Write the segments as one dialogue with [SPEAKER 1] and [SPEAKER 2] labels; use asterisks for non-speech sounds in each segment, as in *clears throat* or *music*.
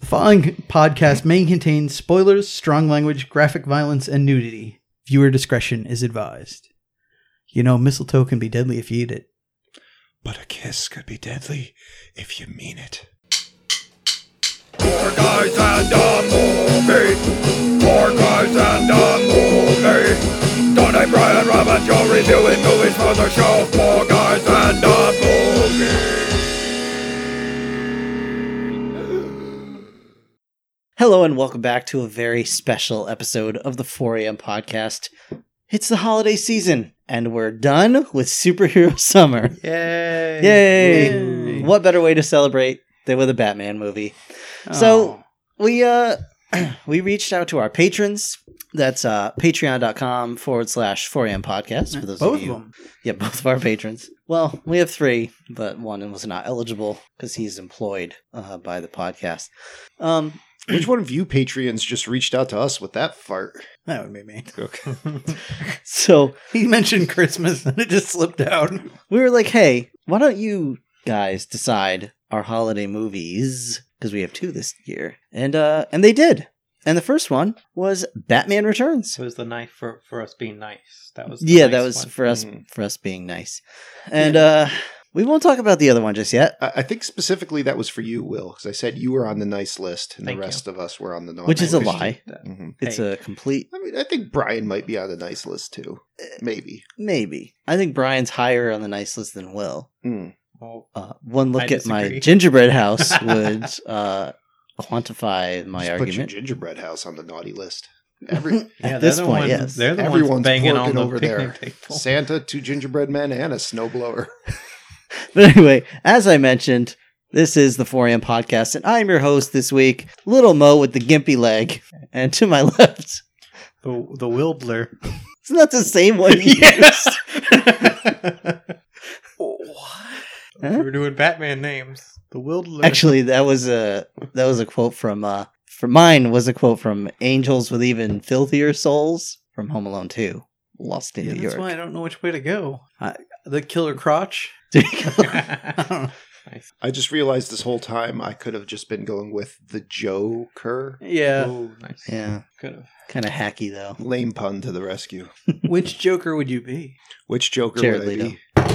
[SPEAKER 1] following podcast may contain spoilers, strong language, graphic violence, and nudity. Viewer discretion is advised. You know, mistletoe can be deadly if you eat it.
[SPEAKER 2] But a kiss could be deadly if you mean it.
[SPEAKER 3] Four guys and a movie. Four guys and a movie. Donnie, Brian, Robert, Joe reviewing movies for the show. Four guys and a movie.
[SPEAKER 4] Hello and welcome back to a very special episode of the 4AM podcast. It's the holiday season and we're done with superhero *laughs* summer.
[SPEAKER 1] Yay!
[SPEAKER 4] Yay! What better way to celebrate than with a Batman movie? So- We uh *clears throat* we reached out to our patrons. That's uh patreon.com forward slash 4AM podcast for those
[SPEAKER 1] both
[SPEAKER 4] of you.
[SPEAKER 1] them.
[SPEAKER 4] Yeah, both of our patrons. Well, we have three, but one was not eligible because he's employed uh, by the podcast. Um *laughs*
[SPEAKER 5] Which one of you Patreons just reached out to us with that fart?
[SPEAKER 1] That would be me.
[SPEAKER 2] Okay.
[SPEAKER 4] so
[SPEAKER 1] He mentioned Christmas *laughs* and it just slipped out.
[SPEAKER 4] we were like, hey, why don't you guys decide our holiday movies? Because we have two this year. And uh and they did. And the first one was Batman Returns.
[SPEAKER 6] So it was the knife for for us being nice. That was the
[SPEAKER 4] Yeah, that
[SPEAKER 6] nice
[SPEAKER 4] was
[SPEAKER 6] one. Mm-hmm.
[SPEAKER 4] for us
[SPEAKER 2] Mm.
[SPEAKER 4] for us being nice. And uh we won't talk about the other one just yet,
[SPEAKER 5] I, I think specifically that was for you, Will, because I said you were on the nice list, and
[SPEAKER 6] Thank
[SPEAKER 5] the
[SPEAKER 6] you.
[SPEAKER 5] rest of us were on the non.
[SPEAKER 4] which is a
[SPEAKER 6] appreciate
[SPEAKER 4] lie.
[SPEAKER 6] that.
[SPEAKER 5] hmm
[SPEAKER 4] It's
[SPEAKER 6] Hey.
[SPEAKER 4] a complete
[SPEAKER 5] I mean, I think Brian might be on the nice list too. Maybe.
[SPEAKER 4] maybe. I think Brian's higher on the nice list than Will.
[SPEAKER 6] Well,
[SPEAKER 4] Uh, one look
[SPEAKER 6] I
[SPEAKER 4] at my
[SPEAKER 6] disagree.
[SPEAKER 4] gingerbread
[SPEAKER 6] *laughs*
[SPEAKER 4] house would uh, quantify my
[SPEAKER 5] Just Put your
[SPEAKER 4] argument.
[SPEAKER 5] gingerbread house on the naughty list. Every
[SPEAKER 6] yeah,
[SPEAKER 4] At
[SPEAKER 6] they're
[SPEAKER 4] this
[SPEAKER 6] the
[SPEAKER 4] point,
[SPEAKER 6] ones-
[SPEAKER 4] yes.
[SPEAKER 6] They're the
[SPEAKER 5] Everyone's
[SPEAKER 6] ones banging
[SPEAKER 5] working
[SPEAKER 6] on the
[SPEAKER 5] over there.
[SPEAKER 6] picnic table.
[SPEAKER 5] Santa, two gingerbread men, and a snowblower. *laughs*
[SPEAKER 4] But *laughs* anyway, as I mentioned, this is the 4am podcast, and I'm your host this week, Little Mo with the gimpy leg. And to my *laughs* left,
[SPEAKER 6] The, the Wilbler.
[SPEAKER 4] it's not the same
[SPEAKER 1] *laughs*
[SPEAKER 4] one. you used. Huh?
[SPEAKER 6] We're doing Batman names. The
[SPEAKER 4] *laughs*
[SPEAKER 6] Wildler.
[SPEAKER 4] Actually, that was a that was a quote from uh for mine was a quote from Angels with Even Filthier Souls from Home Alone 2. Lost in
[SPEAKER 1] Yeah,
[SPEAKER 4] New
[SPEAKER 1] that's why I
[SPEAKER 4] *laughs* York.
[SPEAKER 1] don't know which way to go. I, the killer *laughs* crotch. I don't know.
[SPEAKER 5] I just realized this whole time I could have just been going with the Joker.
[SPEAKER 1] Yeah.
[SPEAKER 6] oh, nice.
[SPEAKER 4] yeah.
[SPEAKER 6] Could have.
[SPEAKER 4] Kind of hacky though.
[SPEAKER 5] Lame pun to the rescue.
[SPEAKER 1] Which Joker would you be?
[SPEAKER 5] Which Joker
[SPEAKER 4] Jared
[SPEAKER 5] would I
[SPEAKER 4] Leto.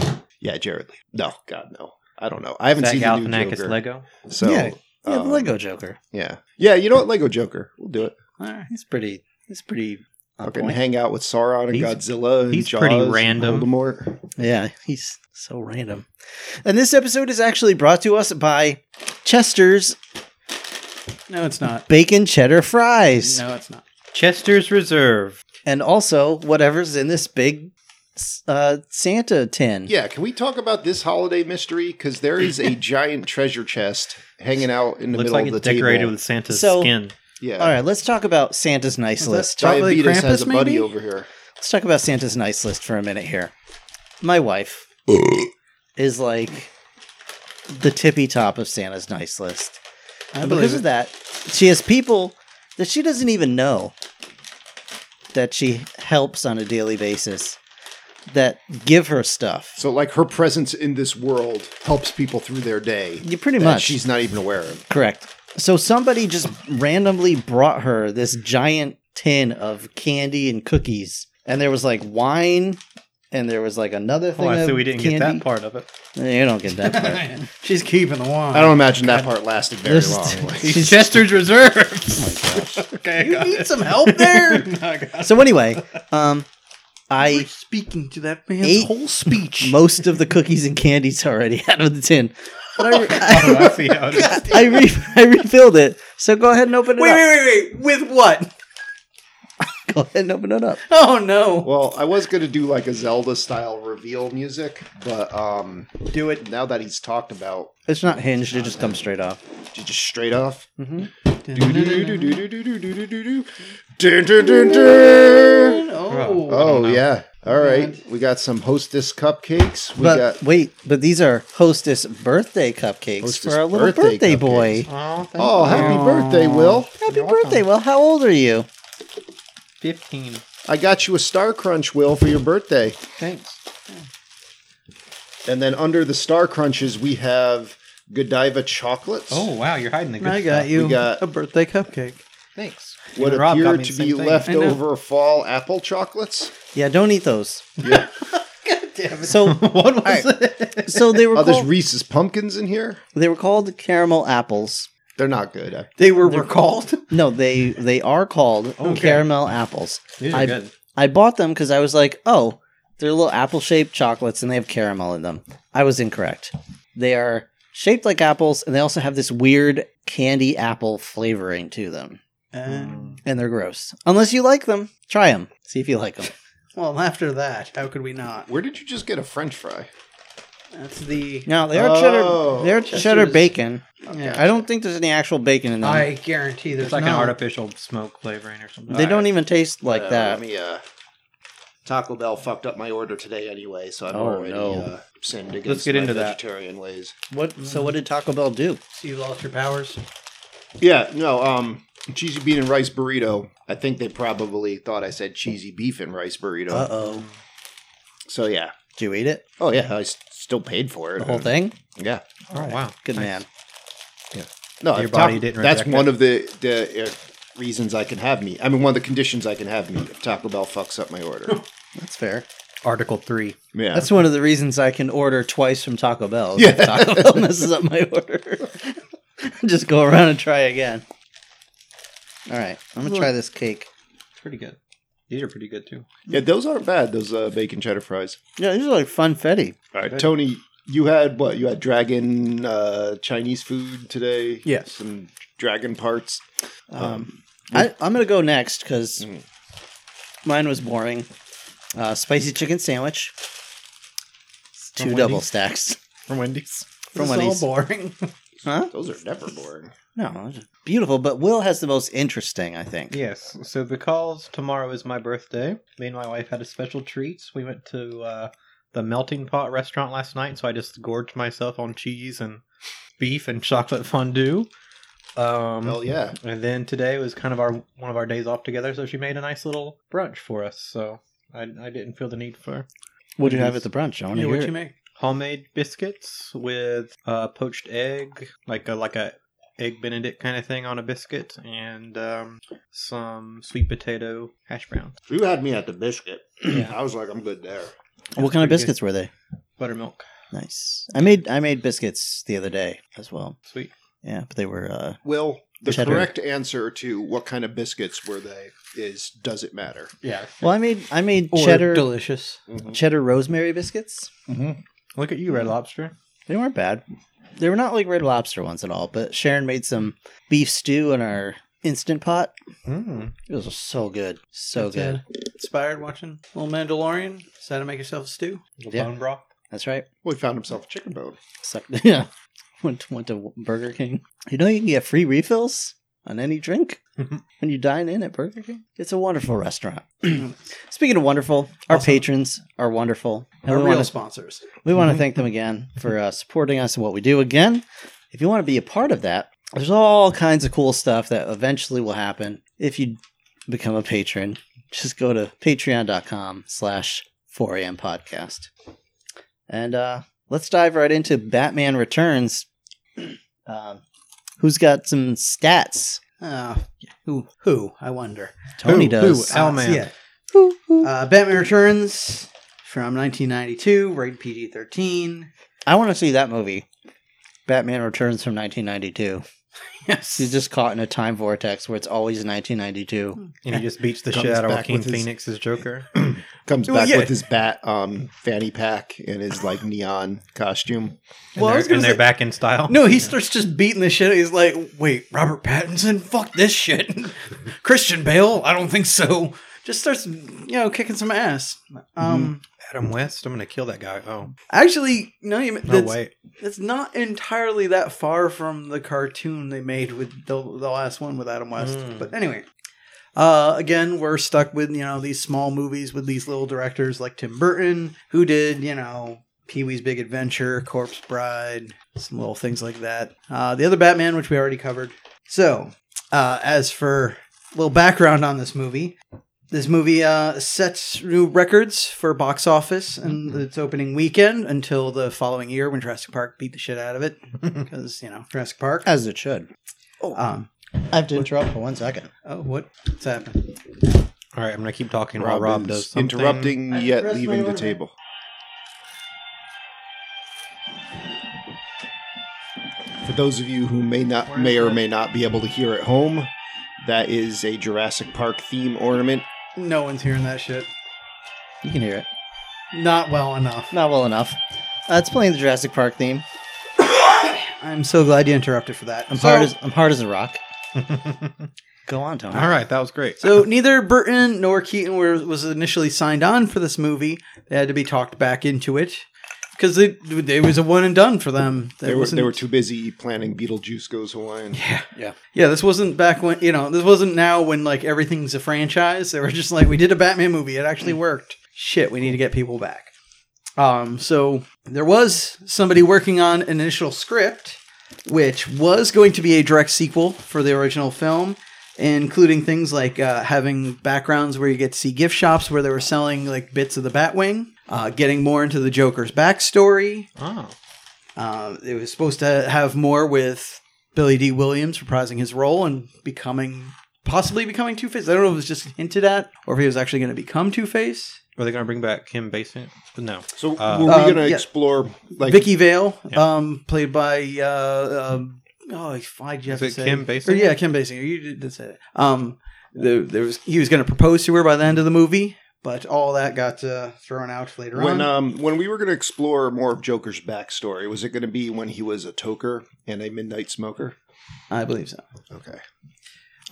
[SPEAKER 5] be? Yeah, Jared Leto. No, God, no. I don't know. I haven't
[SPEAKER 6] Zach
[SPEAKER 5] seen the new
[SPEAKER 6] Galifianakis
[SPEAKER 5] Joker.
[SPEAKER 6] Lego.
[SPEAKER 5] So
[SPEAKER 4] Yeah, Yeah,
[SPEAKER 5] um,
[SPEAKER 4] the Lego Joker.
[SPEAKER 5] Yeah, yeah. You know what, Lego Joker, we'll do it.
[SPEAKER 1] All right.
[SPEAKER 4] He's pretty he's pretty on
[SPEAKER 5] Fucking
[SPEAKER 4] point.
[SPEAKER 5] hang out with Sauron and
[SPEAKER 6] Oh, He's-
[SPEAKER 5] Godzilla. And
[SPEAKER 6] he's
[SPEAKER 5] Jaws
[SPEAKER 6] pretty
[SPEAKER 5] and
[SPEAKER 6] random.
[SPEAKER 5] Voldemort.
[SPEAKER 4] Yeah, he's so random. And this episode is actually brought to us by Chester's
[SPEAKER 1] No, it's not.
[SPEAKER 4] Bacon Cheddar Fries.
[SPEAKER 1] No, it's not.
[SPEAKER 6] Chester's Reserve.
[SPEAKER 4] And also whatever's in this big uh, Santa tin.
[SPEAKER 5] Yeah, can we talk about this holiday mystery? Because there is
[SPEAKER 6] *clears throat*
[SPEAKER 5] a giant treasure chest hanging out in the
[SPEAKER 6] Looks
[SPEAKER 5] middle
[SPEAKER 6] like
[SPEAKER 5] of
[SPEAKER 6] it's
[SPEAKER 5] the
[SPEAKER 6] decorated
[SPEAKER 5] table.
[SPEAKER 6] with Santa's
[SPEAKER 4] So-
[SPEAKER 6] skin.
[SPEAKER 5] yeah.
[SPEAKER 4] All right, let's talk about Santa's nice
[SPEAKER 1] that-
[SPEAKER 4] list.
[SPEAKER 1] Chocolate
[SPEAKER 5] Diabetes
[SPEAKER 1] Krampus,
[SPEAKER 5] has a buddy
[SPEAKER 1] maybe?
[SPEAKER 5] over here.
[SPEAKER 4] Let's talk about Santa's nice list for a minute here. My wife
[SPEAKER 3] Uh,
[SPEAKER 4] is like the tippy top of Santa's nice list.
[SPEAKER 1] I
[SPEAKER 4] And
[SPEAKER 1] believe
[SPEAKER 4] because of
[SPEAKER 1] it.
[SPEAKER 4] that, she has people that she doesn't even know that she helps on a daily basis that give her stuff.
[SPEAKER 5] So, like, her presence in this world helps people through their day.
[SPEAKER 4] You pretty
[SPEAKER 5] that
[SPEAKER 4] much
[SPEAKER 5] She's not even aware of.
[SPEAKER 4] correct. So somebody just randomly brought her this giant tin of candy and cookies, and there was like wine, and there was like another thing.
[SPEAKER 6] Oh, I
[SPEAKER 4] of
[SPEAKER 6] see we didn't get
[SPEAKER 4] candy.
[SPEAKER 6] that part of it.
[SPEAKER 4] You don't get
[SPEAKER 6] *laughs*
[SPEAKER 4] that part.
[SPEAKER 1] She's keeping the wine.
[SPEAKER 5] I don't imagine that part lasted very
[SPEAKER 4] There's-
[SPEAKER 5] long.
[SPEAKER 6] *laughs*
[SPEAKER 5] *laughs* Like,
[SPEAKER 6] He's Chester's Reserve.
[SPEAKER 1] Okay, you need some help *laughs* there. Oh
[SPEAKER 4] so anyway, um,
[SPEAKER 1] You're
[SPEAKER 4] I
[SPEAKER 1] speaking to that man's
[SPEAKER 4] Eight-
[SPEAKER 1] whole
[SPEAKER 5] *laughs*
[SPEAKER 1] speech.
[SPEAKER 4] most of the cookies and candies already *laughs* out of the tin. But I,
[SPEAKER 6] *laughs* oh, I see how it *laughs* is.
[SPEAKER 4] I, re- I refilled it. So go ahead and open it
[SPEAKER 1] wait,
[SPEAKER 4] up.
[SPEAKER 1] wait, wait, wait. With what?
[SPEAKER 4] Go ahead and open it up.
[SPEAKER 1] Oh no!
[SPEAKER 5] well, I was gonna do like a Zelda style reveal music, but um,
[SPEAKER 1] Do it.
[SPEAKER 5] now that he's talked about,
[SPEAKER 4] It's not hinged. It just comes straight off.
[SPEAKER 5] just straight off.
[SPEAKER 1] Oh,
[SPEAKER 5] Oh
[SPEAKER 6] Oh. know.
[SPEAKER 5] yeah. All right. We got some hostess cupcakes. We
[SPEAKER 4] but
[SPEAKER 5] got
[SPEAKER 4] wait, but these are Hostess birthday cupcakes
[SPEAKER 5] Hostess
[SPEAKER 4] for our little birthday,
[SPEAKER 5] birthday
[SPEAKER 4] boy.
[SPEAKER 6] Oh, thank
[SPEAKER 5] Oh, happy birthday, Will.
[SPEAKER 4] Happy birthday. Well, how old are you?
[SPEAKER 6] 15.
[SPEAKER 5] I got you a star crunch, Will, for your birthday.
[SPEAKER 6] Thanks.
[SPEAKER 5] And then under the star crunches we have Godiva chocolates.
[SPEAKER 6] Oh wow, you're hiding the good
[SPEAKER 1] I got
[SPEAKER 6] stuff.
[SPEAKER 1] you
[SPEAKER 5] We got-
[SPEAKER 1] a birthday cupcake.
[SPEAKER 6] Thanks.
[SPEAKER 5] what
[SPEAKER 6] Even Rob got
[SPEAKER 5] appear
[SPEAKER 6] me the
[SPEAKER 5] to
[SPEAKER 6] same
[SPEAKER 5] be
[SPEAKER 6] thing.
[SPEAKER 5] leftover fall apple chocolates.
[SPEAKER 4] Yeah, don't eat those.
[SPEAKER 5] Yeah.
[SPEAKER 4] So,
[SPEAKER 6] *laughs* What
[SPEAKER 4] Alright.
[SPEAKER 6] was it?
[SPEAKER 4] so they were
[SPEAKER 5] *laughs* Oh, there's
[SPEAKER 4] called,
[SPEAKER 5] Reese's pumpkins in here.
[SPEAKER 4] they were called caramel apples.
[SPEAKER 5] They're not good. I-
[SPEAKER 1] They were *laughs* recalled.
[SPEAKER 4] No, they they are called caramel apples.
[SPEAKER 6] These are
[SPEAKER 4] I
[SPEAKER 6] good.
[SPEAKER 4] I bought them because I was like, oh, they're little apple shaped chocolates and they have caramel in them. I was incorrect. They are shaped like apples and they also have this weird candy apple flavoring to them.
[SPEAKER 1] And,
[SPEAKER 4] And they're gross. Unless you like them, try them. See if you like them.
[SPEAKER 1] well, after that, how could we not?
[SPEAKER 5] Where did you just get a French fry?
[SPEAKER 1] That's the.
[SPEAKER 4] No, they are
[SPEAKER 5] Oh,
[SPEAKER 4] cheddar. They're cheddar
[SPEAKER 1] Chester's-
[SPEAKER 4] bacon.
[SPEAKER 1] Yeah.
[SPEAKER 4] I don't think there's any actual bacon in them.
[SPEAKER 1] I guarantee there's
[SPEAKER 6] It's like an
[SPEAKER 1] not.
[SPEAKER 6] artificial smoke flavoring or something.
[SPEAKER 4] they don't even taste like
[SPEAKER 5] Uh,
[SPEAKER 4] that.
[SPEAKER 5] Let me. Uh, Taco Bell fucked up my order today anyway, so I'm
[SPEAKER 4] Oh,
[SPEAKER 5] already
[SPEAKER 4] no.
[SPEAKER 5] uh, sinned against
[SPEAKER 6] get
[SPEAKER 5] my
[SPEAKER 6] into that.
[SPEAKER 5] vegetarian ways.
[SPEAKER 4] What? So what did Taco Bell do?
[SPEAKER 1] So you lost your powers.
[SPEAKER 5] Yeah, no. Um, cheesy bean and rice burrito. I think they probably thought I said cheesy beef and rice burrito.
[SPEAKER 4] Uh oh.
[SPEAKER 5] So yeah.
[SPEAKER 4] Did you eat it?
[SPEAKER 5] Oh yeah, I s- still paid for it.
[SPEAKER 4] The whole thing?
[SPEAKER 5] Yeah.
[SPEAKER 6] Oh wow.
[SPEAKER 4] Good man.
[SPEAKER 5] No,
[SPEAKER 6] Your
[SPEAKER 5] I've
[SPEAKER 6] body
[SPEAKER 5] Taco-
[SPEAKER 6] didn't
[SPEAKER 5] That's
[SPEAKER 6] reject
[SPEAKER 5] one of the the uh, reasons I can have meat. I mean, one of the conditions I can have meat if Taco Bell fucks up my order.
[SPEAKER 4] *laughs* That's fair.
[SPEAKER 6] Article three.
[SPEAKER 5] yeah,
[SPEAKER 4] That's one of the reasons I can order twice from Taco Bell.
[SPEAKER 5] Yeah.
[SPEAKER 4] If Taco Bell *laughs* messes up my order. *laughs* Just go around and try again. All right, I'm gonna try this cake.
[SPEAKER 6] Pretty good. These are pretty good too.
[SPEAKER 5] yeah. Those aren't bad. Those uh, bacon cheddar fries.
[SPEAKER 4] Yeah, these are like funfetti.
[SPEAKER 5] All right, Tony, you had what? You had dragon uh, Chinese food today.
[SPEAKER 1] Yes.
[SPEAKER 5] some dragon parts.
[SPEAKER 4] Um, I, I'm gonna go next because
[SPEAKER 5] Mm.
[SPEAKER 4] mine was boring. Uh, spicy chicken sandwich, two
[SPEAKER 6] Wendy's?
[SPEAKER 4] double stacks
[SPEAKER 6] From Wendy's.
[SPEAKER 4] from
[SPEAKER 1] This is
[SPEAKER 4] Wendy's.
[SPEAKER 1] all boring.
[SPEAKER 4] Huh?
[SPEAKER 5] Those are never boring.
[SPEAKER 4] *laughs* No, beautiful. But Will has the most interesting, I think.
[SPEAKER 6] Yes. So because tomorrow is my birthday, me and my wife had a special treat. We went to uh, the Melting Pot restaurant last night, so I just gorged myself on cheese and beef and chocolate fondue. Um,
[SPEAKER 5] Hell yeah.
[SPEAKER 6] And then today was kind of our one of our days off together, so she made a nice little brunch for us. So I, I didn't feel the need for
[SPEAKER 4] What'd you have at the brunch? I want
[SPEAKER 1] You know
[SPEAKER 4] to hear.
[SPEAKER 1] what you
[SPEAKER 4] it.
[SPEAKER 1] make?
[SPEAKER 6] homemade biscuits with uh, poached egg, like a like a egg Benedict kind of thing on a biscuit, and um, some sweet potato hash browns,
[SPEAKER 5] You had me at the biscuit.
[SPEAKER 6] Yeah.
[SPEAKER 5] I was like, I'm good there.
[SPEAKER 4] What kind of
[SPEAKER 6] pretty good.
[SPEAKER 4] biscuits were they?
[SPEAKER 6] buttermilk,
[SPEAKER 4] Nice. I made I made biscuits the other day as well.
[SPEAKER 6] sweet.
[SPEAKER 4] Yeah, but they were uh
[SPEAKER 5] Will, the
[SPEAKER 4] Cheddar.
[SPEAKER 5] correct answer to what kind of biscuits were they is does it matter?
[SPEAKER 6] Yeah.
[SPEAKER 4] well I made I made
[SPEAKER 1] Or
[SPEAKER 4] cheddar
[SPEAKER 1] delicious.
[SPEAKER 5] Mm-hmm.
[SPEAKER 4] cheddar rosemary biscuits.
[SPEAKER 6] Look at you, Red Lobster.
[SPEAKER 4] They weren't bad. They were not like red lobster ones at all, but Sharon made some beef stew in our instant pot.
[SPEAKER 6] Mm.
[SPEAKER 4] It was so good. So
[SPEAKER 1] That's,
[SPEAKER 4] good.
[SPEAKER 1] uh, inspired watching Little Mandalorian. Is that how to make yourself a stew?
[SPEAKER 4] Yeah.
[SPEAKER 6] Bone broth.
[SPEAKER 4] That's right.
[SPEAKER 5] Well, he found himself a chicken bone.
[SPEAKER 4] Suck- *laughs* yeah. Went went to Burger King. You know you can get free refills on any
[SPEAKER 1] *laughs*
[SPEAKER 4] drink
[SPEAKER 6] Mhm.
[SPEAKER 4] when you dine in at Burger King. It's a wonderful restaurant. *clears throat* Speaking of wonderful, our patrons are wonderful. And
[SPEAKER 1] Our
[SPEAKER 4] we
[SPEAKER 1] real
[SPEAKER 4] wanna-
[SPEAKER 1] sponsors.
[SPEAKER 4] We
[SPEAKER 6] Mm-hmm.
[SPEAKER 4] want to thank them again for uh, supporting us and what we do. Again, if you want to be a part of that, there's all kinds of cool stuff that eventually will happen if you become a patron. Just go to patreon.com slash 4am podcast. And uh, let's dive right into Batman Returns. *clears throat* Um, who's got some stats?
[SPEAKER 1] Uh, who? Who? I wonder.
[SPEAKER 4] Tony
[SPEAKER 6] Who?
[SPEAKER 4] does.
[SPEAKER 6] Who? Owlman.
[SPEAKER 1] Uh, yeah. Uh, Batman Returns from 1992, rated PG-13.
[SPEAKER 4] I want to see that movie. Batman Returns from 1992.
[SPEAKER 1] Yes.
[SPEAKER 4] He's just caught in a time vortex where it's always 1992.
[SPEAKER 6] And he just beats the
[SPEAKER 5] Comes
[SPEAKER 6] shit out of
[SPEAKER 5] back
[SPEAKER 6] Joaquin
[SPEAKER 5] with his-
[SPEAKER 6] Phoenix's Joker.
[SPEAKER 5] Comes
[SPEAKER 1] Well,
[SPEAKER 5] back
[SPEAKER 1] yeah.
[SPEAKER 5] with his bat um, fanny pack and his like neon costume.
[SPEAKER 6] And,
[SPEAKER 1] I was gonna
[SPEAKER 6] they're, and they're
[SPEAKER 1] say-
[SPEAKER 6] back in style.
[SPEAKER 1] No, he starts just beating the shit. He's like, "Wait, Robert Pattinson? Fuck this shit." *laughs* Christian Bale? I don't think so. Just starts, you know, kicking some ass.
[SPEAKER 4] Mm-hmm.
[SPEAKER 1] Um,
[SPEAKER 6] Adam West. I'm gonna kill that guy. Oh
[SPEAKER 1] actually, no, you,
[SPEAKER 6] no,
[SPEAKER 1] that's,
[SPEAKER 6] wait.
[SPEAKER 1] that's not entirely that far from the cartoon they made with the, the last one with Adam West.
[SPEAKER 6] Mm.
[SPEAKER 1] But anyway, uh, again, we're stuck with you know these small movies with these little directors like Tim Burton, who did you know Pee Wee's Big Adventure, Corpse Bride, some little things like that. Uh, the other Batman, which we already covered. So, uh, as for a little background on this movie, This movie uh, sets new records for box office and
[SPEAKER 5] Mm-hmm.
[SPEAKER 1] its opening weekend until the following year when Jurassic Park beat the shit out
[SPEAKER 5] *laughs*
[SPEAKER 1] of it because you know Jurassic Park.
[SPEAKER 4] As it should.
[SPEAKER 1] Um,
[SPEAKER 4] I have to interrupt for one second.
[SPEAKER 1] oh, what? What's happened?
[SPEAKER 6] All right, I'm gonna keep talking while Rob does
[SPEAKER 5] Robin's
[SPEAKER 6] something.
[SPEAKER 5] interrupting yet
[SPEAKER 1] rest my
[SPEAKER 5] leaving the
[SPEAKER 1] order.
[SPEAKER 5] table. For those of you who may not may or may not be able to hear at home, that is a Jurassic Park theme ornament.
[SPEAKER 1] No one's hearing that shit.
[SPEAKER 4] You can hear it.
[SPEAKER 1] Not well enough.
[SPEAKER 4] Not well enough. Uh, it's playing the Jurassic Park theme.
[SPEAKER 1] I'm so glad you interrupted for that.
[SPEAKER 4] I'm
[SPEAKER 1] So-
[SPEAKER 4] hard as I'm hard as a rock. Go on, Tony.
[SPEAKER 6] All right, that was great.
[SPEAKER 1] So neither Burton nor Keaton were, was initially signed on for this movie. They had to be talked back into it because it, it was a one and done for them. That
[SPEAKER 5] They were, they
[SPEAKER 1] wasn't-
[SPEAKER 5] were too busy planning Beetlejuice Goes Hawaiian.
[SPEAKER 1] Yeah, this wasn't back when you know this wasn't now when like everything's a franchise. They were just like we did a Batman movie. It actually worked. Shit, we need to get people back. Um, so there was somebody working on an initial script, which was going to be a direct sequel for the original film, including things like uh, having backgrounds where you get to see gift shops where they were selling like bits of the Batwing, uh, getting more into the Joker's backstory,
[SPEAKER 6] Oh,
[SPEAKER 1] uh, it was supposed to have more with Billy D. Williams reprising his role and becoming possibly becoming Two Face. I don't know if it was just hinted at or if he was actually going to become Two Face.
[SPEAKER 6] are they gonna bring back Kim Basement? No.
[SPEAKER 5] So
[SPEAKER 6] Uh,
[SPEAKER 5] were we going to
[SPEAKER 1] Um, yeah.
[SPEAKER 5] explore like
[SPEAKER 1] Vicky Vale,
[SPEAKER 6] Yeah.
[SPEAKER 1] um, played by uh, um, oh, why'd you have
[SPEAKER 6] Is
[SPEAKER 1] to
[SPEAKER 6] it
[SPEAKER 1] say
[SPEAKER 6] Kim
[SPEAKER 1] Or,
[SPEAKER 6] Basinger?
[SPEAKER 1] yeah, Kim Basinger. You did did say that. Um, there, there was he was going to propose to her by the end of the movie, but all that got uh, thrown out later
[SPEAKER 5] when
[SPEAKER 6] uh,
[SPEAKER 1] on.
[SPEAKER 5] um when we were going to explore more of Joker's backstory? Was it going to be when he was a toker and a midnight smoker?
[SPEAKER 1] I believe so.
[SPEAKER 5] Okay,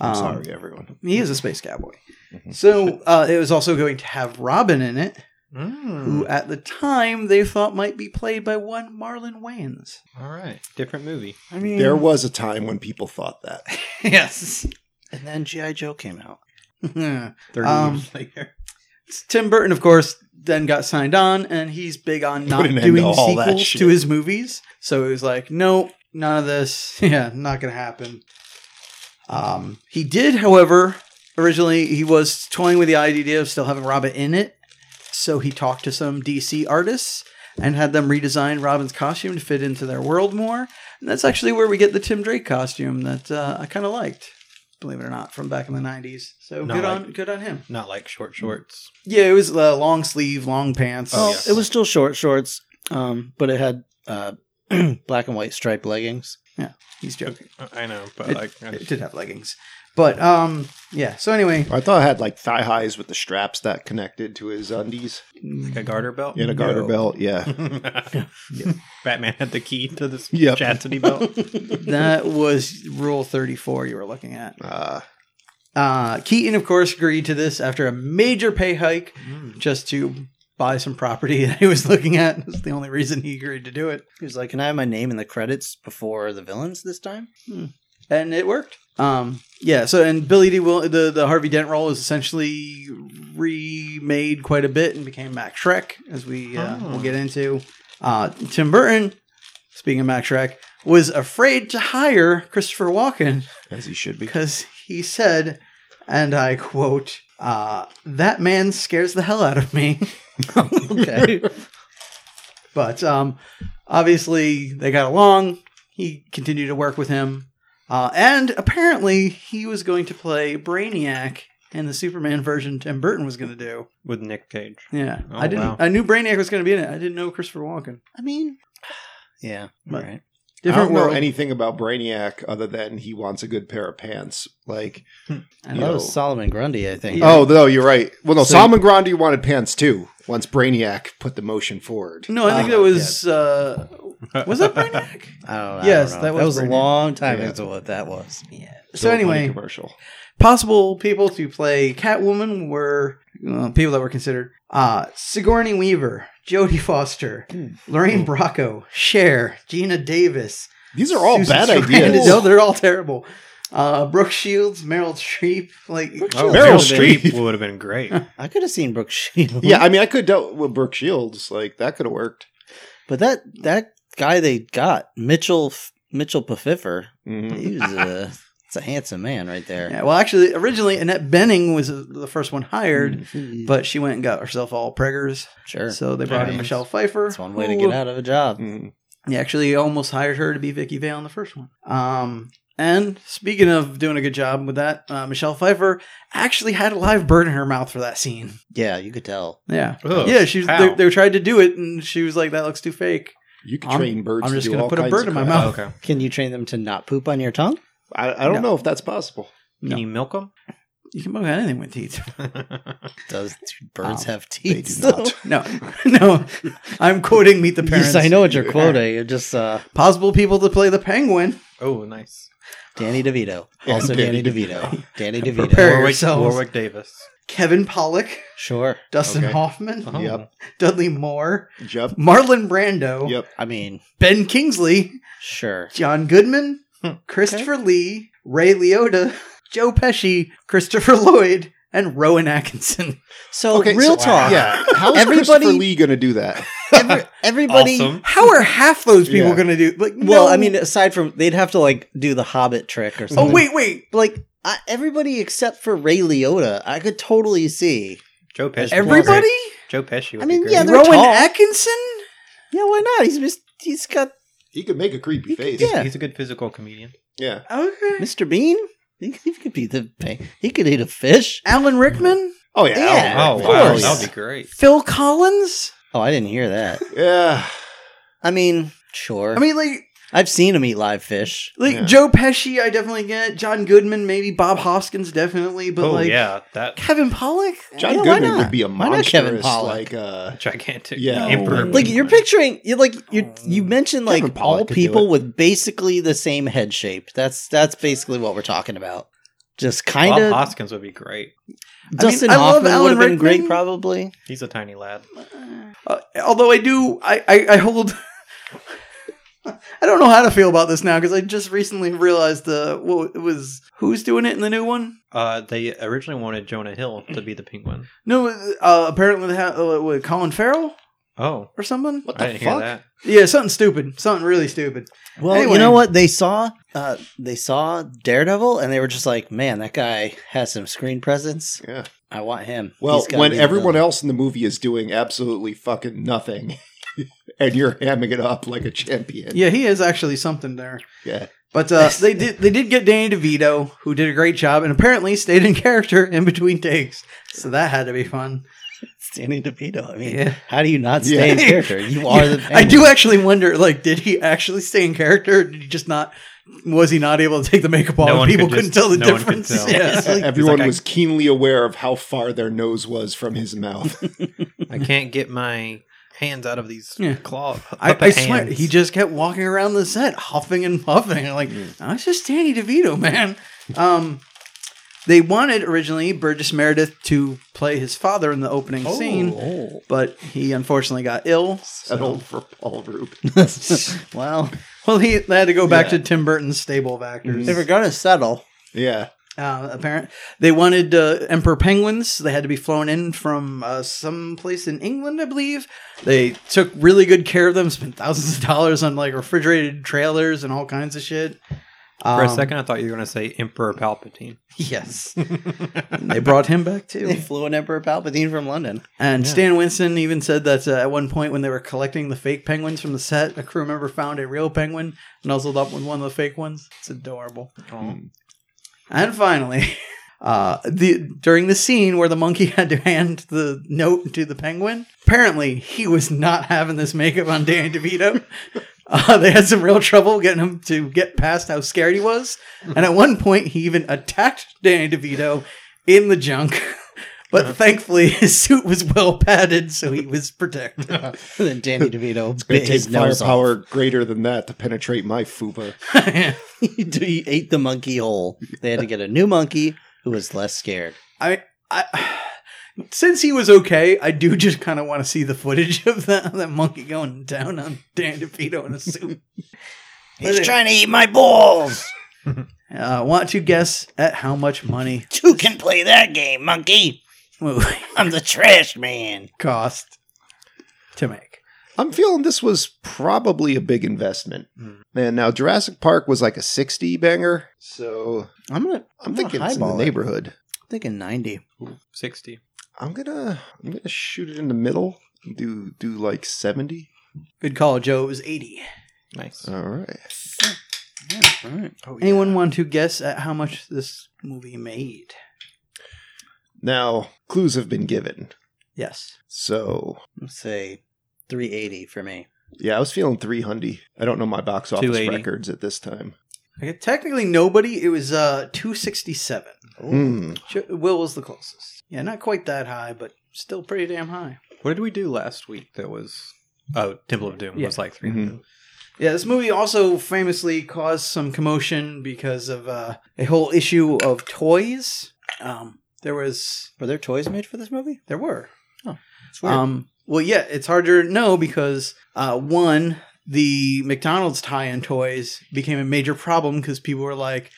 [SPEAKER 5] I'm
[SPEAKER 1] Um,
[SPEAKER 5] sorry, everyone.
[SPEAKER 1] He is a space cowboy.
[SPEAKER 6] Mm-hmm.
[SPEAKER 1] So uh, it was also going to have Robin in it.
[SPEAKER 6] Mm.
[SPEAKER 1] who at the time they thought might be played by one Marlon Wayans.
[SPEAKER 6] All right, different movie.
[SPEAKER 1] I mean,
[SPEAKER 5] There was a time when people thought that.
[SPEAKER 1] *laughs* yes.
[SPEAKER 4] And then G.I. Joe came
[SPEAKER 1] *laughs*
[SPEAKER 4] out.
[SPEAKER 6] Thirty
[SPEAKER 1] Um,
[SPEAKER 6] years later.
[SPEAKER 1] Tim Burton, of course, then got signed on, and he's big on not
[SPEAKER 5] an end
[SPEAKER 1] doing
[SPEAKER 5] to all that
[SPEAKER 1] sequels
[SPEAKER 5] shit.
[SPEAKER 1] to his movies. So he was like, no, none of this. *laughs* Yeah, not going to happen. Um, he did, however, originally he was toying with the idea of still having Robin in it. So he talked to some DC artists and had them redesign Robin's costume to fit into their world more. And that's actually where we get the Tim Drake costume that uh, I kind of liked, believe it or not, from back in the 90s. So
[SPEAKER 6] Not
[SPEAKER 1] good
[SPEAKER 6] like-
[SPEAKER 1] on good on him.
[SPEAKER 6] Not like short shorts.
[SPEAKER 1] Yeah, it was uh, long sleeve, long pants.
[SPEAKER 6] Oh,
[SPEAKER 4] Well,
[SPEAKER 6] yes.
[SPEAKER 4] it was still short shorts, um, but it had uh, *clears throat* black and white striped leggings.
[SPEAKER 1] He's joking.
[SPEAKER 6] I know, but
[SPEAKER 1] It-
[SPEAKER 6] like, uh, I
[SPEAKER 1] It did have leggings, but um, yeah. So anyway,
[SPEAKER 5] I thought I had like thigh highs with the straps that connected to his undies
[SPEAKER 6] like a garter belt
[SPEAKER 5] and a garter
[SPEAKER 1] No.
[SPEAKER 6] *laughs*
[SPEAKER 5] belt.
[SPEAKER 1] *laughs*
[SPEAKER 5] Yeah.
[SPEAKER 6] Batman had the key to this
[SPEAKER 5] Yep.
[SPEAKER 6] chastity belt.
[SPEAKER 1] *laughs* that was Rule Thirty Four you were looking at.
[SPEAKER 5] Uh,
[SPEAKER 1] Uh, Keaton, of course, agreed to this after a major pay hike just to buy some property *laughs* that he was looking at. That's the only reason he agreed to do it,
[SPEAKER 4] He was like, "Can I have my name in the credits before the villains this time?"
[SPEAKER 1] and it worked. Um, yeah. So and Billy D. Will the the Harvey Dent role is essentially remade quite a bit and became Max Shrek, as we uh,
[SPEAKER 6] Oh.
[SPEAKER 1] will get into. Uh, Tim Burton, speaking of Max Shrek, was afraid to hire Christopher Walken
[SPEAKER 5] as he should be.
[SPEAKER 1] because he said, and I quote, uh, "That man scares the hell out of me." *laughs*
[SPEAKER 4] Okay,
[SPEAKER 1] But um, obviously, they got along. He continued to work with him. Uh, and apparently, he was going to play Brainiac in the Superman version Tim Burton was going to do.
[SPEAKER 6] with Nick Cage.
[SPEAKER 1] Yeah.
[SPEAKER 6] Oh,
[SPEAKER 1] I didn't.
[SPEAKER 6] wow.
[SPEAKER 1] I knew Brainiac was going to be in it. I didn't know Christopher Walken.
[SPEAKER 4] I mean, *laughs* yeah,
[SPEAKER 1] But-
[SPEAKER 4] right.
[SPEAKER 5] I
[SPEAKER 1] Different
[SPEAKER 5] don't
[SPEAKER 1] world.
[SPEAKER 5] know anything about Brainiac other than he wants a good pair of pants. Like,
[SPEAKER 1] Hmm. I
[SPEAKER 4] That
[SPEAKER 1] know.
[SPEAKER 4] was Solomon Grundy, I think.
[SPEAKER 1] Yeah.
[SPEAKER 5] oh no, you're right. Well, no,
[SPEAKER 4] So-
[SPEAKER 5] Salman Grandi wanted pants too. Once Brainiac put the motion forward.
[SPEAKER 1] No, I think
[SPEAKER 4] Oh,
[SPEAKER 1] that was. Uh, was that
[SPEAKER 5] *laughs*
[SPEAKER 1] Brainiac?
[SPEAKER 4] I don't, I
[SPEAKER 1] Yes,
[SPEAKER 4] don't know.
[SPEAKER 1] that
[SPEAKER 4] That,
[SPEAKER 1] was
[SPEAKER 4] was, a
[SPEAKER 1] Brainiac.
[SPEAKER 4] long time
[SPEAKER 5] Yeah.
[SPEAKER 4] ago. What that was.
[SPEAKER 1] yeah.
[SPEAKER 5] So
[SPEAKER 1] So
[SPEAKER 5] funny
[SPEAKER 1] anyway,
[SPEAKER 5] commercial.
[SPEAKER 1] possible people to play Catwoman were uh, people that were considered uh, Sigourney Weaver, Jodie Foster, Lorraine Bracco, Cher, Gina Davis.
[SPEAKER 5] These are all
[SPEAKER 1] Susan
[SPEAKER 5] bad
[SPEAKER 1] Sarandon. *laughs*
[SPEAKER 5] ideas.
[SPEAKER 1] No, they're all terrible. Uh, Brooke Shields, Meryl Streep, like
[SPEAKER 6] Oh,
[SPEAKER 5] Meryl
[SPEAKER 6] Meryl
[SPEAKER 5] Streep.
[SPEAKER 6] Streep *laughs* would have been great.
[SPEAKER 4] I could have seen Brooke Shields.
[SPEAKER 5] yeah, I mean, I could dealt with Brooke Shields. Like that could have worked.
[SPEAKER 4] but that that guy they got Mitchell F- Mitchell Pfeffer.
[SPEAKER 5] Mhm.
[SPEAKER 4] He was a *laughs* It's a handsome man right there.
[SPEAKER 1] Yeah, well, actually, originally Annette Benning was the first one hired, but she went and got herself all preggers.
[SPEAKER 4] Hmm. Sure. Mm-hmm.
[SPEAKER 1] So they brought in
[SPEAKER 6] Nice.
[SPEAKER 1] Michelle Pfeiffer.
[SPEAKER 4] That's one way to
[SPEAKER 1] who-
[SPEAKER 4] get out of a job.
[SPEAKER 5] Mhm.
[SPEAKER 1] He actually almost hired her to be Vicky Vale in the first one. Um, and speaking of doing a good job with that, uh, Michelle Pfeiffer actually had a live bird in her mouth for that scene.
[SPEAKER 4] Yeah, you could tell.
[SPEAKER 1] Yeah,
[SPEAKER 5] Oh,
[SPEAKER 6] Ugh,
[SPEAKER 1] yeah. She was,
[SPEAKER 6] how?
[SPEAKER 1] they, they tried to do it, and she was like, "That looks too fake."
[SPEAKER 5] You can
[SPEAKER 1] I'm-
[SPEAKER 5] train birds.
[SPEAKER 1] I'm
[SPEAKER 5] to
[SPEAKER 1] just
[SPEAKER 5] do
[SPEAKER 1] gonna
[SPEAKER 5] all
[SPEAKER 1] put a
[SPEAKER 5] kinds
[SPEAKER 1] bird
[SPEAKER 5] of
[SPEAKER 1] in my
[SPEAKER 5] crap.
[SPEAKER 1] mouth.
[SPEAKER 6] Oh, okay.
[SPEAKER 4] Can you train them to not poop on your tongue?
[SPEAKER 5] I, I don't
[SPEAKER 1] No.
[SPEAKER 5] know if that's possible.
[SPEAKER 6] Can
[SPEAKER 1] No.
[SPEAKER 6] you milk them?
[SPEAKER 1] You can book anything with
[SPEAKER 4] *laughs*
[SPEAKER 1] teeth.
[SPEAKER 6] *laughs*
[SPEAKER 4] Does do birds
[SPEAKER 1] Um,
[SPEAKER 4] have
[SPEAKER 5] They
[SPEAKER 4] teeth?
[SPEAKER 5] do
[SPEAKER 4] still? *laughs*
[SPEAKER 5] not.
[SPEAKER 1] No, no. I'm quoting Meet the *laughs* Parents.
[SPEAKER 4] Yes, I know what you're quoting. You're just uh,
[SPEAKER 1] *laughs* Possible people to play the penguin.
[SPEAKER 6] Oh, nice.
[SPEAKER 4] Danny DeVito.
[SPEAKER 5] *laughs*
[SPEAKER 4] Also
[SPEAKER 5] Danny
[SPEAKER 4] Danny DeVito.
[SPEAKER 1] *laughs*
[SPEAKER 4] Danny DeVito.
[SPEAKER 1] Prepare
[SPEAKER 6] Warwick,
[SPEAKER 1] yourselves.
[SPEAKER 6] Warwick Davis.
[SPEAKER 1] Kevin Pollock,
[SPEAKER 4] Sure.
[SPEAKER 1] Dustin
[SPEAKER 5] Okay. Uh-huh.
[SPEAKER 1] Hoffman,
[SPEAKER 6] Oh.
[SPEAKER 5] Yep.
[SPEAKER 1] Dudley Moore,
[SPEAKER 5] Yep.
[SPEAKER 1] Marlon Brando,
[SPEAKER 5] Yep.
[SPEAKER 4] I mean,
[SPEAKER 1] Ben Kingsley,
[SPEAKER 4] sure.
[SPEAKER 1] John Goodman,
[SPEAKER 6] Hmm.
[SPEAKER 1] Christopher Lee, Ray Liotta, Joe Pesci, Christopher Lloyd, and Rowan Atkinson.
[SPEAKER 4] So real
[SPEAKER 5] so-
[SPEAKER 1] Ah.
[SPEAKER 4] talk.
[SPEAKER 5] Yeah. How is
[SPEAKER 4] Everybody-
[SPEAKER 5] Christopher Lee going to do that?
[SPEAKER 4] Every, *laughs* everybody.
[SPEAKER 6] Awesome.
[SPEAKER 1] How are half those people
[SPEAKER 5] Yeah.
[SPEAKER 1] going to do? Like,
[SPEAKER 4] Well,
[SPEAKER 1] no-
[SPEAKER 4] I mean, aside from they'd have to like do the Hobbit trick or something.
[SPEAKER 1] oh wait, wait.
[SPEAKER 4] But, like I, everybody except for Ray Liotta, I could totally see.
[SPEAKER 6] Joe Pesci.
[SPEAKER 1] Everybody?
[SPEAKER 6] Joe Pesci. Would
[SPEAKER 4] I mean,
[SPEAKER 6] be great.
[SPEAKER 4] yeah, they're
[SPEAKER 1] Rowan
[SPEAKER 4] tall.
[SPEAKER 1] Atkinson?
[SPEAKER 4] Yeah, why not? He's mis- he's got
[SPEAKER 5] He could make a creepy face.
[SPEAKER 4] yeah.
[SPEAKER 6] he's a good physical comedian.
[SPEAKER 5] Yeah.
[SPEAKER 1] Okay.
[SPEAKER 4] Mr. Bean. He, he could be the pa- he could eat a fish.
[SPEAKER 1] Alan Rickman,
[SPEAKER 5] Oh yeah.
[SPEAKER 4] Yeah.
[SPEAKER 5] Alan
[SPEAKER 6] Oh,
[SPEAKER 5] Rickman.
[SPEAKER 4] Of
[SPEAKER 6] wow,
[SPEAKER 4] course.
[SPEAKER 6] that'd be great.
[SPEAKER 1] Phil Collins.
[SPEAKER 4] Oh, I didn't hear that.
[SPEAKER 5] Yeah.
[SPEAKER 4] I mean, sure.
[SPEAKER 1] I mean, like,
[SPEAKER 4] I've seen him eat live fish.
[SPEAKER 1] like
[SPEAKER 5] Yeah.
[SPEAKER 1] Joe Pesci, I definitely get. John Goodman, maybe. Bob Hoskins, definitely. But
[SPEAKER 6] oh
[SPEAKER 1] like,
[SPEAKER 6] yeah, *laughs* that
[SPEAKER 1] Kevin Pollock,
[SPEAKER 5] John
[SPEAKER 4] Yeah, why
[SPEAKER 5] Goodman
[SPEAKER 4] not?
[SPEAKER 5] would be a
[SPEAKER 4] Why not
[SPEAKER 5] monstrous
[SPEAKER 4] Kevin Pollak?
[SPEAKER 5] like uh
[SPEAKER 6] gigantic
[SPEAKER 5] Yeah.
[SPEAKER 6] emperor.
[SPEAKER 4] Like you're
[SPEAKER 1] Mm-hmm.
[SPEAKER 4] picturing, you like you
[SPEAKER 1] Um,
[SPEAKER 4] you mentioned like
[SPEAKER 5] Kevin Pollak
[SPEAKER 4] all
[SPEAKER 5] could do it.
[SPEAKER 4] people with basically the same head shape. That's that's basically what we're talking about. Just
[SPEAKER 6] Bob
[SPEAKER 4] kind of
[SPEAKER 6] Hoskins would be great.
[SPEAKER 4] Dustin
[SPEAKER 1] I mean, I love
[SPEAKER 4] Hoffman
[SPEAKER 1] Alan
[SPEAKER 4] would have been great,
[SPEAKER 1] Rickman.
[SPEAKER 4] probably.
[SPEAKER 6] He's a tiny lad.
[SPEAKER 1] Uh, although I do, I, I, I hold. *laughs* I don't know how to feel about this now because I just recently realized the what it was who's doing it in the new one.
[SPEAKER 6] Uh, they originally wanted Jonah Hill to be the penguin.
[SPEAKER 1] No, uh, apparently they had uh, what, Colin Farrell
[SPEAKER 6] Oh,
[SPEAKER 1] or something.
[SPEAKER 5] what
[SPEAKER 6] I
[SPEAKER 5] the
[SPEAKER 6] didn't
[SPEAKER 5] fuck?
[SPEAKER 6] hear that.
[SPEAKER 1] Yeah, something stupid, something really stupid.
[SPEAKER 4] Well,
[SPEAKER 1] Anyway.
[SPEAKER 4] you know what they saw? Uh, they saw Daredevil, and they were just like, "Man, that guy has some screen presence.
[SPEAKER 5] Yeah.
[SPEAKER 4] I want him."
[SPEAKER 5] Well,
[SPEAKER 4] He's gotta
[SPEAKER 5] when
[SPEAKER 4] be the
[SPEAKER 5] everyone
[SPEAKER 4] villain."
[SPEAKER 5] else in the movie is doing absolutely fucking nothing *laughs* and you're hamming it up like a champion.
[SPEAKER 1] Yeah, he is actually something there.
[SPEAKER 5] Yeah.
[SPEAKER 1] But uh, they did they did get Danny DeVito, who did a great job and apparently stayed in *laughs* character in between takes. So that had to be fun.
[SPEAKER 4] Danny DeVito, I mean,
[SPEAKER 1] Yeah.
[SPEAKER 4] how do you not stay in
[SPEAKER 5] Yeah.
[SPEAKER 4] character?
[SPEAKER 5] *laughs*
[SPEAKER 4] You are the.
[SPEAKER 1] I
[SPEAKER 4] penguin.
[SPEAKER 1] do actually wonder, like, did he actually stay in character? Or did he just not? Was he not able to take the makeup off?
[SPEAKER 6] No
[SPEAKER 1] and
[SPEAKER 6] one
[SPEAKER 1] people
[SPEAKER 6] could
[SPEAKER 1] could not
[SPEAKER 6] just-
[SPEAKER 1] tell the
[SPEAKER 6] no one could
[SPEAKER 1] difference.
[SPEAKER 6] tell.
[SPEAKER 1] *laughs* Yeah, it's like-
[SPEAKER 5] Everyone
[SPEAKER 6] like, I-
[SPEAKER 5] was keenly aware of how far their nose was from
[SPEAKER 4] *laughs*
[SPEAKER 5] his mouth. *laughs*
[SPEAKER 6] I can't get my hands out of these
[SPEAKER 1] Yeah.
[SPEAKER 6] claw. *laughs*
[SPEAKER 1] I, I
[SPEAKER 6] puppet
[SPEAKER 1] swear,
[SPEAKER 6] hands.
[SPEAKER 1] he just kept walking around the set, huffing and puffing. Like, "No, it's just Danny DeVito, man. Um, they wanted originally Burgess Meredith to play his father in the opening scene,
[SPEAKER 5] Oh,
[SPEAKER 1] but he unfortunately got ill.
[SPEAKER 5] settled for Paul Rube.
[SPEAKER 4] well,
[SPEAKER 1] Well, he they had to go back
[SPEAKER 5] Yeah. Mm-hmm.
[SPEAKER 1] to Tim Burton's stable of actors.
[SPEAKER 4] if we're gonna settle, *laughs*
[SPEAKER 5] Yeah.
[SPEAKER 1] uh, apparent. They wanted uh, emperor penguins. They had to be flown in from uh, some place in England, I believe. They took really good care of them. Spent thousands of dollars on like refrigerated trailers and all kinds of shit.
[SPEAKER 6] For a
[SPEAKER 1] Um,
[SPEAKER 6] second, I thought you were going to say Emperor Palpatine.
[SPEAKER 1] yes, they brought him back
[SPEAKER 4] they
[SPEAKER 1] too.
[SPEAKER 4] flew an Emperor Palpatine from London. *laughs*
[SPEAKER 1] And Stan Winston even said that uh, at one point when they were collecting the fake penguins from the set, a crew member found a real penguin nuzzled up with one of the fake ones. It's adorable. And finally, *laughs* uh, the during the scene where the monkey *laughs* had to hand the note to the penguin, apparently he was not having this makeup on Danny DeVito. Uh, they had some real trouble getting him to get past how scared he was, and at one point he even attacked Danny DeVito in the junk. *laughs*
[SPEAKER 4] Uh-huh.
[SPEAKER 1] But thankfully, *laughs* his suit was well padded, so
[SPEAKER 4] *laughs*
[SPEAKER 1] he was protected. *laughs*
[SPEAKER 4] And then Danny DeVito
[SPEAKER 5] It
[SPEAKER 4] bit his
[SPEAKER 5] takes
[SPEAKER 4] nose off.
[SPEAKER 5] firepower greater than that to penetrate my fuva.
[SPEAKER 4] *laughs* he ate the monkey whole. They had to get a new monkey who was less scared.
[SPEAKER 1] I, I, *sighs* since he was okay, I do just kind of want to see the footage of that that monkey going down on Dan DeVito in a
[SPEAKER 4] *laughs*
[SPEAKER 1] suit. He's trying
[SPEAKER 4] to eat my balls.
[SPEAKER 1] *laughs* Uh, want to guess at how much money
[SPEAKER 4] Two can play that game, *laughs* monkey.
[SPEAKER 1] movie
[SPEAKER 4] I'm the trash man.
[SPEAKER 1] cost to make?
[SPEAKER 5] I'm feeling this was probably a big investment.
[SPEAKER 6] Hmm.
[SPEAKER 1] Mm.
[SPEAKER 5] Man, now Jurassic Park was like a 60 banger, so
[SPEAKER 4] I'm gonna.
[SPEAKER 5] I'm
[SPEAKER 4] I'm
[SPEAKER 5] thinking
[SPEAKER 4] gonna
[SPEAKER 5] it's in the
[SPEAKER 4] highball it.
[SPEAKER 5] neighborhood.
[SPEAKER 4] I'm thinking ninety.
[SPEAKER 6] Sixty.
[SPEAKER 5] I'm gonna I'm gonna shoot it in the middle. Do do like 70.
[SPEAKER 1] Good call, Joe. It was 80.
[SPEAKER 6] Nice.
[SPEAKER 5] All right.
[SPEAKER 4] Oh, Yeah, all right.
[SPEAKER 1] Anyone want to guess at how much this movie made?
[SPEAKER 5] Now clues have been given.
[SPEAKER 1] Yes.
[SPEAKER 5] So
[SPEAKER 4] Let's say three eighty for me.
[SPEAKER 5] yeah, I was feeling 300. I don't know my box office
[SPEAKER 6] 280.
[SPEAKER 5] records at this time.
[SPEAKER 1] Okay, technically nobody. It was uh 267.
[SPEAKER 5] Hmm.
[SPEAKER 1] Jo- Will was the closest. Yeah, not quite that high, but still pretty damn high.
[SPEAKER 6] What did we do last week? That was oh, Temple of Doom
[SPEAKER 1] Yeah.
[SPEAKER 6] was like 300
[SPEAKER 1] Yeah, this movie also famously caused some commotion because of uh, a whole issue of toys. Um, there was,
[SPEAKER 4] Were there toys made for this movie? Oh.
[SPEAKER 1] there were.
[SPEAKER 4] It's weird.
[SPEAKER 1] Um, well, yeah, it's harder to know because uh, one, the McDonald's tie-in toys became a major problem because people were like,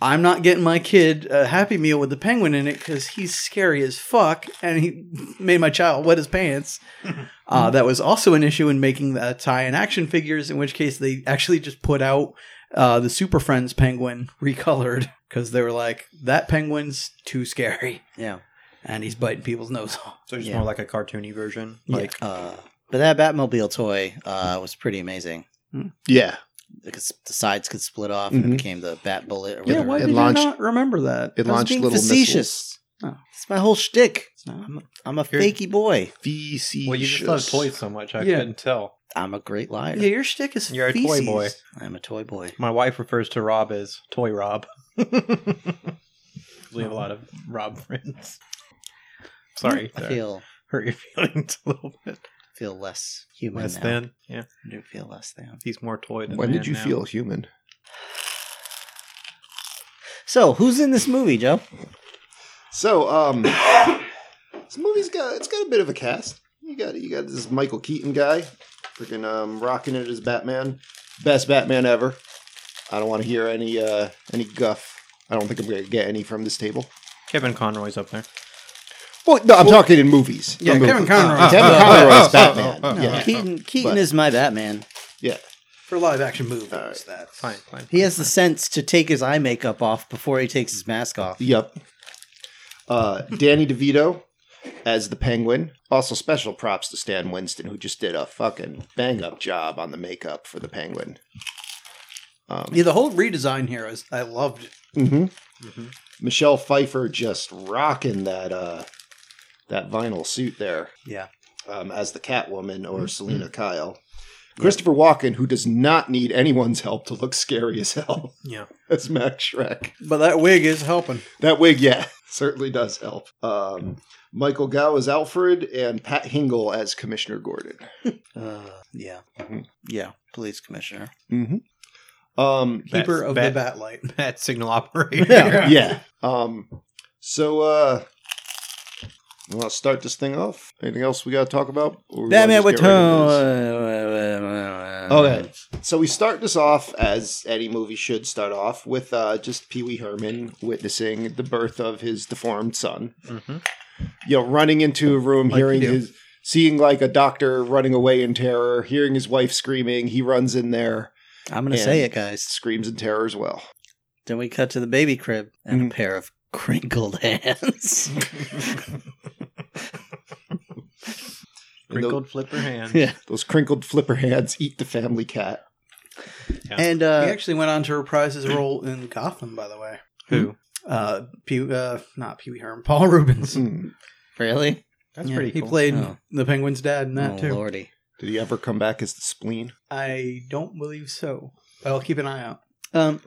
[SPEAKER 1] "I'm not getting my kid a Happy Meal with the penguin in it because he's scary as fuck," and he *laughs* made my child wet his
[SPEAKER 4] *laughs*
[SPEAKER 1] pants. Uh, that was also an issue in making the tie-in action figures, in which case they actually just put out uh, the Super Friends penguin *laughs* recolored because they were like, "That penguin's too scary,"
[SPEAKER 4] yeah.
[SPEAKER 1] and he's biting people's nose off.
[SPEAKER 6] So just
[SPEAKER 4] Yeah.
[SPEAKER 6] more like a cartoony version.
[SPEAKER 1] Yeah.
[SPEAKER 6] Like
[SPEAKER 4] Uh, but that Batmobile toy uh, was pretty amazing.
[SPEAKER 5] Yeah.
[SPEAKER 4] Because the sides could split off and
[SPEAKER 5] Mhm.
[SPEAKER 4] it became the Bat Bullet. Or
[SPEAKER 1] Yeah,
[SPEAKER 4] whatever.
[SPEAKER 1] why
[SPEAKER 5] It
[SPEAKER 1] did
[SPEAKER 5] launched-
[SPEAKER 1] you not remember that?
[SPEAKER 5] It
[SPEAKER 4] I was
[SPEAKER 5] launched
[SPEAKER 4] being
[SPEAKER 5] little facetious.
[SPEAKER 4] facetious.
[SPEAKER 1] Oh.
[SPEAKER 4] That's my whole shtick.
[SPEAKER 1] No.
[SPEAKER 4] I'm a, I'm a
[SPEAKER 6] You're-
[SPEAKER 4] fakey boy.
[SPEAKER 5] Facetious.
[SPEAKER 6] well, you just love toys so much, I
[SPEAKER 1] Yeah.
[SPEAKER 6] couldn't tell.
[SPEAKER 4] I'm a great liar.
[SPEAKER 1] Yeah, your shtick is
[SPEAKER 6] You're a toy
[SPEAKER 1] feces.
[SPEAKER 6] boy.
[SPEAKER 4] I'm a toy boy.
[SPEAKER 6] My wife refers to Rob as Toy Rob. *laughs* we have a lot of Rob friends. Sorry,
[SPEAKER 4] I
[SPEAKER 6] that
[SPEAKER 4] feel
[SPEAKER 6] *laughs* hurt your feelings a little bit.
[SPEAKER 4] feel less human
[SPEAKER 6] Less
[SPEAKER 4] now.
[SPEAKER 6] than, yeah.
[SPEAKER 4] I do feel less than.
[SPEAKER 6] He's more toy than.
[SPEAKER 5] When
[SPEAKER 6] man
[SPEAKER 5] did you
[SPEAKER 6] now.
[SPEAKER 5] feel human?
[SPEAKER 4] So who's in this movie,
[SPEAKER 6] *laughs*
[SPEAKER 4] Joe?
[SPEAKER 5] So, um, this movie's got it's got a bit of a cast. You got you got this Michael Keaton guy, freaking um, rocking it as Batman, best Batman ever. I don't want to hear any uh any guff. I don't think I'm gonna get any from this table.
[SPEAKER 6] Kevin Conroy's up there?
[SPEAKER 5] Well, no, I'm talking in movies.
[SPEAKER 1] Yeah,
[SPEAKER 5] In
[SPEAKER 1] Kevin
[SPEAKER 5] movies.
[SPEAKER 1] Conroy
[SPEAKER 5] Ah, Kevin
[SPEAKER 6] oh,
[SPEAKER 5] Conroy
[SPEAKER 6] oh,
[SPEAKER 5] is
[SPEAKER 6] oh,
[SPEAKER 5] Batman.
[SPEAKER 6] oh, oh, *laughs* oh.
[SPEAKER 5] yeah.
[SPEAKER 4] Keaton Keaton
[SPEAKER 5] but-
[SPEAKER 4] is my Batman.
[SPEAKER 1] for live action movies.
[SPEAKER 5] All right.
[SPEAKER 1] That's
[SPEAKER 6] Fine, fine. *laughs*
[SPEAKER 4] He has the sense to take his eye makeup off before he takes his mask off.
[SPEAKER 5] Yep. Uh, Danny DeVito as the Penguin. Also, special props to Stan Winston, who just did a fucking bang up job on the makeup for the Penguin. Um,
[SPEAKER 1] Yeah, the whole redesign here is I loved. it.
[SPEAKER 5] mhm.
[SPEAKER 6] Mhm.
[SPEAKER 5] Michelle Pfeiffer just rocking that uh, that vinyl suit there.
[SPEAKER 1] Yeah.
[SPEAKER 5] Um, as the Catwoman or Selena Kyle. Christopher Walken, who does not need anyone's help to look scary as hell,
[SPEAKER 6] Yeah.
[SPEAKER 5] *laughs* as Max Shrek.
[SPEAKER 1] But that wig is helping.
[SPEAKER 5] That wig, yeah, *laughs* certainly does help. Um, Michael Gow as Alfred and Pat Hingle as Commissioner Gordon.
[SPEAKER 4] Uh, yeah.
[SPEAKER 5] Mhm.
[SPEAKER 4] Yeah. Police commissioner.
[SPEAKER 5] Mm-hmm. Um,
[SPEAKER 6] Bat-
[SPEAKER 1] Keeper of
[SPEAKER 6] bat-
[SPEAKER 1] the Batlight.
[SPEAKER 6] Bat signal operator.
[SPEAKER 1] *laughs*
[SPEAKER 4] Yeah.
[SPEAKER 5] yeah. Um, so, uh, you want to start this thing off? Anything else we got to talk about? Or we
[SPEAKER 4] Batman
[SPEAKER 5] wanna just get
[SPEAKER 4] Returns.
[SPEAKER 5] right
[SPEAKER 4] *laughs*
[SPEAKER 5] into this? Okay. So we start this off as any movie should start off with uh, just Pee Wee Herman witnessing the birth of his deformed son.
[SPEAKER 6] hmm
[SPEAKER 5] you know, running into a room,
[SPEAKER 1] Like
[SPEAKER 5] hearing
[SPEAKER 1] you do.
[SPEAKER 5] his, seeing like a doctor running away in terror, hearing his wife screaming. He runs in there,
[SPEAKER 4] I'm gonna
[SPEAKER 5] And-
[SPEAKER 4] say it, guys.
[SPEAKER 5] screams in terror as well.
[SPEAKER 4] Then we cut to the baby crib and
[SPEAKER 5] Mm-hmm.
[SPEAKER 4] a pair of crinkled *laughs* hands.
[SPEAKER 5] And tho-
[SPEAKER 6] Wrinkled flipper hand.
[SPEAKER 4] yeah.
[SPEAKER 5] those crinkled flipper *laughs* hands eat the family cat.
[SPEAKER 4] And
[SPEAKER 1] he
[SPEAKER 4] uh,
[SPEAKER 1] actually went on to reprise his role in Gotham, by the way.
[SPEAKER 6] Who?
[SPEAKER 1] Uh, Pee- uh not Pee Wee Herman, *laughs* Paul Rubens.
[SPEAKER 5] Hmm.
[SPEAKER 4] really?
[SPEAKER 6] That's
[SPEAKER 1] Yeah,
[SPEAKER 6] pretty
[SPEAKER 1] He
[SPEAKER 6] cool.
[SPEAKER 1] played
[SPEAKER 4] Oh.
[SPEAKER 1] the Penguin's dad in that
[SPEAKER 4] oh,
[SPEAKER 1] too.
[SPEAKER 4] lordy.
[SPEAKER 5] Did he ever come back as the spleen?
[SPEAKER 1] I don't believe so. But I'll keep an eye out.
[SPEAKER 4] Um,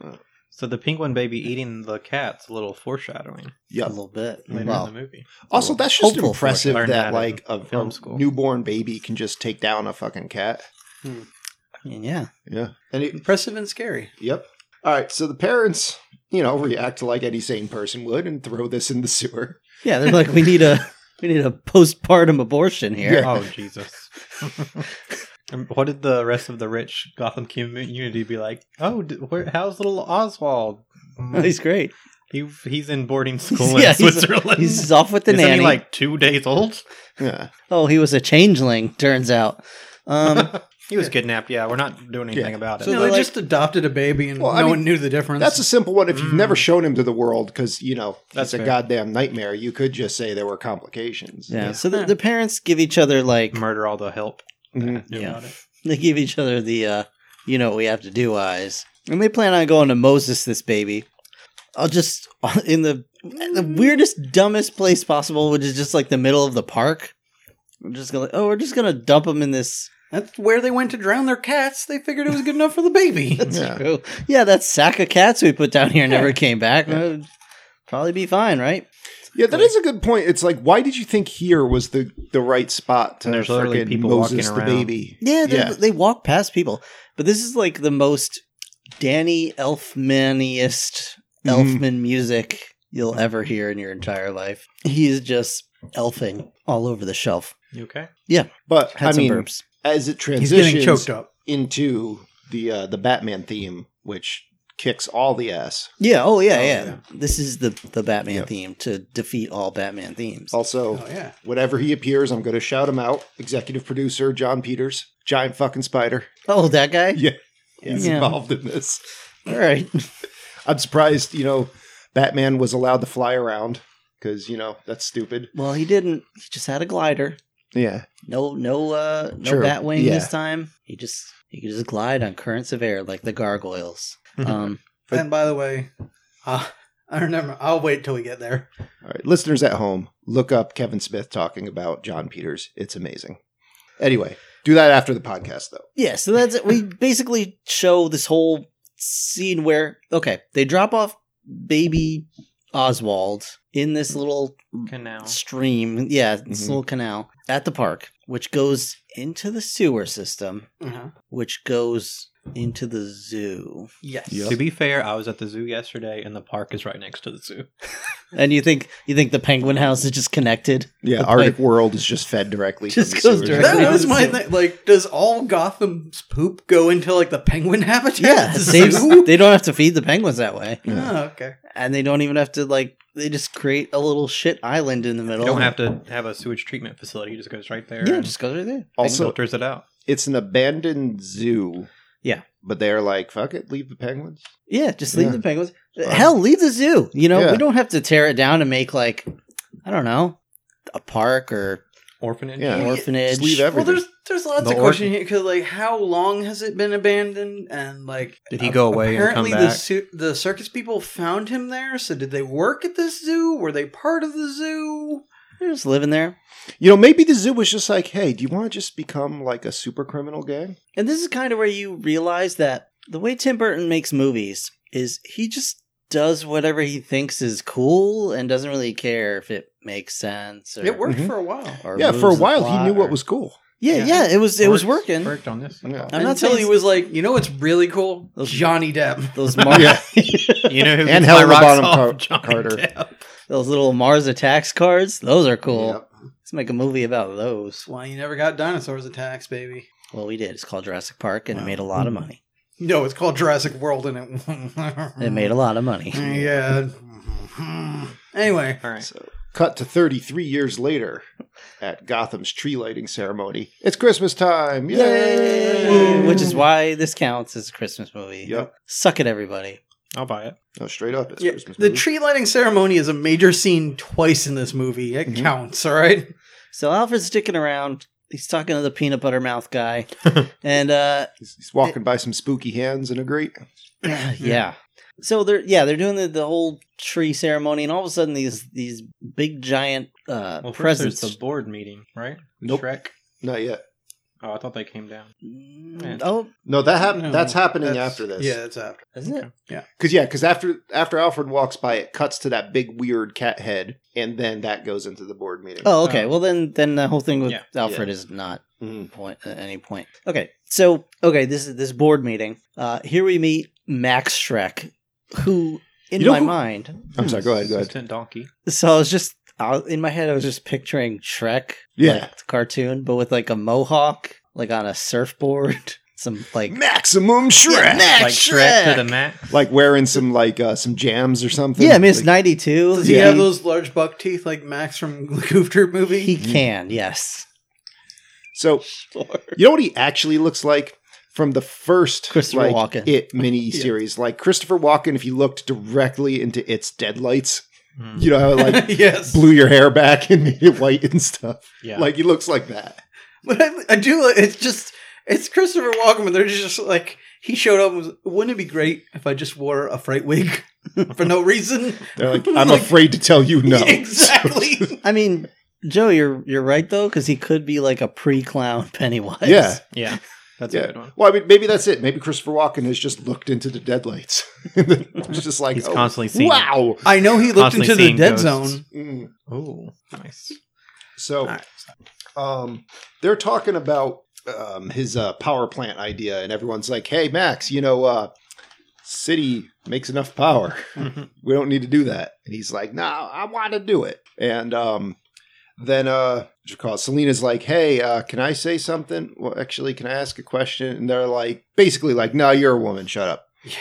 [SPEAKER 6] So the penguin baby eating the cat's a little foreshadowing
[SPEAKER 4] a
[SPEAKER 5] Yeah.
[SPEAKER 4] little bit.
[SPEAKER 6] later
[SPEAKER 4] Well,
[SPEAKER 6] in the movie.
[SPEAKER 5] Also, that's just
[SPEAKER 4] Hopeful for it.
[SPEAKER 5] impressive
[SPEAKER 6] Learned
[SPEAKER 5] that
[SPEAKER 6] that
[SPEAKER 5] like
[SPEAKER 6] in
[SPEAKER 5] a, a
[SPEAKER 6] film school.
[SPEAKER 5] newborn baby can just take down a fucking cat.
[SPEAKER 4] I mean, yeah.
[SPEAKER 5] Yeah. And it,
[SPEAKER 1] Impressive and scary.
[SPEAKER 5] yep. All right. So the parents, you know, react like any sane person would and throw this in the sewer. *laughs*
[SPEAKER 4] Yeah, they're like, we need a *laughs* we need a postpartum abortion here.
[SPEAKER 5] Yeah.
[SPEAKER 6] Oh Jesus! And what did the rest of the rich Gotham community be like? Oh, d- where, how's little Oswald?
[SPEAKER 4] *laughs* He's
[SPEAKER 5] *laughs*
[SPEAKER 4] great.
[SPEAKER 6] He, he's in boarding school in
[SPEAKER 4] Yeah, he's-
[SPEAKER 6] Switzerland.
[SPEAKER 4] He's off with the
[SPEAKER 6] *laughs* Isn't
[SPEAKER 4] nanny.
[SPEAKER 6] he like two days old?
[SPEAKER 5] Yeah.
[SPEAKER 4] oh, he was a changeling. Turns out
[SPEAKER 5] *laughs*
[SPEAKER 4] Um,
[SPEAKER 6] He was kidnapped. Yeah, we're not doing anything about it.
[SPEAKER 1] So
[SPEAKER 4] No,
[SPEAKER 1] they
[SPEAKER 4] like-
[SPEAKER 1] just adopted a baby and
[SPEAKER 5] Well,
[SPEAKER 1] no
[SPEAKER 5] I mean,
[SPEAKER 1] one knew the difference.
[SPEAKER 5] That's a simple one. If you've
[SPEAKER 6] Mm.
[SPEAKER 5] never shown him to the world, because you know
[SPEAKER 6] That's
[SPEAKER 5] that's a
[SPEAKER 6] fair.
[SPEAKER 5] goddamn nightmare, you could just say there were complications.
[SPEAKER 4] yeah. So the, the parents give each other like
[SPEAKER 6] Murder all the help.
[SPEAKER 5] Mhm.
[SPEAKER 6] Knew
[SPEAKER 4] Yeah.
[SPEAKER 6] about it.
[SPEAKER 4] *laughs* they give each other the uh, you know what we have to do eyes, and they plan on going to Moses this baby. I'll just *laughs* in the the
[SPEAKER 6] Mm.
[SPEAKER 4] weirdest, dumbest place possible, which is just like the middle of the park. We're just gonna oh, we're just gonna dump him in this.
[SPEAKER 1] That's where they went to drown their cats. They figured it was good enough for the baby.
[SPEAKER 4] That's *laughs*
[SPEAKER 5] Mm-hmm. Yeah.
[SPEAKER 4] true. Yeah, that sack of cats we put down here never came back. That would Probably be fine, right?
[SPEAKER 5] Yeah, that is a good point. It's like, why did you think here was the the right spot to
[SPEAKER 6] And there's literally
[SPEAKER 5] frickin'
[SPEAKER 6] people
[SPEAKER 5] Moses
[SPEAKER 6] walking
[SPEAKER 5] the
[SPEAKER 6] around.
[SPEAKER 5] baby?
[SPEAKER 4] Yeah, they,
[SPEAKER 5] Yeah.
[SPEAKER 4] they walk past people, but this is like the most Danny Elfmaniest
[SPEAKER 5] Mhm.
[SPEAKER 4] Elfman music you'll ever hear in your entire life. He's just elfing all over the shelf.
[SPEAKER 6] You okay?
[SPEAKER 5] But
[SPEAKER 4] Had
[SPEAKER 5] I
[SPEAKER 4] some
[SPEAKER 5] mean,
[SPEAKER 4] burps.
[SPEAKER 5] as it
[SPEAKER 1] He's getting
[SPEAKER 5] transitions
[SPEAKER 1] choked up.
[SPEAKER 5] into the uh, the Batman theme, which kicks all the ass.
[SPEAKER 4] Yeah. Oh, yeah,
[SPEAKER 1] Oh,
[SPEAKER 4] yeah.
[SPEAKER 1] yeah.
[SPEAKER 4] This is the the Batman
[SPEAKER 5] Yeah.
[SPEAKER 4] theme to defeat all Batman themes.
[SPEAKER 5] Also,
[SPEAKER 1] Oh yeah.
[SPEAKER 5] whenever he appears, I'm going to shout him out. Executive producer John Peters, giant fucking spider.
[SPEAKER 4] Oh, that guy.
[SPEAKER 5] Yeah, he's
[SPEAKER 4] Yeah.
[SPEAKER 5] involved in this.
[SPEAKER 4] All right.
[SPEAKER 5] I'm surprised, you know, Batman was allowed to fly around because you know that's stupid.
[SPEAKER 4] Well, he didn't. He just had a glider.
[SPEAKER 5] Yeah,
[SPEAKER 4] No, no, uh, no
[SPEAKER 5] True.
[SPEAKER 4] bat wing
[SPEAKER 5] Yeah.
[SPEAKER 4] this time. He just he could just glide on currents of air like the gargoyles.
[SPEAKER 5] Mm-hmm.
[SPEAKER 4] Um,
[SPEAKER 5] But-
[SPEAKER 1] and by the way, uh, I don't remember. I'll wait till we get there.
[SPEAKER 5] All right, listeners at home, look up Kevin Smith talking about John Peters. It's amazing. Anyway, do that after the podcast, though.
[SPEAKER 4] yeah. So that's it. We basically show this whole scene where okay, they drop off baby Oswald in this little
[SPEAKER 6] Canal.
[SPEAKER 4] stream. Yeah, this
[SPEAKER 5] Mhm.
[SPEAKER 4] little canal at the park, which goes into the sewer system,
[SPEAKER 1] Uh-huh.
[SPEAKER 4] which goes into the zoo.
[SPEAKER 1] Yes.
[SPEAKER 6] To be fair, I was at the zoo yesterday, and the park is right next to the zoo.
[SPEAKER 4] And you think you think the penguin house is just connected?
[SPEAKER 5] Yeah,
[SPEAKER 4] The
[SPEAKER 5] Arctic
[SPEAKER 4] pipe-
[SPEAKER 5] World is just fed directly.
[SPEAKER 4] Just
[SPEAKER 5] from the
[SPEAKER 4] goes
[SPEAKER 5] sewers.
[SPEAKER 4] directly
[SPEAKER 5] *laughs*
[SPEAKER 1] That was my
[SPEAKER 4] Yeah.
[SPEAKER 1] thing. Like, does all Gotham's poop go into like the penguin *laughs* habitat?
[SPEAKER 4] Yeah, *laughs*
[SPEAKER 1] It's a
[SPEAKER 4] saves,
[SPEAKER 1] zoo?
[SPEAKER 4] they don't have to feed the penguins that way,
[SPEAKER 5] Yeah.
[SPEAKER 1] Oh, okay.
[SPEAKER 4] and they don't even have to like. They just create a little shit island in the
[SPEAKER 6] You
[SPEAKER 4] middle.
[SPEAKER 6] don't have to have a sewage treatment facility; it just goes right there
[SPEAKER 4] Yeah,
[SPEAKER 6] and
[SPEAKER 4] just goes right there.
[SPEAKER 5] Also,
[SPEAKER 6] filters it out.
[SPEAKER 5] it's an abandoned zoo.
[SPEAKER 4] Yeah.
[SPEAKER 5] but they're like, "Fuck it, leave the penguins."
[SPEAKER 4] Yeah, just leave
[SPEAKER 5] Yeah.
[SPEAKER 4] the penguins.
[SPEAKER 5] Fine.
[SPEAKER 4] Hell, leave the zoo. You know,
[SPEAKER 5] Yeah.
[SPEAKER 4] we don't have to tear it down and make like, I don't know, a park or
[SPEAKER 6] Orphanage.
[SPEAKER 5] Yeah.
[SPEAKER 4] orphanage.
[SPEAKER 5] Just leave everything.
[SPEAKER 1] Well, there's there's lots
[SPEAKER 6] The
[SPEAKER 1] of question here because like how long has it been abandoned and like
[SPEAKER 6] Did he
[SPEAKER 1] ap-
[SPEAKER 6] go away and
[SPEAKER 1] Apparently
[SPEAKER 6] come
[SPEAKER 1] the
[SPEAKER 6] back?
[SPEAKER 1] su- the circus people found him there. So did they work at the zoo? Were they part of the zoo?
[SPEAKER 4] They're just living there.
[SPEAKER 5] you know, maybe the zoo was just like, "Hey, do you want to just become like a super criminal gang?"
[SPEAKER 4] And this is kind of where you realize that the way Tim Burton makes movies is he just does whatever he thinks is cool and doesn't really care if it makes sense. Or,
[SPEAKER 1] It worked
[SPEAKER 5] Mhm.
[SPEAKER 1] for a while.
[SPEAKER 4] or
[SPEAKER 5] yeah,
[SPEAKER 4] moves
[SPEAKER 5] for a
[SPEAKER 4] the
[SPEAKER 5] while he
[SPEAKER 4] plot
[SPEAKER 5] knew
[SPEAKER 4] or-
[SPEAKER 5] what was cool.
[SPEAKER 4] Yeah,
[SPEAKER 1] Yeah.
[SPEAKER 4] yeah, it was it was
[SPEAKER 6] Worked-
[SPEAKER 4] working.
[SPEAKER 6] Worked on this.
[SPEAKER 5] Yeah.
[SPEAKER 4] I'm not
[SPEAKER 1] Until
[SPEAKER 4] saying
[SPEAKER 1] he was like, you know what's really cool?
[SPEAKER 4] Those-
[SPEAKER 1] Johnny Depp.
[SPEAKER 4] those Mars,
[SPEAKER 5] *laughs* Yeah.
[SPEAKER 6] *laughs* You know who
[SPEAKER 5] And
[SPEAKER 6] gets my
[SPEAKER 5] Helena
[SPEAKER 6] rocks
[SPEAKER 5] Bonham
[SPEAKER 6] off?
[SPEAKER 5] Car-
[SPEAKER 6] *laughs* Johnny
[SPEAKER 5] Carter.
[SPEAKER 6] Depp.
[SPEAKER 4] those little Mars attacks cards. Those are cool.
[SPEAKER 5] Yep.
[SPEAKER 4] Let's make a movie about those.
[SPEAKER 1] That's why you never got dinosaurs attacks, baby.
[SPEAKER 4] Well, we did. It's called Jurassic Park, and it
[SPEAKER 1] Wow.
[SPEAKER 4] made a lot of money.
[SPEAKER 1] No, it's called Jurassic World, and it *laughs*
[SPEAKER 4] It made a lot of money.
[SPEAKER 1] Mm. yeah. *laughs* Anyway,
[SPEAKER 6] All right.
[SPEAKER 5] So, cut to 33 years later at Gotham's tree lighting ceremony. It's Christmas time. Yay!
[SPEAKER 4] Which is why this counts as a Christmas movie.
[SPEAKER 5] Yep.
[SPEAKER 4] Suck it, everybody.
[SPEAKER 6] I'll buy it.
[SPEAKER 5] No, straight up. It's
[SPEAKER 1] yeah,
[SPEAKER 5] Christmas
[SPEAKER 1] the
[SPEAKER 5] movie.
[SPEAKER 1] tree lighting ceremony is a major scene twice in this movie. It
[SPEAKER 4] Mm-hmm.
[SPEAKER 5] Mhm.
[SPEAKER 1] counts, all right.
[SPEAKER 4] So Alfred's sticking around. He's talking to the peanut butter mouth guy, and uh, *clears throat*
[SPEAKER 5] He's, he's walking by some spooky hands in a grate.
[SPEAKER 4] *clears throat* yeah. So they're yeah they're doing the, the whole tree ceremony, and all of a sudden these these big giant uh,
[SPEAKER 6] Well, first there's
[SPEAKER 4] presents.
[SPEAKER 6] the board meeting, right?
[SPEAKER 5] Nope.
[SPEAKER 6] Shrek.
[SPEAKER 5] Not yet.
[SPEAKER 6] Oh, I thought they came down.
[SPEAKER 4] Mm, Oh,
[SPEAKER 5] No, that hap-
[SPEAKER 1] No,
[SPEAKER 5] that's happening
[SPEAKER 1] That's-
[SPEAKER 5] after this.
[SPEAKER 1] Yeah, that's after.
[SPEAKER 4] isn't it?
[SPEAKER 5] Cause yeah, because after after Alfred walks by, it cuts to that big weird cat head, and then that goes into the board meeting.
[SPEAKER 4] Oh, okay.
[SPEAKER 6] Oh.
[SPEAKER 4] well, then, then the whole thing with
[SPEAKER 6] Yeah.
[SPEAKER 4] Alfred
[SPEAKER 5] um, Yeah.
[SPEAKER 4] is not
[SPEAKER 5] Mhm.
[SPEAKER 4] point at any point. Okay, so okay, this is this board meeting. Uh, here we meet Max Shrek, who in
[SPEAKER 5] You know
[SPEAKER 4] my
[SPEAKER 5] who-
[SPEAKER 4] mind,
[SPEAKER 5] I'm sorry. Go ahead. Go ahead.
[SPEAKER 6] Assistant donkey.
[SPEAKER 4] so I was just I, in my head, I was just picturing Shrek,
[SPEAKER 5] Yeah.
[SPEAKER 4] like, the cartoon, but with like a mohawk, like on a surfboard, *laughs* some like
[SPEAKER 5] Maximum Shrek.
[SPEAKER 4] Yeah, Max
[SPEAKER 6] Like Shrek to the max.
[SPEAKER 5] Like wearing some like uh, some jams or something.
[SPEAKER 4] yeah. I mean, it's
[SPEAKER 5] Like-
[SPEAKER 4] ninety two.
[SPEAKER 1] Does he have *laughs* those large buck teeth like Max from the Goof Troop movie?
[SPEAKER 4] He can, yes.
[SPEAKER 5] So
[SPEAKER 4] Sure.
[SPEAKER 5] you know what he actually looks like from the first
[SPEAKER 4] Christopher
[SPEAKER 5] like,
[SPEAKER 4] Walken.
[SPEAKER 5] It mini series, like Christopher Walken. If you looked directly into its deadlights,
[SPEAKER 6] Hmm. Mm.
[SPEAKER 5] you know, how it,
[SPEAKER 1] *laughs*
[SPEAKER 5] like
[SPEAKER 1] yes.
[SPEAKER 5] blew your hair back and made it white and stuff.
[SPEAKER 6] Yeah.
[SPEAKER 5] Like he looks like that.
[SPEAKER 1] But I, I do. like- It's just it's Christopher Walken, but they're just like he showed up. And was, Wouldn't it be great if I just wore a fright wig *laughs* for no reason?
[SPEAKER 5] They're *laughs* like, I'm
[SPEAKER 1] Like-
[SPEAKER 5] afraid to tell you *laughs* no.
[SPEAKER 1] exactly.
[SPEAKER 4] *laughs* I mean, Joe, you're you're right though, because he could be like a pre-clown *laughs* Pennywise.
[SPEAKER 5] Yeah.
[SPEAKER 6] yeah, that's a
[SPEAKER 5] Yeah.
[SPEAKER 6] good one.
[SPEAKER 5] Well, I mean, maybe that's it. Maybe Christopher Walken has just looked into the deadlights. *laughs* It's just like,
[SPEAKER 6] He's
[SPEAKER 5] oh,
[SPEAKER 6] constantly seeing.
[SPEAKER 5] wow.
[SPEAKER 1] I know he looked
[SPEAKER 6] Constantly
[SPEAKER 1] into the
[SPEAKER 6] seeing
[SPEAKER 1] dead
[SPEAKER 6] ghosts.
[SPEAKER 1] zone.
[SPEAKER 5] Mm.
[SPEAKER 6] Oh, nice.
[SPEAKER 5] So,
[SPEAKER 1] Alright.
[SPEAKER 5] um, they're talking about um, his uh, power plant idea, and everyone's like, "Hey, Max, you know, uh, city makes enough power. we don't need to do that." And he's like, "No, I want to do it." And um, then uh, what you call it? Selena's like, "Hey, uh, can I say something? Well, actually, can I ask a question?" And they're like, basically, like, "No, you're a woman. Shut up."
[SPEAKER 6] Well,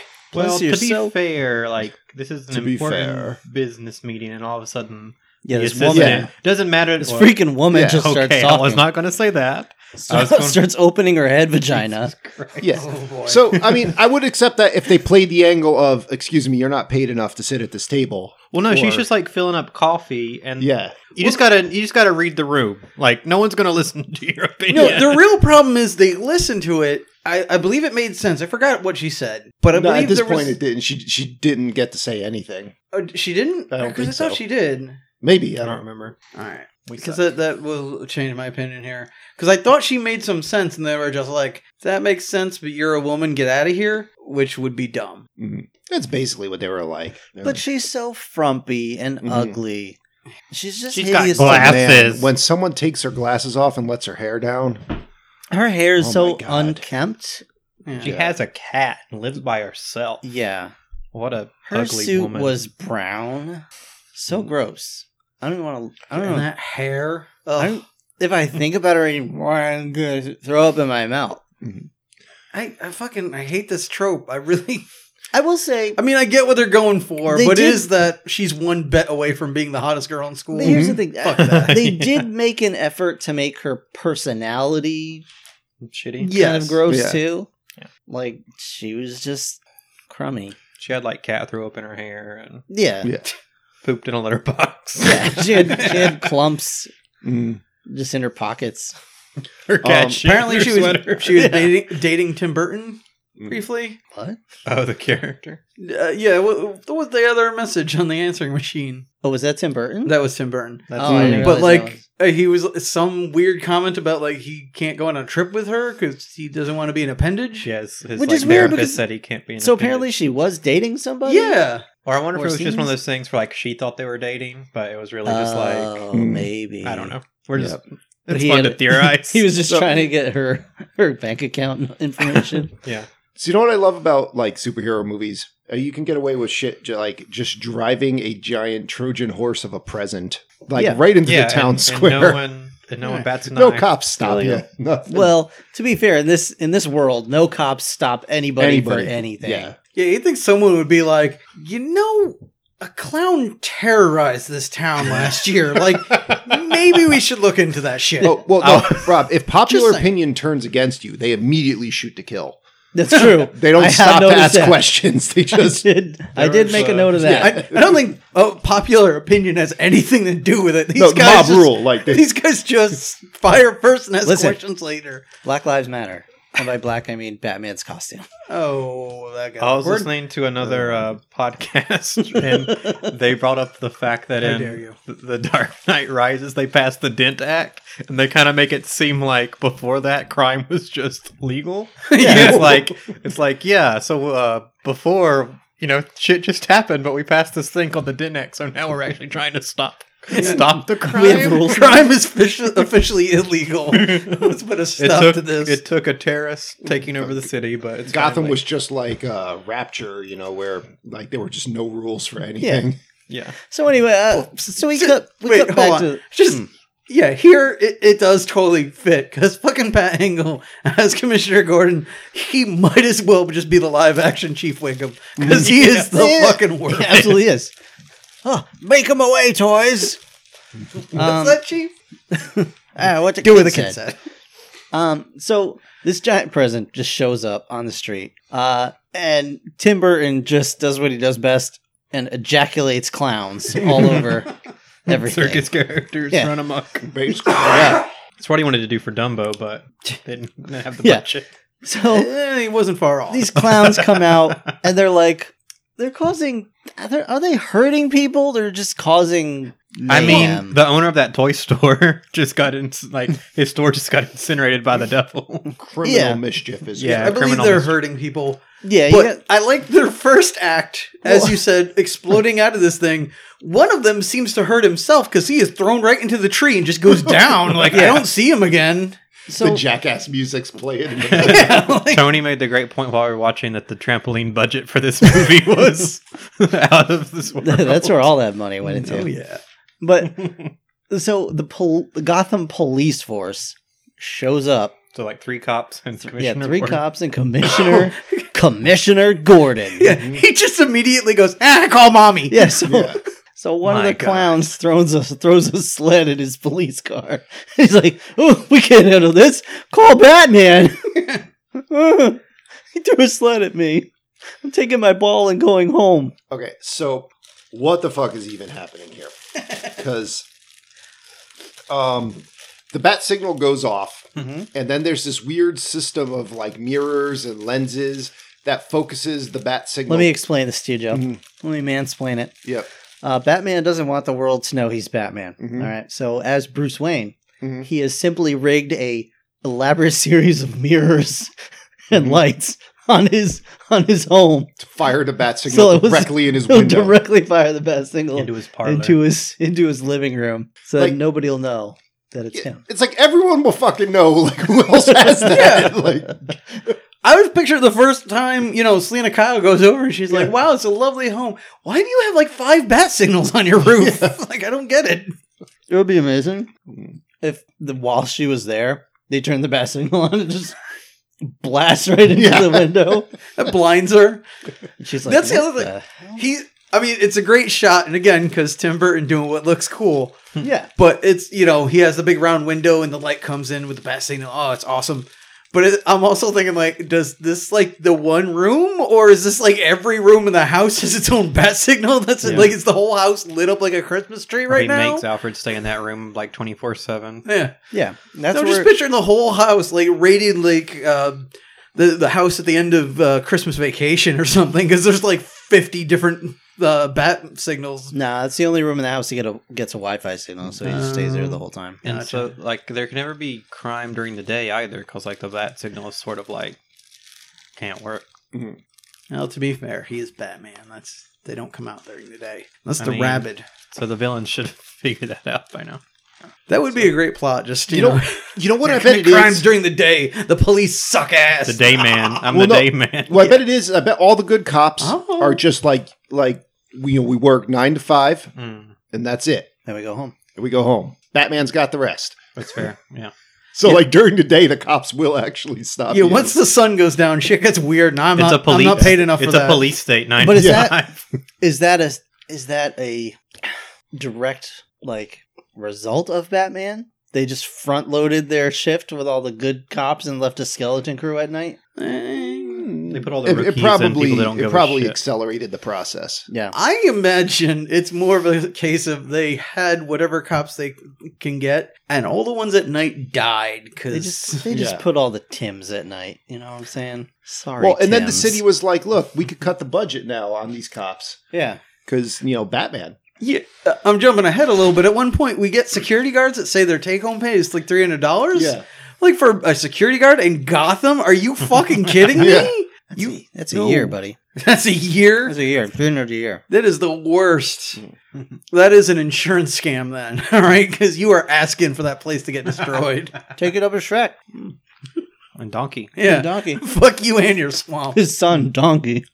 [SPEAKER 4] Bless
[SPEAKER 6] to be
[SPEAKER 4] yourself.
[SPEAKER 6] fair, like this is an
[SPEAKER 5] To be
[SPEAKER 6] important
[SPEAKER 5] fair.
[SPEAKER 6] business meeting, and all of a sudden,
[SPEAKER 4] yeah. This
[SPEAKER 6] the
[SPEAKER 4] woman,
[SPEAKER 5] assistant-
[SPEAKER 6] doesn't matter.
[SPEAKER 4] this
[SPEAKER 6] well,
[SPEAKER 4] freaking woman
[SPEAKER 5] Yeah.
[SPEAKER 4] just starts
[SPEAKER 6] okay, I
[SPEAKER 4] talking.
[SPEAKER 6] was
[SPEAKER 4] *laughs*
[SPEAKER 6] not going to say that. I was
[SPEAKER 4] starts,
[SPEAKER 6] going-
[SPEAKER 4] opening her head vagina.
[SPEAKER 5] Yeah.
[SPEAKER 1] Oh boy.
[SPEAKER 5] So, I mean, I would accept that if they played the angle of, excuse me, you're not paid enough to sit at this table.
[SPEAKER 6] Well, no, she's
[SPEAKER 5] Or-
[SPEAKER 6] just like filling up coffee, and
[SPEAKER 5] Yeah.
[SPEAKER 6] you just gotta you just gotta read the room. Like no one's going to *laughs* listen to your opinion. *laughs*
[SPEAKER 1] No,
[SPEAKER 4] *laughs*
[SPEAKER 1] the real problem is they listened to it. I, I believe it made sense. I forgot what she said, but I
[SPEAKER 5] No,
[SPEAKER 1] believe
[SPEAKER 5] at this
[SPEAKER 1] there
[SPEAKER 5] point,
[SPEAKER 1] was,
[SPEAKER 5] it didn't. She she didn't get to say anything.
[SPEAKER 1] uh, she didn't.
[SPEAKER 5] I don't
[SPEAKER 1] Because I,
[SPEAKER 5] think
[SPEAKER 1] thought
[SPEAKER 5] so.
[SPEAKER 1] she did.
[SPEAKER 5] Maybe
[SPEAKER 6] I
[SPEAKER 5] I
[SPEAKER 6] don't
[SPEAKER 5] don't.
[SPEAKER 6] remember.
[SPEAKER 1] All right,
[SPEAKER 6] We
[SPEAKER 1] because that
[SPEAKER 6] suck.
[SPEAKER 1] that will change my opinion here. Because I thought she made some sense, and they were just like, "That makes sense," but you're a woman. Get out of here, which would be dumb.
[SPEAKER 5] That's basically what they were like. They were
[SPEAKER 4] But she's so frumpy and
[SPEAKER 5] Mhm.
[SPEAKER 4] ugly. Mm-hmm. She's just
[SPEAKER 6] She's got
[SPEAKER 4] hideous.
[SPEAKER 5] like,
[SPEAKER 6] glass-
[SPEAKER 4] looking.
[SPEAKER 6] glasses.
[SPEAKER 5] when someone takes her glasses off and lets her hair down.
[SPEAKER 4] Her hair is
[SPEAKER 5] Oh my
[SPEAKER 4] so
[SPEAKER 5] God.
[SPEAKER 4] unkempt.
[SPEAKER 1] Yeah.
[SPEAKER 6] She has a cat and lives by herself.
[SPEAKER 4] Yeah,
[SPEAKER 6] What a
[SPEAKER 4] her
[SPEAKER 6] ugly
[SPEAKER 4] suit
[SPEAKER 6] woman.
[SPEAKER 4] was brown. So gross. I don't want to. I don't
[SPEAKER 1] and
[SPEAKER 4] know.
[SPEAKER 1] that hair.
[SPEAKER 4] I
[SPEAKER 1] Ugh.
[SPEAKER 4] don't- *laughs* if I think about her anymore, I'm gonna throw up in my mouth.
[SPEAKER 1] I, I fucking I hate this trope. I really. *laughs*
[SPEAKER 4] I will say,
[SPEAKER 1] I mean, I get what they're going for,
[SPEAKER 4] They
[SPEAKER 1] but
[SPEAKER 4] did-
[SPEAKER 1] it is that she's one bet away from being the hottest girl in school.
[SPEAKER 4] here's the thing.
[SPEAKER 1] Fuck that.
[SPEAKER 4] *laughs* they
[SPEAKER 6] Yeah.
[SPEAKER 4] did make an effort to make her personality
[SPEAKER 6] *laughs* shitty.
[SPEAKER 4] kind
[SPEAKER 1] Yes.
[SPEAKER 4] of gross
[SPEAKER 5] Yeah.
[SPEAKER 4] too.
[SPEAKER 6] Yeah.
[SPEAKER 4] Like she was just crummy.
[SPEAKER 6] She had like cat threw up in her hair and
[SPEAKER 4] Yeah.
[SPEAKER 5] Yeah.
[SPEAKER 6] pooped in a litter box.
[SPEAKER 4] *laughs* Yeah, she, had, she
[SPEAKER 5] *laughs*
[SPEAKER 4] had clumps
[SPEAKER 5] Mm.
[SPEAKER 4] just in her pockets.
[SPEAKER 6] *laughs* her cat
[SPEAKER 5] Um,
[SPEAKER 1] *laughs*
[SPEAKER 6] shit in
[SPEAKER 1] Apparently,
[SPEAKER 6] her
[SPEAKER 1] she was
[SPEAKER 6] sweater.
[SPEAKER 1] she was
[SPEAKER 4] *laughs*
[SPEAKER 6] *laughs* Yeah.
[SPEAKER 1] dating, dating Tim Burton
[SPEAKER 5] Mm.
[SPEAKER 1] briefly.
[SPEAKER 4] What?
[SPEAKER 6] Oh, the character.
[SPEAKER 1] Uh, yeah, what, what was the other message on the answering machine?
[SPEAKER 4] Oh, was that Tim Burton?
[SPEAKER 1] That was Tim Burton.
[SPEAKER 6] That's
[SPEAKER 4] Oh, I didn't
[SPEAKER 1] but
[SPEAKER 4] realize that
[SPEAKER 1] like uh, he was some weird comment about like he can't go on a trip with her because he doesn't want to be an appendage.
[SPEAKER 6] She has his
[SPEAKER 4] Which
[SPEAKER 6] like,
[SPEAKER 4] is weird
[SPEAKER 6] therapist
[SPEAKER 4] because-
[SPEAKER 6] said he can't be. An
[SPEAKER 4] was- so apparently
[SPEAKER 6] appendage.
[SPEAKER 4] she was dating somebody.
[SPEAKER 1] Yeah,
[SPEAKER 6] or I wonder if
[SPEAKER 4] or
[SPEAKER 6] it was just one
[SPEAKER 4] seems-
[SPEAKER 6] of those things where like she thought they were dating, but it was really just
[SPEAKER 4] Oh,
[SPEAKER 6] like
[SPEAKER 5] Hmm.
[SPEAKER 4] maybe
[SPEAKER 6] I don't know. We're just
[SPEAKER 4] But
[SPEAKER 6] it's
[SPEAKER 4] he
[SPEAKER 6] fun
[SPEAKER 4] had
[SPEAKER 6] to
[SPEAKER 4] a-
[SPEAKER 6] theorize.
[SPEAKER 4] *laughs* He was just
[SPEAKER 5] So-
[SPEAKER 4] trying to get her her bank account
[SPEAKER 5] *laughs*
[SPEAKER 4] information.
[SPEAKER 6] yeah.
[SPEAKER 5] So you know what I love about like superhero movies? Uh, you can get away with shit j- like just driving a giant Trojan horse of a present, like
[SPEAKER 4] Yeah.
[SPEAKER 5] right into
[SPEAKER 6] yeah,
[SPEAKER 5] the town
[SPEAKER 6] and,
[SPEAKER 5] square.
[SPEAKER 6] And no one, and no one
[SPEAKER 1] Yeah.
[SPEAKER 6] bats an
[SPEAKER 5] no
[SPEAKER 6] eye.
[SPEAKER 5] cops stop
[SPEAKER 4] Really?
[SPEAKER 5] you. Nothing.
[SPEAKER 4] well, to be fair, in this in this world, no cops stop anybody,
[SPEAKER 5] Anybody.
[SPEAKER 4] for anything.
[SPEAKER 5] Yeah.
[SPEAKER 1] yeah. You think someone would be like, you know, a clown terrorized this town last year.
[SPEAKER 5] *laughs*
[SPEAKER 1] Like maybe we should look into that shit.
[SPEAKER 5] Oh,
[SPEAKER 4] *laughs*
[SPEAKER 5] well, no, Rob. If popular
[SPEAKER 1] saying.
[SPEAKER 5] opinion turns against you, they immediately shoot to kill.
[SPEAKER 4] *laughs* That's true.
[SPEAKER 5] *laughs* They don't
[SPEAKER 4] I have
[SPEAKER 5] stop to
[SPEAKER 4] noticed
[SPEAKER 5] ask
[SPEAKER 4] that. *laughs*
[SPEAKER 5] questions. They
[SPEAKER 4] I
[SPEAKER 5] just
[SPEAKER 4] did, I
[SPEAKER 6] There
[SPEAKER 4] did
[SPEAKER 6] was,
[SPEAKER 4] make a
[SPEAKER 6] uh,
[SPEAKER 4] note of
[SPEAKER 1] I,
[SPEAKER 4] that.
[SPEAKER 1] I don't think oh, popular opinion has anything to do with it. These
[SPEAKER 5] no
[SPEAKER 1] guys
[SPEAKER 5] mob
[SPEAKER 1] just,
[SPEAKER 5] rule. Like they,
[SPEAKER 1] *laughs* These guys just fire first and ask
[SPEAKER 4] Listen.
[SPEAKER 1] questions later.
[SPEAKER 4] Black Lives Matter. And by black, I mean Batman's costume.
[SPEAKER 1] Oh, that guy.
[SPEAKER 6] I was
[SPEAKER 1] Word-
[SPEAKER 6] listening to another
[SPEAKER 1] Oh,
[SPEAKER 6] uh, podcast,
[SPEAKER 1] *laughs*
[SPEAKER 6] and they brought up the fact that
[SPEAKER 1] How
[SPEAKER 6] in
[SPEAKER 1] dare you.
[SPEAKER 6] th- the Dark Knight Rises, they passed the Dent Act, and they kind of make it seem like before that crime was just
[SPEAKER 1] *laughs*
[SPEAKER 6] legal. And it's like it's like yeah, so uh, before you know shit just happened, but we passed this thing called the Dent Act, so now we're actually trying to stop stop the
[SPEAKER 1] *laughs*
[SPEAKER 6] crime.
[SPEAKER 4] rules.
[SPEAKER 1] Crime is officially, officially illegal. Let's put a
[SPEAKER 6] It
[SPEAKER 1] stop
[SPEAKER 6] took,
[SPEAKER 1] to this.
[SPEAKER 6] it took a terrorist taking over the city, but it's kinda
[SPEAKER 5] Gotham
[SPEAKER 6] like-
[SPEAKER 5] was just like uh, Rapture, you know, where like there were just no rules for anything. *laughs*
[SPEAKER 6] yeah.
[SPEAKER 4] So anyway, uh, so we
[SPEAKER 1] Just-
[SPEAKER 4] cut we
[SPEAKER 1] Oh, wait, hold
[SPEAKER 4] cut back
[SPEAKER 1] on.
[SPEAKER 4] to
[SPEAKER 1] Just yeah, here it, it does totally fit because fucking Pat Engel as Commissioner Gordon, he might as well just be the live action Chief Wiggum because he is the
[SPEAKER 4] Yeah.
[SPEAKER 1] fucking worst.
[SPEAKER 4] It *laughs* absolutely is. Oh, make them away, toys. *laughs* Um,
[SPEAKER 1] *laughs* What's that Chief?
[SPEAKER 4] ah, what the
[SPEAKER 1] Do
[SPEAKER 4] kid
[SPEAKER 1] with the
[SPEAKER 4] said.
[SPEAKER 1] consent.
[SPEAKER 4] Um, so this giant present just shows up on the street, uh, and Tim Burton just does what he does best and ejaculates clowns
[SPEAKER 1] *laughs*
[SPEAKER 4] all over everything.
[SPEAKER 6] Circus characters
[SPEAKER 4] Yeah.
[SPEAKER 6] run amok.
[SPEAKER 5] Basically,
[SPEAKER 4] Yeah.
[SPEAKER 6] That's what he wanted to do for Dumbo,
[SPEAKER 4] *laughs*
[SPEAKER 6] but they didn't they have the
[SPEAKER 4] Yeah.
[SPEAKER 6] budget.
[SPEAKER 4] So
[SPEAKER 1] Eh, he wasn't far off.
[SPEAKER 4] these clowns come out and they're like, they're causing. Are they, are they hurting people? They're just causing.
[SPEAKER 6] I
[SPEAKER 4] mayhem.
[SPEAKER 6] mean, the owner of that toy store *laughs* just got in, like his store just got incinerated by
[SPEAKER 4] *laughs*
[SPEAKER 6] the devil.
[SPEAKER 5] criminal
[SPEAKER 4] Yeah.
[SPEAKER 5] mischief is
[SPEAKER 6] Yeah.
[SPEAKER 1] I believe
[SPEAKER 6] criminal
[SPEAKER 1] they're
[SPEAKER 6] mis-
[SPEAKER 1] hurting people.
[SPEAKER 4] yeah, you
[SPEAKER 1] But
[SPEAKER 4] got-
[SPEAKER 1] I like their first act, as
[SPEAKER 4] Well-
[SPEAKER 1] you said, exploding out of this thing. One of them seems to hurt himself because he is thrown right into the tree and just goes down. Like I don't see him again.
[SPEAKER 5] the
[SPEAKER 4] so
[SPEAKER 5] jackass music's playing. in the
[SPEAKER 4] *laughs*
[SPEAKER 6] Tony made the great point while we were watching that the trampoline budget for this movie *laughs* was out of this
[SPEAKER 4] *laughs*
[SPEAKER 6] world.
[SPEAKER 4] that's where all that money went into.
[SPEAKER 1] Oh yeah,
[SPEAKER 4] But so the, pol- the Gotham police force shows up.
[SPEAKER 6] So like three cops and
[SPEAKER 4] Yeah,
[SPEAKER 6] commissioner.
[SPEAKER 4] three
[SPEAKER 6] Gordon.
[SPEAKER 4] cops and commissioner Commissioner Gordon.
[SPEAKER 1] yeah. *laughs* He just immediately goes, "Ah, call mommy."
[SPEAKER 4] Yeah, so
[SPEAKER 5] Yeah.
[SPEAKER 4] so one of
[SPEAKER 6] My
[SPEAKER 4] the
[SPEAKER 6] God.
[SPEAKER 4] clowns throws a throws a sled at his police car. *laughs* He's like, "Oh, we can't handle this. Call Batman." *laughs* he threw a sled at me. I'm taking my ball and going home.
[SPEAKER 5] Okay, so what the fuck is even happening here? Because um, the bat signal goes off,
[SPEAKER 1] Mhm.
[SPEAKER 5] and then there's this weird system of like mirrors and lenses that focuses the bat signal.
[SPEAKER 4] Let me explain this to you, Joe.
[SPEAKER 5] Mhm.
[SPEAKER 4] Let me mansplain it.
[SPEAKER 5] Yep.
[SPEAKER 4] Uh, Batman doesn't want the world to know he's Batman.
[SPEAKER 5] Mhm.
[SPEAKER 4] All right. So as Bruce Wayne,
[SPEAKER 5] Mhm.
[SPEAKER 4] he has simply rigged a elaborate *laughs* series of mirrors and lights on his on his home
[SPEAKER 5] to fire the bat
[SPEAKER 4] So
[SPEAKER 5] signal
[SPEAKER 4] it was- *laughs*
[SPEAKER 5] directly in his
[SPEAKER 4] to
[SPEAKER 5] window.
[SPEAKER 4] directly fire the bat single
[SPEAKER 6] into his parlor.
[SPEAKER 4] into his into his living room so
[SPEAKER 5] Like-
[SPEAKER 4] that nobody'll know that it's
[SPEAKER 5] Yeah,
[SPEAKER 4] him.
[SPEAKER 5] it's like everyone will fucking know. *laughs* Like who else has that? *laughs* Like
[SPEAKER 1] I was picturing the first time you know Selena Kyle goes over and she's like,
[SPEAKER 5] Yeah.
[SPEAKER 1] "Wow, it's a lovely home. Why do you have like five bat signals on your roof? *laughs* like I don't get it."
[SPEAKER 4] It would be amazing if the while she was there, they turned the bat signal on and just blast right into
[SPEAKER 5] Yeah.
[SPEAKER 4] the window.
[SPEAKER 1] That blinds her.
[SPEAKER 4] And she's like,
[SPEAKER 1] That's the
[SPEAKER 4] "What
[SPEAKER 1] other thing. He, I mean, it's a great shot, and again, because Tim Burton doing what looks cool.
[SPEAKER 4] hell?" *laughs* Yeah.
[SPEAKER 1] But it's you know he has the big round window and the light comes in with the bat signal. Oh, it's awesome. But it, I'm also thinking like, does this like the one room or is this like every room in the house *laughs* has its own bat signal? That's it.
[SPEAKER 6] Yeah.
[SPEAKER 1] Like it's the whole house lit up like a Christmas tree
[SPEAKER 6] Or
[SPEAKER 1] right
[SPEAKER 6] he
[SPEAKER 1] now.
[SPEAKER 6] makes Alfred stay in that room like twenty four seven.
[SPEAKER 1] yeah,
[SPEAKER 4] Yeah. That's
[SPEAKER 1] so I'm
[SPEAKER 4] where
[SPEAKER 1] just picturing the whole house like rated like uh, the the house at the end of uh, Christmas Vacation or something because there's like 50 different uh, bat signals.
[SPEAKER 4] Nah, that's the only room in the house he get a, gets a Wi-Fi signal, so he just stays there the whole time.
[SPEAKER 6] And
[SPEAKER 1] Gotcha.
[SPEAKER 6] so like there can never be crime during the day either because like the bat signal is sort of like can't work.
[SPEAKER 1] Now, to be fair, he is Batman. That's they don't come out during the day. That's
[SPEAKER 6] I
[SPEAKER 1] the
[SPEAKER 6] mean-
[SPEAKER 1] rabid.
[SPEAKER 6] So the villain should *laughs* have figured that out by now.
[SPEAKER 1] That would be a great plot. Just you,
[SPEAKER 5] You
[SPEAKER 1] know,
[SPEAKER 5] know- you know
[SPEAKER 1] *laughs*
[SPEAKER 5] what I bet
[SPEAKER 1] commit
[SPEAKER 5] it is.
[SPEAKER 1] crimes during the day. The police suck ass.
[SPEAKER 6] The day man.
[SPEAKER 5] *laughs*
[SPEAKER 6] I'm
[SPEAKER 5] Well,
[SPEAKER 6] the
[SPEAKER 5] no.
[SPEAKER 6] day man.
[SPEAKER 5] Well, I bet it is. I bet all the good cops
[SPEAKER 1] Oh.
[SPEAKER 5] are just like like we we work nine to five
[SPEAKER 6] Mm,
[SPEAKER 5] and that's it.
[SPEAKER 4] Then we go home.
[SPEAKER 5] and we go home. Batman's got the rest.
[SPEAKER 6] that's fair.
[SPEAKER 4] *laughs*
[SPEAKER 6] Yeah.
[SPEAKER 5] So like during the day, the cops will actually stop.
[SPEAKER 1] yeah,
[SPEAKER 5] you.
[SPEAKER 1] once the sun goes down, shit gets weird, and I'm,
[SPEAKER 6] it's
[SPEAKER 1] not,
[SPEAKER 6] a police
[SPEAKER 1] I'm not paid enough
[SPEAKER 6] It's
[SPEAKER 1] for
[SPEAKER 6] a
[SPEAKER 1] that.
[SPEAKER 6] police state nine.
[SPEAKER 4] But
[SPEAKER 6] to
[SPEAKER 4] is that-
[SPEAKER 6] five.
[SPEAKER 4] Is that a is that a direct like result of Batman? They just front loaded their shift with all the good cops and left a skeleton crew at night.
[SPEAKER 6] they put all the
[SPEAKER 5] It,
[SPEAKER 6] rookies
[SPEAKER 5] it
[SPEAKER 6] and
[SPEAKER 5] probably
[SPEAKER 6] people that don't give
[SPEAKER 5] it probably
[SPEAKER 6] a shit.
[SPEAKER 5] accelerated the process.
[SPEAKER 4] Yeah,
[SPEAKER 1] I imagine it's more of a case of they had whatever cops they can get, and all the ones at night died
[SPEAKER 4] they
[SPEAKER 1] because
[SPEAKER 4] just
[SPEAKER 6] *laughs*
[SPEAKER 4] they just
[SPEAKER 5] Yeah.
[SPEAKER 4] put all the Tims at night. You know what I'm saying? Sorry.
[SPEAKER 5] well, and then the
[SPEAKER 4] Tims.
[SPEAKER 5] city was like, "Look, we could cut the budget now on these cops
[SPEAKER 4] yeah.
[SPEAKER 5] because you know Batman."
[SPEAKER 1] yeah, uh, *laughs* I'm jumping ahead a little. But at one point, we get security guards that say their take home pay is like three hundred dollars. like for a security guard in Gotham? Are you
[SPEAKER 6] *laughs*
[SPEAKER 1] fucking kidding me?
[SPEAKER 5] Yeah.
[SPEAKER 4] That's
[SPEAKER 1] You-
[SPEAKER 4] a, that's
[SPEAKER 1] no.
[SPEAKER 4] a year, buddy.
[SPEAKER 1] *laughs* That's a year.
[SPEAKER 4] That's a year. Three hundred a year.
[SPEAKER 1] That is the worst.
[SPEAKER 5] Hmm.
[SPEAKER 1] that is an insurance scam, then, *laughs* all right? Because you are asking for that place to get destroyed.
[SPEAKER 4] Take it up a Shrek.
[SPEAKER 6] *laughs* And Donkey.
[SPEAKER 1] yeah. *laughs*
[SPEAKER 4] Donkey. *laughs*
[SPEAKER 1] Fuck you and your swamp.
[SPEAKER 4] His son, Donkey.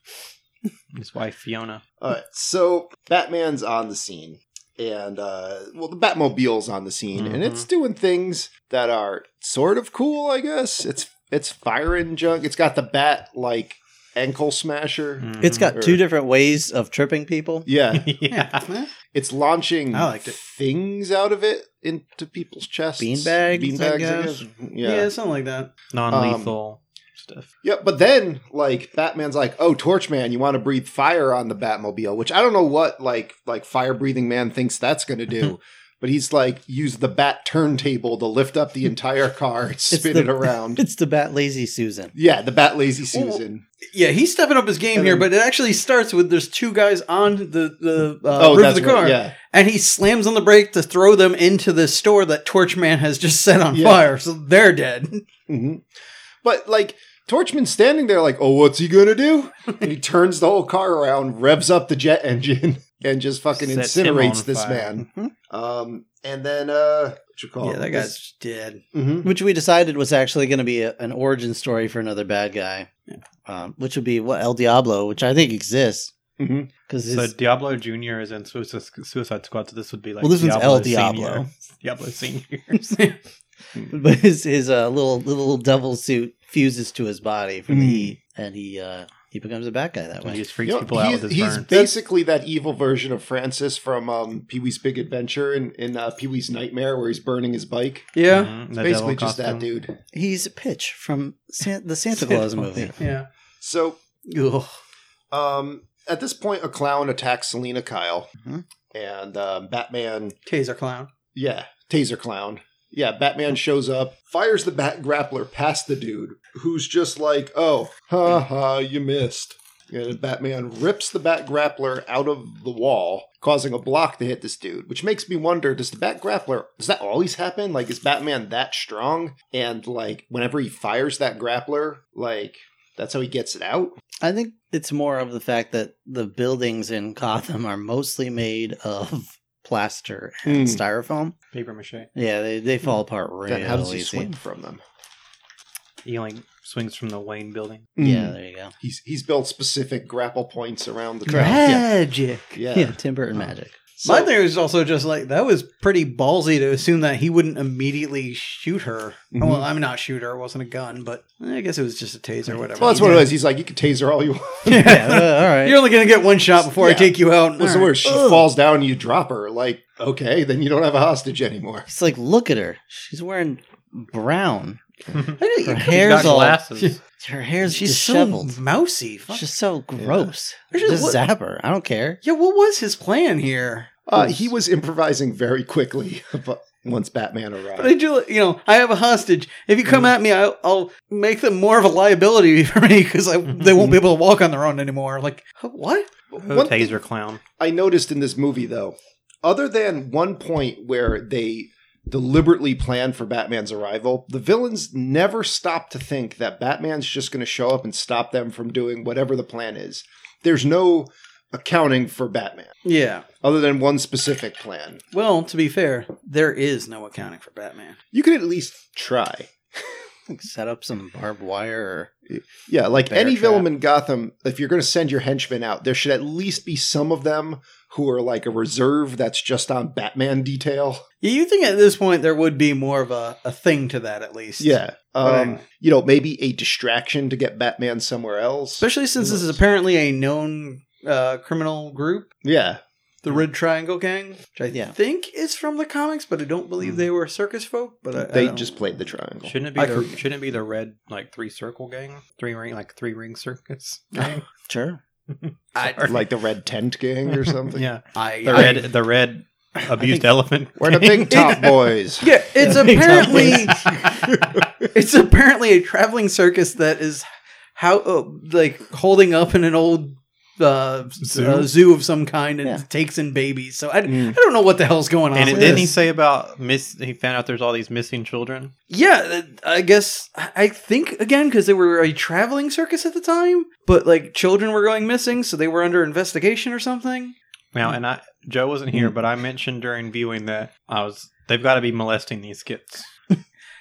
[SPEAKER 6] His wife Fiona.
[SPEAKER 5] All right, so Batman's on the scene, and uh, well, the Batmobile's on the scene, and
[SPEAKER 6] Mm-hmm.
[SPEAKER 5] it's doing things that are sort of cool, I guess. It's it's firing junk. It's got the bat like ankle smasher.
[SPEAKER 6] Mm. Hmm.
[SPEAKER 4] It's got
[SPEAKER 5] Or-
[SPEAKER 4] two different ways of tripping people.
[SPEAKER 5] Yeah,
[SPEAKER 6] *laughs* yeah.
[SPEAKER 5] it's launching
[SPEAKER 1] I liked it.
[SPEAKER 5] things out of it into people's chests.
[SPEAKER 4] Beanbags, I
[SPEAKER 5] Beanbags, I
[SPEAKER 4] guess.
[SPEAKER 5] guess.
[SPEAKER 1] Yeah.
[SPEAKER 5] Yeah.
[SPEAKER 1] something like that.
[SPEAKER 4] Um,
[SPEAKER 6] Non-lethal stuff.
[SPEAKER 5] Yeah, but then like Batman's like, "Oh, Torchman, you want to breathe fire on the Batmobile?" Which I don't know what like like fire breathing man thinks that's going
[SPEAKER 1] *laughs*
[SPEAKER 5] to do. But he's like, use the bat turntable to lift up the entire
[SPEAKER 1] *laughs*
[SPEAKER 5] car, and spin
[SPEAKER 4] the-
[SPEAKER 5] it around.
[SPEAKER 4] It's the Bat Lazy Susan.
[SPEAKER 5] Yeah, the bat lazy Susan.
[SPEAKER 1] Yeah, he's stepping up his game
[SPEAKER 5] And
[SPEAKER 1] here,
[SPEAKER 5] then-
[SPEAKER 1] but it actually starts with there's two guys on the the uh,
[SPEAKER 5] oh,
[SPEAKER 1] roof of
[SPEAKER 5] that's
[SPEAKER 1] the car,
[SPEAKER 5] Right, yeah,
[SPEAKER 1] and he slams on the brake to throw them into the store that Torchman has just set on
[SPEAKER 5] Yeah.
[SPEAKER 1] fire, so they're dead.
[SPEAKER 5] hmm But like Torchman's standing there, like, "Oh, what's he gonna
[SPEAKER 6] *laughs*
[SPEAKER 5] do?" And he turns the whole car around, revs up the jet engine, *laughs* and just fucking
[SPEAKER 6] Sets him on
[SPEAKER 5] incinerates this
[SPEAKER 6] fire. Mm-hmm.
[SPEAKER 5] man. Um, and then uh, what you
[SPEAKER 1] *laughs*
[SPEAKER 5] call
[SPEAKER 1] yeah, that guy's just dead.
[SPEAKER 5] hmm
[SPEAKER 4] Which we decided was actually going to be a, an origin story for another bad guy, um, which would be what El Diablo, which I think exists
[SPEAKER 5] Mhm.
[SPEAKER 4] because
[SPEAKER 6] So Diablo Junior is in Suicide, Suicide Squad, so this would be like
[SPEAKER 4] Well, this one's
[SPEAKER 6] Diablo
[SPEAKER 4] El Diablo.
[SPEAKER 6] Senior. *laughs* Diablo
[SPEAKER 4] *laughs*
[SPEAKER 6] Seniors.
[SPEAKER 4] *laughs* but his his uh, little little devil suit fuses to his body from the
[SPEAKER 5] Mhm.
[SPEAKER 4] heat, and he uh, he becomes a bad guy that
[SPEAKER 6] he
[SPEAKER 4] way.
[SPEAKER 6] just freaks
[SPEAKER 5] You know,
[SPEAKER 6] people out
[SPEAKER 5] he's,
[SPEAKER 6] with his
[SPEAKER 5] he's
[SPEAKER 6] burn.
[SPEAKER 5] basically that evil version of Francis from um, Pee Wee's Big Adventure and in uh, Pee Wee's Nightmare, where he's burning his bike.
[SPEAKER 1] Yeah,
[SPEAKER 6] Mhm,
[SPEAKER 5] It's
[SPEAKER 6] the
[SPEAKER 5] basically
[SPEAKER 6] devil
[SPEAKER 5] just that
[SPEAKER 6] costume.
[SPEAKER 5] dude.
[SPEAKER 4] He's Pitch from San- the Santa Claus movie.
[SPEAKER 1] yeah.
[SPEAKER 5] So
[SPEAKER 1] Ugh.
[SPEAKER 5] um, at this point, a clown attacks Selena Kyle,
[SPEAKER 6] Mm-hmm.
[SPEAKER 5] and um, Batman,
[SPEAKER 1] Taser clown.
[SPEAKER 5] yeah, Taser Clown. Yeah, Batman shows up, fires the bat grappler past the dude, who's just like, oh, ha ha, you missed. And Batman rips the bat grappler out of the wall, causing a block to hit this dude, which makes me wonder does the bat grappler, does that always happen? Like, is Batman that strong? And, like, whenever he fires that grappler, like, that's how he gets it out?
[SPEAKER 4] I think it's more of the fact that the buildings in Gotham are mostly made of plaster and
[SPEAKER 5] Mm.
[SPEAKER 4] styrofoam.
[SPEAKER 6] Paper mache.
[SPEAKER 4] Yeah, they, they fall apart really
[SPEAKER 5] Hmm. Then how does he
[SPEAKER 4] easy.
[SPEAKER 5] swing from them?
[SPEAKER 6] He like swings from the Wayne building.
[SPEAKER 4] Yeah,
[SPEAKER 5] Mm.
[SPEAKER 4] there you go.
[SPEAKER 5] He's, he's built specific grapple points around the crowd.
[SPEAKER 1] Magic.
[SPEAKER 5] Yeah.
[SPEAKER 4] Yeah, Tim Burton magic.
[SPEAKER 5] So-
[SPEAKER 1] My theory is also just like that was pretty ballsy to assume that he wouldn't immediately shoot her.
[SPEAKER 5] Mhm.
[SPEAKER 1] Well, I'm not shoot her; it wasn't a gun, but eh, I guess it was just a taser, whatever.
[SPEAKER 5] Well, that's what it was. He's like, you can taser all you want.
[SPEAKER 4] Yeah, well, all right.
[SPEAKER 1] You're only gonna get one shot before I
[SPEAKER 5] Yeah.
[SPEAKER 1] take you out.
[SPEAKER 5] What's the
[SPEAKER 1] All right.
[SPEAKER 5] worst? She falls down and you drop her. Like, okay, then you don't have a hostage anymore.
[SPEAKER 4] He's like, look at her. She's wearing brown.
[SPEAKER 1] I
[SPEAKER 4] Her
[SPEAKER 1] know, you-
[SPEAKER 4] hair's
[SPEAKER 6] got
[SPEAKER 4] all
[SPEAKER 6] glasses.
[SPEAKER 4] *laughs* her hair's
[SPEAKER 1] She's
[SPEAKER 4] disheveled.
[SPEAKER 1] so mousy. Fuck.
[SPEAKER 4] It's just so gross.
[SPEAKER 1] It's just
[SPEAKER 4] Just
[SPEAKER 1] what-
[SPEAKER 4] zap her. I don't care.
[SPEAKER 1] yeah, what was his plan here?
[SPEAKER 5] Uh, he was improvising very quickly *laughs* but once Batman
[SPEAKER 1] But I
[SPEAKER 5] arrived.
[SPEAKER 1] do, you know, I have a hostage. If you
[SPEAKER 5] Mm.
[SPEAKER 1] come at me, I'll, I'll make them more of a liability *laughs* for me because they won't be
[SPEAKER 5] Mm-hmm.
[SPEAKER 1] able to walk on their own anymore. Like what?
[SPEAKER 5] One thing
[SPEAKER 6] taser clown.
[SPEAKER 5] I noticed in this movie, though, other than one point where they deliberately planned for Batman's arrival, the villains never stop to think that Batman's just going to show up and stop them from doing whatever the plan is. There's no accounting for Batman
[SPEAKER 1] Yeah.
[SPEAKER 5] other than one specific plan.
[SPEAKER 1] Well, to be fair, there is no accounting for Batman.
[SPEAKER 5] You could at least try.
[SPEAKER 4] Set up some barbed wire.
[SPEAKER 5] Yeah, like
[SPEAKER 4] Bear
[SPEAKER 5] any
[SPEAKER 4] trap.
[SPEAKER 5] villain in Gotham, if you're going to send your henchmen out, there should at least be some of them who are like a reserve that's just on Batman detail.
[SPEAKER 1] Yeah, you think at this point there would be more of a, a thing to that at least.
[SPEAKER 5] Yeah. Um,
[SPEAKER 1] Right.
[SPEAKER 5] you know, maybe a distraction to get Batman somewhere else.
[SPEAKER 1] Especially since this is apparently a known uh, criminal group,
[SPEAKER 5] Yeah.
[SPEAKER 1] the Red Triangle Gang, which I
[SPEAKER 4] Yeah.
[SPEAKER 1] think is from the comics, but I don't believe they were circus folk. But I, I
[SPEAKER 5] They
[SPEAKER 1] don't-
[SPEAKER 5] just played the triangle.
[SPEAKER 6] Shouldn't it be
[SPEAKER 1] I
[SPEAKER 6] the
[SPEAKER 1] could-
[SPEAKER 6] shouldn't it be the red like three circle gang? Three ring like three ring circus.
[SPEAKER 5] *laughs*
[SPEAKER 6] gang?
[SPEAKER 4] Sure.
[SPEAKER 1] I,
[SPEAKER 5] like the Red Tent Gang or something.
[SPEAKER 6] yeah.
[SPEAKER 1] I,
[SPEAKER 6] The red the red
[SPEAKER 5] *laughs*
[SPEAKER 6] abused elephant.
[SPEAKER 5] We're the *laughs*
[SPEAKER 6] gang. *laughs*
[SPEAKER 5] Big Top Boys.
[SPEAKER 1] Yeah, it's
[SPEAKER 4] Yeah, big time.
[SPEAKER 1] apparently *laughs* it's apparently a traveling circus that is how uh, like holding up in an old uh, zoo?
[SPEAKER 6] Zoo?
[SPEAKER 1] Uh, zoo of some kind and
[SPEAKER 4] Yeah.
[SPEAKER 1] takes in babies. So I, I
[SPEAKER 5] Mm.
[SPEAKER 1] don't know what the hell's going on.
[SPEAKER 6] *laughs* And
[SPEAKER 1] with
[SPEAKER 6] didn't he
[SPEAKER 1] this.
[SPEAKER 6] say about miss? He found out there's all these missing children.
[SPEAKER 1] Yeah, th- I guess I think again because they were a traveling circus at the time, but like children were going missing, so they were under investigation or something.
[SPEAKER 5] Hmm.
[SPEAKER 6] Now, and I Joe wasn't here, but I mentioned during viewing that I was they've got to be molesting
[SPEAKER 5] *laughs*
[SPEAKER 6] these kids.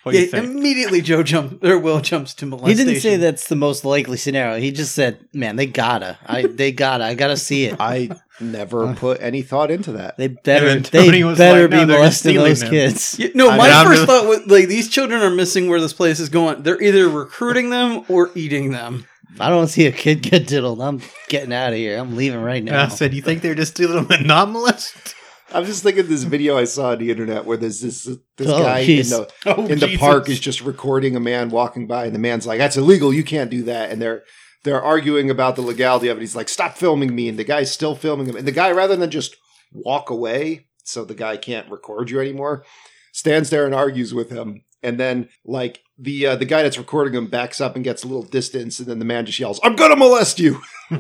[SPEAKER 6] What do
[SPEAKER 1] Yeah,
[SPEAKER 6] you think?
[SPEAKER 1] immediately Joe jumps or Will jumps to
[SPEAKER 4] He
[SPEAKER 1] molestation.
[SPEAKER 4] didn't say that's the most likely scenario. He just said, "Man, they gotta. I they gotta. I gotta see it.
[SPEAKER 5] I never put any thought into that.
[SPEAKER 4] They better.
[SPEAKER 6] And then
[SPEAKER 4] They
[SPEAKER 6] Tony was
[SPEAKER 4] better
[SPEAKER 6] like, "No,
[SPEAKER 4] be
[SPEAKER 6] they're just
[SPEAKER 4] molesting
[SPEAKER 6] stealing
[SPEAKER 4] those
[SPEAKER 6] them."
[SPEAKER 4] kids."
[SPEAKER 1] Yeah, no,
[SPEAKER 6] I
[SPEAKER 1] my
[SPEAKER 6] mean, I'm
[SPEAKER 1] first
[SPEAKER 6] really-
[SPEAKER 1] thought was like these children are missing where this place is going. They're either recruiting them or eating them.
[SPEAKER 4] I don't see a kid get diddled. I'm getting out of here. I'm leaving right
[SPEAKER 6] And I
[SPEAKER 4] now.
[SPEAKER 6] said, "You think they're just a little anomalous?"
[SPEAKER 5] *laughs* I'm just thinking of this video I saw on the internet where there's this this
[SPEAKER 4] Oh,
[SPEAKER 5] guy in
[SPEAKER 4] jeez.
[SPEAKER 5] the
[SPEAKER 6] Oh,
[SPEAKER 5] in the
[SPEAKER 6] Jesus.
[SPEAKER 5] park is just recording a man walking by, and the man's like, "That's illegal. You can't do that." And they're they're arguing about the legality of it. He's like, "Stop filming me!" And the guy's still filming him. And the guy, rather than just walk away, so the guy can't record you anymore, stands there and argues with him. And then, like the uh, the guy that's recording him backs up and gets a little distance, and then the man just yells, "I'm gonna molest you!" *laughs*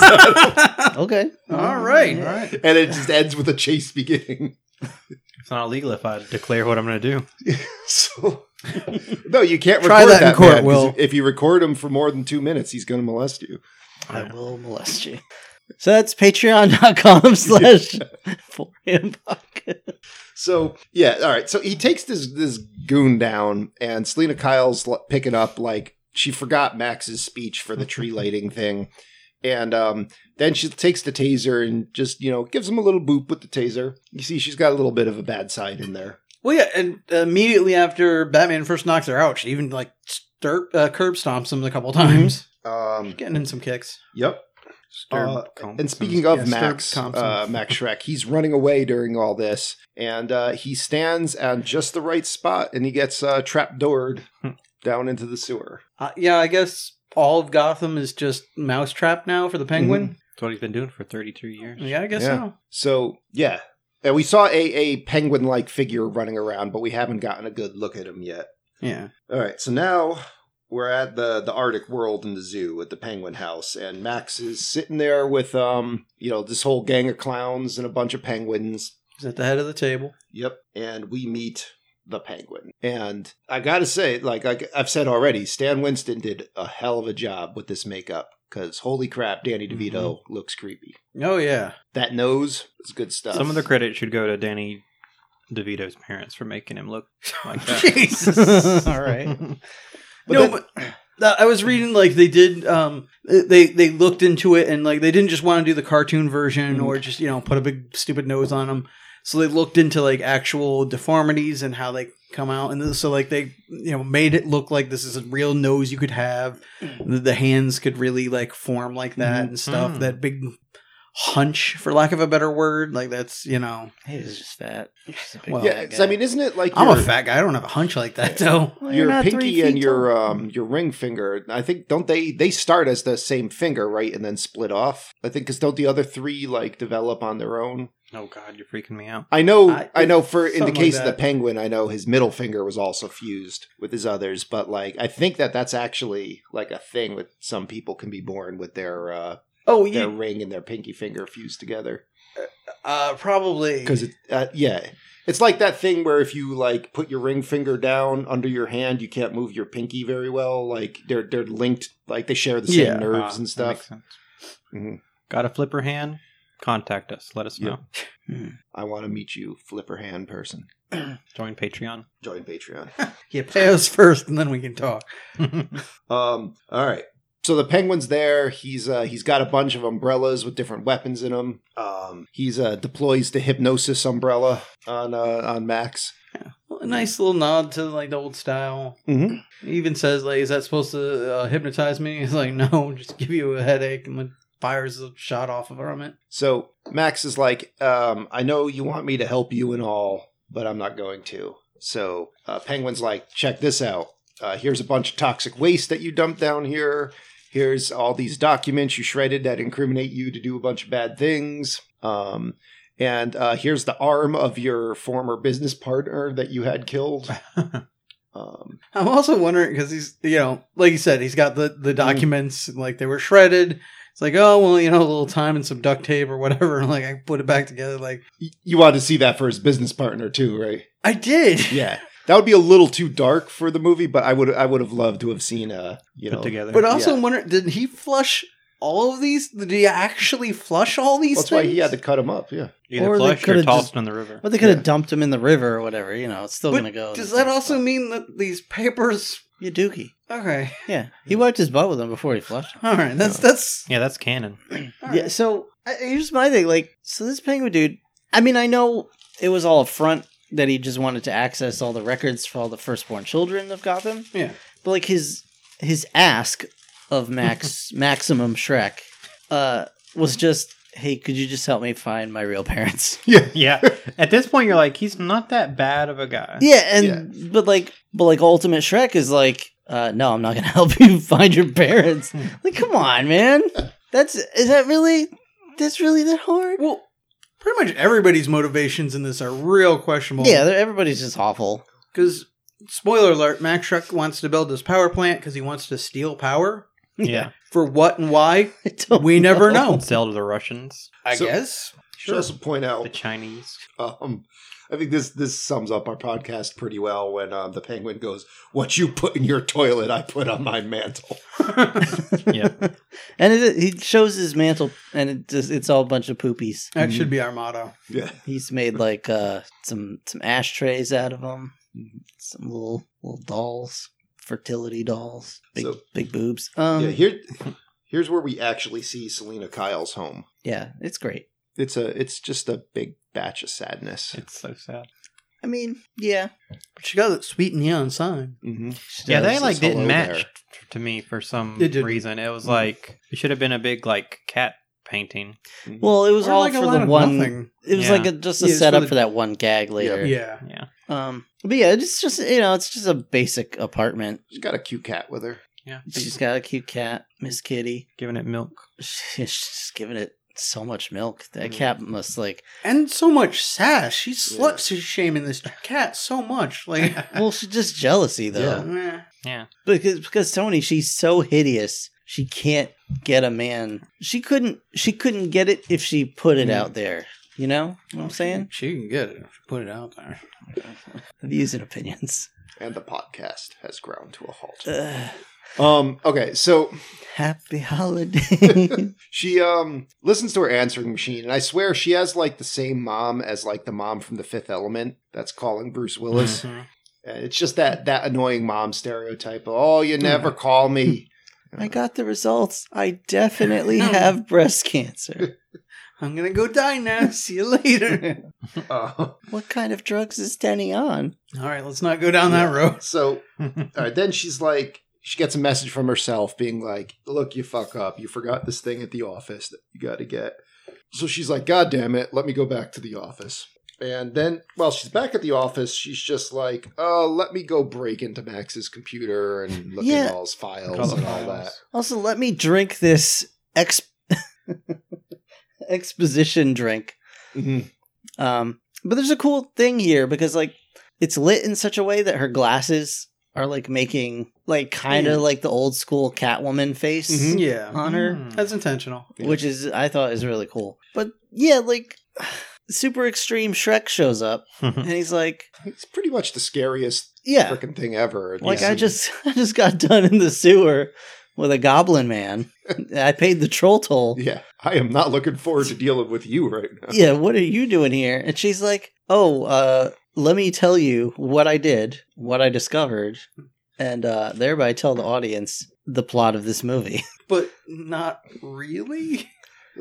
[SPEAKER 4] okay.
[SPEAKER 1] All right.
[SPEAKER 6] All right.
[SPEAKER 5] and it just ends with a chase beginning. *laughs*
[SPEAKER 6] It's not illegal if I declare what I'm going to do.
[SPEAKER 5] so, *laughs* no, you can't
[SPEAKER 1] Try
[SPEAKER 5] record
[SPEAKER 1] that in
[SPEAKER 5] that
[SPEAKER 1] court,
[SPEAKER 5] man, 'cause
[SPEAKER 1] Will.
[SPEAKER 5] If you record him for more than two minutes, he's gonna molest you.
[SPEAKER 4] I will molest you. *laughs* So that's patreon.com slash for him
[SPEAKER 5] So yeah, all right. So he takes this this goon down, and Selena Kyle's l- picking up like she forgot Max's speech for the tree lighting thing, and um, then she takes the taser and just you know gives him a little boop with the taser. You see, she's got a little bit of a bad side in there.
[SPEAKER 1] Well, yeah, and immediately after Batman first knocks her out, she even like stir- uh, curb stomps him a couple times,
[SPEAKER 5] Um,
[SPEAKER 1] getting in some kicks.
[SPEAKER 5] yep. Uh,
[SPEAKER 6] Stirb-
[SPEAKER 5] and speaking of
[SPEAKER 1] yeah,
[SPEAKER 5] Max,
[SPEAKER 1] Sturb Compson.
[SPEAKER 5] uh, Max Shrek, he's running away during all this, and uh, he stands at just the right spot, and he gets uh, trapdoored down into the sewer.
[SPEAKER 1] Uh, yeah, I guess all of Gotham is just mousetrap now for the Penguin.
[SPEAKER 6] That's what he's been doing for 33 years.
[SPEAKER 1] Yeah, I guess
[SPEAKER 5] Yeah.
[SPEAKER 1] so.
[SPEAKER 5] So yeah, and we saw a a penguin like figure running around, but we haven't gotten a good look at him yet.
[SPEAKER 1] Yeah,
[SPEAKER 5] All right, so now we're at the the Arctic world in the zoo at the penguin house, and Max is sitting there with um you know this whole gang of clowns and a bunch of penguins.
[SPEAKER 1] he's at the head of the table.
[SPEAKER 5] Yep, and we meet the penguin and i gotta say like I, i've said already stan winston did a hell of a job with this makeup because holy crap danny
[SPEAKER 6] Mm-hmm.
[SPEAKER 5] devito looks creepy
[SPEAKER 1] Oh yeah,
[SPEAKER 5] that nose is good stuff
[SPEAKER 6] Some of the credit should go to Danny DeVito's parents for making him look like that.
[SPEAKER 1] *laughs*
[SPEAKER 4] *laughs*
[SPEAKER 1] Jesus. all right.
[SPEAKER 5] But
[SPEAKER 1] no,
[SPEAKER 5] then-
[SPEAKER 1] but uh, I was reading like they did. Um, they they looked into it and like they didn't just want to do the cartoon version or just you know put a big stupid nose on them. So they looked into like actual deformities and how they come out, and th- so like they you know made it look like this is a real nose you could have. The, the hands could really like form like that and stuff.
[SPEAKER 6] Mhm.
[SPEAKER 1] That big hunch, for lack of a better word, like that's you know.
[SPEAKER 4] He was just fat. He's just a big
[SPEAKER 1] Well,
[SPEAKER 4] fat
[SPEAKER 5] yeah 'cause,
[SPEAKER 4] guy.
[SPEAKER 5] i mean isn't it like
[SPEAKER 1] I'm a
[SPEAKER 5] you're-
[SPEAKER 1] fat guy. I don't have a hunch like that though.
[SPEAKER 4] Well, you're
[SPEAKER 5] your
[SPEAKER 4] not three
[SPEAKER 5] pinky and
[SPEAKER 4] feet
[SPEAKER 5] your
[SPEAKER 4] tall.
[SPEAKER 5] um your ring finger. I think don't they they start as the same finger, right, and then split off. I think because don't the other three like develop on their own?
[SPEAKER 6] oh, God, you're freaking me out.
[SPEAKER 5] I know, I,
[SPEAKER 1] I-
[SPEAKER 5] know. For in the
[SPEAKER 1] something
[SPEAKER 5] case
[SPEAKER 1] like
[SPEAKER 5] of
[SPEAKER 1] that.
[SPEAKER 5] the penguin, I know his middle finger was also fused with his others, but like I think that that's actually like a thing with some people can be born with their uh
[SPEAKER 1] Oh,
[SPEAKER 5] their
[SPEAKER 1] you
[SPEAKER 5] ring and their pinky finger fused together
[SPEAKER 1] uh, probably
[SPEAKER 5] because it uh, yeah. It's like that thing where if you like put your ring finger down under your hand, you can't move your pinky very well. Like they're they're linked, like they share the same
[SPEAKER 1] Yeah.
[SPEAKER 5] nerves
[SPEAKER 6] Ah,
[SPEAKER 5] and
[SPEAKER 6] that
[SPEAKER 5] stuff.
[SPEAKER 6] makes sense.
[SPEAKER 5] Mhm.
[SPEAKER 6] Got a flipper hand? Contact us. Let us know.
[SPEAKER 5] I want to meet you, flipper hand person.
[SPEAKER 6] Join Patreon.
[SPEAKER 5] Join Patreon. *laughs*
[SPEAKER 1] Yeah, pay us first, and then we can *laughs* talk.
[SPEAKER 5] Um, all right. So the penguin's there. He's uh, he's got a bunch of umbrellas with different weapons in them. Um, he's uh, deploys the hypnosis umbrella on uh, on Max.
[SPEAKER 1] Well, a nice little nod to like the old style.
[SPEAKER 5] Mm-hmm.
[SPEAKER 1] He even says like, "Is that supposed to uh, hypnotize me?" *laughs* He's like, "No, just give you a headache and then fires a shot off of from it."
[SPEAKER 5] So Max is like, um, I know you want me to help you and all, but I'm not going to. So uh, penguin's like, check this out. Uh, here's a bunch of toxic waste that you dumped down here. Here's all these documents you shredded that incriminate you to do a bunch of bad things. Um, and uh, here's the arm of your former business partner that you had killed. um,
[SPEAKER 1] I'm also wondering because he's you know, like you said, he's got the the documents and, like they were shredded. It's like, oh well, you know, a little time and some duct tape or whatever, *laughs* and like I put it back together. Like
[SPEAKER 5] y- you wanted to see that for his business partner too, right?
[SPEAKER 1] I did.
[SPEAKER 5] Yeah. That would be a little too dark for the movie, but I would I would have loved to have seen uh you
[SPEAKER 6] Put
[SPEAKER 5] know
[SPEAKER 6] together.
[SPEAKER 1] But also,
[SPEAKER 5] Yeah.
[SPEAKER 1] I'm wondering, did he flush all of these? Did he actually flush all these?
[SPEAKER 5] That's why he
[SPEAKER 1] things?
[SPEAKER 5] had to cut him up. Yeah.
[SPEAKER 6] Either
[SPEAKER 4] Or they
[SPEAKER 6] flush or
[SPEAKER 4] could've
[SPEAKER 6] tossed
[SPEAKER 4] just-
[SPEAKER 6] in the river.
[SPEAKER 4] Well, they could have dumped him in the river or whatever. You know, it's still
[SPEAKER 1] But
[SPEAKER 4] gonna go. in
[SPEAKER 1] Does
[SPEAKER 4] the
[SPEAKER 1] that
[SPEAKER 4] same
[SPEAKER 1] also
[SPEAKER 4] spot.
[SPEAKER 1] mean that these papers?
[SPEAKER 4] you dookie?
[SPEAKER 1] Okay, *laughs*
[SPEAKER 4] Yeah, he wiped his butt with him before he flushed. him.
[SPEAKER 1] all right. That's that's
[SPEAKER 6] Yeah, that's canon.
[SPEAKER 1] all
[SPEAKER 4] Yeah.
[SPEAKER 1] right.
[SPEAKER 4] So I, here's my thing. Like, so this penguin dude. I mean, I know it was all a front that he just wanted to access all the records for all the firstborn children of Gotham.
[SPEAKER 1] Yeah.
[SPEAKER 4] But like his his ask
[SPEAKER 1] *laughs*
[SPEAKER 4] of Max Maximum Shrek uh, was just, "Hey, could you just help me find my
[SPEAKER 1] *laughs*
[SPEAKER 4] real parents?"
[SPEAKER 6] yeah. At this point, you're like, he's not that bad of a guy.
[SPEAKER 4] yeah, and but like, but like, Ultimate Shrek is like, uh, "No, I'm not gonna *laughs* help you find your parents."
[SPEAKER 1] Hmm.
[SPEAKER 4] like, come on, man. That's is that really? That's really that hard?
[SPEAKER 1] Well, pretty much everybody's motivations in this are real questionable.
[SPEAKER 4] yeah, they're- everybody's just awful. *laughs*
[SPEAKER 1] Because, spoiler alert, Max Shrek wants to build this power plant because he wants to steal power.
[SPEAKER 6] Yeah.
[SPEAKER 1] For what and
[SPEAKER 4] *laughs*
[SPEAKER 1] why,
[SPEAKER 4] I don't
[SPEAKER 1] we never know.
[SPEAKER 6] Sell to the Russians,
[SPEAKER 1] I
[SPEAKER 5] So-
[SPEAKER 1] guess.
[SPEAKER 5] Should also point
[SPEAKER 6] the
[SPEAKER 5] out,
[SPEAKER 6] Chinese.
[SPEAKER 5] um, I think this this sums up our podcast pretty well when um, the penguin goes, "What you put in your toilet, I put on my mantle." *laughs*
[SPEAKER 6] Yeah.
[SPEAKER 4] and it, he shows his mantle, and it just, it's all a bunch of poopies.
[SPEAKER 1] That should be our motto.
[SPEAKER 5] Yeah,
[SPEAKER 4] He's made like uh, some some ashtrays out of them, some little little dolls, fertility dolls, big
[SPEAKER 5] So-
[SPEAKER 4] big boobs. Um,
[SPEAKER 5] yeah.
[SPEAKER 4] yeah,
[SPEAKER 5] Here, here's where we actually see Selena Kyle's home.
[SPEAKER 4] it's great.
[SPEAKER 5] It's a, it's just a big batch of sadness.
[SPEAKER 6] It's so sad.
[SPEAKER 4] I mean, yeah,
[SPEAKER 1] She got that sweet neon sign.
[SPEAKER 5] Mm-hmm.
[SPEAKER 6] Yeah,
[SPEAKER 4] does
[SPEAKER 6] they
[SPEAKER 5] this
[SPEAKER 6] like didn't
[SPEAKER 5] hello
[SPEAKER 6] match
[SPEAKER 5] there.
[SPEAKER 6] t- to me for some
[SPEAKER 1] It didn't.
[SPEAKER 6] reason. It was like it should have been a big like cat painting.
[SPEAKER 4] well, it was
[SPEAKER 1] Or
[SPEAKER 4] all
[SPEAKER 1] like a
[SPEAKER 4] for
[SPEAKER 1] lot
[SPEAKER 4] the
[SPEAKER 1] of
[SPEAKER 4] one.
[SPEAKER 1] nothing.
[SPEAKER 4] It was
[SPEAKER 6] Yeah.
[SPEAKER 4] like a, just a
[SPEAKER 1] Yeah, it's for
[SPEAKER 4] setup
[SPEAKER 1] the-
[SPEAKER 4] for that one gag later.
[SPEAKER 1] Yeah.
[SPEAKER 6] Yeah,
[SPEAKER 4] Um, but yeah, it's just you know, it's just a basic apartment.
[SPEAKER 5] She's got a cute cat with her.
[SPEAKER 6] yeah.
[SPEAKER 4] She's got a cute cat, Miss Kitty.
[SPEAKER 6] giving it milk.
[SPEAKER 4] She's just giving it so much milk. That cat must like.
[SPEAKER 1] And so much sass. She's
[SPEAKER 5] Yeah.
[SPEAKER 1] slut shaming this cat so much. Like,
[SPEAKER 4] *laughs* Well, she's just jealousy though.
[SPEAKER 5] Yeah.
[SPEAKER 1] eh.
[SPEAKER 6] Yeah,
[SPEAKER 4] because because Tony, she's so hideous, she can't get a man. She couldn't she couldn't get it if she put it out there. You know
[SPEAKER 1] Mm-hmm.
[SPEAKER 4] what I'm saying?
[SPEAKER 1] she can get it. if you Put it out there.
[SPEAKER 4] Views and opinions.
[SPEAKER 5] And the podcast has ground to a halt.
[SPEAKER 4] Ugh.
[SPEAKER 5] Um. Okay. So
[SPEAKER 4] happy holiday.
[SPEAKER 5] she um listens to her answering machine, and I swear she has like the same mom as like the mom from The Fifth Element that's calling
[SPEAKER 1] *laughs*
[SPEAKER 5] Bruce Willis.
[SPEAKER 4] Mm-hmm.
[SPEAKER 1] Mhm.
[SPEAKER 5] And it's just that that annoying mom stereotype. Of, oh, you never call me.
[SPEAKER 4] I got the results. I definitely have breast cancer.
[SPEAKER 1] I'm going to go die
[SPEAKER 4] *laughs*
[SPEAKER 1] now. See you later.
[SPEAKER 5] Uh,
[SPEAKER 4] What kind of drugs is Denny on?
[SPEAKER 1] All right, let's not go down that
[SPEAKER 4] *laughs*
[SPEAKER 1] road.
[SPEAKER 6] *laughs*
[SPEAKER 5] so, all right, then she's like, she gets a message from herself being like, "Look, you fuck up. You forgot this thing at the office that you got to get." So she's like, "God damn it, let me go back to the office." And then, while she's back at the office, she's just like, "Oh, let me go break into Max's computer and look
[SPEAKER 4] Yeah.
[SPEAKER 5] at all his files
[SPEAKER 6] All the
[SPEAKER 5] and all that."
[SPEAKER 6] files.
[SPEAKER 4] Also, let me drink this ex *laughs* exposition drink. Um, but there's a cool thing here because like it's lit in such a way that her glasses are like making like kind of like the old school Catwoman face
[SPEAKER 1] Yeah.
[SPEAKER 4] on her,
[SPEAKER 6] Mm.
[SPEAKER 1] That's intentional.
[SPEAKER 4] which is I thought is really cool. But yeah, like *sighs* super extreme Shrek shows up
[SPEAKER 6] Hmm.
[SPEAKER 4] and he's like,
[SPEAKER 5] It's pretty much the scariest
[SPEAKER 4] yeah,
[SPEAKER 5] freaking thing ever.
[SPEAKER 4] like
[SPEAKER 5] Yeah.
[SPEAKER 4] I just *laughs* I just got done in the sewer with a goblin man. I paid the troll toll.
[SPEAKER 5] yeah, I am not looking forward to dealing with you right now.
[SPEAKER 4] yeah, what are you doing here? And she's like, oh, uh, let me tell you what I did, what I discovered, and uh, thereby tell the audience the plot of this movie.
[SPEAKER 1] But not really.
[SPEAKER 4] *laughs*
[SPEAKER 1] *laughs*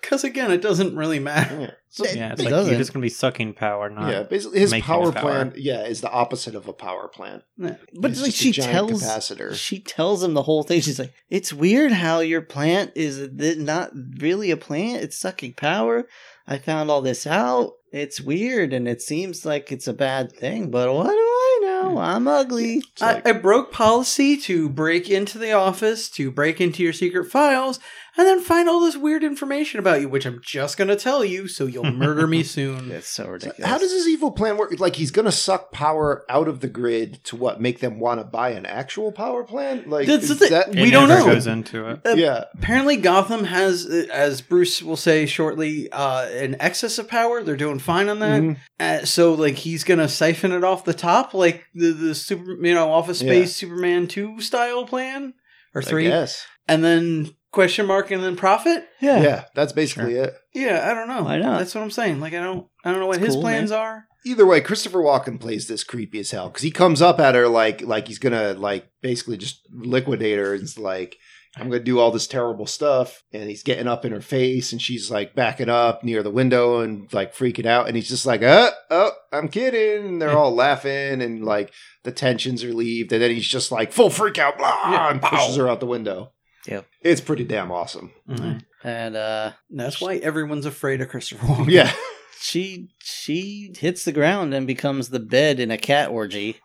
[SPEAKER 1] Because again, it doesn't really matter.
[SPEAKER 5] Yeah.
[SPEAKER 6] *laughs* yeah. It's
[SPEAKER 4] It
[SPEAKER 6] like
[SPEAKER 4] doesn't.
[SPEAKER 6] you're just gonna be sucking power, not
[SPEAKER 5] yeah, basically his
[SPEAKER 6] making
[SPEAKER 5] power
[SPEAKER 6] a power.
[SPEAKER 5] plant, yeah, is the opposite of a power plant.
[SPEAKER 4] But
[SPEAKER 5] It's
[SPEAKER 4] like
[SPEAKER 5] just a
[SPEAKER 4] she
[SPEAKER 5] giant
[SPEAKER 4] tells,
[SPEAKER 5] capacitor.
[SPEAKER 4] she tells him the whole thing. She's like, it's weird how your plant is th- not really a plant; it's sucking power. I found all this out. It's weird, and it seems like it's a bad thing. But what do I know? I'm ugly.
[SPEAKER 5] It's like-
[SPEAKER 1] I, I broke policy to break into the office, to break into your secret files, and then find all this weird information about you, which I'm just going to tell you so
[SPEAKER 5] *laughs*
[SPEAKER 1] you'll murder me soon.
[SPEAKER 4] That's so
[SPEAKER 5] So
[SPEAKER 4] ridiculous.
[SPEAKER 5] how does his evil plan work? Like he's gonna suck power out of the grid to what make them want to buy an actual power plant? Like
[SPEAKER 1] That's the
[SPEAKER 5] is
[SPEAKER 1] thing.
[SPEAKER 5] that-
[SPEAKER 6] It
[SPEAKER 1] We don't
[SPEAKER 6] never
[SPEAKER 1] know.
[SPEAKER 6] Goes into it.
[SPEAKER 5] yeah,
[SPEAKER 1] Apparently, Gotham has, uh, as Bruce will say shortly, uh, an excess of power. They're doing fine on that.
[SPEAKER 5] Mhm.
[SPEAKER 1] Uh, so, like, he's going to siphon it off the top, like the, the super, you know, Office
[SPEAKER 5] Yeah.
[SPEAKER 1] Space Superman 2 style plan or
[SPEAKER 5] I
[SPEAKER 1] 3.
[SPEAKER 5] guess.
[SPEAKER 1] and then question mark and then profit
[SPEAKER 5] Yeah. that's basically it.
[SPEAKER 1] yeah i don't know
[SPEAKER 4] Why not?
[SPEAKER 1] that's what i'm saying like i don't i don't know what
[SPEAKER 4] It's
[SPEAKER 1] his
[SPEAKER 4] cool,
[SPEAKER 1] plans are
[SPEAKER 5] Either way, Christopher Walken plays this creepy as hell because he comes up at her like like he's gonna like basically just liquidate her and is like I'm gonna do all this terrible stuff and he's getting up in her face and she's like backing up near the window and like freaking out and he's just like oh oh I'm kidding and they're all laughing and like the tensions are relieved and then he's just like full freak out blah
[SPEAKER 1] Yeah,
[SPEAKER 5] and
[SPEAKER 1] pow.
[SPEAKER 5] pushes her out the window.
[SPEAKER 4] Yep.
[SPEAKER 5] It's pretty damn awesome.
[SPEAKER 6] Mm-hmm.
[SPEAKER 4] and uh,
[SPEAKER 1] And that's why everyone's afraid of Christopher Walken.
[SPEAKER 5] Yeah.
[SPEAKER 4] she she hits the ground and becomes the bed in a cat orgy.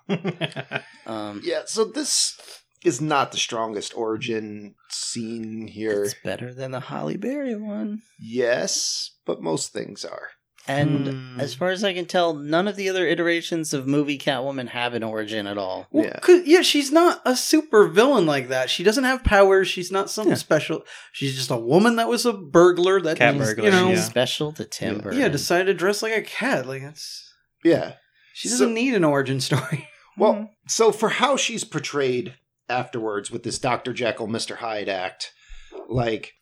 [SPEAKER 4] Um,
[SPEAKER 5] Yeah, so this is not the strongest origin scene here.
[SPEAKER 4] it's better than the Holly Berry one.
[SPEAKER 5] Yes, but most things are.
[SPEAKER 4] And
[SPEAKER 6] Hmm.
[SPEAKER 4] as far as I can tell, none of the other iterations of movie Catwoman have an origin at all.
[SPEAKER 1] Well,
[SPEAKER 5] Yeah.
[SPEAKER 1] 'cause- yeah, she's not a super villain like that. She doesn't have powers. She's not something
[SPEAKER 5] Yeah.
[SPEAKER 1] special. She's just a woman that was a burglar that
[SPEAKER 6] Cat
[SPEAKER 1] just,
[SPEAKER 6] burglar,
[SPEAKER 1] you know,
[SPEAKER 6] yeah.
[SPEAKER 4] Special to Timber.
[SPEAKER 1] yeah, decided to dress like a cat. Like that's
[SPEAKER 5] Yeah.
[SPEAKER 1] she doesn't
[SPEAKER 5] So-
[SPEAKER 1] need an origin story. *laughs*
[SPEAKER 5] Well, so for how she's portrayed afterwards with this Dr. Jekyll, Mr. Hyde act, like,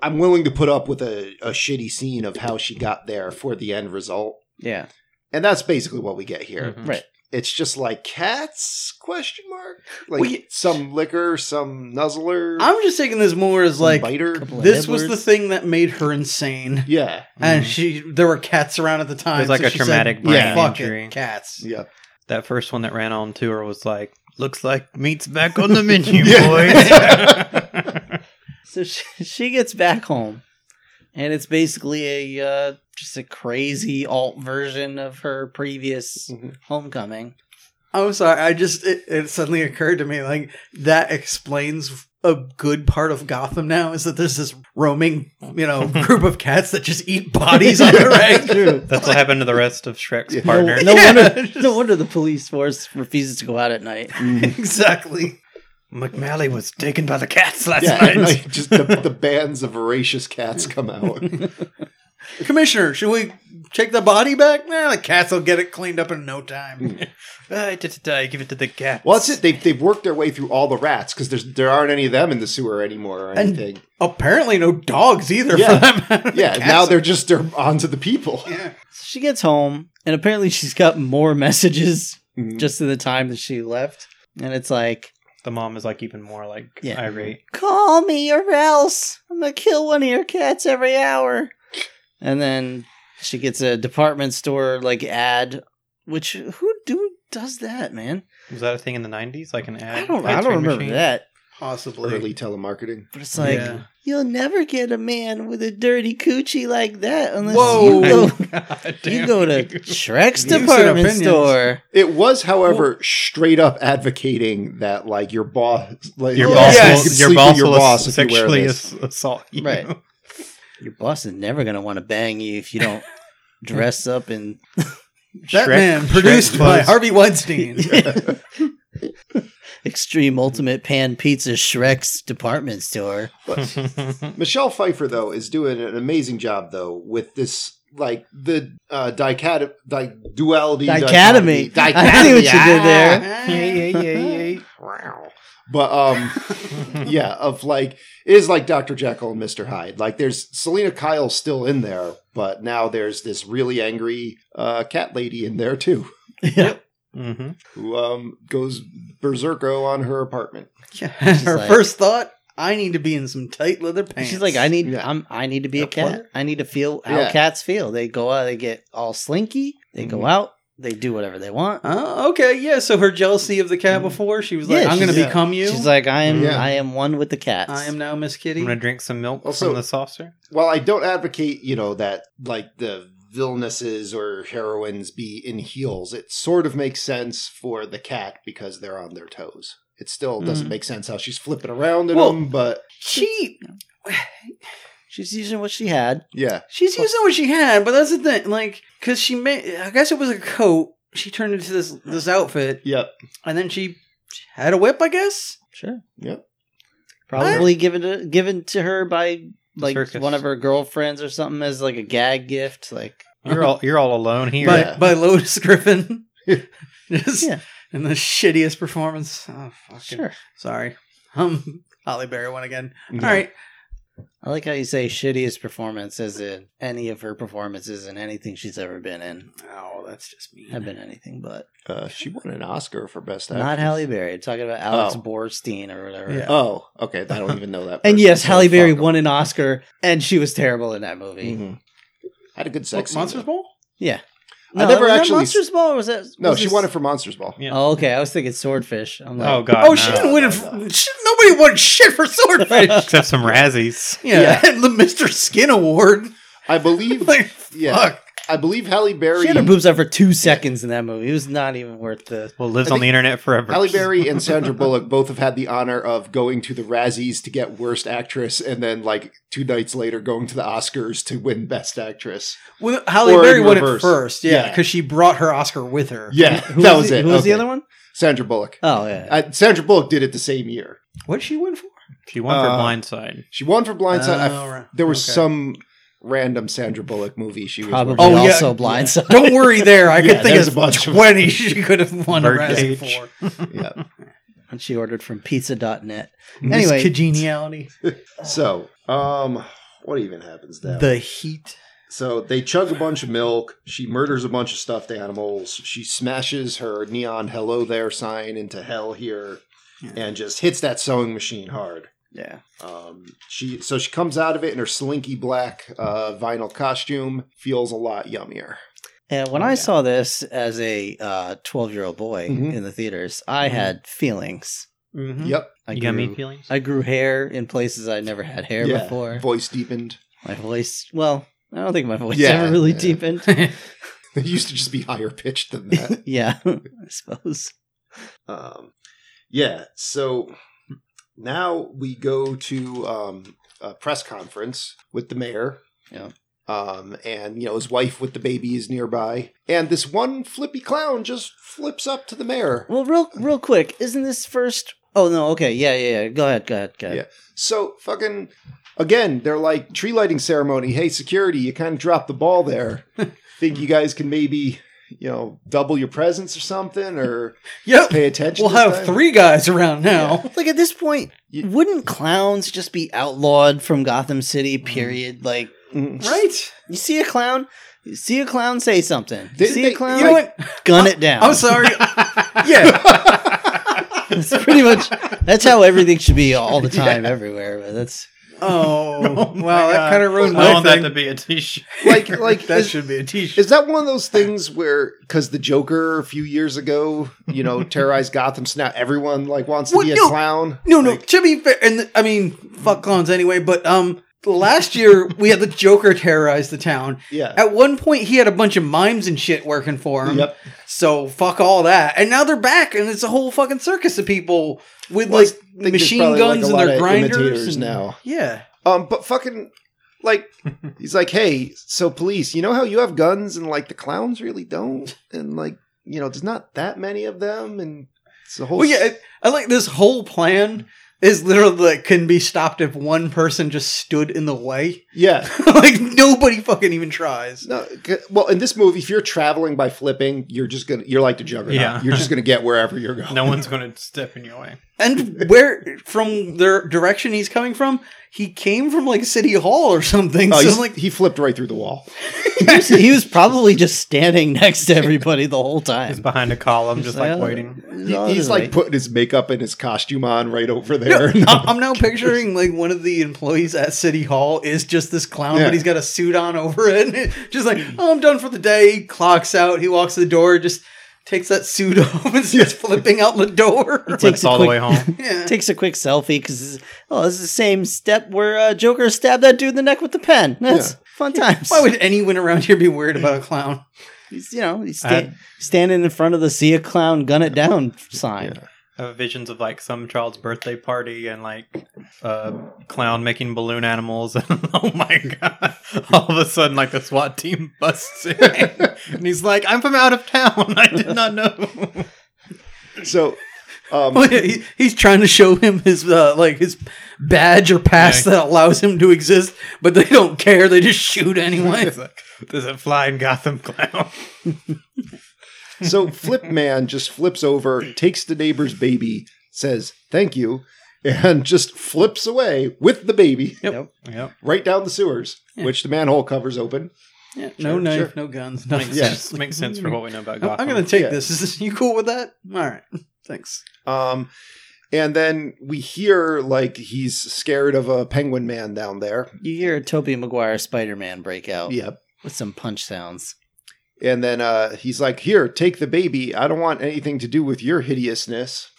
[SPEAKER 5] I'm willing to put up with a, a shitty scene of how she got there for the end result.
[SPEAKER 4] yeah,
[SPEAKER 5] And that's basically what we get here.
[SPEAKER 1] Mm-hmm.
[SPEAKER 6] Mhm.
[SPEAKER 4] right.
[SPEAKER 5] It's just like cats question mark? Like
[SPEAKER 1] Well, you-
[SPEAKER 5] some liquor, some nuzzler,
[SPEAKER 1] I'm just taking this more as
[SPEAKER 5] some
[SPEAKER 1] like
[SPEAKER 5] biter.
[SPEAKER 4] Couple of
[SPEAKER 1] this was the
[SPEAKER 4] nibblers.
[SPEAKER 1] thing that made her insane.
[SPEAKER 5] Yeah.
[SPEAKER 6] Mm-hmm.
[SPEAKER 1] And
[SPEAKER 6] Hmm.
[SPEAKER 1] she, there were cats around at the time.
[SPEAKER 6] was like
[SPEAKER 1] so
[SPEAKER 6] a
[SPEAKER 1] she said,
[SPEAKER 6] traumatic
[SPEAKER 5] brain
[SPEAKER 1] fuck
[SPEAKER 6] injury."
[SPEAKER 1] It, cats.
[SPEAKER 5] Yeah.
[SPEAKER 6] That first one that ran on tour was like, looks like meat's back on the menu,
[SPEAKER 5] Yeah.
[SPEAKER 6] boys.
[SPEAKER 4] So *laughs* she, she gets back home, and it's basically a uh, just a crazy alt version of her previous
[SPEAKER 5] Mhm.
[SPEAKER 4] homecoming.
[SPEAKER 1] I'm sorry. I just it, it suddenly occurred to me like that explains a good part of Gotham now is that there's this roaming you know group of cats that just eat bodies on the reg.
[SPEAKER 6] That's what happened to the rest of Shrek's
[SPEAKER 5] Yeah.
[SPEAKER 4] No,
[SPEAKER 6] partner.
[SPEAKER 4] no
[SPEAKER 1] Yeah,
[SPEAKER 4] *laughs* wonder,
[SPEAKER 1] just-
[SPEAKER 4] no wonder the police force refuses to go out at night.
[SPEAKER 1] exactly.
[SPEAKER 6] McMally was taken by the cats last
[SPEAKER 5] Yeah, *laughs* like just the, the bands of voracious cats
[SPEAKER 1] *laughs*
[SPEAKER 5] come out.
[SPEAKER 1] Commissioner, should we take the body back? Nah, the cats will get it cleaned up in no time.
[SPEAKER 6] I did die. Give it to the cats.
[SPEAKER 5] Well, that's it. They've, they've worked their way through all the rats because there's there aren't any of them in the sewer anymore or
[SPEAKER 1] And-
[SPEAKER 5] anything.
[SPEAKER 1] Apparently, no dogs either.
[SPEAKER 5] Yeah.
[SPEAKER 1] For that matter. The
[SPEAKER 5] yeah,
[SPEAKER 1] cats
[SPEAKER 5] now
[SPEAKER 1] are-
[SPEAKER 5] they're just they're onto
[SPEAKER 1] *laughs*
[SPEAKER 5] the people.
[SPEAKER 1] Yeah.
[SPEAKER 4] So she gets home, and apparently she's got more *laughs* messages
[SPEAKER 5] Mhm.
[SPEAKER 4] just in the time that she left. And it's like,
[SPEAKER 6] The mom is like even more like
[SPEAKER 4] Yeah.
[SPEAKER 6] irate.
[SPEAKER 4] call me or else I'm gonna kill one of your cats every hour. And then she gets a department store like ad, which who do does that, man?
[SPEAKER 6] Was that a thing in the nineties? Like an ad?
[SPEAKER 4] I don't, I don't
[SPEAKER 6] answering
[SPEAKER 4] remember
[SPEAKER 6] machine?
[SPEAKER 5] *laughs*
[SPEAKER 4] that.
[SPEAKER 1] Possibly.
[SPEAKER 5] Early telemarketing.
[SPEAKER 4] But it's like
[SPEAKER 1] Yeah.
[SPEAKER 4] you'll never get a man with a dirty coochie like that unless
[SPEAKER 1] Whoa.
[SPEAKER 4] you
[SPEAKER 6] *laughs*
[SPEAKER 1] *laughs*
[SPEAKER 4] go.
[SPEAKER 6] God damn
[SPEAKER 4] You go to Shrek's
[SPEAKER 1] You said
[SPEAKER 4] department
[SPEAKER 1] opinions.
[SPEAKER 4] store.
[SPEAKER 5] It was, however, straight up advocating that like your boss, like
[SPEAKER 4] *laughs*
[SPEAKER 6] your
[SPEAKER 5] yeah,
[SPEAKER 6] boss.
[SPEAKER 5] you
[SPEAKER 1] Yes.
[SPEAKER 5] can
[SPEAKER 6] Will, your
[SPEAKER 5] sleep
[SPEAKER 6] boss
[SPEAKER 5] with
[SPEAKER 6] will
[SPEAKER 5] if you wear
[SPEAKER 6] sexually
[SPEAKER 5] this.
[SPEAKER 6] ass- assault *laughs* you.
[SPEAKER 4] Right. Your boss is never gonna want to bang you if you don't dress up and
[SPEAKER 1] That
[SPEAKER 6] Shrek-
[SPEAKER 1] man
[SPEAKER 6] Shrek
[SPEAKER 1] produced by
[SPEAKER 6] was-
[SPEAKER 1] Harvey Weinstein. *laughs*
[SPEAKER 4] Extreme Ultimate Pan Pizza Shrek's department store.
[SPEAKER 6] *laughs*
[SPEAKER 5] But Michelle Pfeiffer though is doing an amazing job though with this like the uh, dichot- di- duality
[SPEAKER 4] Dichotomy.
[SPEAKER 5] dichotomy.
[SPEAKER 4] I see what you did there.
[SPEAKER 5] Wow. But um yeah, of like it is like Dr. Jekyll and Mr. Hyde. Like there's Selena Kyle still in there, but now there's this really angry uh cat lady in there too,
[SPEAKER 4] *laughs*
[SPEAKER 6] hmm
[SPEAKER 5] who um goes berserko on her apartment.
[SPEAKER 1] Yeah. Her
[SPEAKER 4] like-
[SPEAKER 1] first thought, I need to be in some tight leather pants.
[SPEAKER 4] She's like, I need,
[SPEAKER 5] Yeah.
[SPEAKER 4] I'm, I need to be a
[SPEAKER 5] Yeah,
[SPEAKER 4] cat.
[SPEAKER 5] what?
[SPEAKER 4] I need to feel how
[SPEAKER 5] Yeah.
[SPEAKER 4] cats feel. They go out, they get all slinky. They go
[SPEAKER 5] Mhm.
[SPEAKER 4] out, they do whatever they want.
[SPEAKER 1] Oh, okay, yeah. So her jealousy of the cat before, she was like,
[SPEAKER 4] Mm-hmm. Yeah,
[SPEAKER 1] I'm going to
[SPEAKER 4] she's-
[SPEAKER 1] become you.
[SPEAKER 4] She's like, I am,
[SPEAKER 5] Yeah.
[SPEAKER 4] I am one with the cats.
[SPEAKER 1] I am now Miss
[SPEAKER 6] I'm
[SPEAKER 1] Kitty.
[SPEAKER 6] gonna drink some milk
[SPEAKER 5] Also-
[SPEAKER 6] from the saucer.
[SPEAKER 5] Well, I don't advocate, you know, that like the villainesses or heroines be in heels. It sort of makes sense for the cat because they're on their toes. It still doesn't
[SPEAKER 1] Mhm.
[SPEAKER 5] make sense how she's flipping around in
[SPEAKER 1] Well-
[SPEAKER 5] them, but
[SPEAKER 1] She,
[SPEAKER 4] She's using what she had.
[SPEAKER 5] yeah.
[SPEAKER 1] she's using what she had, but that's the thing. Like, because she made, I guess it was a coat. She turned into this this outfit,
[SPEAKER 5] Yep.
[SPEAKER 1] and then she had a whip. I guess.
[SPEAKER 4] Sure.
[SPEAKER 5] Yep.
[SPEAKER 4] Probably given to, given to her by like
[SPEAKER 6] circus.
[SPEAKER 4] one of her girlfriends or something as like a gag gift. Like,
[SPEAKER 6] You're all you're all alone here.
[SPEAKER 1] By
[SPEAKER 5] Yeah.
[SPEAKER 1] by Lotus Griffin.
[SPEAKER 4] *laughs*
[SPEAKER 1] Just
[SPEAKER 4] Yeah.
[SPEAKER 1] in the shittiest performance. Oh, fucking
[SPEAKER 4] sure.
[SPEAKER 1] sorry. Um, Holly Berry one again. All right.
[SPEAKER 4] I like how you say shittiest performance as in any of her performances in anything she's ever been in.
[SPEAKER 1] Oh, that's just me.
[SPEAKER 4] Have been anything but.
[SPEAKER 5] Uh, she won an Oscar for best actress.
[SPEAKER 4] Not Halle Berry. I'm talking about Alex
[SPEAKER 5] Oh.
[SPEAKER 4] Borstein or whatever.
[SPEAKER 1] Yeah.
[SPEAKER 5] Oh, okay. I don't even know that.
[SPEAKER 4] *laughs* And
[SPEAKER 5] person,
[SPEAKER 4] yes,
[SPEAKER 5] so
[SPEAKER 4] Halle Berry
[SPEAKER 5] fuck 'em.
[SPEAKER 4] won an Oscar, and she was terrible in that movie.
[SPEAKER 5] Mhm. Had a good
[SPEAKER 1] What,
[SPEAKER 5] sex. scene,
[SPEAKER 1] Monsters
[SPEAKER 5] though.
[SPEAKER 1] Ball?
[SPEAKER 4] Yeah.
[SPEAKER 5] I never
[SPEAKER 4] was that
[SPEAKER 5] actually.
[SPEAKER 4] Monsters Ball or was that?
[SPEAKER 5] no,
[SPEAKER 4] was
[SPEAKER 5] she
[SPEAKER 4] this-
[SPEAKER 5] won it for Monsters Ball.
[SPEAKER 6] Yeah.
[SPEAKER 4] Oh, okay. I was thinking Swordfish. I'm like,
[SPEAKER 6] Oh god.
[SPEAKER 1] oh,
[SPEAKER 6] no.
[SPEAKER 1] she didn't win it. For, she, nobody won shit for Swordfish.
[SPEAKER 6] *laughs* Except some Razzies.
[SPEAKER 1] yeah, *laughs* the Mr. Skin Award. *laughs*
[SPEAKER 5] I believe.
[SPEAKER 1] Like,
[SPEAKER 5] yeah,
[SPEAKER 1] fuck.
[SPEAKER 5] I believe Halle Berry.
[SPEAKER 4] she had her boobs out for two seconds in that movie. It was not even worth the.
[SPEAKER 6] Well, lives
[SPEAKER 5] I
[SPEAKER 6] on the internet
[SPEAKER 5] *laughs*
[SPEAKER 6] forever.
[SPEAKER 5] Halle Berry and Sandra Bullock both have had the honor of going to the Razzies to get Worst Actress, and then like two nights later going to the Oscars to win Best Actress.
[SPEAKER 1] Well, Halle
[SPEAKER 5] Or in
[SPEAKER 1] Berry won it
[SPEAKER 5] reverse.
[SPEAKER 1] first, yeah,
[SPEAKER 5] Yeah.
[SPEAKER 1] because she brought her Oscar with her.
[SPEAKER 5] Yeah,
[SPEAKER 4] Who
[SPEAKER 5] that was
[SPEAKER 4] the-
[SPEAKER 5] it.
[SPEAKER 4] Who was the
[SPEAKER 5] Okay.
[SPEAKER 4] other one?
[SPEAKER 5] Sandra Bullock.
[SPEAKER 4] Oh yeah.
[SPEAKER 5] Uh, Sandra Bullock did it the same year.
[SPEAKER 1] What did she win for?
[SPEAKER 6] She won for
[SPEAKER 5] Uh,
[SPEAKER 6] Blindside.
[SPEAKER 5] She won for Blindside. I f-
[SPEAKER 1] Oh, right.
[SPEAKER 5] There was
[SPEAKER 1] Okay.
[SPEAKER 5] some random Sandra Bullock movie she was.
[SPEAKER 4] Probably
[SPEAKER 5] working
[SPEAKER 1] Oh, yeah.
[SPEAKER 4] also blindside.
[SPEAKER 1] Don't worry, there. I
[SPEAKER 5] Yeah,
[SPEAKER 1] could think
[SPEAKER 5] there's
[SPEAKER 1] of
[SPEAKER 5] a bunch of-
[SPEAKER 1] twenty *laughs* she could have won a Razzie
[SPEAKER 6] Birdcage.
[SPEAKER 1] for.
[SPEAKER 5] on. *laughs* yeah.
[SPEAKER 4] And she ordered from pizza.net.
[SPEAKER 1] Miss
[SPEAKER 4] Anyway.
[SPEAKER 1] congeniality.
[SPEAKER 5] So, um, what even happens now?
[SPEAKER 1] The heat.
[SPEAKER 5] so they chug a bunch of milk. She murders a bunch of stuffed animals. She smashes her neon "Hello there" sign into hell here, and just hits that sewing machine hard.
[SPEAKER 4] Yeah.
[SPEAKER 5] Um, she so she comes out of it in her slinky black uh, vinyl costume. Feels a lot yummier.
[SPEAKER 4] And
[SPEAKER 5] Oh,
[SPEAKER 4] when I saw this as a uh, 12-year-old boy
[SPEAKER 5] Mhm.
[SPEAKER 4] in the theaters, I had feelings.
[SPEAKER 1] Hmm.
[SPEAKER 6] Mm-hmm.
[SPEAKER 5] Yep.
[SPEAKER 4] I
[SPEAKER 6] You got me
[SPEAKER 4] grew,
[SPEAKER 6] feelings?
[SPEAKER 4] I grew hair in places I never had hair
[SPEAKER 5] Yeah.
[SPEAKER 4] before.
[SPEAKER 5] Voice deepened. *laughs*
[SPEAKER 4] My voice, well, I don't think my voice
[SPEAKER 5] Yeah,
[SPEAKER 4] ever really
[SPEAKER 5] yeah.
[SPEAKER 4] deepened.
[SPEAKER 5] *laughs* It used to just be higher pitched than that.
[SPEAKER 4] yeah, *laughs* I suppose.
[SPEAKER 5] Um, yeah, so now we go to um, a press conference with the mayor.
[SPEAKER 4] Yeah.
[SPEAKER 5] Um, and you know his wife with the baby is nearby, and this one flippy clown just flips up to the mayor.
[SPEAKER 4] Well, real real quick, isn't this first Oh no, okay. Yeah, yeah, yeah. Go ahead, go ahead, go ahead.
[SPEAKER 5] So fucking again, they're like tree lighting ceremony. Hey, security, you kind of dropped the ball there.
[SPEAKER 1] *laughs*
[SPEAKER 5] Think you guys can maybe you know double your presence or something, or
[SPEAKER 1] Yep.
[SPEAKER 5] pay attention.
[SPEAKER 1] We'll
[SPEAKER 5] this
[SPEAKER 1] have
[SPEAKER 5] time?
[SPEAKER 1] three guys around
[SPEAKER 4] *laughs*
[SPEAKER 1] now.
[SPEAKER 4] Like at this point,
[SPEAKER 5] You-
[SPEAKER 4] wouldn't clowns just be outlawed from Gotham City? Period. Like
[SPEAKER 5] Mm.
[SPEAKER 1] Right?
[SPEAKER 4] you see a clown, you see a clown say something. You
[SPEAKER 5] Didn't
[SPEAKER 4] see
[SPEAKER 5] they-
[SPEAKER 4] a clown,
[SPEAKER 1] you know
[SPEAKER 4] like,
[SPEAKER 1] what?
[SPEAKER 4] gun it down.
[SPEAKER 1] I'm
[SPEAKER 4] *laughs*
[SPEAKER 1] sorry. yeah.
[SPEAKER 4] That's pretty much that's how everything should be all the time, everywhere. But that's
[SPEAKER 1] Oh,
[SPEAKER 6] my
[SPEAKER 1] wow. That
[SPEAKER 6] God.
[SPEAKER 1] kind of ruined
[SPEAKER 6] I
[SPEAKER 1] my
[SPEAKER 6] want that
[SPEAKER 1] thing.
[SPEAKER 6] to be a t shirt.
[SPEAKER 5] Like,
[SPEAKER 1] *laughs*
[SPEAKER 5] like
[SPEAKER 1] that
[SPEAKER 5] is-
[SPEAKER 1] should be a t-shirt.
[SPEAKER 5] Is that one of those things where, because the Joker a few years ago,
[SPEAKER 1] *laughs*
[SPEAKER 5] you know, terrorized Gotham, so now everyone like wants to
[SPEAKER 1] Well,
[SPEAKER 5] be a
[SPEAKER 1] no.
[SPEAKER 5] clown?
[SPEAKER 1] No, no. To be fair, and th- I mean, fuck clowns anyway. But um, last year we had the Joker terrorize the town.
[SPEAKER 5] Yeah.
[SPEAKER 1] At one point, he had a bunch of mimes and shit working for him.
[SPEAKER 5] Yep.
[SPEAKER 1] So fuck all that. And now they're back, and it's a whole fucking circus of people with
[SPEAKER 5] Well, I
[SPEAKER 1] like
[SPEAKER 5] I think there's
[SPEAKER 1] machine
[SPEAKER 5] probably,
[SPEAKER 1] guns
[SPEAKER 5] like, a
[SPEAKER 1] and
[SPEAKER 5] lot
[SPEAKER 1] their
[SPEAKER 5] of
[SPEAKER 1] grinders
[SPEAKER 5] imitators
[SPEAKER 1] and-
[SPEAKER 5] now.
[SPEAKER 1] Yeah.
[SPEAKER 5] Um, but fucking,
[SPEAKER 1] *laughs*
[SPEAKER 5] like, he's like, hey, so police, you know how you have guns and like the clowns really don't, and like, you know, there's not that many of them, and it's a whole.
[SPEAKER 1] Well, yeah. it- I like this whole plan is literally like can be stopped if one person just stood in the way. *laughs*
[SPEAKER 5] yeah.
[SPEAKER 1] like nobody fucking even tries.
[SPEAKER 5] No, c- well, in this movie, if you're traveling by flipping, you're just gonna, you're like the juggernaut.
[SPEAKER 6] Yeah.
[SPEAKER 5] You're just gonna get
[SPEAKER 1] *laughs*
[SPEAKER 5] wherever you're going. Oh,
[SPEAKER 6] No one's going to step in your way.
[SPEAKER 1] And where from the direction he's coming from, he came from like City Hall or something.
[SPEAKER 5] Oh, he's-
[SPEAKER 1] so like
[SPEAKER 5] he flipped right through the wall.
[SPEAKER 4] he was, he was probably just standing *laughs* next to everybody the whole
[SPEAKER 6] He's
[SPEAKER 4] time.
[SPEAKER 6] behind a column,
[SPEAKER 4] He's
[SPEAKER 6] just like
[SPEAKER 4] "Oh,
[SPEAKER 6] waiting.
[SPEAKER 4] it's all
[SPEAKER 5] He- he's
[SPEAKER 4] his
[SPEAKER 5] like
[SPEAKER 4] way."
[SPEAKER 5] putting his makeup and his costume on right over
[SPEAKER 1] *laughs*
[SPEAKER 5] there. *laughs*
[SPEAKER 1] I- I'm now picturing like one of the employees at City Hall is just this clown,
[SPEAKER 5] Yeah.
[SPEAKER 1] but he's got a suit on over it. Just like, oh, I'm done for the day. He clocks out. He walks to the door, just takes that suit off and starts flipping out the door.
[SPEAKER 4] takes
[SPEAKER 6] Flips
[SPEAKER 4] a
[SPEAKER 6] all
[SPEAKER 4] quick,
[SPEAKER 6] the
[SPEAKER 4] *laughs*
[SPEAKER 6] way home.
[SPEAKER 1] Yeah.
[SPEAKER 4] takes a quick selfie because oh, this is the same step where uh, Joker stabbed that dude in the neck with the pen. That's fun times.
[SPEAKER 1] Why would anyone around here be worried about a clown?
[SPEAKER 4] He's, you know, he's sta-
[SPEAKER 6] I-
[SPEAKER 4] standing in front of the "See a clown, gun it down" sign.
[SPEAKER 6] I have visions of like some child's birthday party and like uh, clown making balloon animals. *laughs* And oh my god! All of a sudden, like the SWAT team busts in, and he's like, "I'm from out of town. I did not know." *laughs*
[SPEAKER 5] so,
[SPEAKER 1] *laughs*
[SPEAKER 5] um,
[SPEAKER 1] Well, Oh, yeah, he, he's trying to show him his uh, like his badge or pass
[SPEAKER 6] Yeah.
[SPEAKER 1] that allows him to exist, but they don't care. They just shoot
[SPEAKER 5] *laughs*
[SPEAKER 1] anyway.
[SPEAKER 6] It's like, There's a flying Gotham
[SPEAKER 1] *laughs*
[SPEAKER 6] clown.
[SPEAKER 5] so Flip Man just flips over, takes the neighbor's baby, says thank you, and just flips away with the baby
[SPEAKER 6] Yep.
[SPEAKER 5] right down the sewers,
[SPEAKER 1] Yeah.
[SPEAKER 5] which the manhole covers open.
[SPEAKER 1] Yeah, no
[SPEAKER 5] Sure,
[SPEAKER 1] knife,
[SPEAKER 5] sure.
[SPEAKER 1] no guns,
[SPEAKER 6] Makes
[SPEAKER 1] nothing.
[SPEAKER 5] Yeah.
[SPEAKER 6] sense. Makes sense for what we know about
[SPEAKER 1] I'm,
[SPEAKER 6] Gotham.
[SPEAKER 1] I'm gonna take
[SPEAKER 5] Yeah.
[SPEAKER 1] this. Is this you cool with that? All right, thanks.
[SPEAKER 5] Um, and then we hear like he's scared of a penguin man down there.
[SPEAKER 4] You hear a Tobey Maguire Spider-Man break out
[SPEAKER 5] Yep.
[SPEAKER 4] with some punch sounds.
[SPEAKER 5] And then uh, he's like, "Here, take the baby. I don't want anything to do with your hideousness."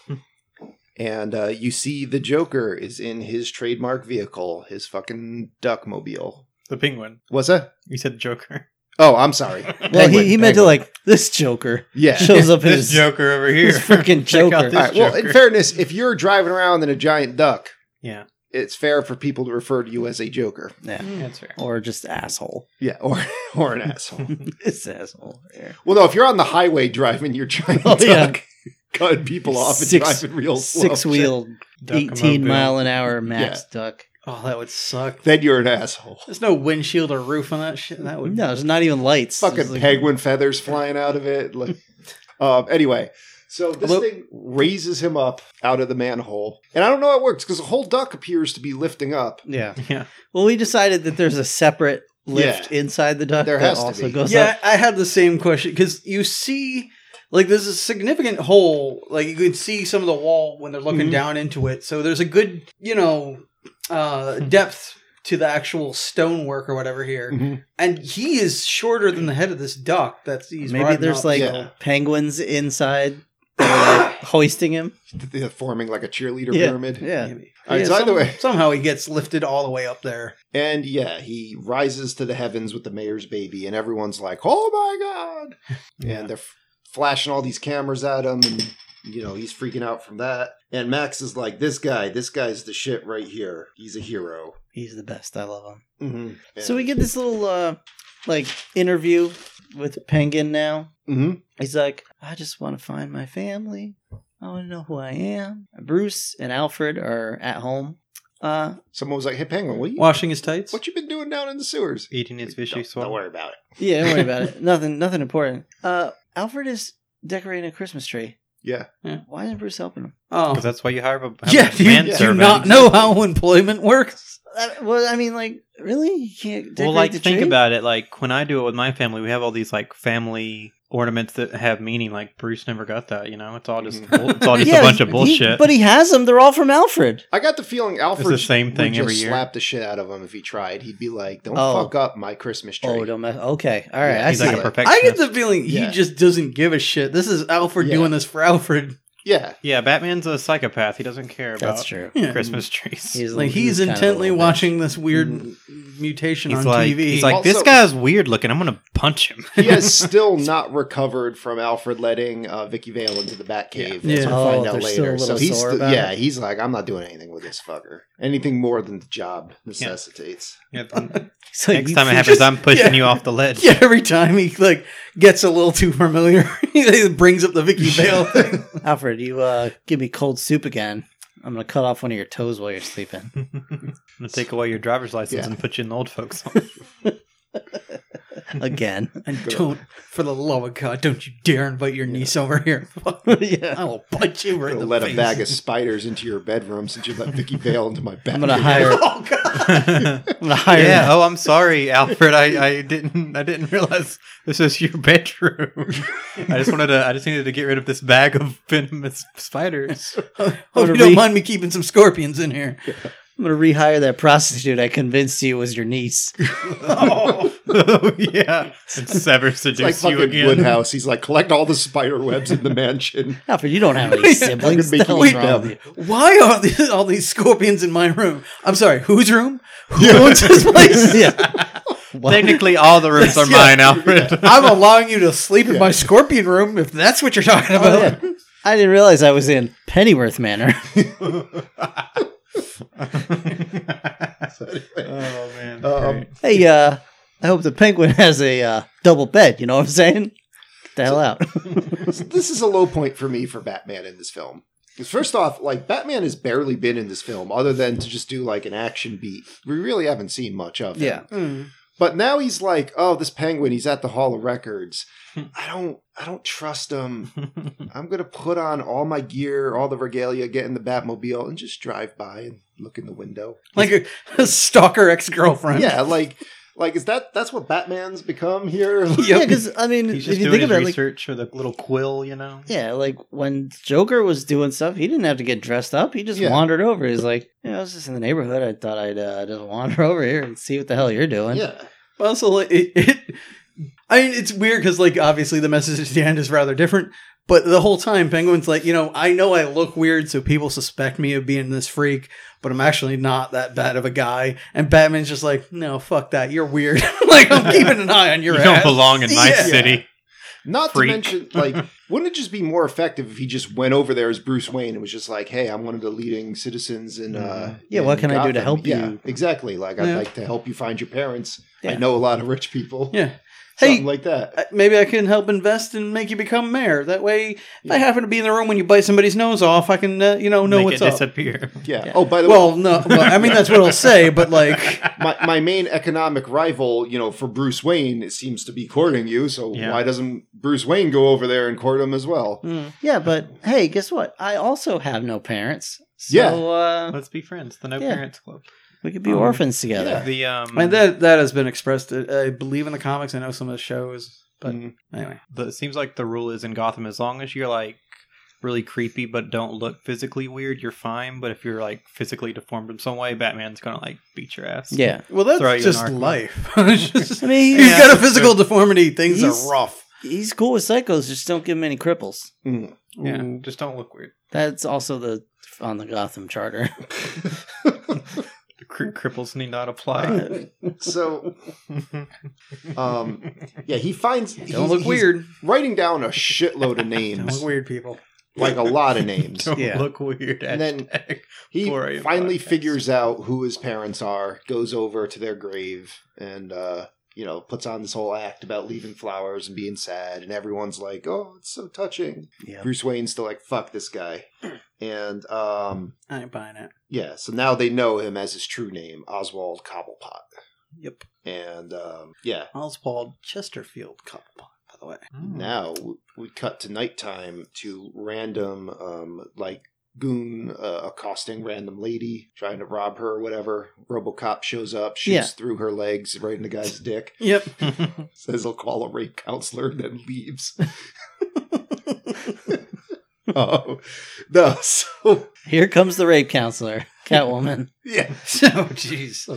[SPEAKER 5] and uh, you see the Joker is in his trademark vehicle, his fucking duckmobile.
[SPEAKER 6] The penguin.
[SPEAKER 5] What's that?
[SPEAKER 6] You said Joker.
[SPEAKER 5] Oh, I'm sorry.
[SPEAKER 4] Well,
[SPEAKER 5] Penguin,
[SPEAKER 4] he, he meant to
[SPEAKER 5] penguin.
[SPEAKER 4] like this
[SPEAKER 5] *laughs*
[SPEAKER 4] Joker
[SPEAKER 5] yeah.
[SPEAKER 4] shows up in
[SPEAKER 6] This
[SPEAKER 4] his
[SPEAKER 6] Joker over here.
[SPEAKER 4] his
[SPEAKER 6] *laughs*
[SPEAKER 4] freaking
[SPEAKER 6] Check out
[SPEAKER 4] Joker.
[SPEAKER 6] this
[SPEAKER 5] All right. Well, in
[SPEAKER 6] Joker.
[SPEAKER 5] fairness, if you're driving around in a giant duck,
[SPEAKER 6] Yeah.
[SPEAKER 5] it's fair for people to refer to you as a Joker.
[SPEAKER 4] Yeah.
[SPEAKER 6] That's fair.
[SPEAKER 4] or just asshole. *laughs*
[SPEAKER 5] Yeah, or *laughs* or an asshole.
[SPEAKER 4] It's asshole. Yeah.
[SPEAKER 5] Well, no, if you're on the highway driving your giant
[SPEAKER 4] *laughs* Oh,
[SPEAKER 5] duck,
[SPEAKER 4] yeah.
[SPEAKER 5] cutting people off and
[SPEAKER 4] Six-
[SPEAKER 5] driving real slow,
[SPEAKER 4] Six wheeled,
[SPEAKER 6] Duck-a-mobile.
[SPEAKER 4] eighteen mile an hour max duck.
[SPEAKER 1] Oh, that would suck.
[SPEAKER 5] then you're an asshole.
[SPEAKER 1] There's no windshield or roof on that shit. That would
[SPEAKER 4] No, it's not even lights.
[SPEAKER 5] Fucking
[SPEAKER 4] It's like-
[SPEAKER 5] penguin feathers flying out of it. Like, um, anyway, so this
[SPEAKER 1] Hello?
[SPEAKER 5] thing raises him up out of the manhole, and I don't know how it works because the whole duck appears to be lifting up.
[SPEAKER 4] Yeah.
[SPEAKER 6] Yeah.
[SPEAKER 4] Well, we decided that there's a separate lift inside the duck
[SPEAKER 5] There
[SPEAKER 4] that
[SPEAKER 5] has to
[SPEAKER 4] also
[SPEAKER 5] be.
[SPEAKER 4] goes
[SPEAKER 1] yeah,
[SPEAKER 4] up.
[SPEAKER 1] I had the same question because you see, like, there's a significant hole. Like, you can see some of the wall when they're looking
[SPEAKER 4] Mhm.
[SPEAKER 1] down into it. So there's a good, you know, uh, depth to the actual stonework or whatever here.
[SPEAKER 5] Mhm.
[SPEAKER 1] And he is shorter than the head of this duck. That's he's
[SPEAKER 4] Maybe
[SPEAKER 1] riding *coughs*
[SPEAKER 4] there's
[SPEAKER 1] up.
[SPEAKER 4] like
[SPEAKER 5] Yeah.
[SPEAKER 4] penguins inside that are like hoisting him.
[SPEAKER 5] They're forming like a cheerleader
[SPEAKER 4] Yeah.
[SPEAKER 5] pyramid.
[SPEAKER 4] Yeah.
[SPEAKER 1] Maybe.
[SPEAKER 5] All right, so either way-
[SPEAKER 1] somehow he gets lifted all the way up there.
[SPEAKER 5] And yeah, he rises to the heavens with the mayor's baby, and everyone's like, "Oh my god!"
[SPEAKER 4] *laughs*
[SPEAKER 5] And they're f- flashing all these cameras at him, and you know he's freaking out from that. And Max is like, "This guy, this guy's the shit right here. He's a hero."
[SPEAKER 4] He's the best. I love him.
[SPEAKER 5] Mm-hmm.
[SPEAKER 4] So we get this little uh like interview with Penguin now.
[SPEAKER 5] Mhm.
[SPEAKER 4] He's like, I just want to find my family. I want to know who I am. Bruce and Alfred are at home. Uh,
[SPEAKER 5] someone was like, "Hey, Penguin, what you,
[SPEAKER 1] Washing his tights.
[SPEAKER 5] what you been doing down in the sewers?"
[SPEAKER 6] Eating his fishy
[SPEAKER 5] don't, don't
[SPEAKER 6] swallow.
[SPEAKER 5] worry about it.
[SPEAKER 4] yeah, don't worry about it. Nothing, nothing important. Uh, Alfred is decorating a Christmas tree.
[SPEAKER 5] Yeah.
[SPEAKER 1] Yeah.
[SPEAKER 4] Why isn't Bruce helping him?
[SPEAKER 1] Oh,
[SPEAKER 6] Because that's why you hire a have
[SPEAKER 1] yeah.
[SPEAKER 6] a
[SPEAKER 1] Do you, do you
[SPEAKER 6] manservant.
[SPEAKER 1] not know how employment works?
[SPEAKER 4] Uh, well, I mean, like, really? You can't decorate
[SPEAKER 6] Well, like
[SPEAKER 4] the
[SPEAKER 6] think
[SPEAKER 4] tree?
[SPEAKER 6] about it. Like when I do it with my family, we have all these like family ornaments that have meaning. Like Bruce never got that. You know, it's all just bull- it's
[SPEAKER 4] *laughs*
[SPEAKER 6] all just
[SPEAKER 4] Mm-hmm. Yeah,
[SPEAKER 6] a bunch of
[SPEAKER 4] he-
[SPEAKER 6] bullshit.
[SPEAKER 4] but he has them. They're all from Alfred.
[SPEAKER 5] I got the feeling Alfred
[SPEAKER 6] same thing
[SPEAKER 5] would just
[SPEAKER 6] every year.
[SPEAKER 5] slap the shit out of him if he tried. He'd be like, "Don't
[SPEAKER 4] Oh.
[SPEAKER 5] fuck up my Christmas tree."
[SPEAKER 4] Oh, don't mess. Okay, all right.
[SPEAKER 5] Yeah,
[SPEAKER 4] I
[SPEAKER 6] he's
[SPEAKER 4] see.
[SPEAKER 6] like a
[SPEAKER 5] it.
[SPEAKER 1] I
[SPEAKER 6] perfectionist.
[SPEAKER 1] get the feeling
[SPEAKER 5] Yeah.
[SPEAKER 1] he just doesn't give a shit. This is Alfred
[SPEAKER 5] Yeah.
[SPEAKER 1] doing this for Alfred. *laughs*
[SPEAKER 5] yeah,
[SPEAKER 6] yeah, Batman's a psychopath. He doesn't care about
[SPEAKER 4] That's true.
[SPEAKER 1] Yeah.
[SPEAKER 6] Christmas trees. He's,
[SPEAKER 4] He's
[SPEAKER 1] like he's
[SPEAKER 4] kind of a
[SPEAKER 1] intently
[SPEAKER 4] little bitch.
[SPEAKER 1] watching this weird mutation on
[SPEAKER 6] like
[SPEAKER 1] TV.
[SPEAKER 6] he's like this
[SPEAKER 5] Also-
[SPEAKER 6] guy's weird looking. I'm gonna punch him.
[SPEAKER 4] *laughs*
[SPEAKER 5] he has still not recovered from Alfred letting uh, Vicky Vale into the Batcave.
[SPEAKER 1] Yeah.
[SPEAKER 5] As we
[SPEAKER 4] Oh,
[SPEAKER 5] find out
[SPEAKER 4] they're still a
[SPEAKER 5] later.
[SPEAKER 4] little
[SPEAKER 5] So he's
[SPEAKER 4] sore
[SPEAKER 5] still,
[SPEAKER 4] about
[SPEAKER 5] yeah,
[SPEAKER 4] it.
[SPEAKER 5] he's like, I'm not doing anything with this fucker. Anything more than the job necessitates.
[SPEAKER 6] *laughs* Yeah,
[SPEAKER 4] He's like,
[SPEAKER 6] next
[SPEAKER 4] "You
[SPEAKER 6] time it
[SPEAKER 4] freak-
[SPEAKER 6] happens,
[SPEAKER 1] just-
[SPEAKER 6] I'm pushing
[SPEAKER 1] yeah.
[SPEAKER 6] you off the
[SPEAKER 1] *laughs*
[SPEAKER 6] ledge.
[SPEAKER 1] yeah, *laughs* every time he like gets a little too familiar, *laughs* he brings up the Vicky Vale thing.
[SPEAKER 4] Alfred, you uh, give me cold soup again. I'm gonna cut off one of your toes while you're sleeping.
[SPEAKER 1] *laughs*
[SPEAKER 6] I'm gonna take away your driver's license
[SPEAKER 5] Yeah.
[SPEAKER 6] and put you in the old folks' home.
[SPEAKER 4] Again.
[SPEAKER 1] *laughs* And don't, for the love of God, don't you dare invite your niece over here. *laughs* I
[SPEAKER 4] *laughs* yeah.
[SPEAKER 1] will punch you right in the
[SPEAKER 5] Gonna let
[SPEAKER 1] face.
[SPEAKER 5] a bag of spiders into your bedroom since you let Vicky Vale into my
[SPEAKER 4] *laughs*
[SPEAKER 5] Batcave.
[SPEAKER 4] I'm gonna hire
[SPEAKER 1] *laughs*
[SPEAKER 4] I'm
[SPEAKER 1] Oh
[SPEAKER 4] *laughs*
[SPEAKER 1] God!
[SPEAKER 4] gonna hire
[SPEAKER 6] yeah. Oh, I'm sorry, Alfred. I, I didn't I didn't realize this is your bedroom. I just wanted to. I just needed to get rid of this bag of venomous spiders.
[SPEAKER 1] Hope you
[SPEAKER 4] Wanna
[SPEAKER 1] don't
[SPEAKER 4] re-
[SPEAKER 1] mind me keeping some scorpions in here.
[SPEAKER 4] I'm gonna rehire that prostitute I convinced you was your niece.
[SPEAKER 6] *laughs* oh yeah. And Sever
[SPEAKER 5] It's like
[SPEAKER 6] seduce you
[SPEAKER 5] fucking
[SPEAKER 6] again.
[SPEAKER 5] Woodhouse. He's like, collect all the spider webs in the mansion.
[SPEAKER 4] Alfred, you don't have
[SPEAKER 1] *laughs*
[SPEAKER 4] any siblings. What
[SPEAKER 5] make
[SPEAKER 4] the
[SPEAKER 5] you
[SPEAKER 4] hell's
[SPEAKER 5] eat
[SPEAKER 4] wrong
[SPEAKER 5] them.
[SPEAKER 4] with you?
[SPEAKER 1] Why are these, *laughs* all these scorpions in my room? I'm sorry, whose room? Who
[SPEAKER 4] *laughs*
[SPEAKER 1] owns *laughs* this place?
[SPEAKER 4] yeah.
[SPEAKER 6] Technically, all the rooms are
[SPEAKER 1] Yeah.
[SPEAKER 6] mine, Alfred.
[SPEAKER 1] I'm allowing you to sleep in my scorpion room if that's what you're talking
[SPEAKER 4] Oh,
[SPEAKER 1] about.
[SPEAKER 4] yeah. *laughs* I didn't realize I was in Pennyworth Manor. *laughs*
[SPEAKER 6] Oh man.
[SPEAKER 5] Um,
[SPEAKER 4] hey, uh, I hope the penguin has a uh, double bed. You know what I'm saying? Get the hell out.
[SPEAKER 5] So this is a low point for me for Batman in this film. 'Cause first off, like Batman has barely been in this film, other than to just do like an action beat. We really haven't seen much of him.
[SPEAKER 4] Yeah.
[SPEAKER 5] But now he's like, oh, this penguin, he's at the Hall of Records. I don't I don't trust him. I'm gonna put on all my gear, all the regalia, get in the Batmobile, and just drive by and look in the window.
[SPEAKER 1] Like a, a *laughs* stalker ex girlfriend.
[SPEAKER 5] Yeah, like like is that that's what Batman's become here?
[SPEAKER 4] Yeah, because I mean,
[SPEAKER 6] He's
[SPEAKER 4] if
[SPEAKER 6] just
[SPEAKER 4] you
[SPEAKER 6] doing
[SPEAKER 4] think
[SPEAKER 6] his
[SPEAKER 4] about it, like,
[SPEAKER 6] research with a little quill, you know.
[SPEAKER 4] Yeah, like when Joker was doing stuff, he didn't have to get dressed up. He just
[SPEAKER 5] Yeah.
[SPEAKER 4] wandered over. He's like, yeah, I was just in the neighborhood. I *laughs* thought I'd uh, just wander over here and see what the hell you're doing.
[SPEAKER 5] yeah.
[SPEAKER 1] Also, like, it, it I mean, it's weird because, like, obviously the message at the end is rather different, but the whole time, Penguin's like, you know, I know I look weird, so people suspect me of being this freak, but I'm actually not that bad of a guy. And Batman's just like, no, fuck that. You're weird. *laughs* like, I'm keeping an eye on
[SPEAKER 6] *laughs*
[SPEAKER 1] your
[SPEAKER 7] you
[SPEAKER 1] ass.
[SPEAKER 7] don't belong in my
[SPEAKER 1] Yeah.
[SPEAKER 7] city.
[SPEAKER 5] Not
[SPEAKER 7] Freak.
[SPEAKER 5] to mention, like, wouldn't it just be more effective if he just went over there as Bruce Wayne and was just like, "Hey, I'm one of the leading citizens in." Uh,
[SPEAKER 4] Yeah, what
[SPEAKER 5] in
[SPEAKER 4] can I do to
[SPEAKER 5] Gotham."
[SPEAKER 4] help
[SPEAKER 5] yeah,
[SPEAKER 4] you?
[SPEAKER 5] Exactly. Like, I'd
[SPEAKER 1] Yeah.
[SPEAKER 5] like to help you find your parents. I
[SPEAKER 4] Yeah.
[SPEAKER 5] know a lot of rich people. *laughs*
[SPEAKER 1] Yeah.
[SPEAKER 5] Something
[SPEAKER 1] Hey, Uh,
[SPEAKER 5] like that.
[SPEAKER 1] I- maybe I can help invest and make you become mayor. That way, if I happen to be in the room when you bite somebody's nose off, I can, uh, you know, know
[SPEAKER 6] Make
[SPEAKER 1] what's
[SPEAKER 6] it
[SPEAKER 1] up.
[SPEAKER 6] disappear.
[SPEAKER 5] Yeah. Oh, by the way,
[SPEAKER 1] well, no, well, I mean that's what I'll say, but like,
[SPEAKER 5] my, my main economic rival, you know, for Bruce Wayne, it seems to be courting you. So
[SPEAKER 6] Yeah.
[SPEAKER 5] why doesn't Bruce Wayne go over there and court him as well?
[SPEAKER 1] mm,
[SPEAKER 4] Yeah, but hey, guess what? I also have no parents. So
[SPEAKER 5] Yeah.
[SPEAKER 4] uh,
[SPEAKER 6] Let's be friends. The No
[SPEAKER 4] Yeah.
[SPEAKER 6] Parents Club.
[SPEAKER 4] we could be
[SPEAKER 6] Um,
[SPEAKER 4] orphans together.
[SPEAKER 5] yeah.
[SPEAKER 6] The um,
[SPEAKER 1] and that that has been expressed. uh, I believe in the comics. I know some of the shows, but
[SPEAKER 6] Mhm.
[SPEAKER 1] anyway,
[SPEAKER 6] the, it seems like the rule is in Gotham as long as you're like really creepy but don't look physically weird, you're fine. But if you're like physically deformed in some way, Batman's gonna like beat your ass.
[SPEAKER 4] Yeah.
[SPEAKER 1] well,
[SPEAKER 6] Throw you
[SPEAKER 1] that's
[SPEAKER 6] an
[SPEAKER 1] just
[SPEAKER 6] arc.
[SPEAKER 1] life. *laughs* It's just-
[SPEAKER 4] I mean,
[SPEAKER 1] He's
[SPEAKER 4] he's,
[SPEAKER 6] Yeah.
[SPEAKER 1] got a physical deformity. Things
[SPEAKER 4] He's-
[SPEAKER 1] are rough.
[SPEAKER 4] he's cool with psychos, just don't give him any cripples.
[SPEAKER 6] yeah.
[SPEAKER 1] Ooh.
[SPEAKER 6] Just don't look weird.
[SPEAKER 4] That's also the on the Gotham charter. *laughs*
[SPEAKER 6] The cri- cripples need not apply.
[SPEAKER 4] Don't
[SPEAKER 5] So, um, yeah, he finds. Don't
[SPEAKER 1] look weird.
[SPEAKER 5] Writing down a shitload of
[SPEAKER 1] Don't
[SPEAKER 5] names,
[SPEAKER 1] look weird, people.
[SPEAKER 5] like a lot of names.
[SPEAKER 6] *laughs* don't
[SPEAKER 4] Yeah.
[SPEAKER 6] look weird.
[SPEAKER 5] And then-
[SPEAKER 6] hashtag.
[SPEAKER 5] He
[SPEAKER 6] 4 a.m.
[SPEAKER 5] finally
[SPEAKER 6] podcast.
[SPEAKER 5] figures out who his parents are, goes over to their grave, and uh, you know puts on this whole act about leaving flowers and being sad, and everyone's like, "Oh, it's so touching."
[SPEAKER 4] Yeah.
[SPEAKER 5] Bruce Wayne's still like, "Fuck this guy," *clears throat* and um,
[SPEAKER 1] I ain't buying it.
[SPEAKER 5] yeah, so now they know him as his true name, Oswald Cobblepot,
[SPEAKER 1] Yep.
[SPEAKER 5] and um, yeah,
[SPEAKER 1] Oswald Chesterfield Cup, by the way.
[SPEAKER 6] Mm. Hmm.
[SPEAKER 5] now w- we cut to nighttime to random um like goon uh, accosting random lady trying to rob her or whatever robocop shows up shoots
[SPEAKER 4] Yeah.
[SPEAKER 5] through her legs right in the guy's dick
[SPEAKER 1] *laughs* Yep.
[SPEAKER 5] says he'll call a rape counselor and then leaves *laughs* oh no so
[SPEAKER 4] Here comes the rape counselor, *laughs* Catwoman.
[SPEAKER 5] yeah
[SPEAKER 1] So, jeez.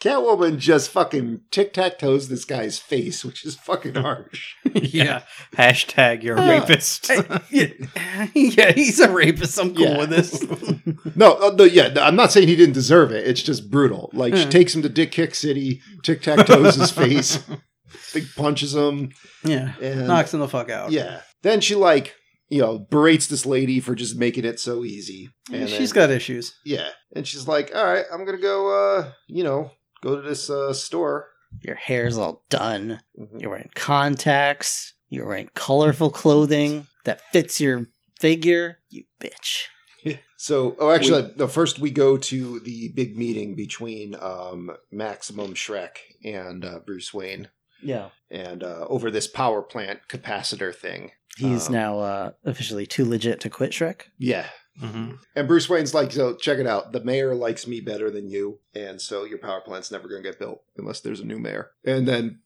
[SPEAKER 5] catwoman just fucking tic-tac-toes this guy's face which is fucking harsh
[SPEAKER 6] *laughs* yeah. Hashtag you're a
[SPEAKER 5] Yeah.
[SPEAKER 6] rapist.
[SPEAKER 1] *laughs* yeah. *laughs* yeah, he's a rapist. I'm cool
[SPEAKER 5] Yeah.
[SPEAKER 1] with this.
[SPEAKER 5] No, uh, no, yeah, no, I'm not saying he didn't deserve it. It's just brutal. Like she
[SPEAKER 1] Yeah.
[SPEAKER 5] takes him to Dick Kick City, tic tac
[SPEAKER 1] *laughs*
[SPEAKER 5] toes his face, like punches him,
[SPEAKER 1] Yeah.
[SPEAKER 5] and
[SPEAKER 1] Knocks him the fuck out.
[SPEAKER 5] yeah. Then she like you know berates this lady for just making it so easy. And
[SPEAKER 1] She's
[SPEAKER 5] then-
[SPEAKER 1] got issues.
[SPEAKER 5] yeah, and she's like, all right, I'm gonna go, uh, you know, go to this uh, store.
[SPEAKER 4] Your hair's all done.
[SPEAKER 5] Mhm.
[SPEAKER 4] You're wearing contacts. You're wearing colorful clothing that fits your figure. You bitch.
[SPEAKER 5] So, oh, actually, the first we go to the big meeting between um, Maximum Shrek and uh, Bruce Wayne,
[SPEAKER 4] Yeah.
[SPEAKER 5] and uh, over this power plant capacitor thing.
[SPEAKER 4] He's
[SPEAKER 5] Um,
[SPEAKER 4] now uh, officially too legit to quit Shrek.
[SPEAKER 5] Yeah.
[SPEAKER 6] Mhm.
[SPEAKER 5] And Bruce Wayne's like, so check it out. The mayor likes me better than you, and so your power plant's never going to get built unless there's a new mayor. And then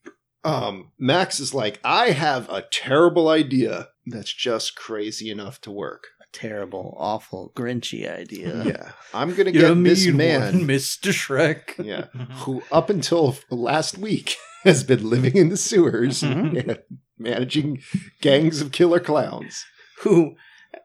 [SPEAKER 5] um, Max is like, I have a terrible idea that's just crazy enough to work.
[SPEAKER 4] A terrible, awful, grinchy *laughs* idea.
[SPEAKER 5] Yeah, I'm going to get this man,
[SPEAKER 1] Mr. Shrek.
[SPEAKER 5] *laughs* yeah,
[SPEAKER 6] Mm-hmm.
[SPEAKER 5] who up until last week *laughs* has been living in the sewers *laughs* and managing gangs of killer clowns.
[SPEAKER 1] Who,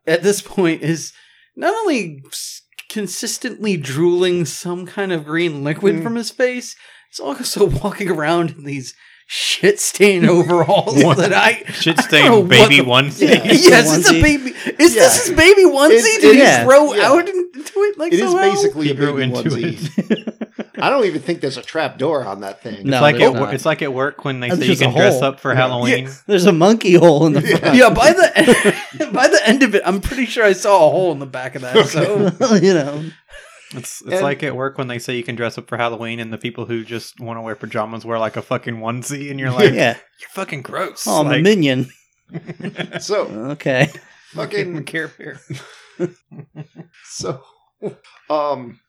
[SPEAKER 1] at this point, is not only s- consistently drooling some kind of green liquid
[SPEAKER 5] Mm-hmm.
[SPEAKER 1] from his face, he's also *laughs* walking around in these shit stained *laughs* overalls
[SPEAKER 7] What?
[SPEAKER 1] that I.
[SPEAKER 7] Shit
[SPEAKER 1] I don't know
[SPEAKER 7] stain
[SPEAKER 1] what
[SPEAKER 7] baby
[SPEAKER 1] the-
[SPEAKER 7] one
[SPEAKER 4] Yeah. It's a
[SPEAKER 1] yes, it's a
[SPEAKER 4] onesie.
[SPEAKER 1] baby. Is
[SPEAKER 5] Yeah.
[SPEAKER 1] this his baby onesie?
[SPEAKER 5] It's-
[SPEAKER 1] Did
[SPEAKER 4] it
[SPEAKER 1] he
[SPEAKER 4] is.
[SPEAKER 1] throw
[SPEAKER 5] Yeah.
[SPEAKER 1] out into it like
[SPEAKER 5] It is
[SPEAKER 1] somehow?
[SPEAKER 5] basically
[SPEAKER 6] He
[SPEAKER 5] a
[SPEAKER 6] grew
[SPEAKER 5] baby
[SPEAKER 6] into
[SPEAKER 5] onesie. I don't even think there's a trap door on that thing.
[SPEAKER 4] No,
[SPEAKER 6] It's like
[SPEAKER 4] there's
[SPEAKER 6] at, wo-
[SPEAKER 4] not.
[SPEAKER 6] it's like at work when they
[SPEAKER 4] That's
[SPEAKER 6] say you
[SPEAKER 4] just a
[SPEAKER 6] can dress
[SPEAKER 4] hole.
[SPEAKER 6] up for Halloween.
[SPEAKER 4] There's a monkey hole in the *laughs* front.
[SPEAKER 1] yeah, by the
[SPEAKER 5] *laughs*
[SPEAKER 1] end, by the *laughs* end of it, I'm pretty sure I saw a hole in the back of that. So
[SPEAKER 4] *laughs* you know.
[SPEAKER 6] It's it's
[SPEAKER 5] And-
[SPEAKER 6] like at work when they say you can dress up for Halloween, and the people who just want to wear pajamas wear like a fucking onesie, and you're like,
[SPEAKER 4] yeah.
[SPEAKER 6] you're fucking gross.
[SPEAKER 4] Oh, I'm a
[SPEAKER 6] like, *laughs*
[SPEAKER 4] minion. *laughs*
[SPEAKER 5] So
[SPEAKER 4] Okay.
[SPEAKER 5] fucking
[SPEAKER 6] care *laughs* bear.
[SPEAKER 5] So, um,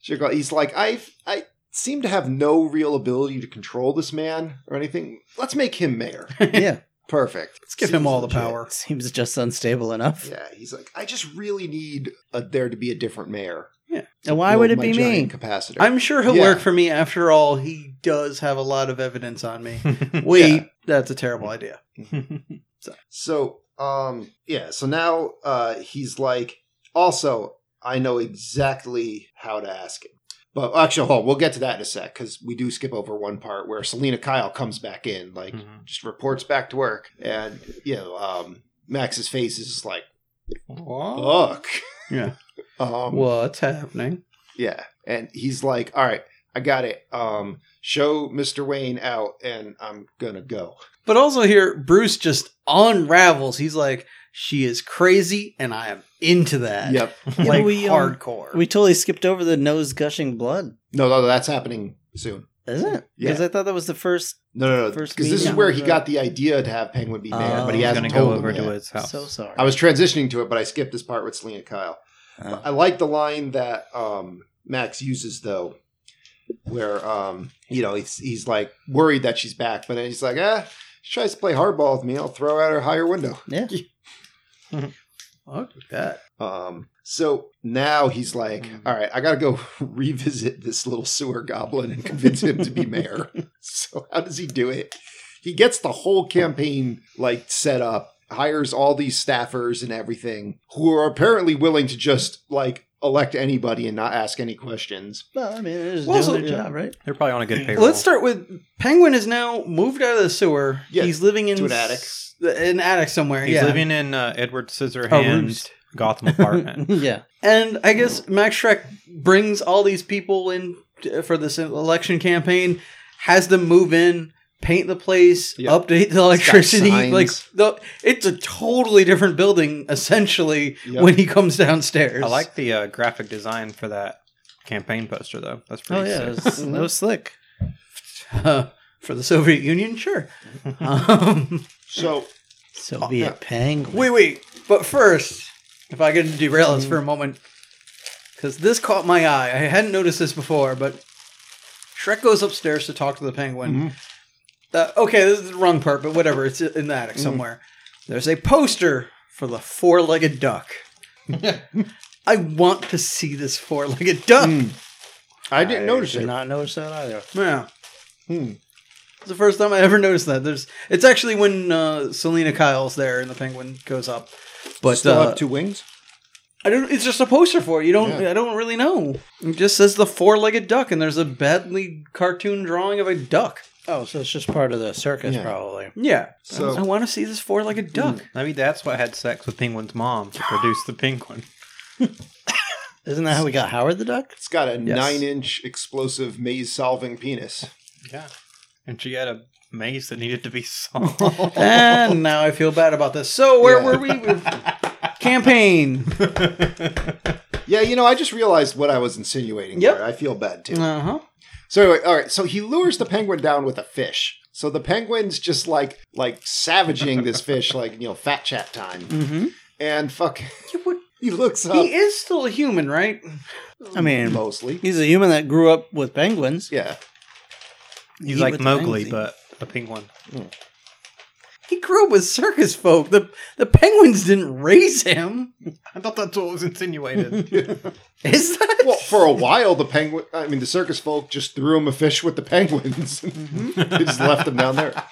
[SPEAKER 5] Chico- he's like, I, I seem to have no real ability to control this man or anything. Let's make him mayor.
[SPEAKER 4] *laughs* Yeah.
[SPEAKER 5] Perfect. Let's
[SPEAKER 1] give him all the power.
[SPEAKER 4] Seems just unstable enough.
[SPEAKER 5] Yeah, he's like, I just really need a, there to be a different mayor.
[SPEAKER 1] Yeah.
[SPEAKER 4] And why
[SPEAKER 5] Build
[SPEAKER 4] would it
[SPEAKER 5] my
[SPEAKER 4] be me?
[SPEAKER 5] giant Capacitor.
[SPEAKER 1] I'm sure he'll
[SPEAKER 5] Yeah.
[SPEAKER 1] work for me. After all, he does have a lot of evidence on
[SPEAKER 5] *laughs*
[SPEAKER 1] me. Wait, that's a terrible idea.
[SPEAKER 5] So, um, yeah. So now, uh, he's like, also, I know exactly how to ask him. But actually, hold on, we'll get to that in a sec because we do skip over one part where Selena Kyle comes back in, like,
[SPEAKER 6] Mhm.
[SPEAKER 5] just reports back to work, and you know, um, Max's face is just like, fuck,
[SPEAKER 1] Yeah.
[SPEAKER 5] *laughs* um,
[SPEAKER 1] What's happening?
[SPEAKER 5] yeah, and he's like, all right, I got it. Um, show Mister Wayne out, and I'm gonna go.
[SPEAKER 1] But also here, Bruce just unravels. He's like, "She is crazy, and I am into that."
[SPEAKER 5] Yep.
[SPEAKER 4] Yeah,
[SPEAKER 1] like
[SPEAKER 4] we, um,
[SPEAKER 1] hardcore.
[SPEAKER 4] We totally skipped over the nose gushing blood.
[SPEAKER 5] No, no, that's happening soon.
[SPEAKER 4] Is it?
[SPEAKER 5] Yeah.
[SPEAKER 4] Because I thought that was the first.
[SPEAKER 5] No, no, no. Because
[SPEAKER 4] First
[SPEAKER 5] this is
[SPEAKER 4] meeting.
[SPEAKER 5] where he got the idea to have Penguin be man,
[SPEAKER 4] Oh.
[SPEAKER 5] but he
[SPEAKER 4] He's
[SPEAKER 6] He's
[SPEAKER 5] hasn't
[SPEAKER 6] gonna
[SPEAKER 5] told
[SPEAKER 6] go over
[SPEAKER 5] him
[SPEAKER 6] to
[SPEAKER 5] yet.
[SPEAKER 6] his house.
[SPEAKER 4] So sorry.
[SPEAKER 5] I was transitioning to it, but I skipped this part with Selena Kyle.
[SPEAKER 4] Oh.
[SPEAKER 5] I like the line that um, Max uses though, where um, you know he's he's like worried that she's back, but then he's like, ah, she tries to play hardball with me. I'll throw out her higher window.
[SPEAKER 4] yeah.
[SPEAKER 1] Fuck that.
[SPEAKER 5] Um, so now he's like,
[SPEAKER 6] Mm.
[SPEAKER 5] all right, I got to go *laughs* revisit this little sewer goblin and convince him to be mayor. So how does he do it? He gets the whole campaign like set up, hires all these staffers and everything who are apparently willing to just like elect anybody and not ask any questions.
[SPEAKER 4] Well, I mean, it is
[SPEAKER 1] Well,
[SPEAKER 4] doing
[SPEAKER 1] so-
[SPEAKER 4] their job, right?
[SPEAKER 6] They're probably on a good payroll.
[SPEAKER 1] Let's start with Penguin is now moved out of the sewer.
[SPEAKER 5] Yeah,
[SPEAKER 1] he's living in
[SPEAKER 5] to an attic.
[SPEAKER 1] s- an attic somewhere.
[SPEAKER 6] He's
[SPEAKER 1] yeah,
[SPEAKER 6] living in uh, Edward Scissorhands'
[SPEAKER 1] roost.
[SPEAKER 4] *laughs*
[SPEAKER 6] Gotham apartment.
[SPEAKER 4] yeah.
[SPEAKER 1] and I guess Max Shrek brings all these people in t- for this election campaign, has them move in, paint the place,
[SPEAKER 5] Yeah.
[SPEAKER 1] update the electricity.
[SPEAKER 5] signs.
[SPEAKER 1] Like the, it's a totally different building essentially
[SPEAKER 5] Yep.
[SPEAKER 1] when he comes downstairs.
[SPEAKER 6] I like the uh, graphic design for that campaign poster, though. That's
[SPEAKER 4] Oh
[SPEAKER 6] pretty.
[SPEAKER 4] yeah,
[SPEAKER 6] sick.
[SPEAKER 4] it was, that was slick.
[SPEAKER 1] Uh, *laughs* for the Soviet Union, sure. um,
[SPEAKER 5] So
[SPEAKER 4] So
[SPEAKER 1] Oh,
[SPEAKER 4] be
[SPEAKER 5] yeah.
[SPEAKER 4] it, Penguin.
[SPEAKER 1] wait, wait. But first, if I can derail us for a moment, because this caught my eye. I hadn't noticed this before, but Shrek goes upstairs to talk to the penguin. Uh, okay, this is the wrong part, but whatever. It's in the attic somewhere. There's a poster for the four legged duck. I want to see this four legged duck.
[SPEAKER 5] I didn't notice
[SPEAKER 4] did
[SPEAKER 5] it.
[SPEAKER 4] not notice that either.
[SPEAKER 1] Yeah.
[SPEAKER 5] Hmm.
[SPEAKER 1] It's the first time I ever noticed that. There's. It's actually when uh, Selena Kyle's there and the penguin goes up. But
[SPEAKER 5] Still
[SPEAKER 1] uh,
[SPEAKER 5] have two wings.
[SPEAKER 1] I don't. It's just a poster for it. You don't.
[SPEAKER 5] Yeah.
[SPEAKER 1] I don't really know. It just says the four legged duck, and there's a badly cartoon drawing of a duck.
[SPEAKER 4] Oh, so it's just part of the circus,
[SPEAKER 5] Yeah.
[SPEAKER 4] probably.
[SPEAKER 1] Yeah.
[SPEAKER 5] So- Hmm.
[SPEAKER 1] I want to see this four legged duck.
[SPEAKER 6] Mm. Maybe that's what had sex with Penguin's mom to produce the penguin.
[SPEAKER 4] Isn't that how we got Howard the
[SPEAKER 5] *laughs*
[SPEAKER 4] Duck?
[SPEAKER 5] It's got a nine-inch explosive maze-solving penis.
[SPEAKER 6] Yeah, and she had a maze that needed to be *laughs* solved.
[SPEAKER 1] and now I feel bad about this. So where
[SPEAKER 5] Yeah.
[SPEAKER 1] were we? With
[SPEAKER 5] *laughs*
[SPEAKER 1] campaign.
[SPEAKER 5] Yeah, you know, I just realized what I was insinuating.
[SPEAKER 1] Yep.
[SPEAKER 5] there. I feel bad too.
[SPEAKER 1] Uh
[SPEAKER 4] uh-huh.
[SPEAKER 1] huh.
[SPEAKER 5] So anyway, all right. So he lures the penguin down with a fish. So the penguin's just like like
[SPEAKER 1] *laughs*
[SPEAKER 5] savaging this fish, like you know, fat chat time.
[SPEAKER 1] Mm-hmm.
[SPEAKER 5] And fuck,
[SPEAKER 1] would-
[SPEAKER 5] *laughs* he looks up.
[SPEAKER 1] He is still a human, right?
[SPEAKER 4] I mean,
[SPEAKER 5] mostly.
[SPEAKER 4] he's a human that grew up with penguins.
[SPEAKER 5] Yeah,
[SPEAKER 4] He
[SPEAKER 6] He's like
[SPEAKER 4] with
[SPEAKER 6] Mowgli,
[SPEAKER 4] penguins.
[SPEAKER 6] but a penguin.
[SPEAKER 1] He grew up with circus folk. The the penguins didn't raise him.
[SPEAKER 6] I thought that's what was insinuated.
[SPEAKER 1] Is that?
[SPEAKER 5] well, for a while, the penguin. I mean, the circus folk just threw him a fish with the penguins. *laughs*
[SPEAKER 6] Mm-hmm.
[SPEAKER 5] they just left him down there.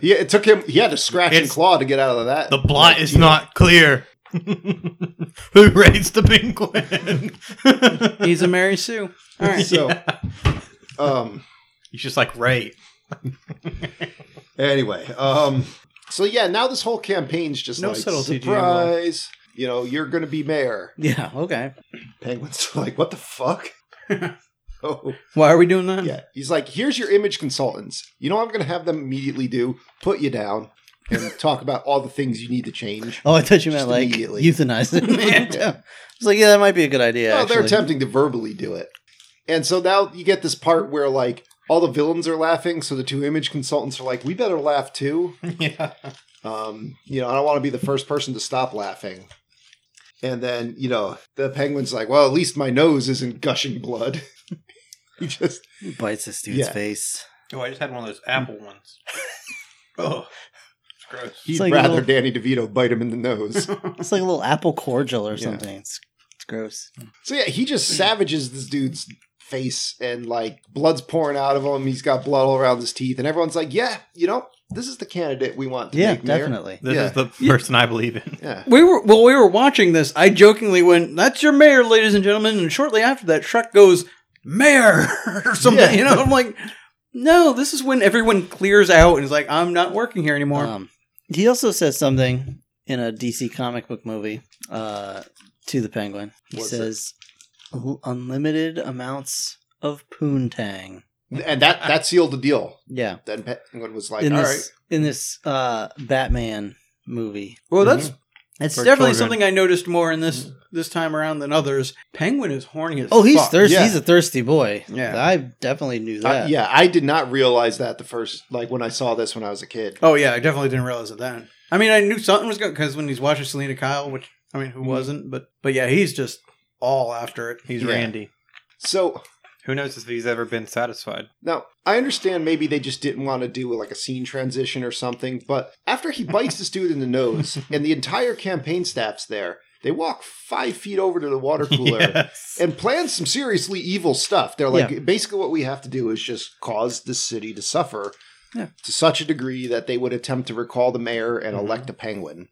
[SPEAKER 5] Yeah, it took him. He had to scratch and
[SPEAKER 6] It's-
[SPEAKER 5] claw to get out of that.
[SPEAKER 6] The blot is not *laughs* clear. Who raised the penguin?
[SPEAKER 1] He's a Mary Sue. All right.
[SPEAKER 5] *laughs* So, um.
[SPEAKER 6] He's just like Ray.
[SPEAKER 5] Anyway, um, so yeah, now this whole campaign's just
[SPEAKER 1] No
[SPEAKER 5] like
[SPEAKER 1] subtlety,
[SPEAKER 5] surprise. You know, you're going to be mayor.
[SPEAKER 4] Yeah, okay.
[SPEAKER 5] Penguin's like, what the
[SPEAKER 6] *laughs*
[SPEAKER 5] fuck? *laughs* oh,
[SPEAKER 1] Why are we doing that?
[SPEAKER 5] yeah. He's like, here's your image consultants. You know, what I'm going to have them immediately do put you down and talk about all the things you need to change.
[SPEAKER 4] Oh, I thought you meant
[SPEAKER 5] Just
[SPEAKER 4] like
[SPEAKER 5] immediately.
[SPEAKER 4] euthanize *laughs* him.
[SPEAKER 5] Yeah.
[SPEAKER 4] I was like, yeah, that might be a good idea.
[SPEAKER 5] No, Oh, they're
[SPEAKER 4] actually.
[SPEAKER 5] attempting to verbally do it. And so now you get this part where like all the villains are laughing, so the two image consultants are like, we better laugh too.
[SPEAKER 6] yeah.
[SPEAKER 5] Um, you know, I don't want to be the first person to stop laughing. And then, you know, the penguin's like, well, at least my nose isn't gushing blood. *laughs* he just,
[SPEAKER 4] bites this dude's
[SPEAKER 5] Yeah.
[SPEAKER 4] face.
[SPEAKER 6] Oh, I just had one of those apple ones. *laughs* oh, it's gross.
[SPEAKER 5] he'd
[SPEAKER 4] like a
[SPEAKER 5] rather
[SPEAKER 4] little-
[SPEAKER 5] Danny DeVito bite him in the nose.
[SPEAKER 4] It's like a little apple cordial or
[SPEAKER 5] Yeah.
[SPEAKER 4] something. It's, it's gross.
[SPEAKER 5] So yeah, he just savages this dude's face and like blood's pouring out of him. He's got blood all around his teeth, and everyone's like, "Yeah, you know, this is the candidate we want to
[SPEAKER 4] Yeah,
[SPEAKER 5] make mayor."
[SPEAKER 4] definitely.
[SPEAKER 6] This
[SPEAKER 5] Yeah.
[SPEAKER 6] is the person I believe in.
[SPEAKER 5] Yeah,
[SPEAKER 1] We were well. We were watching this. I jokingly went, "That's your mayor, ladies and gentlemen." And shortly after that, Shrek goes, "Mayor" *laughs* or something.
[SPEAKER 5] Yeah.
[SPEAKER 1] You know, I'm like, no. This is when everyone clears out and is like, "I'm not working here anymore."
[SPEAKER 4] Um, he also says something in a DC comic book movie uh, to the Penguin. He
[SPEAKER 5] What's
[SPEAKER 4] says, "L- "Unlimited amounts of poontang."
[SPEAKER 5] and that that sealed the deal.
[SPEAKER 4] Yeah,
[SPEAKER 5] Then Penguin was like,
[SPEAKER 4] in
[SPEAKER 5] "All right,
[SPEAKER 4] this in this uh, Batman movie,
[SPEAKER 1] well, that's
[SPEAKER 4] it's
[SPEAKER 6] For
[SPEAKER 1] definitely
[SPEAKER 6] children.
[SPEAKER 1] something I noticed more in this this time around than others. Penguin is horny as
[SPEAKER 4] oh, he's
[SPEAKER 1] fuck.
[SPEAKER 4] thirsty.
[SPEAKER 5] yeah.
[SPEAKER 4] He's a thirsty boy.
[SPEAKER 1] Yeah.
[SPEAKER 4] I definitely knew
[SPEAKER 5] I-
[SPEAKER 4] that.
[SPEAKER 5] Uh, yeah, I did not realize that the first like when I saw this when I was a kid.
[SPEAKER 1] Oh yeah, I definitely didn't realize it then. I mean, I knew something was going because when he's watching Selena Kyle, which I mean, who wasn't? But but yeah, he's just all after it.
[SPEAKER 6] *laughs* He's
[SPEAKER 5] Yeah.
[SPEAKER 6] Randy.
[SPEAKER 5] So
[SPEAKER 6] Who knows if he's ever been satisfied?
[SPEAKER 5] now I understand maybe they just didn't want to do like a scene transition or something, but after he bites this dude in the nose
[SPEAKER 4] *laughs*
[SPEAKER 5] and the entire campaign staff's there, they walk five feet over to the
[SPEAKER 4] *laughs*
[SPEAKER 5] water cooler.
[SPEAKER 6] Yes.
[SPEAKER 5] and plan some seriously evil stuff. They're like,
[SPEAKER 4] Yeah.
[SPEAKER 5] basically, what we have to do is just cause the city to suffer
[SPEAKER 1] Yeah.
[SPEAKER 5] to such a degree that they would attempt to recall the mayor
[SPEAKER 6] Mm-hmm.
[SPEAKER 5] and elect a penguin.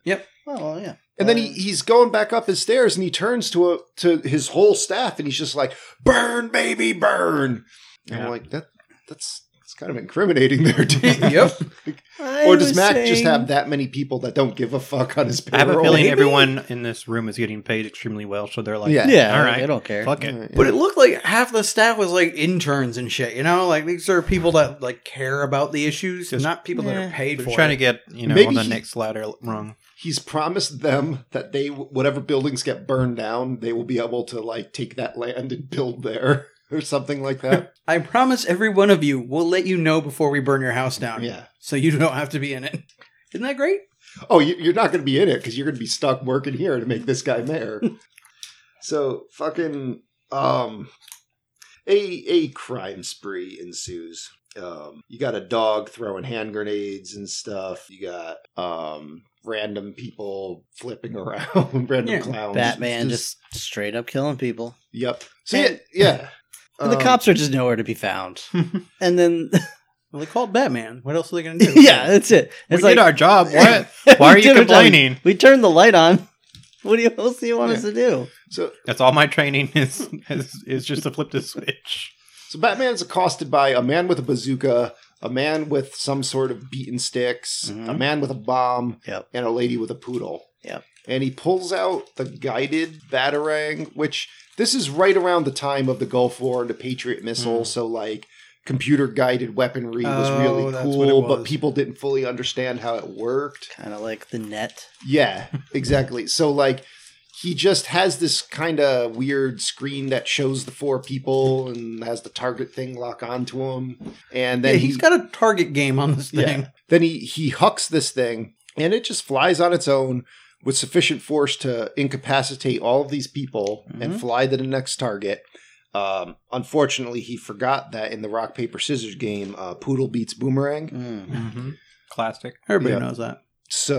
[SPEAKER 4] Oh yeah.
[SPEAKER 5] And
[SPEAKER 6] Uh,
[SPEAKER 5] then he, he's going back up his stairs and he turns to a, to his whole staff and he's just like, "Burn, baby, burn!" And
[SPEAKER 6] Yeah.
[SPEAKER 5] I'm like, that that's that's kind of incriminating *laughs* there, dude.
[SPEAKER 1] *laughs*
[SPEAKER 6] *laughs*
[SPEAKER 1] yep.
[SPEAKER 5] Or does Mac just have that many people that don't give a fuck on his
[SPEAKER 6] I have
[SPEAKER 5] payroll?
[SPEAKER 6] a
[SPEAKER 5] *laughs*
[SPEAKER 6] feeling everyone in this room is getting paid extremely well, so they're like,
[SPEAKER 5] Yeah.
[SPEAKER 4] Yeah,
[SPEAKER 6] All
[SPEAKER 4] I-
[SPEAKER 6] right.
[SPEAKER 4] I don't care.
[SPEAKER 6] fuck it.
[SPEAKER 1] But it looked like half the staff was like interns and shit. You know, like these are people that like care about the issues,
[SPEAKER 6] Just-
[SPEAKER 1] not people that are paid
[SPEAKER 6] They're
[SPEAKER 1] for.
[SPEAKER 6] trying
[SPEAKER 1] it.
[SPEAKER 6] to get you know
[SPEAKER 5] Maybe
[SPEAKER 6] on the
[SPEAKER 5] he-
[SPEAKER 6] next ladder rung.
[SPEAKER 5] he's promised them that they whatever buildings get burned down they will be able to like take that land and build there *laughs* or something like that
[SPEAKER 1] I promise every one of you, we'll let you know before we burn your house down.
[SPEAKER 5] yeah
[SPEAKER 1] So you don't have to be in it. *laughs* Isn't that great?
[SPEAKER 5] oh you- you're not going to be in it because you're going to be stuck working here to make this guy mayor so fucking um a a crime spree ensues um you got a dog throwing hand grenades and stuff you got um random people flipping *laughs* around random
[SPEAKER 1] Yeah.
[SPEAKER 5] clowns
[SPEAKER 4] Batman just, straight up killing people.
[SPEAKER 5] yep so
[SPEAKER 4] And-
[SPEAKER 1] *laughs*
[SPEAKER 5] yeah, yeah.
[SPEAKER 4] And the
[SPEAKER 5] Um,
[SPEAKER 4] cops are just nowhere to be
[SPEAKER 5] *laughs*
[SPEAKER 4] found. and then
[SPEAKER 1] Well, they called Batman. What else are they going
[SPEAKER 5] *laughs*
[SPEAKER 1] to do?
[SPEAKER 4] yeah, that's it.
[SPEAKER 6] We
[SPEAKER 4] It's
[SPEAKER 6] did
[SPEAKER 4] like *laughs*
[SPEAKER 6] our job. What? Why are
[SPEAKER 4] We
[SPEAKER 6] you
[SPEAKER 4] did our job.
[SPEAKER 6] complaining?
[SPEAKER 4] We turned the light on. *laughs* What do you, what else do you want us to do?
[SPEAKER 5] So,
[SPEAKER 6] That's all my training *laughs* is. Is, is just to flip the switch.
[SPEAKER 5] so Batman's accosted by a man with a bazooka, a man with some sort of beaten sticks,
[SPEAKER 1] Mm-hmm.
[SPEAKER 4] Mhm.
[SPEAKER 5] a man with a bomb,
[SPEAKER 4] Yep.
[SPEAKER 5] and a lady with a poodle.
[SPEAKER 4] Yep.
[SPEAKER 5] And he pulls out the guided batarang, which this is right around the time of the Gulf War and the Patriot missile.
[SPEAKER 1] Mm.
[SPEAKER 5] So, like, computer guided weaponry was
[SPEAKER 1] Oh,
[SPEAKER 5] really
[SPEAKER 1] that's what it
[SPEAKER 5] cool, but
[SPEAKER 1] was.
[SPEAKER 5] people didn't fully understand how it worked.
[SPEAKER 4] Kind of like the net.
[SPEAKER 1] *laughs*
[SPEAKER 5] Yeah, exactly. so like he just has this kind of weird screen that shows the four people and has the target thing lock onto him. And
[SPEAKER 1] Yeah,
[SPEAKER 5] then he
[SPEAKER 1] he's got a target game on this
[SPEAKER 5] Yeah.
[SPEAKER 1] thing.
[SPEAKER 5] then he he hucks this thing and it just flies on its own with sufficient force to incapacitate all of these people
[SPEAKER 1] Mm-hmm.
[SPEAKER 5] and fly to the next target. Um, unfortunately, he forgot that in the rock paper scissors game, uh, Poodle beats Boomerang.
[SPEAKER 4] Mm.
[SPEAKER 6] Mm-hmm. Classic.
[SPEAKER 1] Everybody
[SPEAKER 5] Yeah.
[SPEAKER 1] knows that.
[SPEAKER 5] so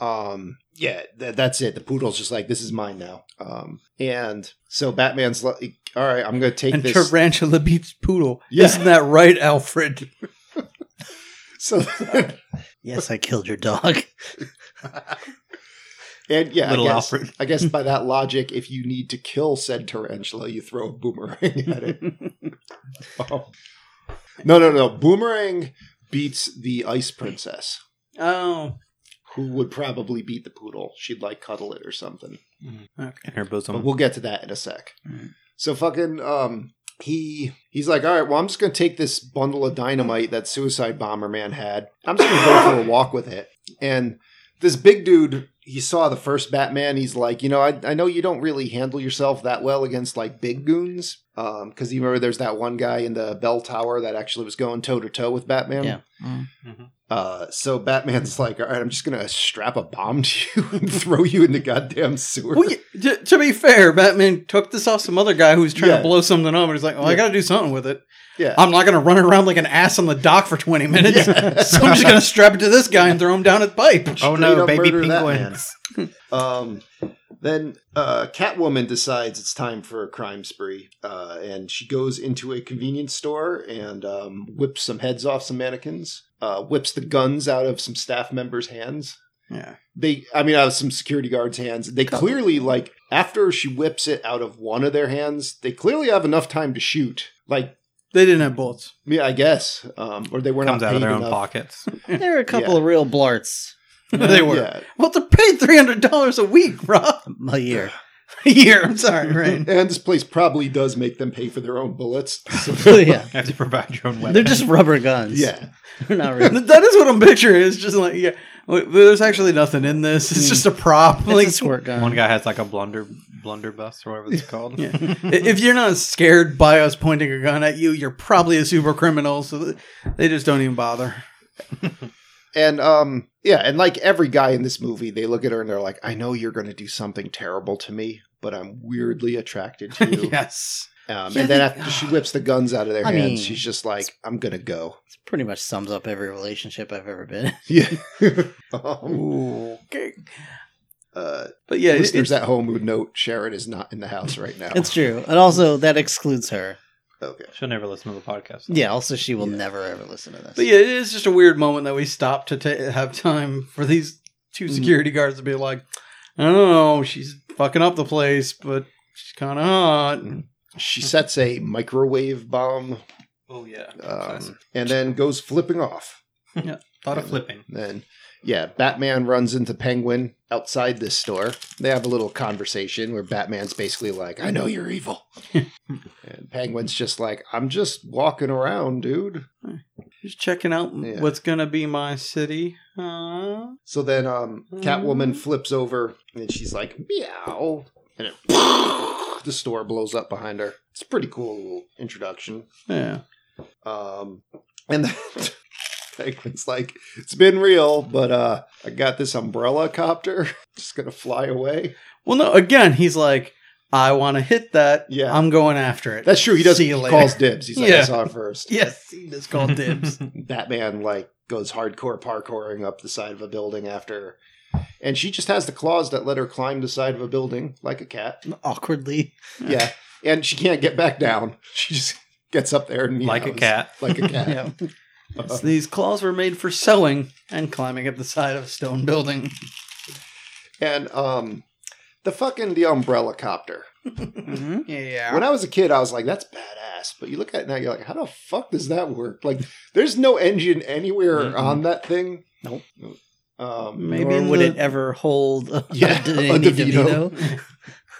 [SPEAKER 5] um yeah th- that's it the poodle's just like this is mine now um and so batman's like all right i'm gonna take
[SPEAKER 1] And
[SPEAKER 5] this
[SPEAKER 1] Tarantula beats Poodle.
[SPEAKER 5] Yeah.
[SPEAKER 1] Isn't that right, Alfred?
[SPEAKER 5] *laughs* so
[SPEAKER 4] Yes, I killed your
[SPEAKER 5] *laughs*
[SPEAKER 4] dog.
[SPEAKER 5] and yeah
[SPEAKER 6] Little
[SPEAKER 5] I guess,
[SPEAKER 6] Alfred.
[SPEAKER 5] i guess by that logic if you need to kill said tarantula you throw a boomerang at
[SPEAKER 6] *laughs*
[SPEAKER 5] it Oh. no no no boomerang beats the ice princess
[SPEAKER 1] Oh,
[SPEAKER 5] who would probably beat the poodle she'd like cuddle it or something
[SPEAKER 1] okay.
[SPEAKER 6] In her
[SPEAKER 5] But
[SPEAKER 6] bosom.
[SPEAKER 5] we'll get to that in a sec.
[SPEAKER 4] Mm.
[SPEAKER 5] So fucking um he he's like, all right, well, I'm just gonna take this bundle of dynamite that Suicide Bomber Man had. I'm just gonna go for a walk with it. And this big dude, he saw the first Batman. He's like, you know, I, I know you don't really handle yourself that well against like big goons, because you remember there's that one guy in the bell tower that actually was going toe to toe with Batman.
[SPEAKER 4] Yeah.
[SPEAKER 5] Uh, so Batman's like, all right, I'm just gonna strap a bomb to you *laughs* and throw you in the goddamn sewer.
[SPEAKER 1] Well, yeah, to, to be fair, Batman took this off some other guy who was trying
[SPEAKER 5] Yeah.
[SPEAKER 1] to blow something up, and he's like, "Well, I
[SPEAKER 5] Yeah.
[SPEAKER 1] got to do something with it.
[SPEAKER 5] yeah.
[SPEAKER 1] I'm not going to run around like an ass on the dock for 20 minutes. *laughs*
[SPEAKER 5] Yeah.
[SPEAKER 1] so I'm just going to strap it to this guy and throw him down his pipe."
[SPEAKER 6] Oh
[SPEAKER 5] straight
[SPEAKER 6] no,
[SPEAKER 5] up
[SPEAKER 6] baby
[SPEAKER 5] murder that man.
[SPEAKER 6] penguins.
[SPEAKER 5] *laughs* Um, Then uh, Catwoman decides it's time for a crime spree, uh, and she goes into a convenience store and um, whips some heads off some mannequins, uh, whips the guns out of some staff members' hands.
[SPEAKER 1] Yeah.
[SPEAKER 5] They, I mean, out of some security guards' hands. They clearly like after she whips it out of one of their hands, they clearly have enough time to shoot. Like,
[SPEAKER 1] They didn't have bullets.
[SPEAKER 5] yeah, I guess, um, or they were
[SPEAKER 6] Comes
[SPEAKER 5] not
[SPEAKER 6] out of
[SPEAKER 5] paid
[SPEAKER 6] their own
[SPEAKER 5] enough.
[SPEAKER 6] pockets.
[SPEAKER 4] There are a couple of real blarts
[SPEAKER 1] they were.
[SPEAKER 5] Yeah.
[SPEAKER 1] Well, they're paid three hundred dollars a week, *laughs* Rob.
[SPEAKER 4] a
[SPEAKER 5] *laughs*
[SPEAKER 4] year. *laughs*
[SPEAKER 1] A year. I'm sorry, right?
[SPEAKER 5] And this place probably does make them pay for their own bullets.
[SPEAKER 4] yeah.
[SPEAKER 6] You have to provide your own weapon.
[SPEAKER 4] They're just rubber guns.
[SPEAKER 5] *laughs* yeah.
[SPEAKER 4] *laughs* They're not
[SPEAKER 5] *laughs*
[SPEAKER 4] real.
[SPEAKER 1] that is what I'm picturing. It's just like yeah. Wait, There's actually nothing in this. It's just a prop.
[SPEAKER 4] It's
[SPEAKER 1] Like
[SPEAKER 4] a squirt gun.
[SPEAKER 6] One guy has like a blunder blunderbuss or whatever it's
[SPEAKER 1] *laughs*
[SPEAKER 6] called.
[SPEAKER 1] Yeah. I- if you're not scared by us pointing a gun at you, you're probably a super criminal. So th- they just don't even bother. *laughs*
[SPEAKER 5] And um yeah, and like every guy in this movie, they look at her and they're like, "I know you're going to do something terrible to me, but I'm weirdly
[SPEAKER 1] *laughs*
[SPEAKER 5] attracted to you."
[SPEAKER 1] yes.
[SPEAKER 5] um,
[SPEAKER 4] Yeah,
[SPEAKER 5] and then
[SPEAKER 4] they-
[SPEAKER 5] after she whips the guns out of their
[SPEAKER 4] I
[SPEAKER 5] hands,
[SPEAKER 4] mean-
[SPEAKER 5] she's just like, "I'm going to go."
[SPEAKER 4] Pretty much sums up every relationship I've ever been in.
[SPEAKER 5] Yeah. *laughs* um,
[SPEAKER 1] Okay.
[SPEAKER 5] uh,
[SPEAKER 1] But yeah, it-
[SPEAKER 5] listeners
[SPEAKER 1] it's-
[SPEAKER 5] at home would note Sharon is not in the house right now.
[SPEAKER 4] It's true. And also, that excludes her.
[SPEAKER 5] okay.
[SPEAKER 6] She'll never listen to the podcast.
[SPEAKER 4] Yeah, also, she will never ever listen to this.
[SPEAKER 1] but yeah, it is just a weird moment that we stop to ta- have time for these
[SPEAKER 5] Mm-hmm.
[SPEAKER 1] two security guards to be like, I don't know, she's fucking up the place, but she's kind of hot.
[SPEAKER 5] She sets a microwave bomb
[SPEAKER 6] Oh yeah.
[SPEAKER 5] um, and then goes flipping off.
[SPEAKER 6] Thought of flipping.
[SPEAKER 5] Then, yeah, Batman runs into Penguin outside this store. They have a little conversation where Batman's basically like, I know you're evil. and Penguin's just like, I'm just walking around, dude.
[SPEAKER 1] Just checking out
[SPEAKER 5] Yeah.
[SPEAKER 1] what's gonna be my city. Uh,
[SPEAKER 5] So then um, Catwoman flips over and she's like, meow. And it, the store blows up behind her. It's a pretty cool little introduction.
[SPEAKER 1] yeah.
[SPEAKER 5] Um, and then *laughs* Penguin's like, it's been real, but uh, I got this umbrella copter. *laughs* Just going to fly away.
[SPEAKER 1] Well, no. Again, he's like, I want to hit that.
[SPEAKER 5] Yeah.
[SPEAKER 1] I'm going after it.
[SPEAKER 5] That's true. He doesn't.
[SPEAKER 1] See
[SPEAKER 5] He
[SPEAKER 1] you later.
[SPEAKER 5] calls *laughs* dibs. He's like, I
[SPEAKER 1] Yeah.
[SPEAKER 5] saw it first.
[SPEAKER 1] yes, he just
[SPEAKER 5] *laughs*
[SPEAKER 1] called dibs.
[SPEAKER 5] Batman like goes hardcore parkouring up the side of a building after, her. and she just has the claws that let her climb the side of a building like a cat.
[SPEAKER 4] Awkwardly.
[SPEAKER 5] Yeah, and she can't get back down. She just gets up there and
[SPEAKER 6] Like a
[SPEAKER 5] meows.
[SPEAKER 6] cat.
[SPEAKER 5] like a cat.
[SPEAKER 1] yeah. So these claws were made for sewing and climbing up the side of a stone building.
[SPEAKER 5] And um, the fucking the umbrella copter. Mm-hmm.
[SPEAKER 1] *laughs* Yeah.
[SPEAKER 5] When I was a kid, I was like, that's badass. But you look at it now, you're like, how the fuck does that work? Like, there's no engine anywhere
[SPEAKER 6] Mm-mm.
[SPEAKER 5] on that thing.
[SPEAKER 4] Nope.
[SPEAKER 5] Um,
[SPEAKER 1] Maybe
[SPEAKER 4] Nor
[SPEAKER 1] in
[SPEAKER 4] would
[SPEAKER 1] the-
[SPEAKER 4] it
[SPEAKER 1] *laughs*
[SPEAKER 4] ever hold a, *laughs*
[SPEAKER 5] Yeah,
[SPEAKER 4] Danny
[SPEAKER 5] a DeVito.
[SPEAKER 4] DeVito.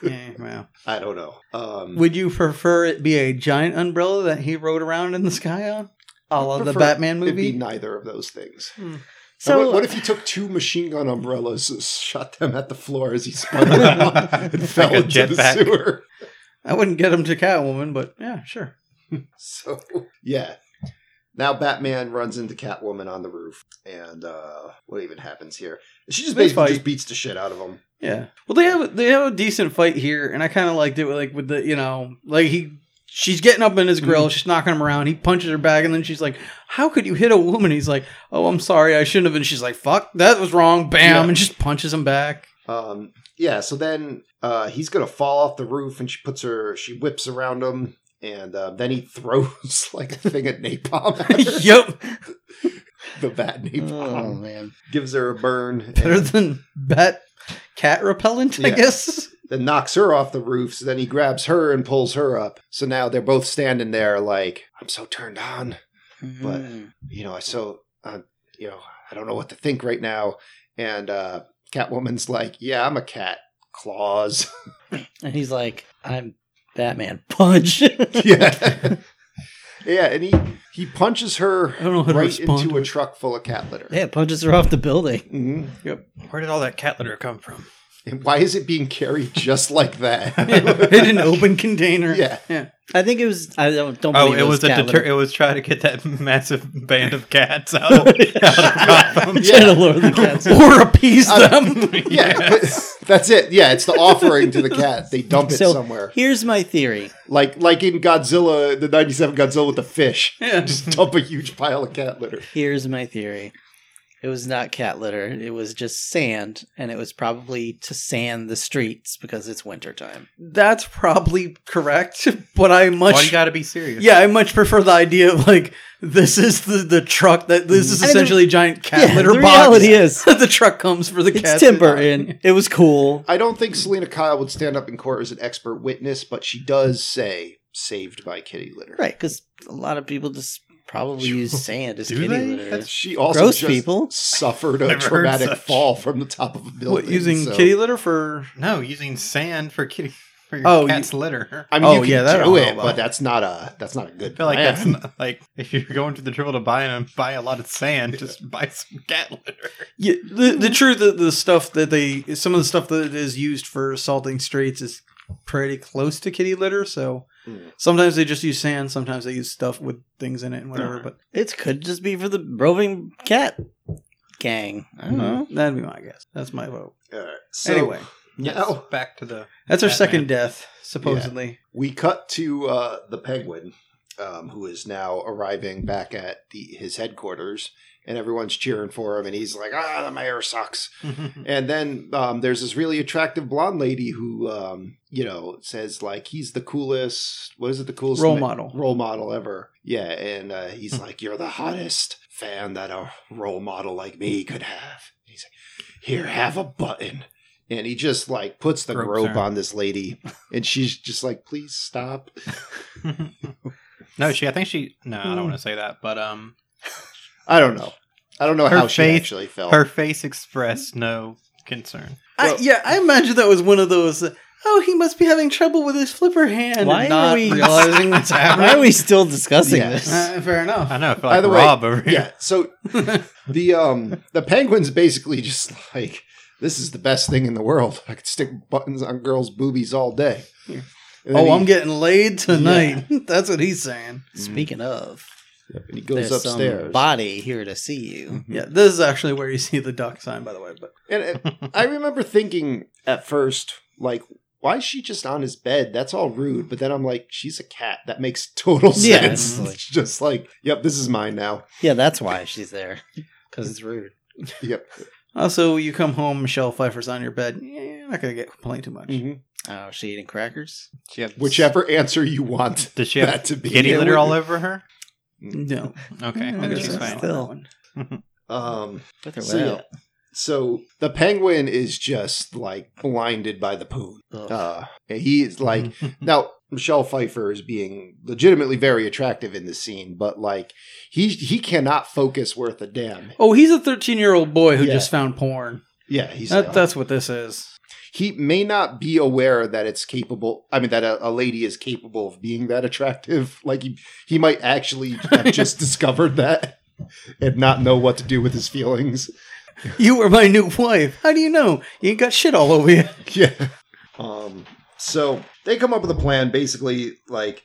[SPEAKER 1] Yeah, well.
[SPEAKER 5] I don't know. Um,
[SPEAKER 1] Would you prefer it be a giant umbrella that he rode around in the sky on? A la the
[SPEAKER 5] prefer
[SPEAKER 1] Batman
[SPEAKER 5] It'd be
[SPEAKER 1] movie?
[SPEAKER 5] neither of those things.
[SPEAKER 4] So,
[SPEAKER 5] what, what if he took two machine gun umbrellas, shot them at the floor
[SPEAKER 1] *laughs*
[SPEAKER 5] as he spun around and fell
[SPEAKER 6] Like a
[SPEAKER 5] into the
[SPEAKER 6] jetpack.
[SPEAKER 5] sewer? *laughs*
[SPEAKER 1] I wouldn't get him to Catwoman, but yeah, sure.
[SPEAKER 5] So yeah. Now Batman runs into Catwoman on the roof, and uh, what even happens here? She just
[SPEAKER 1] They
[SPEAKER 5] basically
[SPEAKER 1] fight.
[SPEAKER 5] just beats the shit out of him.
[SPEAKER 1] Yeah. Well, they have they have a decent fight here, and I kind of liked it. Like with the you know, like he she's getting up in his grill,
[SPEAKER 4] Mm-hmm.
[SPEAKER 1] she's knocking him around. He punches her back, and then she's like, "How could you hit a woman?" He's like, "Oh, I'm sorry, I shouldn't have." And she's like, "Fuck, that was wrong." Bam,
[SPEAKER 5] Yeah.
[SPEAKER 1] and just punches him back. *laughs*
[SPEAKER 5] Um, yeah. So then uh, he's gonna fall off the roof, and she puts her, she whips around him, and uh, then he *laughs* throws like a thing of napalm
[SPEAKER 1] *laughs*
[SPEAKER 5] at her,
[SPEAKER 1] yep,
[SPEAKER 5] the bat
[SPEAKER 4] oh,
[SPEAKER 5] napalm,
[SPEAKER 4] man.
[SPEAKER 5] gives her
[SPEAKER 1] *laughs*
[SPEAKER 5] a burn.
[SPEAKER 1] better
[SPEAKER 5] and-
[SPEAKER 1] than bat cat repellent, I
[SPEAKER 5] Yeah.
[SPEAKER 4] *laughs*
[SPEAKER 1] guess.
[SPEAKER 5] then knocks her off the roof. So then he grabs her and pulls her up. So now they're both standing there like, I'm so turned on. But-
[SPEAKER 4] Mm.
[SPEAKER 5] You know, I so, uh, you know, I don't know what to think right now. And uh, Catwoman's like, Yeah, I'm a cat.
[SPEAKER 1] *laughs*
[SPEAKER 5] Claws. *laughs*
[SPEAKER 4] And he's like, I'm Batman. *laughs* Punch.
[SPEAKER 5] yeah. Yeah. And he, he punches her
[SPEAKER 1] I don't know how to
[SPEAKER 5] right
[SPEAKER 1] respond.
[SPEAKER 5] into
[SPEAKER 1] to
[SPEAKER 5] a
[SPEAKER 1] it.
[SPEAKER 5] truck full of cat litter.
[SPEAKER 4] yeah, punches her off the building.
[SPEAKER 5] hmm
[SPEAKER 6] Where did all that cat litter come from?
[SPEAKER 5] And why is it being carried just
[SPEAKER 1] *laughs*
[SPEAKER 5] like *laughs*
[SPEAKER 1] in
[SPEAKER 5] that?
[SPEAKER 1] an open container.
[SPEAKER 5] yeah.
[SPEAKER 4] I think it was, I don't, don't
[SPEAKER 6] Oh,
[SPEAKER 4] believe
[SPEAKER 6] it was a
[SPEAKER 4] cat *laughs*
[SPEAKER 6] deter-
[SPEAKER 4] litter.
[SPEAKER 6] it was trying to get that *laughs* massive band of cats out, out of Gotham.
[SPEAKER 4] Trying to lure the cats.
[SPEAKER 1] Or appease *laughs* them.
[SPEAKER 5] Yeah. That's it. Yeah. It's the offering to the cat. They dump it
[SPEAKER 4] So-
[SPEAKER 5] somewhere.
[SPEAKER 4] Here's my theory.
[SPEAKER 5] like like in Godzilla, the '97 Godzilla with the fish,
[SPEAKER 1] *laughs* yeah.
[SPEAKER 5] dump a huge pile of cat litter.
[SPEAKER 4] Here's my theory. It was not cat litter. It was just sand, and it was probably to sand the streets because it's wintertime.
[SPEAKER 1] That's probably correct, but I much
[SPEAKER 6] Why you gotta be serious?
[SPEAKER 1] yeah, I much prefer the idea of like this is the the truck that this is
[SPEAKER 4] I mean, the-
[SPEAKER 1] essentially a giant cat
[SPEAKER 4] Yeah,
[SPEAKER 1] litter
[SPEAKER 4] the
[SPEAKER 1] box.
[SPEAKER 4] reality
[SPEAKER 1] *laughs*
[SPEAKER 4] is
[SPEAKER 1] the truck comes for the
[SPEAKER 4] it's
[SPEAKER 1] cats.
[SPEAKER 4] Tim Burton. It was cool.
[SPEAKER 5] I don't think Selena Kyle would stand up in court as an expert witness, but she does say saved by kitty litter.
[SPEAKER 4] Right, because a lot of people just probably
[SPEAKER 5] *laughs*
[SPEAKER 4] use sand as
[SPEAKER 6] Do
[SPEAKER 4] kitty
[SPEAKER 6] they?
[SPEAKER 4] litter.
[SPEAKER 6] That's-
[SPEAKER 5] She also
[SPEAKER 4] Gross
[SPEAKER 5] just
[SPEAKER 4] people.
[SPEAKER 5] suffered a
[SPEAKER 6] Never heard
[SPEAKER 5] traumatic
[SPEAKER 6] such.
[SPEAKER 5] fall from the top of a building.
[SPEAKER 1] What, using
[SPEAKER 5] so-
[SPEAKER 1] kitty litter for
[SPEAKER 6] No, using sand for kitty for your
[SPEAKER 1] Oh, you-
[SPEAKER 6] cat's litter.
[SPEAKER 5] I mean,
[SPEAKER 1] Oh,
[SPEAKER 5] you can
[SPEAKER 1] yeah, that I
[SPEAKER 5] do
[SPEAKER 1] don't know
[SPEAKER 5] it,
[SPEAKER 1] about.
[SPEAKER 5] but that's not a that's not a good
[SPEAKER 6] I feel like
[SPEAKER 5] plan.
[SPEAKER 6] that's not, like if you're going to the trouble to buy and buy a lot of sand, just buy some cat litter.
[SPEAKER 1] yeah, the
[SPEAKER 5] Mm-hmm.
[SPEAKER 1] the truth of the stuff that they some of the stuff that is used for salting streets is pretty close to kitty litter. So
[SPEAKER 5] Mm.
[SPEAKER 1] sometimes they just use sand, sometimes they use stuff with things in it and whatever. But
[SPEAKER 4] It could just be for the roving cat gang. I
[SPEAKER 5] Hmm.
[SPEAKER 4] don't know.
[SPEAKER 1] mm, that'd be my guess. That's my vote.
[SPEAKER 5] *laughs* All right, so
[SPEAKER 1] anyway,
[SPEAKER 5] now
[SPEAKER 6] back to the
[SPEAKER 1] that's our
[SPEAKER 6] Batman.
[SPEAKER 1] second death supposedly.
[SPEAKER 5] we cut to uh, the penguin, um, who is now arriving back at the, his headquarters, and everyone's cheering for him, and he's like, "Ah, the mayor sucks." and then um, there's this really attractive blonde lady who, um, you know, says like he's the coolest. What is it? The coolest
[SPEAKER 1] Role
[SPEAKER 5] ma-
[SPEAKER 1] model.
[SPEAKER 5] role model ever. Yeah, and uh,
[SPEAKER 6] Hmm.
[SPEAKER 5] he's like, "You're the hottest fan that a role model like me could have." He's like, "Here, have a button." And he just like puts the
[SPEAKER 6] Gropes
[SPEAKER 5] grope
[SPEAKER 6] her.
[SPEAKER 5] on this
[SPEAKER 6] *laughs*
[SPEAKER 5] lady, and she's just like, "Please stop."
[SPEAKER 6] no, she. I think she. No, I don't
[SPEAKER 5] Hmm.
[SPEAKER 6] want to say that, but um,
[SPEAKER 5] I don't know. I don't know
[SPEAKER 6] Her
[SPEAKER 5] how she
[SPEAKER 6] faith-
[SPEAKER 5] actually
[SPEAKER 4] Oh.
[SPEAKER 5] felt.
[SPEAKER 6] her face expressed no concern.
[SPEAKER 1] I, yeah, I imagine that was one of those. uh, Oh, he must be having trouble with his flipper hand.
[SPEAKER 4] Why
[SPEAKER 1] and
[SPEAKER 4] are
[SPEAKER 1] not
[SPEAKER 4] we-
[SPEAKER 1] realizing *laughs* what's
[SPEAKER 4] Why are
[SPEAKER 1] happening?
[SPEAKER 4] we still discussing
[SPEAKER 5] *laughs* Yeah.
[SPEAKER 4] this?
[SPEAKER 1] Uh, fair enough.
[SPEAKER 6] I know. I feel like
[SPEAKER 5] Either way,
[SPEAKER 6] Rob over here.
[SPEAKER 5] yeah.
[SPEAKER 6] *laughs*
[SPEAKER 5] So the um the penguins basically just like this is the best thing in the world. I could stick buttons on girls' boobies all day. And then
[SPEAKER 1] Oh, I'm
[SPEAKER 5] he-
[SPEAKER 1] getting laid tonight. *laughs* That's what he's saying.
[SPEAKER 4] *laughs* Speaking of,
[SPEAKER 5] and he goes
[SPEAKER 6] um,
[SPEAKER 4] there's
[SPEAKER 5] upstairs. Hmm.
[SPEAKER 4] some body here to see you.
[SPEAKER 1] Yeah, this is actually where you see the duck sign, by the way. But
[SPEAKER 5] And uh,
[SPEAKER 4] *laughs*
[SPEAKER 5] I remember thinking at first, like, why is she just on his bed? That's all rude. But then I'm like, she's a cat. That makes *laughs* total
[SPEAKER 4] Yeah,
[SPEAKER 5] sense.
[SPEAKER 4] it's like-
[SPEAKER 5] It's just like, yep, this is mine now.
[SPEAKER 4] Yeah, that's why she's there. Because it's rude.
[SPEAKER 5] Yep.
[SPEAKER 1] also, you come home, Michelle Pfeiffer's on your bed. Yeah, you're not gonna get complained too
[SPEAKER 5] Mm-hmm.
[SPEAKER 1] much.
[SPEAKER 4] Oh, she eating crackers?
[SPEAKER 6] She had-
[SPEAKER 5] Whichever answer you want
[SPEAKER 6] Does she have
[SPEAKER 5] that to be.
[SPEAKER 6] *laughs* kitty litter all over her?
[SPEAKER 1] No,
[SPEAKER 6] Okay,
[SPEAKER 5] Hmm,
[SPEAKER 1] No,
[SPEAKER 6] I think she's
[SPEAKER 1] that's
[SPEAKER 6] fine.
[SPEAKER 1] not that one.
[SPEAKER 5] Um,
[SPEAKER 4] With her
[SPEAKER 5] so,
[SPEAKER 4] way
[SPEAKER 5] yeah. so the penguin is just like blinded by the poon.
[SPEAKER 4] out. Ugh.
[SPEAKER 5] Uh, he is like
[SPEAKER 4] *laughs*
[SPEAKER 5] Now, Michelle Pfeiffer is being legitimately very attractive in this scene, but like he he cannot focus worth a damn.
[SPEAKER 1] Oh, he's a 13 year old boy who
[SPEAKER 5] Yeah.
[SPEAKER 1] just found porn.
[SPEAKER 5] Yeah, he's
[SPEAKER 1] That, that's what this is.
[SPEAKER 5] he may not be aware that it's capable. I mean, that a, a lady is capable of being that attractive. *laughs* Like he he might actually have *laughs* just discovered that and not know what to do with his feelings. *laughs*
[SPEAKER 1] You were my new wife. How do you know? You ain't got shit all over you.
[SPEAKER 5] yeah. Um, so they come up with a plan basically like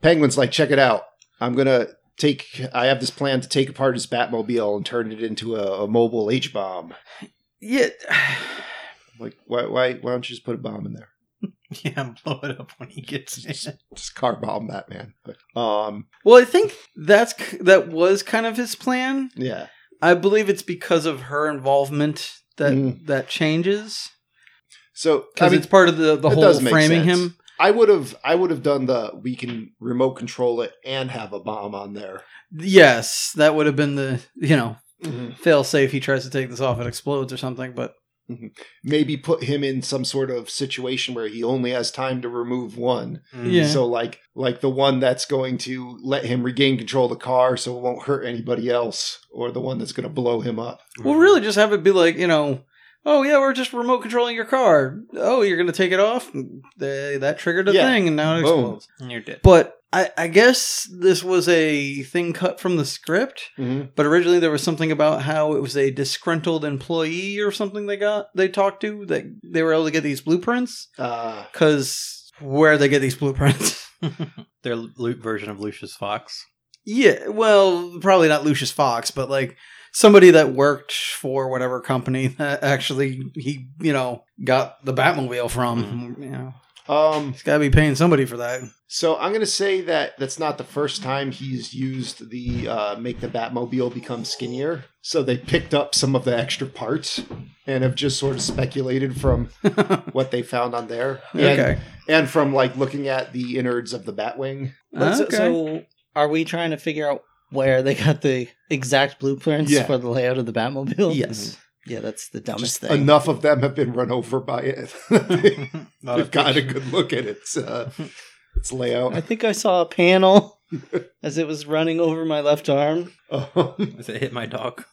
[SPEAKER 5] Penguin's like, check it out. I'm gonna take I have this plan to take apart his Batmobile and turn it into a, a mobile H bomb.
[SPEAKER 1] Yeah.
[SPEAKER 5] Like, why why why don't you just put a bomb in there?
[SPEAKER 6] *laughs* yeah, blow it up when
[SPEAKER 5] *laughs*
[SPEAKER 6] he gets
[SPEAKER 5] Just,
[SPEAKER 6] in.
[SPEAKER 5] just car bomb Batman. Um
[SPEAKER 1] *sighs* Well, I think that's k- that was kind of his plan.
[SPEAKER 5] yeah.
[SPEAKER 1] I believe it's because of her involvement that
[SPEAKER 5] Mm.
[SPEAKER 1] that changes
[SPEAKER 5] So I
[SPEAKER 1] because
[SPEAKER 5] mean
[SPEAKER 1] it's part of the the
[SPEAKER 5] it
[SPEAKER 1] whole
[SPEAKER 5] does make
[SPEAKER 1] framing
[SPEAKER 5] sense.
[SPEAKER 1] him.
[SPEAKER 5] I would have I would have done the we can remote control it and have a bomb on there.
[SPEAKER 1] Yes, that would have been the you know fail safe. He tries to take this off, it explodes or something. But
[SPEAKER 5] Maybe put him in some sort of situation where he only has time to remove one.
[SPEAKER 1] yeah,
[SPEAKER 5] So like like the one that's going to let him regain control of the car so it won't hurt anybody else or the one that's going to blow him up.
[SPEAKER 1] well, really, just have it be like you know. Oh yeah, we're just remote controlling your car. Oh, you're gonna take it off. They, that triggered a
[SPEAKER 5] Yeah.
[SPEAKER 1] thing, and now it
[SPEAKER 5] Boom.
[SPEAKER 1] explodes.
[SPEAKER 6] And Mm. You're dead.
[SPEAKER 1] But I, I guess this was a thing cut from the script.
[SPEAKER 5] Mhm.
[SPEAKER 1] But originally there was something about how it was a disgruntled employee or something they got they talked to that they were able to get these blueprints
[SPEAKER 5] Uh
[SPEAKER 1] because where they get these blueprints. *laughs*
[SPEAKER 6] Their loot version of Lucius
[SPEAKER 5] *laughs*
[SPEAKER 6] Fox. *laughs*
[SPEAKER 1] yeah, well, probably not Lucius Fox, but like somebody that worked for *laughs*
[SPEAKER 4] Mm-hmm.
[SPEAKER 1] whatever company that actually he you know got the Batmobile from. You know,
[SPEAKER 5] Um,
[SPEAKER 1] He's got to be paying somebody for that. *laughs*
[SPEAKER 5] so I'm going to say that that's not the first time he's used the uh, make the Batmobile become skinnier. So they picked up some of the extra parts and have just sort of speculated from what they found
[SPEAKER 4] *laughs*
[SPEAKER 5] on there. And,
[SPEAKER 1] okay.
[SPEAKER 5] and from like looking at the innards of the Batwing.
[SPEAKER 4] But Uh, so-
[SPEAKER 1] Okay.
[SPEAKER 4] So, are we trying to figure out where they got the exact blueprints
[SPEAKER 5] Yeah.
[SPEAKER 4] for the layout of the Batmobile?
[SPEAKER 5] Yes.
[SPEAKER 4] Yeah, that's the dumbest
[SPEAKER 5] Just
[SPEAKER 4] thing.
[SPEAKER 5] enough of them have been run over by it. *laughs* They've
[SPEAKER 6] Not a
[SPEAKER 5] gotten a
[SPEAKER 6] picture.
[SPEAKER 5] good look at
[SPEAKER 4] *laughs*
[SPEAKER 5] its uh, its
[SPEAKER 4] I
[SPEAKER 5] layout.
[SPEAKER 4] think I saw a panel *laughs* as it was running over my left arm.
[SPEAKER 5] *laughs* Um,
[SPEAKER 6] Does *laughs* it hit my dog?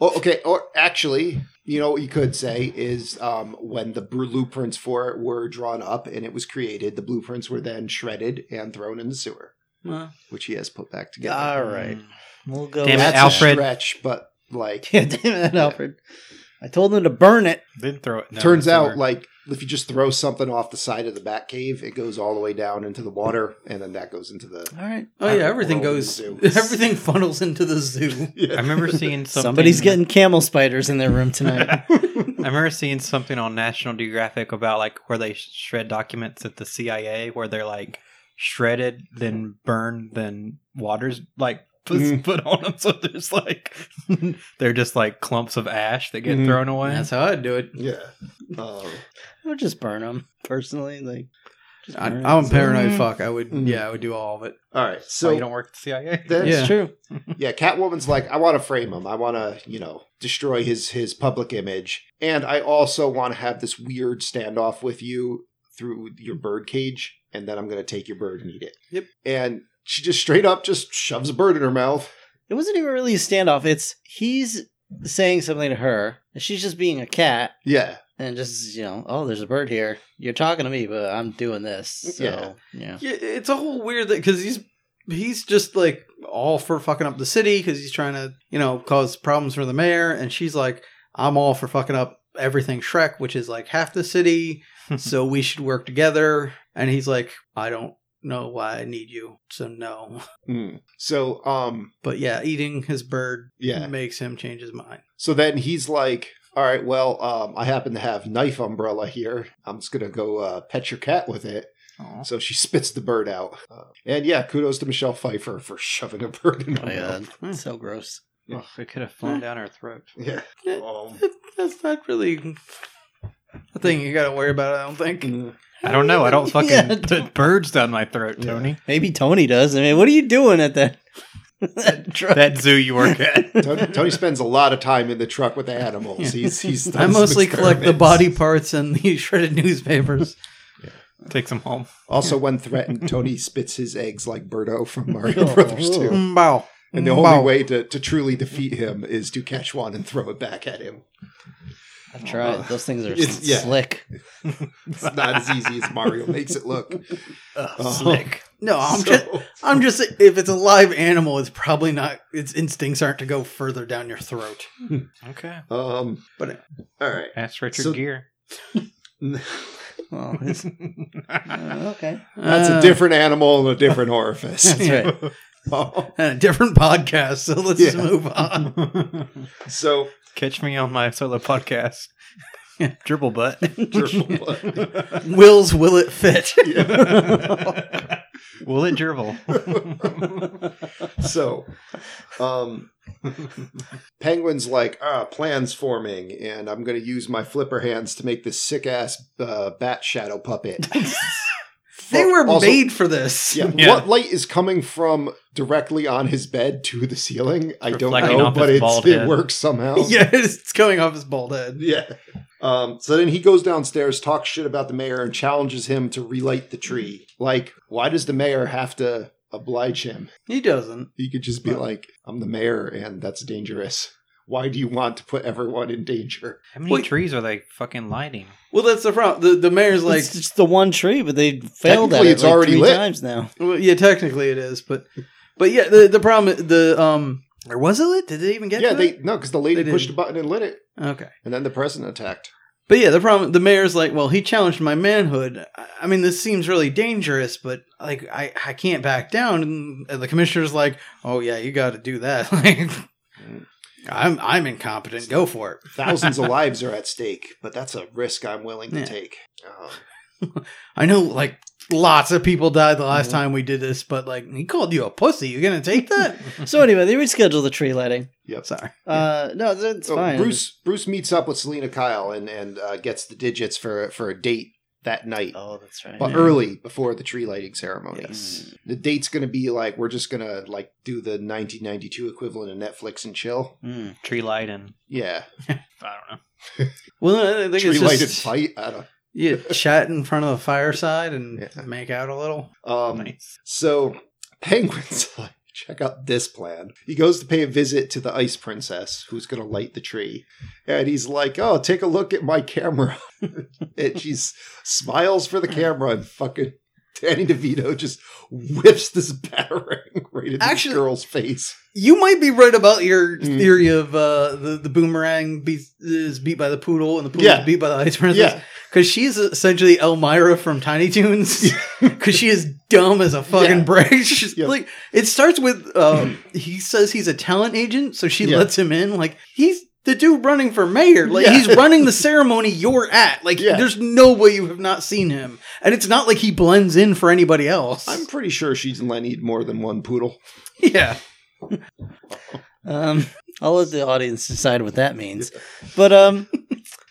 [SPEAKER 5] Oh, okay. Or actually, you know what you could say is um, when the blueprints for it were drawn up and it was created, the blueprints were then shredded and thrown in the sewer,
[SPEAKER 1] Well,
[SPEAKER 5] which he has put back together.
[SPEAKER 4] All right.
[SPEAKER 6] Mm.
[SPEAKER 4] We'll go.
[SPEAKER 6] uh, Damn it,
[SPEAKER 5] That's
[SPEAKER 4] with-
[SPEAKER 5] a
[SPEAKER 6] Alfred.
[SPEAKER 5] stretch, but
[SPEAKER 6] *laughs*
[SPEAKER 4] *laughs*
[SPEAKER 5] like,
[SPEAKER 4] Yeah, damn it, Alfred. I told them to burn it.
[SPEAKER 6] Then throw it. down
[SPEAKER 5] turns
[SPEAKER 6] the
[SPEAKER 5] out
[SPEAKER 6] sewer.
[SPEAKER 5] like if you just throw something off the side of the bat cave, it goes all the way down into the water, and then that goes into the.
[SPEAKER 4] All right.
[SPEAKER 1] oh yeah, everything
[SPEAKER 5] World
[SPEAKER 1] goes.
[SPEAKER 5] zoo.
[SPEAKER 1] *laughs* Everything funnels into the
[SPEAKER 4] *laughs*
[SPEAKER 1] zoo.
[SPEAKER 5] Yeah.
[SPEAKER 6] I remember
[SPEAKER 1] *laughs*
[SPEAKER 5] *laughs*
[SPEAKER 6] seeing something.
[SPEAKER 4] Somebody's getting camel spiders in their room
[SPEAKER 6] *laughs*
[SPEAKER 4] tonight.
[SPEAKER 6] I remember seeing something on National Geographic about like where they shred documents at the CIA, where they're like shredded, then burned, then waters like *laughs* put,
[SPEAKER 5] Mhm.
[SPEAKER 6] put on them. So there's like *laughs* they're just like clumps of ash that get
[SPEAKER 5] Mhm.
[SPEAKER 6] thrown away.
[SPEAKER 1] That's how I'd do it.
[SPEAKER 5] Yeah. Um,
[SPEAKER 4] I would just burn them personally. Like, just
[SPEAKER 1] I,
[SPEAKER 4] burn
[SPEAKER 1] I'm a
[SPEAKER 4] it.
[SPEAKER 1] paranoid fuck. I would.
[SPEAKER 4] Mm-hmm.
[SPEAKER 5] Mm.
[SPEAKER 1] Yeah, I would do all of it.
[SPEAKER 5] all right.
[SPEAKER 6] so
[SPEAKER 5] So
[SPEAKER 6] you don't work at
[SPEAKER 5] *laughs*
[SPEAKER 6] the CIA.
[SPEAKER 5] then-
[SPEAKER 1] Yeah.
[SPEAKER 4] It's true.
[SPEAKER 5] Yeah, Catwoman's like, I want to frame him. I want to, you know, destroy his his public image, and I also want to have this weird standoff with you through your bird cage, and then I'm going to take your bird and eat it.
[SPEAKER 1] Yep.
[SPEAKER 5] And she just straight up just shoves a bird in her mouth.
[SPEAKER 4] It wasn't even really a standoff. It's he's saying something to her, and she's just being a cat
[SPEAKER 5] Yeah,
[SPEAKER 4] and just you know, oh, there's a bird here. You're talking to me, but I'm doing this. So
[SPEAKER 5] Yeah.
[SPEAKER 4] yeah, yeah.
[SPEAKER 1] Yeah, it's a whole weird thing because he's he's just like all for fucking up the city because he's trying to you know cause problems for the mayor, and she's like, I'm all for fucking up everything Shrek, which is like half the city, so we should work together. And he's like, I don't know why I need you, so no. *laughs*
[SPEAKER 5] Mm. So, um,
[SPEAKER 1] But yeah, eating his bird
[SPEAKER 5] Yeah.
[SPEAKER 1] makes him change his mind.
[SPEAKER 5] so then he's like, "All right, well, um, I happen to have knife umbrella here. I'm just gonna go uh, pet your cat with it."
[SPEAKER 6] Aw.
[SPEAKER 5] So she *laughs* spits the bird out, uh, and yeah, kudos to Michelle Pfeiffer for *laughs* shoving a bird in her
[SPEAKER 4] Oh, yeah.
[SPEAKER 5] mouth.
[SPEAKER 4] It's so gross.
[SPEAKER 6] Oh, if it could have flown down her throat.
[SPEAKER 5] Yeah.
[SPEAKER 1] Yeah.
[SPEAKER 5] Um,
[SPEAKER 1] That's not really a thing you got to worry about. I don't think.
[SPEAKER 6] I don't know. I don't fucking
[SPEAKER 4] Yeah,
[SPEAKER 6] *laughs* put birds down my throat,
[SPEAKER 5] Yeah.
[SPEAKER 6] *laughs* Tony.
[SPEAKER 4] Maybe Tony does. I mean, what are you doing at that? that truck?
[SPEAKER 6] That zoo you work at. *laughs*
[SPEAKER 5] Tony, Tony spends a lot of time in the truck with the animals. He's he's. done
[SPEAKER 1] I
[SPEAKER 5] some
[SPEAKER 1] mostly collect the
[SPEAKER 5] experiments.
[SPEAKER 1] body parts and the *laughs* shredded newspapers.
[SPEAKER 6] Takes them home.
[SPEAKER 5] Also, when threatened, Tony spits his eggs like Birdo from Mario
[SPEAKER 4] Oh.
[SPEAKER 5] Brothers Two.
[SPEAKER 1] Mm, Bow.
[SPEAKER 5] And the
[SPEAKER 1] Mm,
[SPEAKER 5] only
[SPEAKER 1] bow.
[SPEAKER 5] way to, to truly defeat him is to catch one and throw it back at him.
[SPEAKER 4] I tried. Those things are
[SPEAKER 5] It's- yeah.
[SPEAKER 4] slick.
[SPEAKER 5] It's not as easy as Mario makes it look.
[SPEAKER 6] Oh.
[SPEAKER 5] Uh,
[SPEAKER 6] Slick.
[SPEAKER 1] No, I'm
[SPEAKER 5] so-
[SPEAKER 1] just I'm just if it's a live animal, it's probably not its instincts aren't to go further down your throat.
[SPEAKER 6] Okay.
[SPEAKER 5] um.
[SPEAKER 1] But-
[SPEAKER 5] all right.
[SPEAKER 6] That's Richard
[SPEAKER 5] So-
[SPEAKER 6] Gere.
[SPEAKER 4] *laughs* Well, it's, oh, okay.
[SPEAKER 5] That's
[SPEAKER 1] Uh,
[SPEAKER 5] a different animal and a different orifice. Oh,
[SPEAKER 4] That's right.
[SPEAKER 5] *laughs*
[SPEAKER 1] and a different podcast, so let's
[SPEAKER 5] Yeah.
[SPEAKER 1] move on.
[SPEAKER 5] *laughs*
[SPEAKER 1] *laughs*
[SPEAKER 5] so, *laughs*
[SPEAKER 6] Catch me on my solo podcast. Dribble butt.
[SPEAKER 1] Will's will it fit?
[SPEAKER 6] *laughs* Will it dribble?
[SPEAKER 5] so um penguin's like ah plans forming and i'm gonna use my flipper hands to make this sick ass uh, bat shadow puppet
[SPEAKER 1] *laughs* they
[SPEAKER 5] Fu-
[SPEAKER 1] were
[SPEAKER 5] also-
[SPEAKER 1] made for *laughs* this.
[SPEAKER 5] yeah,
[SPEAKER 6] Yeah.
[SPEAKER 5] what light is coming from directly on his bed to the ceiling i don't
[SPEAKER 6] Reflecting
[SPEAKER 5] know
[SPEAKER 6] off
[SPEAKER 5] but
[SPEAKER 6] his
[SPEAKER 5] it's,
[SPEAKER 6] bald
[SPEAKER 5] it
[SPEAKER 6] head.
[SPEAKER 5] works somehow
[SPEAKER 1] Yeah, it's going off his bald head.
[SPEAKER 5] yeah um, so then he goes downstairs, talks shit about the mayor, and challenges him to relight the tree. Like, why does the mayor have to oblige him?
[SPEAKER 1] He doesn't.
[SPEAKER 5] He could just be like, I'm the mayor and that's dangerous. Why do you want to put everyone in danger?
[SPEAKER 6] How many
[SPEAKER 1] Wait.
[SPEAKER 6] trees are they fucking lighting?
[SPEAKER 1] Well, that's the problem. The the mayor's like,
[SPEAKER 4] *laughs* it's just the one tree, but they failed at
[SPEAKER 5] Technically,
[SPEAKER 4] it
[SPEAKER 5] it's
[SPEAKER 4] like
[SPEAKER 5] already
[SPEAKER 4] three
[SPEAKER 5] lit.
[SPEAKER 4] times now.
[SPEAKER 1] well, yeah, technically it is, but but yeah, the the problem the um or was it lit? Did they even get
[SPEAKER 5] yeah,
[SPEAKER 1] to
[SPEAKER 5] they
[SPEAKER 1] it?
[SPEAKER 5] no, because the lady
[SPEAKER 1] They
[SPEAKER 5] pushed a
[SPEAKER 1] didn't.
[SPEAKER 5] button and lit it,
[SPEAKER 1] okay.
[SPEAKER 5] and then the president attacked.
[SPEAKER 1] But yeah, the problem the mayor's like, well, he challenged my manhood. I- I mean, this seems really dangerous, but like I I can't back down. And, and the commissioner's like, oh yeah, you got to do that. *laughs* Like, I'm I'm incompetent. Go for it.
[SPEAKER 5] Thousands of lives are at stake, but that's a risk I'm willing to
[SPEAKER 1] Yeah.
[SPEAKER 5] take. Um,
[SPEAKER 1] I know like lots of people died the last
[SPEAKER 5] Mm-hmm.
[SPEAKER 1] time we did this, but like he called you a pussy. You gonna take that?
[SPEAKER 4] *laughs* So anyway, they reschedule the tree lighting.
[SPEAKER 5] *laughs* Yep.
[SPEAKER 1] Sorry.
[SPEAKER 4] Uh, no, it's, it's
[SPEAKER 5] So
[SPEAKER 4] fine.
[SPEAKER 5] Oh, Bruce Bruce meets up with Selena Kyle and and uh, gets the digits for for a date that night,
[SPEAKER 4] Oh, that's right.
[SPEAKER 5] but
[SPEAKER 1] yeah.
[SPEAKER 5] early before the tree lighting ceremony.
[SPEAKER 1] Yes.
[SPEAKER 5] The date's going to be like we're just going to like do the 1992 equivalent of Netflix and chill.
[SPEAKER 4] Mm.
[SPEAKER 6] Tree light and
[SPEAKER 5] Yeah,
[SPEAKER 6] I don't know.
[SPEAKER 1] Well, no, I think
[SPEAKER 5] tree
[SPEAKER 1] it's
[SPEAKER 5] lighted
[SPEAKER 1] just
[SPEAKER 5] fight. I don't.
[SPEAKER 1] you chat in front of the fireside and
[SPEAKER 5] Yeah.
[SPEAKER 1] make out a little.
[SPEAKER 5] Um,
[SPEAKER 6] nice.
[SPEAKER 5] So Penguin's *laughs* like, check out this plan. He goes to pay a visit to the ice princess who's going to light the tree. And he's like, oh, take a look at my camera. *laughs* and she smiles for the camera and fucking Danny DeVito just whips this *laughs* battering right in this
[SPEAKER 1] Actually-
[SPEAKER 5] girl's face.
[SPEAKER 1] You might be right about your
[SPEAKER 5] Mm.
[SPEAKER 1] theory of uh, the the boomerang beats, is beat by the poodle and the poodle
[SPEAKER 5] Yeah.
[SPEAKER 1] is beat by the ice princess.
[SPEAKER 5] Yeah.
[SPEAKER 1] Because she's essentially Elmira from Tiny
[SPEAKER 5] *laughs*
[SPEAKER 1] Toons. Because she is dumb as a fucking
[SPEAKER 5] Yeah.
[SPEAKER 1] brick. *laughs* She's
[SPEAKER 5] Yep.
[SPEAKER 1] Like it starts with um, he says he's a talent agent, so she
[SPEAKER 5] Yeah.
[SPEAKER 1] lets him in. Like he's the dude running for mayor. Like
[SPEAKER 5] Yeah.
[SPEAKER 1] he's running
[SPEAKER 5] *laughs*
[SPEAKER 1] the ceremony you're at. Like
[SPEAKER 5] Yeah.
[SPEAKER 1] there's no way you have not seen him, and it's not like he blends in for anybody else.
[SPEAKER 5] I'm pretty sure she's Lenny more than one poodle.
[SPEAKER 1] *laughs* yeah,
[SPEAKER 4] Um, I'll let the audience decide what that means. But um,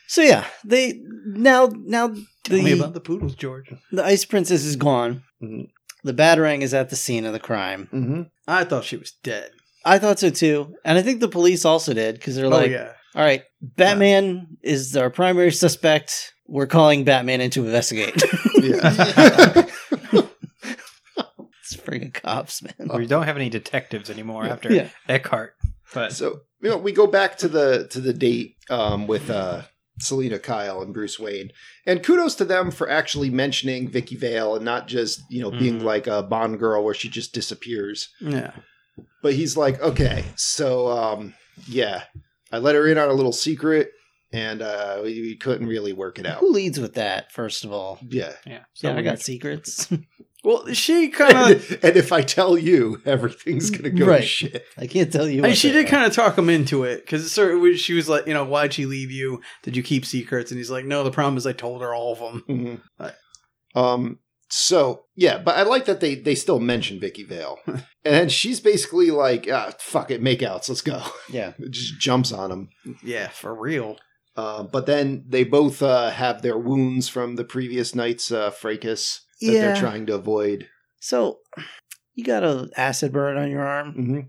[SPEAKER 4] so yeah, they now now
[SPEAKER 1] tell me about
[SPEAKER 4] the
[SPEAKER 1] the poodles, George.
[SPEAKER 4] the ice princess is gone.
[SPEAKER 5] Mhm.
[SPEAKER 4] The batarang is at the scene of the crime.
[SPEAKER 5] *laughs* Mm-hmm.
[SPEAKER 1] I thought she was dead.
[SPEAKER 4] I thought so too, and I think the police also did because they're like,
[SPEAKER 1] oh yeah,
[SPEAKER 4] "All right, Batman is our primary suspect. We're calling Batman in to investigate." *laughs*
[SPEAKER 5] Yeah.
[SPEAKER 4] it's freaking cops, man. *laughs*
[SPEAKER 5] Oh,
[SPEAKER 6] We don't have any detectives anymore after
[SPEAKER 4] Yeah.
[SPEAKER 6] Eckhart. But
[SPEAKER 5] so you know we go back to the to the date um, with uh, Selena Kyle and Bruce Wayne, and kudos to them for actually mentioning Vicky Vale and not just you know being
[SPEAKER 6] Mhm.
[SPEAKER 5] like a Bond girl where she just disappears.
[SPEAKER 1] yeah.
[SPEAKER 5] But he's like, okay, so um, yeah, I let her in on a little secret, and uh, we, we couldn't really work it out.
[SPEAKER 4] Who leads with that? First of all,
[SPEAKER 5] Yeah,
[SPEAKER 6] yeah,
[SPEAKER 4] yeah, I
[SPEAKER 6] we-
[SPEAKER 4] got secrets. *laughs*
[SPEAKER 1] Well, she kind
[SPEAKER 5] and,
[SPEAKER 1] of.
[SPEAKER 5] *laughs* and if I tell you, everything's gonna go
[SPEAKER 4] Right.
[SPEAKER 5] to shit.
[SPEAKER 4] I can't tell you.
[SPEAKER 1] I mean,
[SPEAKER 4] what
[SPEAKER 1] she
[SPEAKER 4] they
[SPEAKER 1] did
[SPEAKER 4] are.
[SPEAKER 1] kind of talk him into it because she was like, you know, why'd she leave you? Did you keep secrets? And he's like, no, the problem is I told her all of them.
[SPEAKER 5] Mhm.
[SPEAKER 1] Right.
[SPEAKER 5] Um. So yeah, but I like that they they still mention Vicky Vale, *laughs* and she's basically like, ah, fuck it, makeouts, let's go. *laughs*
[SPEAKER 4] Yeah.
[SPEAKER 5] Just jumps on him.
[SPEAKER 1] Yeah, for real.
[SPEAKER 5] Uh, but then they both uh, have their wounds from the previous night's uh, fracas that they're
[SPEAKER 4] Yeah.
[SPEAKER 5] trying to avoid.
[SPEAKER 4] So you got a acid burn on your arm,
[SPEAKER 5] hmm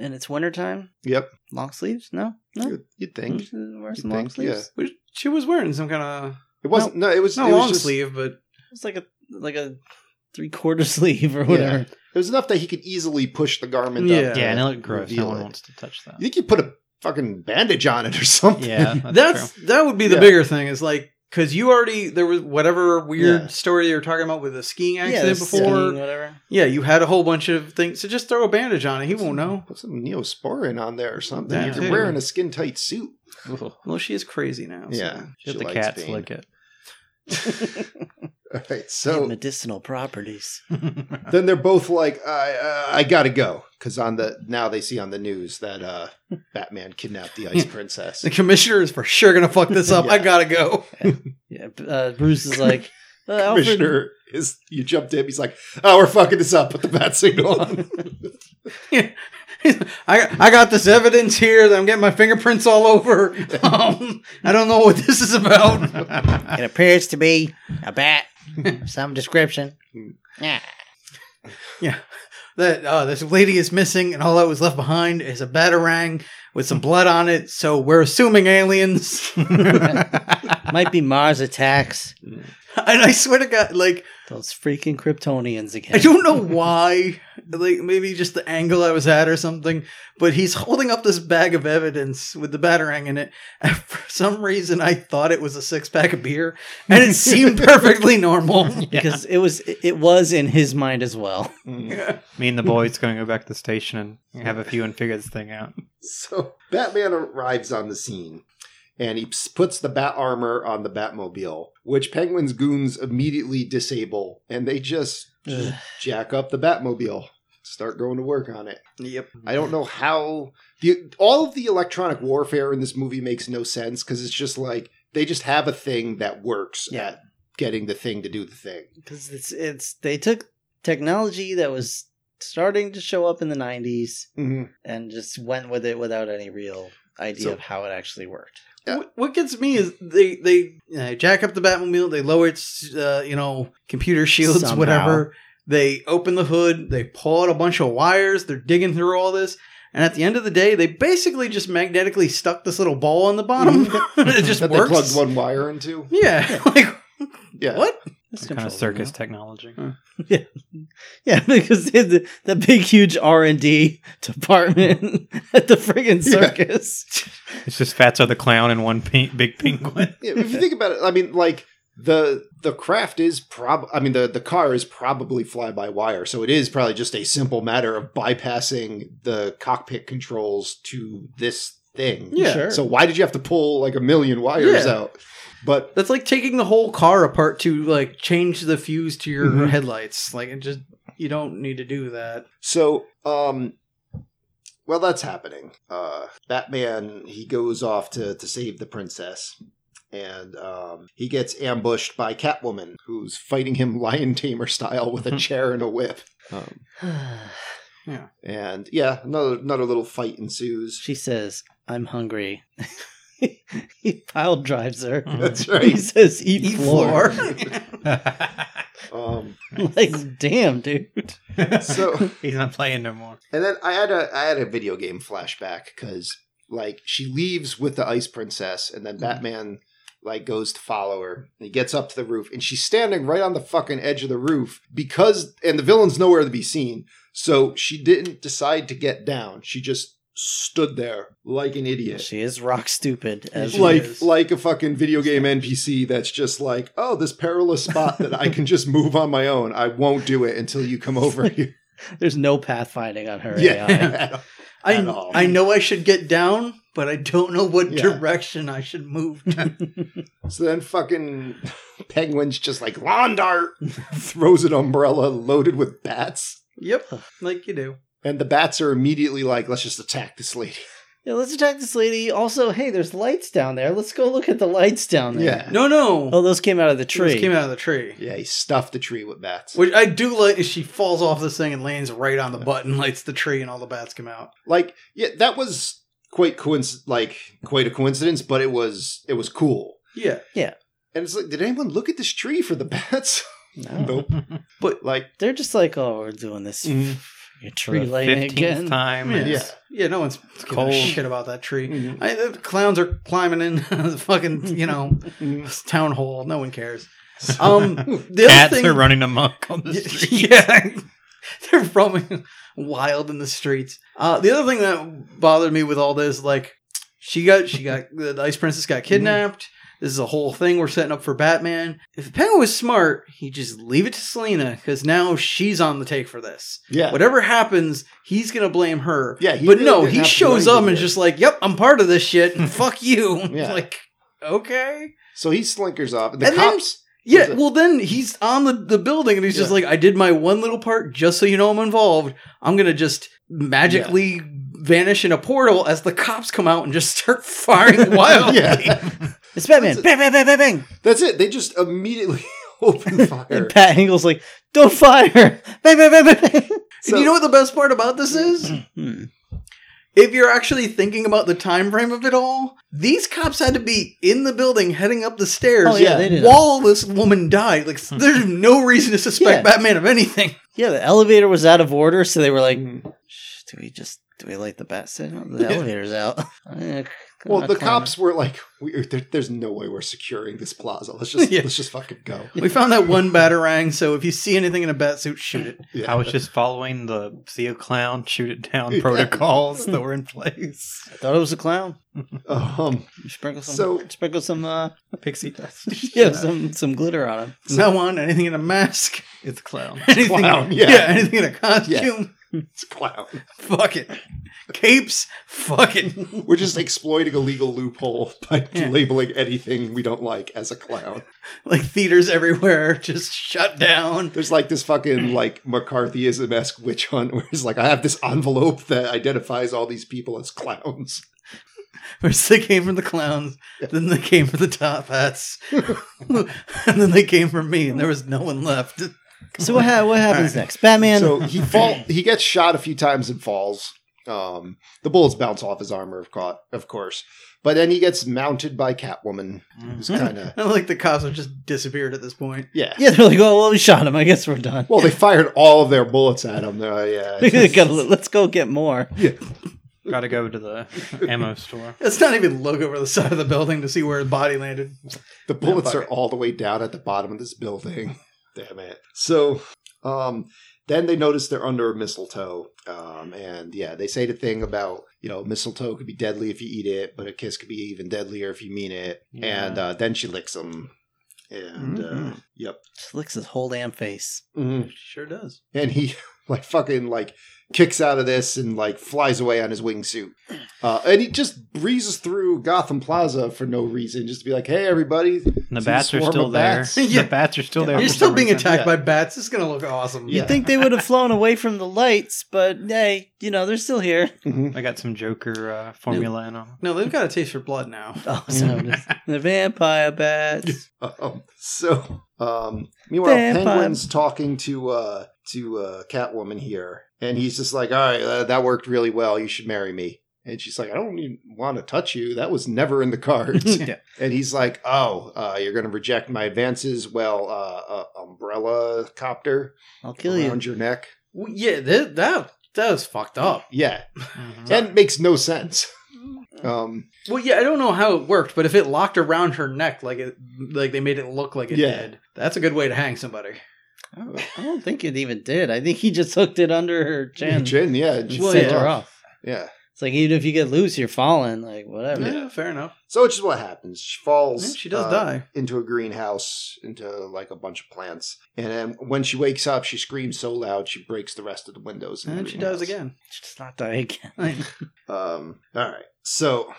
[SPEAKER 4] and it's wintertime.
[SPEAKER 5] Yep,
[SPEAKER 4] Long sleeves? No, no.
[SPEAKER 5] You'd- you'd think
[SPEAKER 4] Wear
[SPEAKER 5] You'd
[SPEAKER 4] some long
[SPEAKER 5] think, yeah.
[SPEAKER 4] sleeves.
[SPEAKER 1] Which- She was wearing some kind of
[SPEAKER 5] it wasn't. No, it was
[SPEAKER 1] not
[SPEAKER 5] it was
[SPEAKER 1] long
[SPEAKER 5] just-
[SPEAKER 1] sleeve, but
[SPEAKER 4] It's like a like a three quarter *laughs* sleeve or whatever.
[SPEAKER 5] It was enough that he could easily push the garment.
[SPEAKER 1] Yeah.
[SPEAKER 5] up to
[SPEAKER 6] yeah, and it looked gross.
[SPEAKER 5] uh, reveal
[SPEAKER 6] No one
[SPEAKER 5] it.
[SPEAKER 6] wants to touch
[SPEAKER 5] You
[SPEAKER 6] that.
[SPEAKER 5] think you put a fucking bandage on it or *laughs* something?
[SPEAKER 6] *laughs* Yeah, that's,
[SPEAKER 1] that's,
[SPEAKER 6] true.
[SPEAKER 1] that would be the
[SPEAKER 5] Yeah.
[SPEAKER 1] bigger thing. Is like because you already there was whatever weird
[SPEAKER 5] Yeah.
[SPEAKER 1] story you were talking about with the skiing
[SPEAKER 4] Yeah,
[SPEAKER 1] accident
[SPEAKER 4] the
[SPEAKER 1] before.
[SPEAKER 4] skiing, whatever.
[SPEAKER 1] Yeah, you had a whole bunch of things. So just throw a bandage on it. He won't know.
[SPEAKER 5] Put some neosporin on there or something.
[SPEAKER 1] That
[SPEAKER 5] You're
[SPEAKER 1] too.
[SPEAKER 5] wearing a skin tight suit.
[SPEAKER 1] Well, she is crazy now. so-
[SPEAKER 5] Yeah,
[SPEAKER 6] Should
[SPEAKER 5] she
[SPEAKER 6] the
[SPEAKER 5] likes
[SPEAKER 6] cats
[SPEAKER 5] Bane.
[SPEAKER 6] lick it?
[SPEAKER 5] All *laughs* right,
[SPEAKER 4] So
[SPEAKER 5] so
[SPEAKER 4] medicinal properties.
[SPEAKER 5] then they're both like, "I, uh, I gotta go," because on the now they see on the news
[SPEAKER 1] *laughs*
[SPEAKER 5] that uh, Batman kidnapped the Ice Princess.
[SPEAKER 1] The commissioner is for sure gonna fuck this up. I
[SPEAKER 5] Yeah.
[SPEAKER 1] gotta go.
[SPEAKER 4] Yeah, b- uh, Bruce is
[SPEAKER 5] *laughs*
[SPEAKER 4] like uh, Alfred.
[SPEAKER 5] Commissioner *laughs* is you jumped in. He's like, "Oh, we're fucking this up. Put the bat
[SPEAKER 1] *laughs*
[SPEAKER 5] signal on."
[SPEAKER 1] I, I got this evidence here that I'm getting my fingerprints all over. *laughs* Um, I don't know what this is about. *laughs*
[SPEAKER 4] It appears to be a *laughs* bat, of some description.
[SPEAKER 5] Hmm.
[SPEAKER 4] Yeah,
[SPEAKER 1] that uh, this lady is missing, and all that was left behind is a batarang with some blood on it. So we're assuming aliens. *laughs* and
[SPEAKER 4] might be Mars attacks.
[SPEAKER 1] I swear to God, like
[SPEAKER 4] Those freaking Kryptonians again.
[SPEAKER 1] I don't know why, like maybe just the angle I was at or something, but he's holding up this bag of evidence with the batarang in it. And *laughs* for some reason, I thought it was a six pack of beer, and it seemed perfectly normal.
[SPEAKER 4] *laughs* because it was it was in his mind as well. *laughs*
[SPEAKER 6] Me and the boys going to go back to the station and have a few and figure this thing out.
[SPEAKER 5] so Batman arrives on the scene. And he ps- puts the bat armor on the Batmobile, which Penguin's goons immediately disable, and they just, just jack up the Batmobile, start going to work on it.
[SPEAKER 1] Yep.
[SPEAKER 5] I don't know how the all of the electronic warfare in this movie makes no sense because it's just like they just have a thing that works
[SPEAKER 4] Yeah.
[SPEAKER 5] at getting the thing to do the thing.
[SPEAKER 4] because it's it's they took technology that was starting to show up in the 90s
[SPEAKER 5] Mm-hmm.
[SPEAKER 4] and just went with it without any real idea
[SPEAKER 5] So-
[SPEAKER 4] of how it actually worked
[SPEAKER 5] Yeah.
[SPEAKER 1] What- What gets me is they they uh, jack up the Batmobile, they lower its uh, you know computer shields,
[SPEAKER 4] Somehow.
[SPEAKER 1] whatever. They open the hood, they pull out a bunch of wires, they're digging through all this, and at the end of the day, they basically just magnetically stuck this little ball on the
[SPEAKER 5] *laughs*
[SPEAKER 1] bottom. *laughs* it just
[SPEAKER 5] That
[SPEAKER 1] works.
[SPEAKER 5] they plugged one wire into.
[SPEAKER 1] Yeah, *laughs* like
[SPEAKER 5] Yeah.
[SPEAKER 1] what?
[SPEAKER 4] It's
[SPEAKER 6] kind of
[SPEAKER 4] controllable
[SPEAKER 6] circus
[SPEAKER 4] now.
[SPEAKER 6] technology.
[SPEAKER 4] yeah *laughs* because they had the, the big huge r&d *laughs* department *laughs* at the friggin
[SPEAKER 5] Yeah.
[SPEAKER 4] circus *sighs*
[SPEAKER 6] It's just Fatso the clown and one pe- big penguin.
[SPEAKER 5] Yeah, if you think about it, I mean, like the the craft is prob. I mean, the the car is probably fly by wire, so it is probably just a simple matter of bypassing the cockpit controls to this thing.
[SPEAKER 1] Yeah.
[SPEAKER 4] Sure.
[SPEAKER 5] So why did you have to pull like a million wires
[SPEAKER 1] Yeah.
[SPEAKER 5] out? But
[SPEAKER 1] That's like taking the whole car apart to like change the fuse to your
[SPEAKER 5] Mhm.
[SPEAKER 1] headlights. Like it just you don't need to do that.
[SPEAKER 5] so um. Well, that's happening. Uh, Batman he goes off to to save the princess, and um, he gets ambushed by Catwoman, who's fighting him *laughs* lion tamer style with a chair and a whip. Um, And yeah, another another little
[SPEAKER 4] *laughs*
[SPEAKER 5] fight ensues.
[SPEAKER 4] she says i'm hungry *laughs* he pile drives her
[SPEAKER 6] *laughs*
[SPEAKER 5] That's *laughs*
[SPEAKER 4] he
[SPEAKER 5] right.
[SPEAKER 4] says eat, floor,
[SPEAKER 1] *laughs*
[SPEAKER 5] Um,
[SPEAKER 4] *laughs* like damn dude
[SPEAKER 5] so,
[SPEAKER 6] He's not playing no more.
[SPEAKER 5] and then I had a I had a video game flashback because like she leaves with the ice princess, and then Batman like goes to follow her. And he gets up to the roof, and she's standing right on the fucking edge of the roof because, and the villain's nowhere to be seen. So she didn't decide to get down. She just stood there like an idiot.
[SPEAKER 4] she is rock stupid as
[SPEAKER 1] She
[SPEAKER 5] like
[SPEAKER 1] is.
[SPEAKER 5] like a fucking video game NPC that's just like, oh, this perilous spot that I can just move on my own. I won't do it until you come over here.
[SPEAKER 4] *laughs* There's no pathfinding on her AI.
[SPEAKER 5] *laughs* Yeah,
[SPEAKER 1] I
[SPEAKER 5] At all.
[SPEAKER 1] I know I should get down, but I don't know what
[SPEAKER 5] Yeah.
[SPEAKER 1] direction I should move
[SPEAKER 5] *laughs*
[SPEAKER 1] to.
[SPEAKER 5] so then fucking penguins just like lawn dart *laughs* throws an umbrella loaded with bats,
[SPEAKER 1] yep, like you do.
[SPEAKER 5] and the bats are immediately like, let's just attack this lady.
[SPEAKER 4] Yeah, let's attack this lady. Also, hey, there's lights down there. Let's go look at the lights down there.
[SPEAKER 5] Yeah,
[SPEAKER 1] No, no,
[SPEAKER 4] Oh, those came out of the
[SPEAKER 1] She just
[SPEAKER 4] tree.
[SPEAKER 1] came out of the tree.
[SPEAKER 5] yeah, he stuffed the tree with bats.
[SPEAKER 1] Which I do like. is She falls off this thing and lands right on the button, lights the tree, and all the bats come out.
[SPEAKER 5] Like, yeah, that was quite coinc- like quite a coincidence, but it was it was cool.
[SPEAKER 1] Yeah,
[SPEAKER 5] And it's like, did anyone look at this tree for the *laughs* bats?
[SPEAKER 4] No.
[SPEAKER 5] nope.
[SPEAKER 1] But-
[SPEAKER 5] like,
[SPEAKER 4] They're just like, oh, we're doing this
[SPEAKER 1] Mm.
[SPEAKER 5] Mhm.
[SPEAKER 4] friggin' tree lighting
[SPEAKER 6] Fifteenth
[SPEAKER 4] again.
[SPEAKER 6] time.
[SPEAKER 1] yeah,
[SPEAKER 5] Yeah. Mm-hmm.
[SPEAKER 1] yeah. no one's giving
[SPEAKER 6] cold.
[SPEAKER 1] a shit about that tree. I, the clowns are climbing in *laughs* the fucking you know
[SPEAKER 5] Mm-hmm.
[SPEAKER 1] town hall. No one
[SPEAKER 5] *laughs*
[SPEAKER 1] cares. Um, the
[SPEAKER 6] Cats
[SPEAKER 1] other thing,
[SPEAKER 6] are running amok on the *laughs*
[SPEAKER 1] Y- *laughs*
[SPEAKER 6] street.
[SPEAKER 1] Yeah, *laughs* they're roaming wild in the streets. Uh, the other thing that bothered me with all this, like she got she got *laughs* the ice princess
[SPEAKER 5] Mm-hmm.
[SPEAKER 1] got kidnapped. This is a whole thing we're setting up for Batman. If Penguin was smart, he'd just leave it to Selena because now she's on the take for this.
[SPEAKER 5] yeah.
[SPEAKER 1] Whatever happens, he's gonna blame her.
[SPEAKER 5] Yeah, he
[SPEAKER 1] but
[SPEAKER 5] really
[SPEAKER 1] no,
[SPEAKER 5] didn't
[SPEAKER 1] he
[SPEAKER 5] have to do
[SPEAKER 1] shows up
[SPEAKER 5] anything
[SPEAKER 1] and
[SPEAKER 5] here.
[SPEAKER 1] just like, "Yep, I'm part of this
[SPEAKER 5] *laughs*
[SPEAKER 1] shit. and Fuck you." *laughs*
[SPEAKER 5] Yeah.
[SPEAKER 1] Like, okay.
[SPEAKER 5] So he slinkers off. The
[SPEAKER 1] And then-
[SPEAKER 5] cops. Is
[SPEAKER 1] Yeah,
[SPEAKER 5] it-
[SPEAKER 1] well, then he's on the, the building and he's just
[SPEAKER 5] Yeah.
[SPEAKER 1] like, I did my one little part just so you know I'm involved. I'm going to just magically vanish in a portal as the cops come out and just start *laughs* firing
[SPEAKER 5] *laughs*
[SPEAKER 1] wildly.
[SPEAKER 5] yeah.
[SPEAKER 4] It's Batman.
[SPEAKER 5] That's a-
[SPEAKER 4] bang, bang, bang, bang, bang.
[SPEAKER 5] That's it. They just immediately *laughs* open fire.
[SPEAKER 4] And Pat Engel's like, don't fire. *laughs* Bang, bang, bang, bang, bang.
[SPEAKER 1] and
[SPEAKER 5] *laughs*
[SPEAKER 1] you know what the best part about this
[SPEAKER 5] *clears throat*
[SPEAKER 1] is?
[SPEAKER 4] Hmm.
[SPEAKER 1] if you're actually thinking about the time frame of it all, these cops had to be in the building heading up the stairs
[SPEAKER 4] Oh, yeah,
[SPEAKER 5] yeah. Hmm.
[SPEAKER 4] they did. it.
[SPEAKER 1] while this woman died. Like, there's no reason to suspect
[SPEAKER 4] Yeah.
[SPEAKER 1] Batman of
[SPEAKER 5] *laughs*
[SPEAKER 1] anything.
[SPEAKER 4] Yeah, the elevator was out of order, so they were like,
[SPEAKER 5] Mhm.
[SPEAKER 4] "Shh, do we just, do we light the bat signal? The elevator's out. *laughs* Eh,
[SPEAKER 5] well,
[SPEAKER 4] not
[SPEAKER 5] the
[SPEAKER 4] climbing.
[SPEAKER 5] cops were like, we, there, "There's no way we're securing this plaza.
[SPEAKER 1] *laughs*
[SPEAKER 5] Let's just
[SPEAKER 1] Yeah.
[SPEAKER 5] let's just fucking go."
[SPEAKER 1] We found that one batarang, so if you see anything in a bat suit, shoot it.
[SPEAKER 5] Yeah.
[SPEAKER 6] I was just following the see a clown, shoot it down
[SPEAKER 5] Yeah.
[SPEAKER 6] protocols that were in place.
[SPEAKER 4] I thought it was a clown.
[SPEAKER 5] um,
[SPEAKER 4] Sprinkle some,
[SPEAKER 5] So-
[SPEAKER 4] sprinkle some, uh,
[SPEAKER 6] *laughs* Pixie dust.
[SPEAKER 4] yeah, some some glitter on him.
[SPEAKER 1] From now on, anything in a mask,
[SPEAKER 6] It's a clown.
[SPEAKER 1] *laughs* anything,
[SPEAKER 5] Clown, yeah.
[SPEAKER 1] yeah. anything in a costume,
[SPEAKER 5] it's a clown.
[SPEAKER 1] fuck it. Capes, fuck it. *laughs*
[SPEAKER 5] We're just exploiting a legal loophole by
[SPEAKER 1] Yeah.
[SPEAKER 5] labeling anything we don't like as a clown.
[SPEAKER 1] Like theaters everywhere, just shut down.
[SPEAKER 5] There's like this fucking like McCarthyism esque witch hunt where it's like I have this envelope that identifies all these people as clowns.
[SPEAKER 1] First they came from the clowns, then they came from the top
[SPEAKER 6] *laughs*
[SPEAKER 1] hats, *laughs* and then they came from me, and there was no one left. *laughs*
[SPEAKER 4] So what, ha- what happens
[SPEAKER 1] All right.
[SPEAKER 4] next?
[SPEAKER 1] *laughs*
[SPEAKER 4] Batman.
[SPEAKER 5] So he fall he gets shot a few times and falls. Um, the bullets bounce off his armor, of, co- of course. But then he gets mounted by Catwoman, who's kind of
[SPEAKER 1] I like the cops have just disappeared at this point.
[SPEAKER 5] yeah.
[SPEAKER 4] yeah, they're like, oh, well, we shot him. I guess we're done.
[SPEAKER 5] Well, they fired all of their bullets at him. They're
[SPEAKER 4] *laughs*
[SPEAKER 5] like, yeah,
[SPEAKER 4] Gotta- Let's go get more.
[SPEAKER 6] Gotta go
[SPEAKER 1] *laughs*
[SPEAKER 6] to the ammo store.
[SPEAKER 1] It's not even look over the side of the building to see where his body landed.
[SPEAKER 5] the bullets are all the way down at the bottom of this building. *laughs* Damn it! So, um, then they notice they're under a mistletoe, um, and yeah, they say the thing about you know mistletoe could be deadly if you eat it, but a kiss could be even deadlier if you mean it.
[SPEAKER 6] Yeah.
[SPEAKER 5] And uh, then she licks him, and uh,
[SPEAKER 1] Mhm.
[SPEAKER 5] yep,
[SPEAKER 4] Just licks his whole damn face.
[SPEAKER 5] Mhm.
[SPEAKER 1] Sure does.
[SPEAKER 5] and he *laughs* like fucking like kicks out of this and like flies away on his wingsuit uh, and he just breezes through gotham plaza for no reason just to be like hey everybody
[SPEAKER 6] And
[SPEAKER 5] See the
[SPEAKER 6] the bats are
[SPEAKER 5] swarm
[SPEAKER 6] still
[SPEAKER 5] of
[SPEAKER 6] there.
[SPEAKER 5] bats?
[SPEAKER 1] Yeah.
[SPEAKER 6] The bats are still there.
[SPEAKER 1] You're
[SPEAKER 6] for
[SPEAKER 1] still
[SPEAKER 6] some
[SPEAKER 1] being
[SPEAKER 6] reason.
[SPEAKER 1] attacked by
[SPEAKER 5] yeah.
[SPEAKER 1] bats. It's gonna look awesome.
[SPEAKER 5] Yeah.
[SPEAKER 4] You'd think they would
[SPEAKER 5] *laughs*
[SPEAKER 4] have flown away from the lights, but hey, you know, they're still
[SPEAKER 5] *laughs*
[SPEAKER 4] here.
[SPEAKER 5] Mm-hmm.
[SPEAKER 6] I got some Joker uh, formula in them.
[SPEAKER 1] No, they've got a taste for blood
[SPEAKER 6] *laughs*
[SPEAKER 1] now.
[SPEAKER 4] *laughs* Oh, so
[SPEAKER 1] *laughs*
[SPEAKER 4] the vampire bats.
[SPEAKER 5] um, so um meanwhile
[SPEAKER 4] Vampire.
[SPEAKER 5] penguin's talking to uh to uh catwoman here and he's just like all right uh, that worked really well you should marry me and she's like i don't even want to touch you that was never in the
[SPEAKER 4] *laughs*
[SPEAKER 5] cards
[SPEAKER 1] Yeah.
[SPEAKER 5] and he's like oh uh, you're gonna reject my advances well uh, uh umbrella copter
[SPEAKER 4] I'll kill you.
[SPEAKER 5] around your neck.
[SPEAKER 1] Well, yeah, that, that that was fucked up.
[SPEAKER 5] Yeah,
[SPEAKER 1] Mm-hmm.
[SPEAKER 5] and it makes no sense. Um,
[SPEAKER 1] Well, yeah, I don't know how it worked, but if it locked around her neck like it, like they made it look like it
[SPEAKER 5] Yeah.
[SPEAKER 1] did, that's a good way to hang somebody.
[SPEAKER 4] I don't- I don't think it even did. I think he just hooked it under her chin.
[SPEAKER 5] Chin, yeah, it
[SPEAKER 4] and
[SPEAKER 5] just
[SPEAKER 1] Well,
[SPEAKER 5] sent
[SPEAKER 4] sent her
[SPEAKER 5] off.
[SPEAKER 4] off.
[SPEAKER 5] yeah.
[SPEAKER 4] It's like even if you get loose, you're falling. Like whatever.
[SPEAKER 1] Yeah,
[SPEAKER 5] Yeah.
[SPEAKER 1] fair enough.
[SPEAKER 5] So which is what happens. She falls.
[SPEAKER 1] Yeah, she does
[SPEAKER 5] uh,
[SPEAKER 1] die.
[SPEAKER 5] into a greenhouse, into like a bunch of plants, and then when she wakes up, she screams so loud she breaks the rest of the windows. in the
[SPEAKER 1] And she dies
[SPEAKER 5] greenhouse.
[SPEAKER 1] again.
[SPEAKER 4] She does not die again.
[SPEAKER 5] Um, all right. So,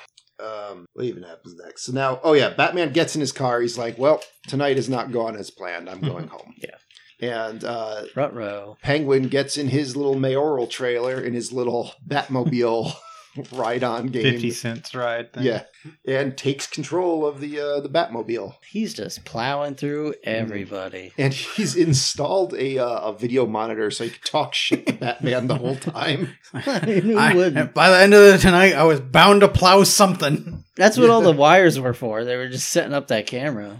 [SPEAKER 5] um, what even happens next? So now, oh yeah, Batman gets in his car. He's like, "Well, tonight is not gone as
[SPEAKER 1] *laughs*
[SPEAKER 5] planned. I'm going home."
[SPEAKER 4] Yeah.
[SPEAKER 5] And uh,
[SPEAKER 4] Front row.
[SPEAKER 5] Penguin gets in his little mayoral trailer in his little Batmobile *laughs* ride-on game.
[SPEAKER 6] Fifty cents ride. Thing.
[SPEAKER 5] Yeah, and takes control of the uh, the Batmobile,
[SPEAKER 4] He's just plowing through
[SPEAKER 5] *laughs*
[SPEAKER 4] everybody.
[SPEAKER 5] and he's installed a uh, a video monitor so he can talk shit to Batman the whole time. *laughs*
[SPEAKER 4] I mean, *laughs* who
[SPEAKER 1] I-
[SPEAKER 4] wouldn't?
[SPEAKER 1] by the end of the tonight, I was bound to plow
[SPEAKER 4] *laughs*
[SPEAKER 1] something.
[SPEAKER 4] That's what
[SPEAKER 1] *laughs*
[SPEAKER 4] all the wires were for. They were just setting up that camera.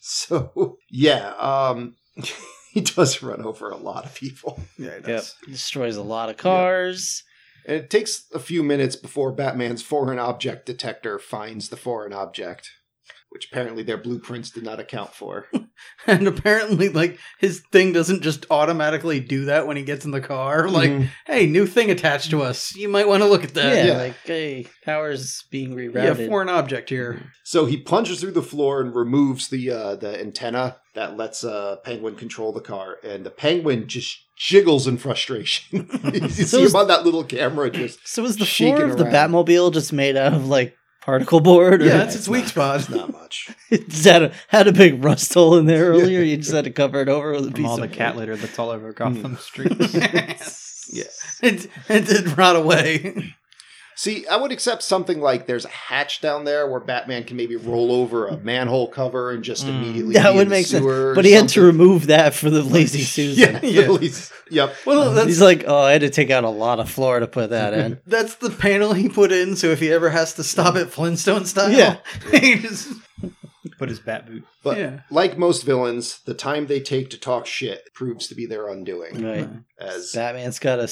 [SPEAKER 5] So yeah, um, *laughs* he does run over a lot of people,
[SPEAKER 1] Yeah,
[SPEAKER 4] Yep. Destroys a lot of cars.
[SPEAKER 5] and it takes a few minutes before Batman's foreign object detector finds the foreign object, which apparently their blueprints did not account for.
[SPEAKER 1] *laughs* And apparently, like his thing doesn't just automatically do that when he gets in the car. *laughs* Like,
[SPEAKER 5] Mhm.
[SPEAKER 1] hey, new thing attached to us. You might want to look at
[SPEAKER 4] yeah,
[SPEAKER 1] that.
[SPEAKER 5] yeah.
[SPEAKER 4] like hey, powers being
[SPEAKER 1] Yeah,
[SPEAKER 4] rerouted.
[SPEAKER 1] foreign object here.
[SPEAKER 5] So he plunges through the floor and removes the uh, the antenna that lets uh, Penguin control the car, and the Penguin just jiggles in frustration. *laughs*
[SPEAKER 4] *laughs*
[SPEAKER 5] you see him
[SPEAKER 4] is-
[SPEAKER 5] on that little camera, just
[SPEAKER 4] so is the
[SPEAKER 5] shaking
[SPEAKER 4] floor of the
[SPEAKER 5] around.
[SPEAKER 4] Batmobile just made out of like particle board? Or
[SPEAKER 1] Yeah, that's
[SPEAKER 4] *laughs*
[SPEAKER 1] its weak spot.
[SPEAKER 5] it's not much.
[SPEAKER 4] just had a, had a big rust hole in there earlier. You just had to cover it over with a
[SPEAKER 6] From
[SPEAKER 4] piece
[SPEAKER 6] all
[SPEAKER 4] of
[SPEAKER 6] the cat
[SPEAKER 4] wood.
[SPEAKER 6] litter that's all over
[SPEAKER 1] Mm.
[SPEAKER 6] Gotham streets.
[SPEAKER 1] *laughs* yeah, it it did rot away. *laughs*
[SPEAKER 5] See, I would accept something like there's a hatch down there where Batman can maybe roll over a manhole cover and just
[SPEAKER 6] Mm.
[SPEAKER 5] immediately
[SPEAKER 4] That
[SPEAKER 5] be in
[SPEAKER 4] would
[SPEAKER 5] the
[SPEAKER 4] make sense.
[SPEAKER 5] sewer or
[SPEAKER 4] But he had to
[SPEAKER 5] something.
[SPEAKER 4] remove that for the lazy Susan. *laughs*
[SPEAKER 5] Yeah, *laughs*
[SPEAKER 1] Yeah.
[SPEAKER 5] at least- yep.
[SPEAKER 1] Well, that's
[SPEAKER 4] He's like, oh, I had to take out a lot of floor to put that in.
[SPEAKER 1] That's the panel he put in, so if he ever has to stop at Flintstone style,
[SPEAKER 4] Yeah.
[SPEAKER 1] *laughs* he just,
[SPEAKER 6] Put his bat boot.
[SPEAKER 5] But
[SPEAKER 1] Yeah.
[SPEAKER 5] like most villains, the time they take to talk shit proves to be their undoing.
[SPEAKER 4] Right.
[SPEAKER 5] As
[SPEAKER 4] Batman's got a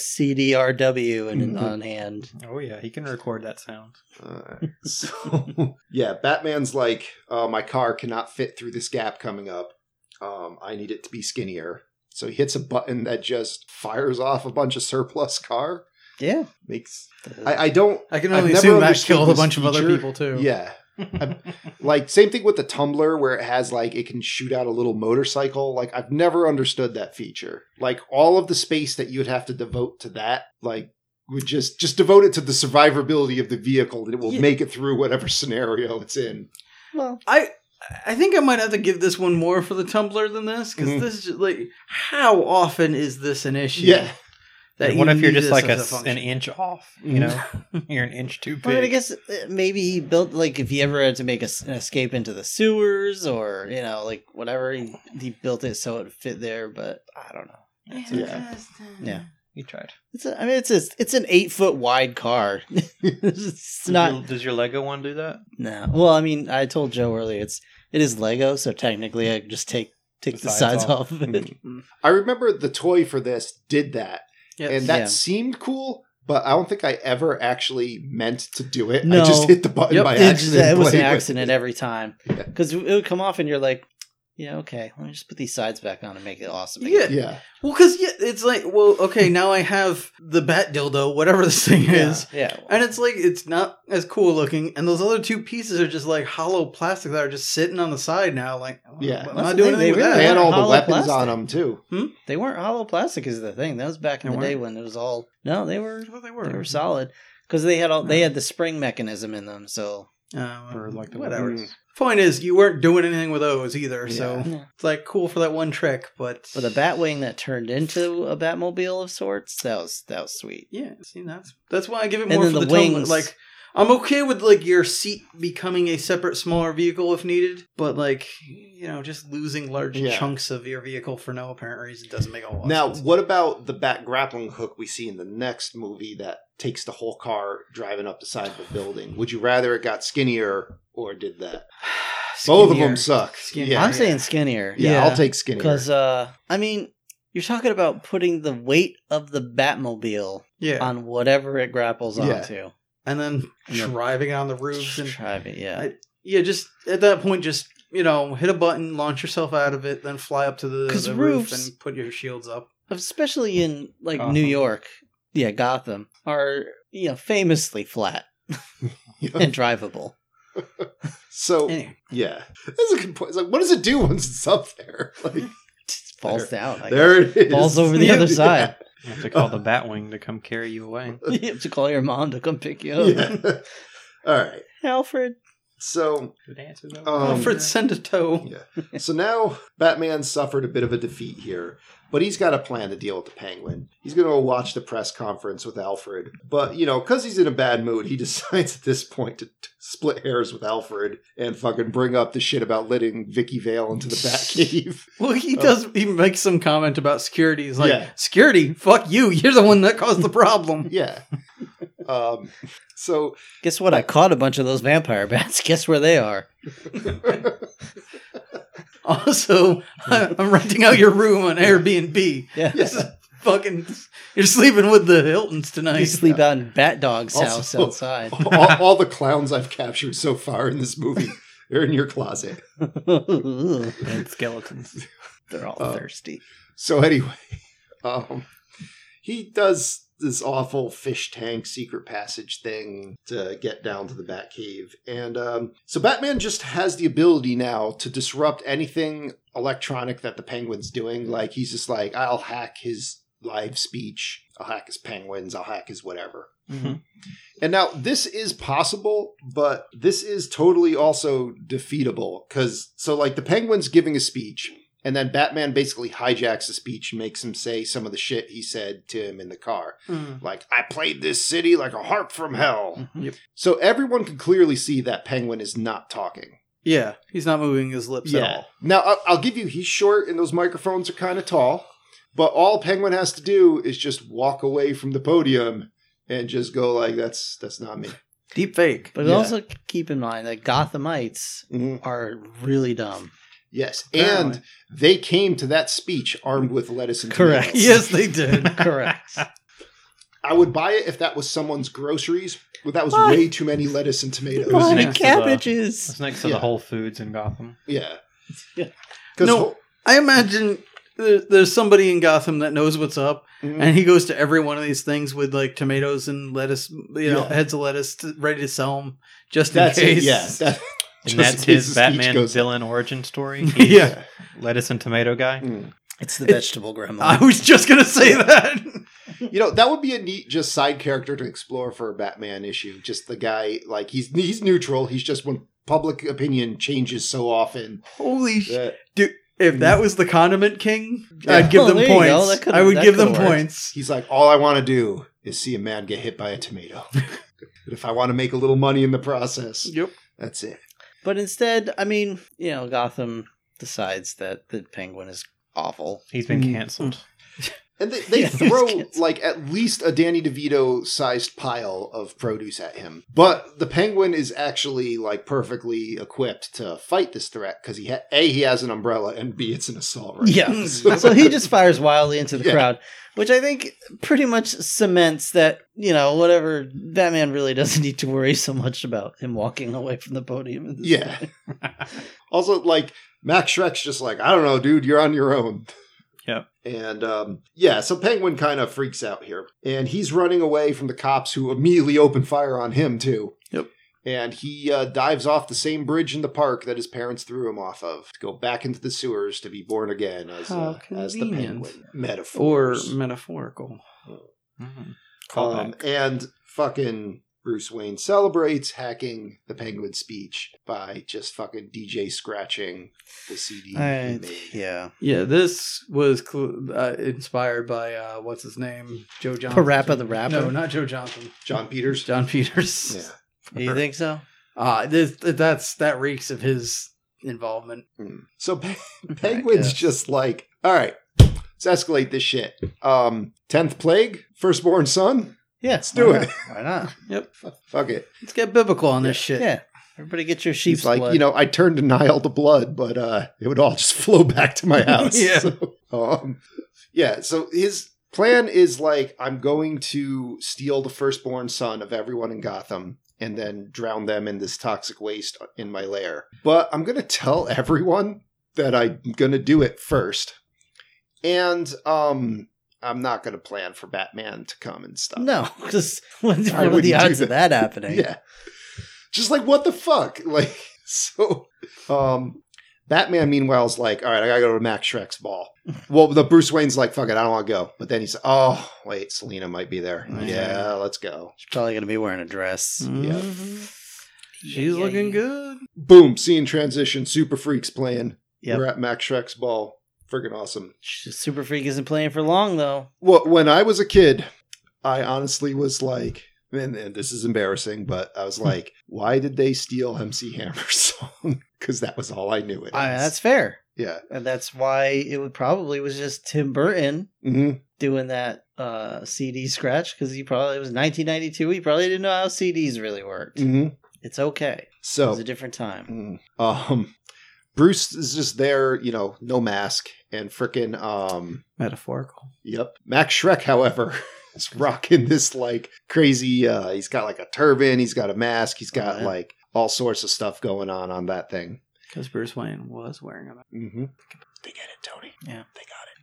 [SPEAKER 4] CDRW in
[SPEAKER 5] Mhm.
[SPEAKER 4] on hand.
[SPEAKER 6] Oh yeah, he can record that sound.
[SPEAKER 5] Alright, *laughs* so yeah, Batman's like, uh, my car cannot fit through this gap coming up. Um, I need it to be skinnier. So he hits a button that just fires off a bunch of surplus car.
[SPEAKER 4] Yeah.
[SPEAKER 5] Makes I, I don't.
[SPEAKER 1] I can
[SPEAKER 5] I've
[SPEAKER 1] only
[SPEAKER 5] never
[SPEAKER 1] assume that
[SPEAKER 5] understood
[SPEAKER 1] killed a
[SPEAKER 5] this
[SPEAKER 1] bunch of other
[SPEAKER 5] feature.
[SPEAKER 1] people too.
[SPEAKER 5] Yeah, I- like same thing with the tumbler where it has like it can shoot out a little motorcycle. Like I've never understood that feature. Like all of the space that you'd have to devote to that, like would just just devote it to the survivability of the vehicle that it will
[SPEAKER 1] Yeah.
[SPEAKER 5] make it through whatever *laughs* scenario it's in.
[SPEAKER 4] well,
[SPEAKER 1] I I think I might have to give this one more for the tumbler than this because
[SPEAKER 5] Mhm.
[SPEAKER 1] this is just, like how often is this an issue?
[SPEAKER 5] Yeah.
[SPEAKER 1] That
[SPEAKER 6] what
[SPEAKER 1] you
[SPEAKER 6] if you're
[SPEAKER 1] need
[SPEAKER 6] just
[SPEAKER 1] this
[SPEAKER 6] like a,
[SPEAKER 1] as
[SPEAKER 6] s-
[SPEAKER 1] function?
[SPEAKER 6] an inch off? You know, you're an inch too big.
[SPEAKER 4] Well, I guess uh, maybe he built like if he ever had to make a s an escape into the sewers or you know like whatever he, he built it so it fit there. But I don't know.
[SPEAKER 5] Yeah.
[SPEAKER 4] Yeah.
[SPEAKER 6] you tried.
[SPEAKER 4] It's a, I mean it's a, it's an eight foot wide car. *laughs* it's
[SPEAKER 6] Does
[SPEAKER 4] not
[SPEAKER 6] your- does your Lego one do that?
[SPEAKER 4] no. Well, I mean I told Joe earlier it's it is Lego, so technically I could just take take the, sides, off. of *laughs*
[SPEAKER 5] Hmm.
[SPEAKER 4] it.
[SPEAKER 5] I remember the toy for this did that,
[SPEAKER 1] Yep.
[SPEAKER 5] and that
[SPEAKER 4] Yeah.
[SPEAKER 5] seemed cool. But I don't think I ever actually meant to do it. I
[SPEAKER 4] No.
[SPEAKER 5] just hit the button
[SPEAKER 1] Yep.
[SPEAKER 5] by
[SPEAKER 4] It, just-
[SPEAKER 5] accident.
[SPEAKER 4] it was an
[SPEAKER 5] *laughs* Like,
[SPEAKER 4] accident every time
[SPEAKER 5] Yeah.
[SPEAKER 4] because it would come off and you're like, yeah, okay, let me just put these sides back on and make it awesome.
[SPEAKER 1] Yeah.
[SPEAKER 4] again."
[SPEAKER 5] Yeah.
[SPEAKER 1] Well, because yeah, it's like, well, okay, now I have the bat dildo, whatever this thing is.
[SPEAKER 4] yeah.
[SPEAKER 1] And it's like it's not as cool looking, and those other two pieces are just like hollow plastic that are just sitting on the side now. Like,
[SPEAKER 5] Yeah.
[SPEAKER 1] I'm
[SPEAKER 4] That's
[SPEAKER 1] not
[SPEAKER 4] the
[SPEAKER 1] doing
[SPEAKER 4] thing,
[SPEAKER 1] anything with
[SPEAKER 4] they
[SPEAKER 1] that.
[SPEAKER 5] They had all the
[SPEAKER 4] Hollow
[SPEAKER 5] weapons on
[SPEAKER 4] plastic.
[SPEAKER 5] them too.
[SPEAKER 4] They weren't hollow plastic is the thing. That was back in
[SPEAKER 1] They
[SPEAKER 4] the day
[SPEAKER 1] weren't?
[SPEAKER 4] when it was all no, they were
[SPEAKER 1] I thought they were.
[SPEAKER 4] they were solid because they had all they had the spring mechanism in them. So
[SPEAKER 1] Uh,
[SPEAKER 6] Or like the
[SPEAKER 1] whatever.
[SPEAKER 6] weapons.
[SPEAKER 1] Point is, you weren't doing anything with those either, so
[SPEAKER 4] Yeah.
[SPEAKER 1] it's like cool for that one trick, but
[SPEAKER 4] with a bat wing that turned into a Batmobile of sorts, that was that was sweet.
[SPEAKER 1] yeah, see that's that's why I give it
[SPEAKER 4] And
[SPEAKER 1] more
[SPEAKER 4] then
[SPEAKER 1] for the,
[SPEAKER 4] the
[SPEAKER 1] tone.
[SPEAKER 4] wings.
[SPEAKER 1] Like I'm okay with like your seat becoming a separate smaller vehicle if needed, but like you know, just losing large
[SPEAKER 5] Yeah.
[SPEAKER 1] chunks of your vehicle for no apparent reason doesn't make a whole lot.
[SPEAKER 5] Now,
[SPEAKER 1] of sense.
[SPEAKER 5] what about the bat grappling hook we see in the next movie that takes the whole car driving up the side of a building? Would you rather it got skinnier or did that? Both of
[SPEAKER 1] Skinnier.
[SPEAKER 5] them suck.
[SPEAKER 1] Skinnier.
[SPEAKER 5] Yeah.
[SPEAKER 4] I'm saying skinnier
[SPEAKER 5] yeah,
[SPEAKER 1] Yeah.
[SPEAKER 5] I'll take skinnier. *laughs*
[SPEAKER 4] because uh, I mean you're talking about putting the weight of the Batmobile
[SPEAKER 1] Yeah,
[SPEAKER 4] on whatever it grapples
[SPEAKER 5] Yeah.
[SPEAKER 4] onto.
[SPEAKER 1] and then
[SPEAKER 4] Yeah.
[SPEAKER 1] driving it on the roofs and
[SPEAKER 4] Drive it, yeah.
[SPEAKER 1] I- yeah, just at that point, just you know, hit a button, launch yourself out of it, then fly up to the,
[SPEAKER 4] 'Cause
[SPEAKER 1] the roof
[SPEAKER 4] roofs-
[SPEAKER 1] and put your shields up.
[SPEAKER 4] especially in like New
[SPEAKER 6] Gotham.
[SPEAKER 4] York, yeah, Gotham are you know famously flat
[SPEAKER 5] *laughs*
[SPEAKER 4] and drivable. *laughs*
[SPEAKER 5] so,
[SPEAKER 1] Anyway,
[SPEAKER 5] yeah. That's a good point. It's like, what does it do once it's up there? *laughs* Like,
[SPEAKER 4] Just falls down. I
[SPEAKER 5] there it is.
[SPEAKER 4] Falls over the
[SPEAKER 5] *laughs*
[SPEAKER 4] other side.
[SPEAKER 6] You have to call the Batwing to come carry you away.
[SPEAKER 4] guess. *laughs* you have to call your mom to come pick you
[SPEAKER 5] Yeah.
[SPEAKER 4] up.
[SPEAKER 5] Yeah. *laughs* All right.
[SPEAKER 4] Alfred,
[SPEAKER 5] So,
[SPEAKER 6] Who dances over
[SPEAKER 5] Um,
[SPEAKER 6] there?
[SPEAKER 1] Alfred sent a toe.
[SPEAKER 5] so now Batman suffered a bit of a defeat here, but he's got a plan to deal with the Penguin. He's going to go watch the press conference with Alfred, but you know, because he's in a bad mood, he *laughs* decides at this point to t- split hairs with Alfred and fucking bring up the shit about letting Vicky Vale into the Batcave.
[SPEAKER 1] Well, he does. He makes some comment about security. He's like,
[SPEAKER 5] Oh. Yeah.
[SPEAKER 1] "Security, fuck you! You're the one that caused the problem."
[SPEAKER 5] *laughs* yeah. Um. So
[SPEAKER 4] guess what? I caught a bunch of those vampire *laughs* bats. Guess where they are?
[SPEAKER 1] Also, I'm renting out your room on Airbnb.
[SPEAKER 4] Yeah.
[SPEAKER 1] This is fucking. You're sleeping with the Hiltons tonight.
[SPEAKER 4] *laughs* You sleep out in Bat Dog's
[SPEAKER 5] Also-
[SPEAKER 4] house
[SPEAKER 5] *laughs*
[SPEAKER 4] outside. *laughs*
[SPEAKER 5] all, all the clowns I've captured so far in this movie are in your closet.
[SPEAKER 6] and skeletons.
[SPEAKER 4] They're all
[SPEAKER 5] Uh,
[SPEAKER 4] thirsty.
[SPEAKER 5] So anyway, *laughs* um, he does this awful fish tank secret passage thing to get down to the Batcave, and um, so Batman just has the ability now to disrupt anything electronic that the Penguin's doing. Like he's just like, I'll hack his live speech, I'll hack his penguins, I'll hack his whatever.
[SPEAKER 6] Mhm.
[SPEAKER 5] And now this is possible, but this is totally also defeatable because so like the Penguin's giving a speech, and then Batman basically hijacks the speech and makes him say some of the shit he said to him in the car,
[SPEAKER 1] Mm.
[SPEAKER 5] like "I played this city like a harp from
[SPEAKER 6] Hmm.
[SPEAKER 5] hell."
[SPEAKER 6] Mm-hmm.
[SPEAKER 1] Yep.
[SPEAKER 5] So everyone can clearly see that Penguin is not talking.
[SPEAKER 1] Yeah, he's not moving his lips at all.
[SPEAKER 5] Now I'll, I'll give you, he's short, and those microphones are kind of tall. But all Penguin has to do is just walk away from the podium and just go like, "That's that's not me."
[SPEAKER 1] Deep fake.
[SPEAKER 4] But
[SPEAKER 5] yeah.
[SPEAKER 4] also keep in mind that Gothamites
[SPEAKER 5] Mhm.
[SPEAKER 4] are really dumb. *laughs*
[SPEAKER 5] Yes,
[SPEAKER 1] Apparently.
[SPEAKER 5] and they came to that speech armed with lettuce and
[SPEAKER 4] Correct.
[SPEAKER 5] tomatoes.
[SPEAKER 1] Yes, they
[SPEAKER 6] *laughs*
[SPEAKER 1] did.
[SPEAKER 4] *laughs* Correct.
[SPEAKER 5] I would buy it if that was someone's groceries, but that was
[SPEAKER 4] Why?
[SPEAKER 5] way too many lettuce and tomatoes.
[SPEAKER 6] Why?
[SPEAKER 4] Bunch of
[SPEAKER 6] next to the-
[SPEAKER 4] cabbages.
[SPEAKER 6] It's next to
[SPEAKER 5] Yeah.
[SPEAKER 6] the Whole Foods in Gotham.
[SPEAKER 5] Yeah.
[SPEAKER 4] Yeah.
[SPEAKER 5] Because
[SPEAKER 1] No. I imagine there, there's somebody in Gotham that knows what's up,
[SPEAKER 5] mm,
[SPEAKER 1] and he goes to every one of these things with like tomatoes and lettuce, you know,
[SPEAKER 5] Yeah.
[SPEAKER 1] heads of lettuce to, ready to sell them just
[SPEAKER 5] that's
[SPEAKER 1] in
[SPEAKER 5] it.
[SPEAKER 1] case.
[SPEAKER 5] Yeah. That, just
[SPEAKER 6] And that's
[SPEAKER 5] in case
[SPEAKER 6] his
[SPEAKER 5] the speech
[SPEAKER 6] Batman
[SPEAKER 5] goes-
[SPEAKER 6] villain origin story.
[SPEAKER 1] yeah.
[SPEAKER 6] Lettuce and tomato guy.
[SPEAKER 5] Mm.
[SPEAKER 4] It's the vegetable gremlin.
[SPEAKER 1] I was just gonna say that. *laughs*
[SPEAKER 5] You know, that would be a neat just side character to explore for a Batman issue. Just the guy, like, he's he's neutral. He's just when public opinion changes so often.
[SPEAKER 1] Holy shit.
[SPEAKER 5] that-
[SPEAKER 1] Dude, If that was the Condiment King,
[SPEAKER 4] Mm. Yeah.
[SPEAKER 1] I'd
[SPEAKER 4] *laughs*
[SPEAKER 1] give
[SPEAKER 4] Well,
[SPEAKER 1] them
[SPEAKER 4] there you go. That
[SPEAKER 1] points.
[SPEAKER 4] could've-
[SPEAKER 1] I would
[SPEAKER 4] that
[SPEAKER 1] give them
[SPEAKER 4] could've worked.
[SPEAKER 1] points.
[SPEAKER 5] He's like, all I want to do is see a man get hit by a tomato. *laughs* but if I want to make a little money in the process,
[SPEAKER 1] Yep.
[SPEAKER 5] that's it.
[SPEAKER 4] But instead, I mean, you know, Gotham decides that the penguin is awful.
[SPEAKER 6] He's been canceled.
[SPEAKER 5] And they,
[SPEAKER 4] *laughs*
[SPEAKER 5] they
[SPEAKER 4] Yeah, these
[SPEAKER 5] throw
[SPEAKER 4] kids.
[SPEAKER 5] like at least a Danny DeVito sized pile of produce at him. But the penguin is actually like perfectly equipped to fight this threat because he ha- A, he has an umbrella, and B, it's an assault rifle. *laughs*
[SPEAKER 4] Yeah. so he just fires wildly into the
[SPEAKER 5] Yeah.
[SPEAKER 4] crowd, which I think pretty much cements that, you know, whatever, Batman really doesn't need to worry so much about him walking away from the podium. in this
[SPEAKER 5] *laughs* Yeah. also, like Max Shrek's just like, I don't know, dude, you're on your own.
[SPEAKER 6] Yep.
[SPEAKER 5] And um, yeah, so Penguin kind of freaks out here, and he's running away from the cops who immediately open fire on him too.
[SPEAKER 1] Yep.
[SPEAKER 5] And he uh, dives off the same bridge in the park that his parents threw him off of to go back into the sewers to be born again as, uh,
[SPEAKER 1] How
[SPEAKER 5] as the
[SPEAKER 1] convenient.
[SPEAKER 5] penguin metaphor.
[SPEAKER 1] Or metaphorical. Mhm.
[SPEAKER 5] Um, and fucking Bruce Wayne celebrates hacking the Penguin speech by just fucking DJ scratching the CD. he
[SPEAKER 4] I,
[SPEAKER 5] made.
[SPEAKER 4] yeah.
[SPEAKER 1] Yeah, this was cl- uh, inspired by uh, what's his name, Joe Johnson.
[SPEAKER 4] Parappa the Rapper?
[SPEAKER 1] No, not Joe Johnson.
[SPEAKER 5] John Peters.
[SPEAKER 1] John Peters.
[SPEAKER 5] Yeah.
[SPEAKER 4] You think so?
[SPEAKER 1] *laughs* Uh, this, that's that reeks of his involvement.
[SPEAKER 5] Hmm. So Pe- Penguin's
[SPEAKER 4] guess.
[SPEAKER 5] just like, all right, let's escalate this shit. Um, tenth plague, firstborn son.
[SPEAKER 4] Yeah.
[SPEAKER 5] Let's do
[SPEAKER 4] why
[SPEAKER 5] it.
[SPEAKER 4] not? Why not?
[SPEAKER 5] Fuck it.
[SPEAKER 1] Let's get biblical on this shit.
[SPEAKER 4] Yeah. Everybody get your sheep's
[SPEAKER 5] He's like,
[SPEAKER 4] blood.
[SPEAKER 5] you know, I turned to Nile to blood, but uh, it would all *laughs* just flow
[SPEAKER 4] *laughs*
[SPEAKER 5] back to my house.
[SPEAKER 1] Yeah.
[SPEAKER 5] So, um, yeah. So his plan is like, I'm going to steal the firstborn son of everyone in Gotham and then drown them in this toxic waste in my lair. But I'm going to tell *laughs* everyone that I'm going to do it first. And um, I'm not going to plan for Batman to come and stop.
[SPEAKER 4] no, *laughs* because what
[SPEAKER 5] I
[SPEAKER 4] are
[SPEAKER 5] wouldn't
[SPEAKER 4] the
[SPEAKER 5] do
[SPEAKER 4] odds of that happening?
[SPEAKER 5] Yeah. Just like what the fuck? *laughs* Like so um Batman meanwhile is like, all right, I gotta go to Max Shrek's
[SPEAKER 4] *laughs*
[SPEAKER 5] ball. Well, the Bruce Wayne's like, fuck it, I don't wanna go. But then he's oh wait, Selena might be there.
[SPEAKER 1] Mhm.
[SPEAKER 5] Yeah, let's go.
[SPEAKER 4] She's probably going to be wearing a dress.
[SPEAKER 5] Mm-hmm.
[SPEAKER 4] Mm-hmm.
[SPEAKER 1] Mhm. She's
[SPEAKER 4] Yeah,
[SPEAKER 1] looking
[SPEAKER 4] yeah.
[SPEAKER 1] good.
[SPEAKER 5] Boom, scene transition, super freaks playing.
[SPEAKER 4] Yep.
[SPEAKER 5] We're at Max Shrek's ball. Freaking awesome.
[SPEAKER 4] Super Freak isn't playing for long, though.
[SPEAKER 5] Well, when I was a kid, I honestly was like, and, and this is embarrassing, but
[SPEAKER 4] *laughs*
[SPEAKER 5] I was like, why did they steal MC Hammer's *laughs* song? Because that was all I knew it.
[SPEAKER 4] Uh,
[SPEAKER 5] as.
[SPEAKER 4] that's fair.
[SPEAKER 5] yeah.
[SPEAKER 4] And that's why it would probably was just Tim Burton
[SPEAKER 5] hmm
[SPEAKER 4] doing that uh, CD scratch because he probably it was 1992. He probably didn't know how CDs really worked.
[SPEAKER 5] hmm
[SPEAKER 4] It's okay. It was
[SPEAKER 5] So,
[SPEAKER 4] a different time.
[SPEAKER 5] mm, um, Bruce is just there, you know, no mask and freaking, um,
[SPEAKER 1] Metaphorical.
[SPEAKER 5] yep. Max Shrek, however, *laughs* is rocking this like crazy. Uh, he's got like a turban, he's got a mask, he's got
[SPEAKER 4] Alright.
[SPEAKER 5] like all sorts of stuff going on on that thing.
[SPEAKER 1] Because Bruce Wayne was wearing a
[SPEAKER 5] Mm-hmm.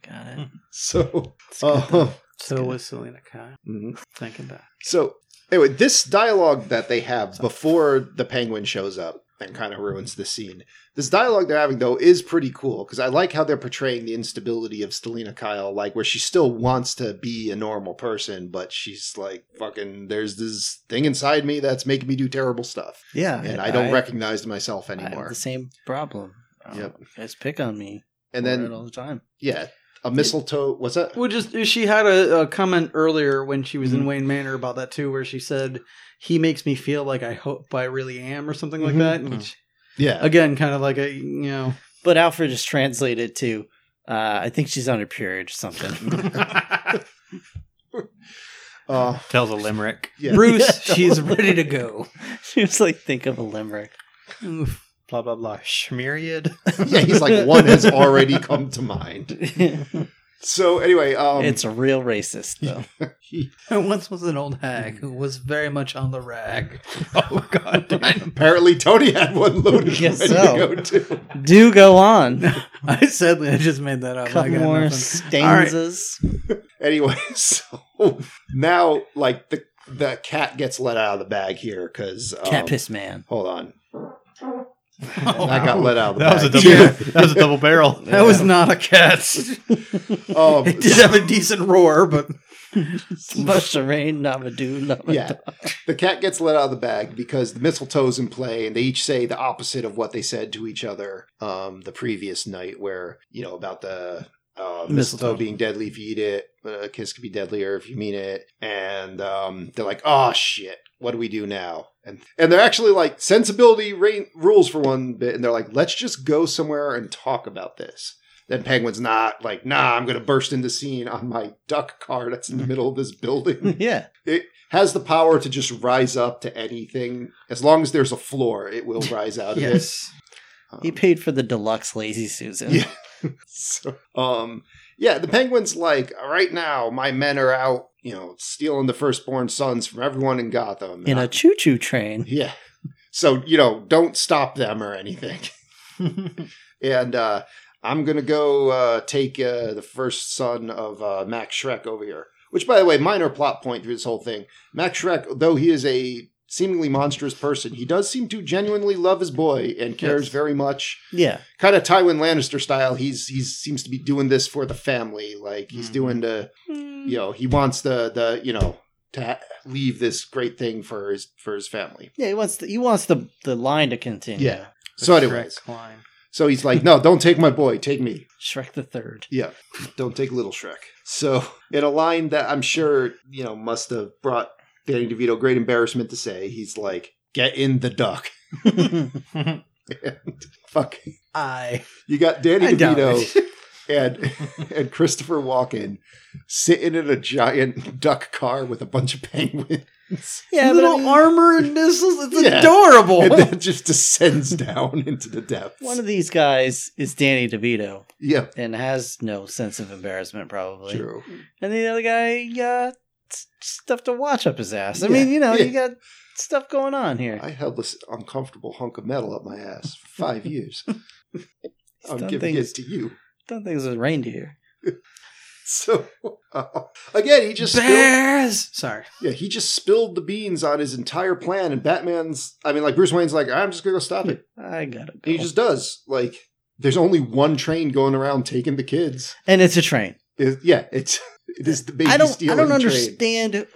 [SPEAKER 4] Got it.
[SPEAKER 5] So,
[SPEAKER 4] It's good, though.
[SPEAKER 5] uh,
[SPEAKER 1] So was Selena Kyle.
[SPEAKER 5] mhm.
[SPEAKER 1] Thinking back.
[SPEAKER 5] so anyway, this dialogue that they have before the penguin shows up and kind of ruins the scene. This dialogue they're having though is pretty cool because I like how they're portraying the instability of Stelina Kyle, like where she still wants to be a normal person, but she's like, "Fucking, there's this thing inside me that's making me do terrible stuff,
[SPEAKER 4] Yeah.
[SPEAKER 5] and I don't recognize myself
[SPEAKER 4] I have
[SPEAKER 5] anymore."
[SPEAKER 4] the same problem. Oh,
[SPEAKER 5] Yep.
[SPEAKER 4] you guys pick on me.
[SPEAKER 5] And
[SPEAKER 4] for it
[SPEAKER 5] then,
[SPEAKER 4] all the time.
[SPEAKER 5] yeah, a mistletoe. What's that?
[SPEAKER 1] Well, just she had a, a comment earlier when she was in Wayne Manor about that too, where she said, "He makes me feel like I hope I really am," or something like
[SPEAKER 5] Mhm.
[SPEAKER 1] that. Which
[SPEAKER 5] Yeah,
[SPEAKER 1] again, kind of like a you know,
[SPEAKER 4] But Alfred just translated to. Uh, I think she's on her period or
[SPEAKER 5] *laughs*
[SPEAKER 4] something. *laughs*
[SPEAKER 5] uh,
[SPEAKER 6] Tells a limerick.
[SPEAKER 5] yeah.
[SPEAKER 4] *laughs*
[SPEAKER 1] Bruce, she's ready to go. *laughs*
[SPEAKER 4] she was like, think of a limerick. *laughs*
[SPEAKER 1] Oof.
[SPEAKER 6] Blah blah blah. Schmeriad.
[SPEAKER 5] yeah, he's like one has already come to mind.
[SPEAKER 4] *laughs*
[SPEAKER 5] So anyway, um,
[SPEAKER 4] it's a real racist
[SPEAKER 5] *laughs*
[SPEAKER 4] though.
[SPEAKER 1] There once was an old hag who was very much on the rag.
[SPEAKER 6] *laughs* Oh god. damn.
[SPEAKER 5] apparently Tony had one loaded
[SPEAKER 4] Guess
[SPEAKER 5] ready
[SPEAKER 4] so.
[SPEAKER 5] to go too.
[SPEAKER 4] Do go on.
[SPEAKER 5] Oh,
[SPEAKER 1] I sadly, I just made that up. I
[SPEAKER 4] Couple
[SPEAKER 1] got
[SPEAKER 4] more
[SPEAKER 1] nothing.
[SPEAKER 4] stanzas.
[SPEAKER 5] Um, Anyway, *laughs* so now like the the cat gets let out of the bag here because um,
[SPEAKER 4] Cat piss Oh, man.
[SPEAKER 5] Hold on, that got let out of the
[SPEAKER 6] That was a
[SPEAKER 5] bag.
[SPEAKER 6] double. *laughs* That was a double barrel.
[SPEAKER 1] *laughs* That was not a cat.
[SPEAKER 5] *laughs* Um,
[SPEAKER 1] It did have a decent roar, but
[SPEAKER 4] *laughs* Musharain, Namadoo, *laughs* Namadoo.
[SPEAKER 5] yeah. The cat gets let out of the bag because the mistletoe's in play and they each say the opposite of what they said to each other um, the previous night, where, you know, about the uh, mistletoe,
[SPEAKER 1] Mistletoe.
[SPEAKER 5] being deadly if you eat it, but a kiss could be deadlier if you mean it. And um, they're like, oh, shit, what do we do now? And, and they're actually like, sensibility reign, rules for one bit. And they're like, let's just go somewhere and talk about this. Then Penguin's not like, nah, I'm going to burst into scene on my duck car that's in the middle of this building
[SPEAKER 4] *laughs* Yeah.
[SPEAKER 5] it has the power to just rise up to anything as long as there's a floor
[SPEAKER 4] *laughs*
[SPEAKER 5] it will rise out of it
[SPEAKER 1] yes.
[SPEAKER 5] Um,
[SPEAKER 4] He paid for the deluxe Lazy Susan.
[SPEAKER 5] Yeah. *laughs* so, um yeah the penguins like right now my men are out you know stealing the firstborn sons from everyone in gotham
[SPEAKER 4] In a choo choo train.
[SPEAKER 5] yeah so you know don't stop them or anything and uh i'm gonna go uh take uh the first son of uh max shrek over here which by the way minor plot point through this whole thing max shrek though he is a seemingly monstrous person he does seem to genuinely love his boy and cares very much
[SPEAKER 4] Yeah.
[SPEAKER 5] kind of tywin lannister style he's he seems to be doing this for the family like he's
[SPEAKER 6] Mhm.
[SPEAKER 5] doing the you know he wants the the you know to ha- leave this great thing for his for his family
[SPEAKER 4] Yeah, he wants the, he wants the, the line to continue.
[SPEAKER 5] yeah so anyways
[SPEAKER 1] Shrek line.
[SPEAKER 5] so he's like no don't take my boy take me
[SPEAKER 4] Shrek the
[SPEAKER 5] *laughs*
[SPEAKER 4] Third. *laughs*
[SPEAKER 5] Yeah, don't take Little Shrek. So, in a line that I'm sure you know must have brought Danny DeVito great embarrassment to say, he's like, "Get in the duck." *laughs* And fuck,
[SPEAKER 1] I.
[SPEAKER 5] you got Danny
[SPEAKER 1] I doubt
[SPEAKER 5] DeVito and and Christopher Walken sitting in a giant duck car with a bunch of penguins,
[SPEAKER 4] Yeah,
[SPEAKER 1] little
[SPEAKER 4] but I mean,
[SPEAKER 1] armor and missiles. It's
[SPEAKER 5] Yeah.
[SPEAKER 1] adorable.
[SPEAKER 5] and then just descends *laughs* down into the depths.
[SPEAKER 4] one of these guys is Danny DeVito
[SPEAKER 5] yeah,
[SPEAKER 4] and has no sense of embarrassment, probably.
[SPEAKER 5] true.
[SPEAKER 4] And the other guy got s- stuff to watch up his ass. I
[SPEAKER 5] Yeah,
[SPEAKER 4] mean, you know,
[SPEAKER 5] yeah.
[SPEAKER 4] you got stuff going on here.
[SPEAKER 5] I held this uncomfortable hunk of metal up my ass for five years.
[SPEAKER 4] *laughs* He's
[SPEAKER 5] I'm
[SPEAKER 4] done
[SPEAKER 5] giving
[SPEAKER 4] things-
[SPEAKER 5] it to you. *laughs*
[SPEAKER 4] Done things with reindeer.
[SPEAKER 5] So uh, again, he just spilled,
[SPEAKER 1] Bears. Sorry.
[SPEAKER 5] yeah he just spilled the beans on his entire plan, and Batman's I mean, like Bruce Wayne's like I'm just gonna go stop it.
[SPEAKER 4] I gotta go.
[SPEAKER 5] And he just does. Like there's only one train going around taking the kids.
[SPEAKER 4] and it's a train.
[SPEAKER 5] It- yeah, it's *laughs* it is the baby
[SPEAKER 4] I don't. I
[SPEAKER 5] stealing
[SPEAKER 4] don't
[SPEAKER 5] train.
[SPEAKER 4] understand.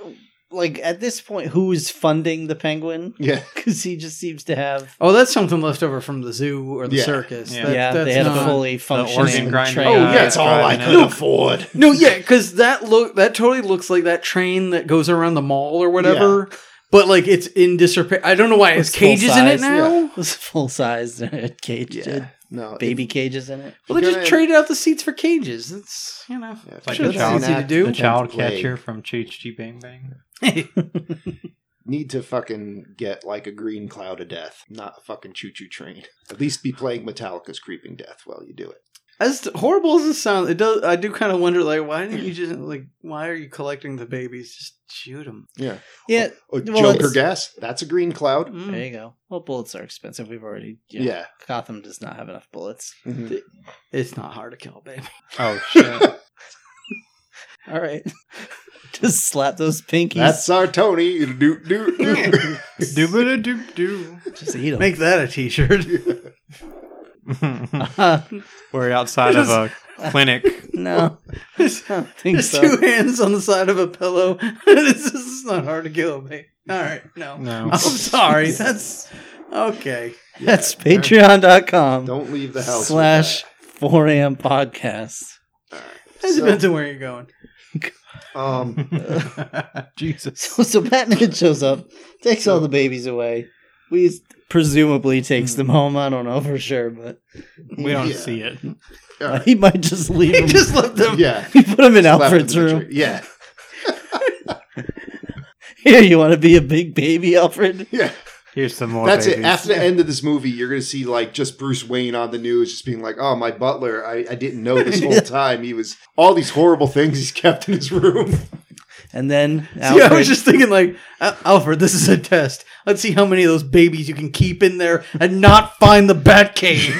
[SPEAKER 4] Like at this point, who's funding the penguin? *laughs*
[SPEAKER 5] Yeah,
[SPEAKER 4] Because he just seems to have.
[SPEAKER 1] Oh, that's something left over from the zoo or the
[SPEAKER 5] Yeah.
[SPEAKER 1] circus.
[SPEAKER 6] Yeah.
[SPEAKER 1] That-
[SPEAKER 4] yeah,
[SPEAKER 1] that's
[SPEAKER 4] they had
[SPEAKER 1] not-
[SPEAKER 4] a fully functioning
[SPEAKER 6] organ grinder
[SPEAKER 4] train.
[SPEAKER 5] oh
[SPEAKER 6] guy.
[SPEAKER 5] yeah, it's all I
[SPEAKER 6] driving
[SPEAKER 5] could
[SPEAKER 6] it.
[SPEAKER 5] afford.
[SPEAKER 1] No, yeah, because that look that totally looks like that train that goes around the mall or whatever. But like it's in disrepair. I don't know why it has
[SPEAKER 4] It's full
[SPEAKER 1] cages in it
[SPEAKER 4] size,
[SPEAKER 1] now.
[SPEAKER 5] yeah.
[SPEAKER 4] *laughs* It's full sized cage,
[SPEAKER 5] Yeah,
[SPEAKER 4] did.
[SPEAKER 5] no,
[SPEAKER 4] baby cages in it.
[SPEAKER 1] Well, they
[SPEAKER 5] Gonna-
[SPEAKER 1] just traded out the seats for cages. It's you know,
[SPEAKER 5] Yeah, if
[SPEAKER 6] like
[SPEAKER 5] you
[SPEAKER 1] sure,
[SPEAKER 6] the
[SPEAKER 1] that's
[SPEAKER 5] don't
[SPEAKER 6] child
[SPEAKER 1] easy to
[SPEAKER 5] act-
[SPEAKER 1] do.
[SPEAKER 6] The child
[SPEAKER 5] Plague.
[SPEAKER 6] catcher from Chi Chi Bang Bang.
[SPEAKER 5] need to fucking get like a green cloud of death, not a fucking choo choo train. *laughs* At least be playing Metallica's Creeping Death while you do it.
[SPEAKER 1] As t- horrible as this sounds, it does. I do kind of wonder, like, why didn't you just like, why are you collecting the babies? Just shoot them.
[SPEAKER 5] Yeah.
[SPEAKER 4] Yeah,
[SPEAKER 5] Oh,
[SPEAKER 4] Well,
[SPEAKER 5] Joker
[SPEAKER 4] it's-
[SPEAKER 5] gas. That's a green cloud.
[SPEAKER 1] Mm.
[SPEAKER 4] there you go. Well, bullets are expensive. We've already.
[SPEAKER 5] Yeah.
[SPEAKER 4] Yeah. Gotham does not have enough bullets.
[SPEAKER 5] Mhm.
[SPEAKER 1] It's not hard to kill a baby. *laughs*
[SPEAKER 6] Oh *laughs* shit!
[SPEAKER 4] All right, *laughs* just slap those pinkies.
[SPEAKER 5] That's our Tony. Doot,
[SPEAKER 4] *laughs*
[SPEAKER 5] doot, doot. *laughs*
[SPEAKER 6] Doo doo doo.
[SPEAKER 4] just eat them.
[SPEAKER 1] Make that a T-shirt.
[SPEAKER 6] *laughs* We're outside of a
[SPEAKER 1] *laughs*
[SPEAKER 6] clinic.
[SPEAKER 4] no, *laughs* I don't think
[SPEAKER 1] There's
[SPEAKER 4] so.
[SPEAKER 1] two hands on the side of a pillow. *laughs* this is not hard to kill a baby. All right, no.
[SPEAKER 6] *laughs* No.
[SPEAKER 1] I'm
[SPEAKER 5] *laughs*
[SPEAKER 1] sorry. That's okay.
[SPEAKER 4] That's patreon.com
[SPEAKER 5] Don't leave the house. with
[SPEAKER 4] slash 4am podcast.
[SPEAKER 1] It
[SPEAKER 5] So-
[SPEAKER 1] depends on where you're going. *laughs*
[SPEAKER 5] that.
[SPEAKER 4] *laughs*
[SPEAKER 5] Um,
[SPEAKER 6] Jesus.
[SPEAKER 4] So, so Batman shows up, takes all the babies away. We s- presumably takes them home. I don't know for sure, but
[SPEAKER 6] We don't
[SPEAKER 5] Yeah.
[SPEAKER 6] see it.
[SPEAKER 4] he
[SPEAKER 1] *laughs*
[SPEAKER 4] might just leave
[SPEAKER 1] He
[SPEAKER 4] them. *laughs*
[SPEAKER 1] just left them.
[SPEAKER 5] Um, yeah.
[SPEAKER 4] he put them in
[SPEAKER 5] Slap him in
[SPEAKER 4] Alfred's
[SPEAKER 5] the
[SPEAKER 4] room.
[SPEAKER 5] tree. Yeah.
[SPEAKER 4] Here, you want to be a big baby, Alfred?
[SPEAKER 5] Yeah.
[SPEAKER 6] Here's some more.
[SPEAKER 5] That's it.
[SPEAKER 6] babies.
[SPEAKER 5] After the end of this movie, you're going to see like just Bruce Wayne on the news just being like, oh, my butler, I, I didn't know
[SPEAKER 4] *laughs*
[SPEAKER 5] this whole time. He was all these horrible things he's kept in his room.
[SPEAKER 4] And then
[SPEAKER 1] *laughs* See,
[SPEAKER 4] Alfred,
[SPEAKER 1] I was just thinking, like, Al- Alfred, this is a test. Let's see how many of those babies you can keep in there and not find the bat cave.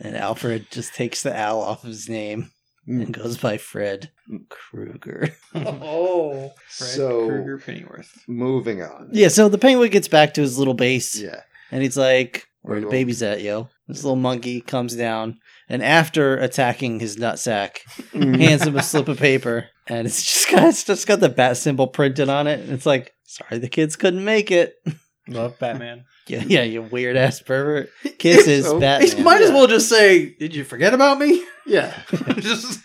[SPEAKER 4] and Alfred just takes the owl off his name
[SPEAKER 1] Mm.
[SPEAKER 4] and goes by Fred Krueger. *laughs*
[SPEAKER 1] oh.
[SPEAKER 6] Fred
[SPEAKER 5] so,
[SPEAKER 6] Krueger Pennyworth.
[SPEAKER 5] moving on.
[SPEAKER 4] Yeah, so the penguin gets back to his little base
[SPEAKER 5] Yeah.
[SPEAKER 4] and he's like, "Where the
[SPEAKER 5] Where do I-
[SPEAKER 4] babies at, yo?" This little monkey comes down, and after attacking his nutsack,
[SPEAKER 1] Mm.
[SPEAKER 4] hands him a slip of paper, and it's just got it's just got the bat symbol printed on it. It's like, sorry, the kids couldn't make it. *laughs*
[SPEAKER 6] Love Batman.
[SPEAKER 4] Yeah, yeah, you weird ass pervert.
[SPEAKER 1] *laughs*
[SPEAKER 4] Kisses
[SPEAKER 1] Oh,
[SPEAKER 5] So-
[SPEAKER 4] Batman.
[SPEAKER 1] He might as well just say, "Did you forget about me?"
[SPEAKER 5] Yeah.
[SPEAKER 1] just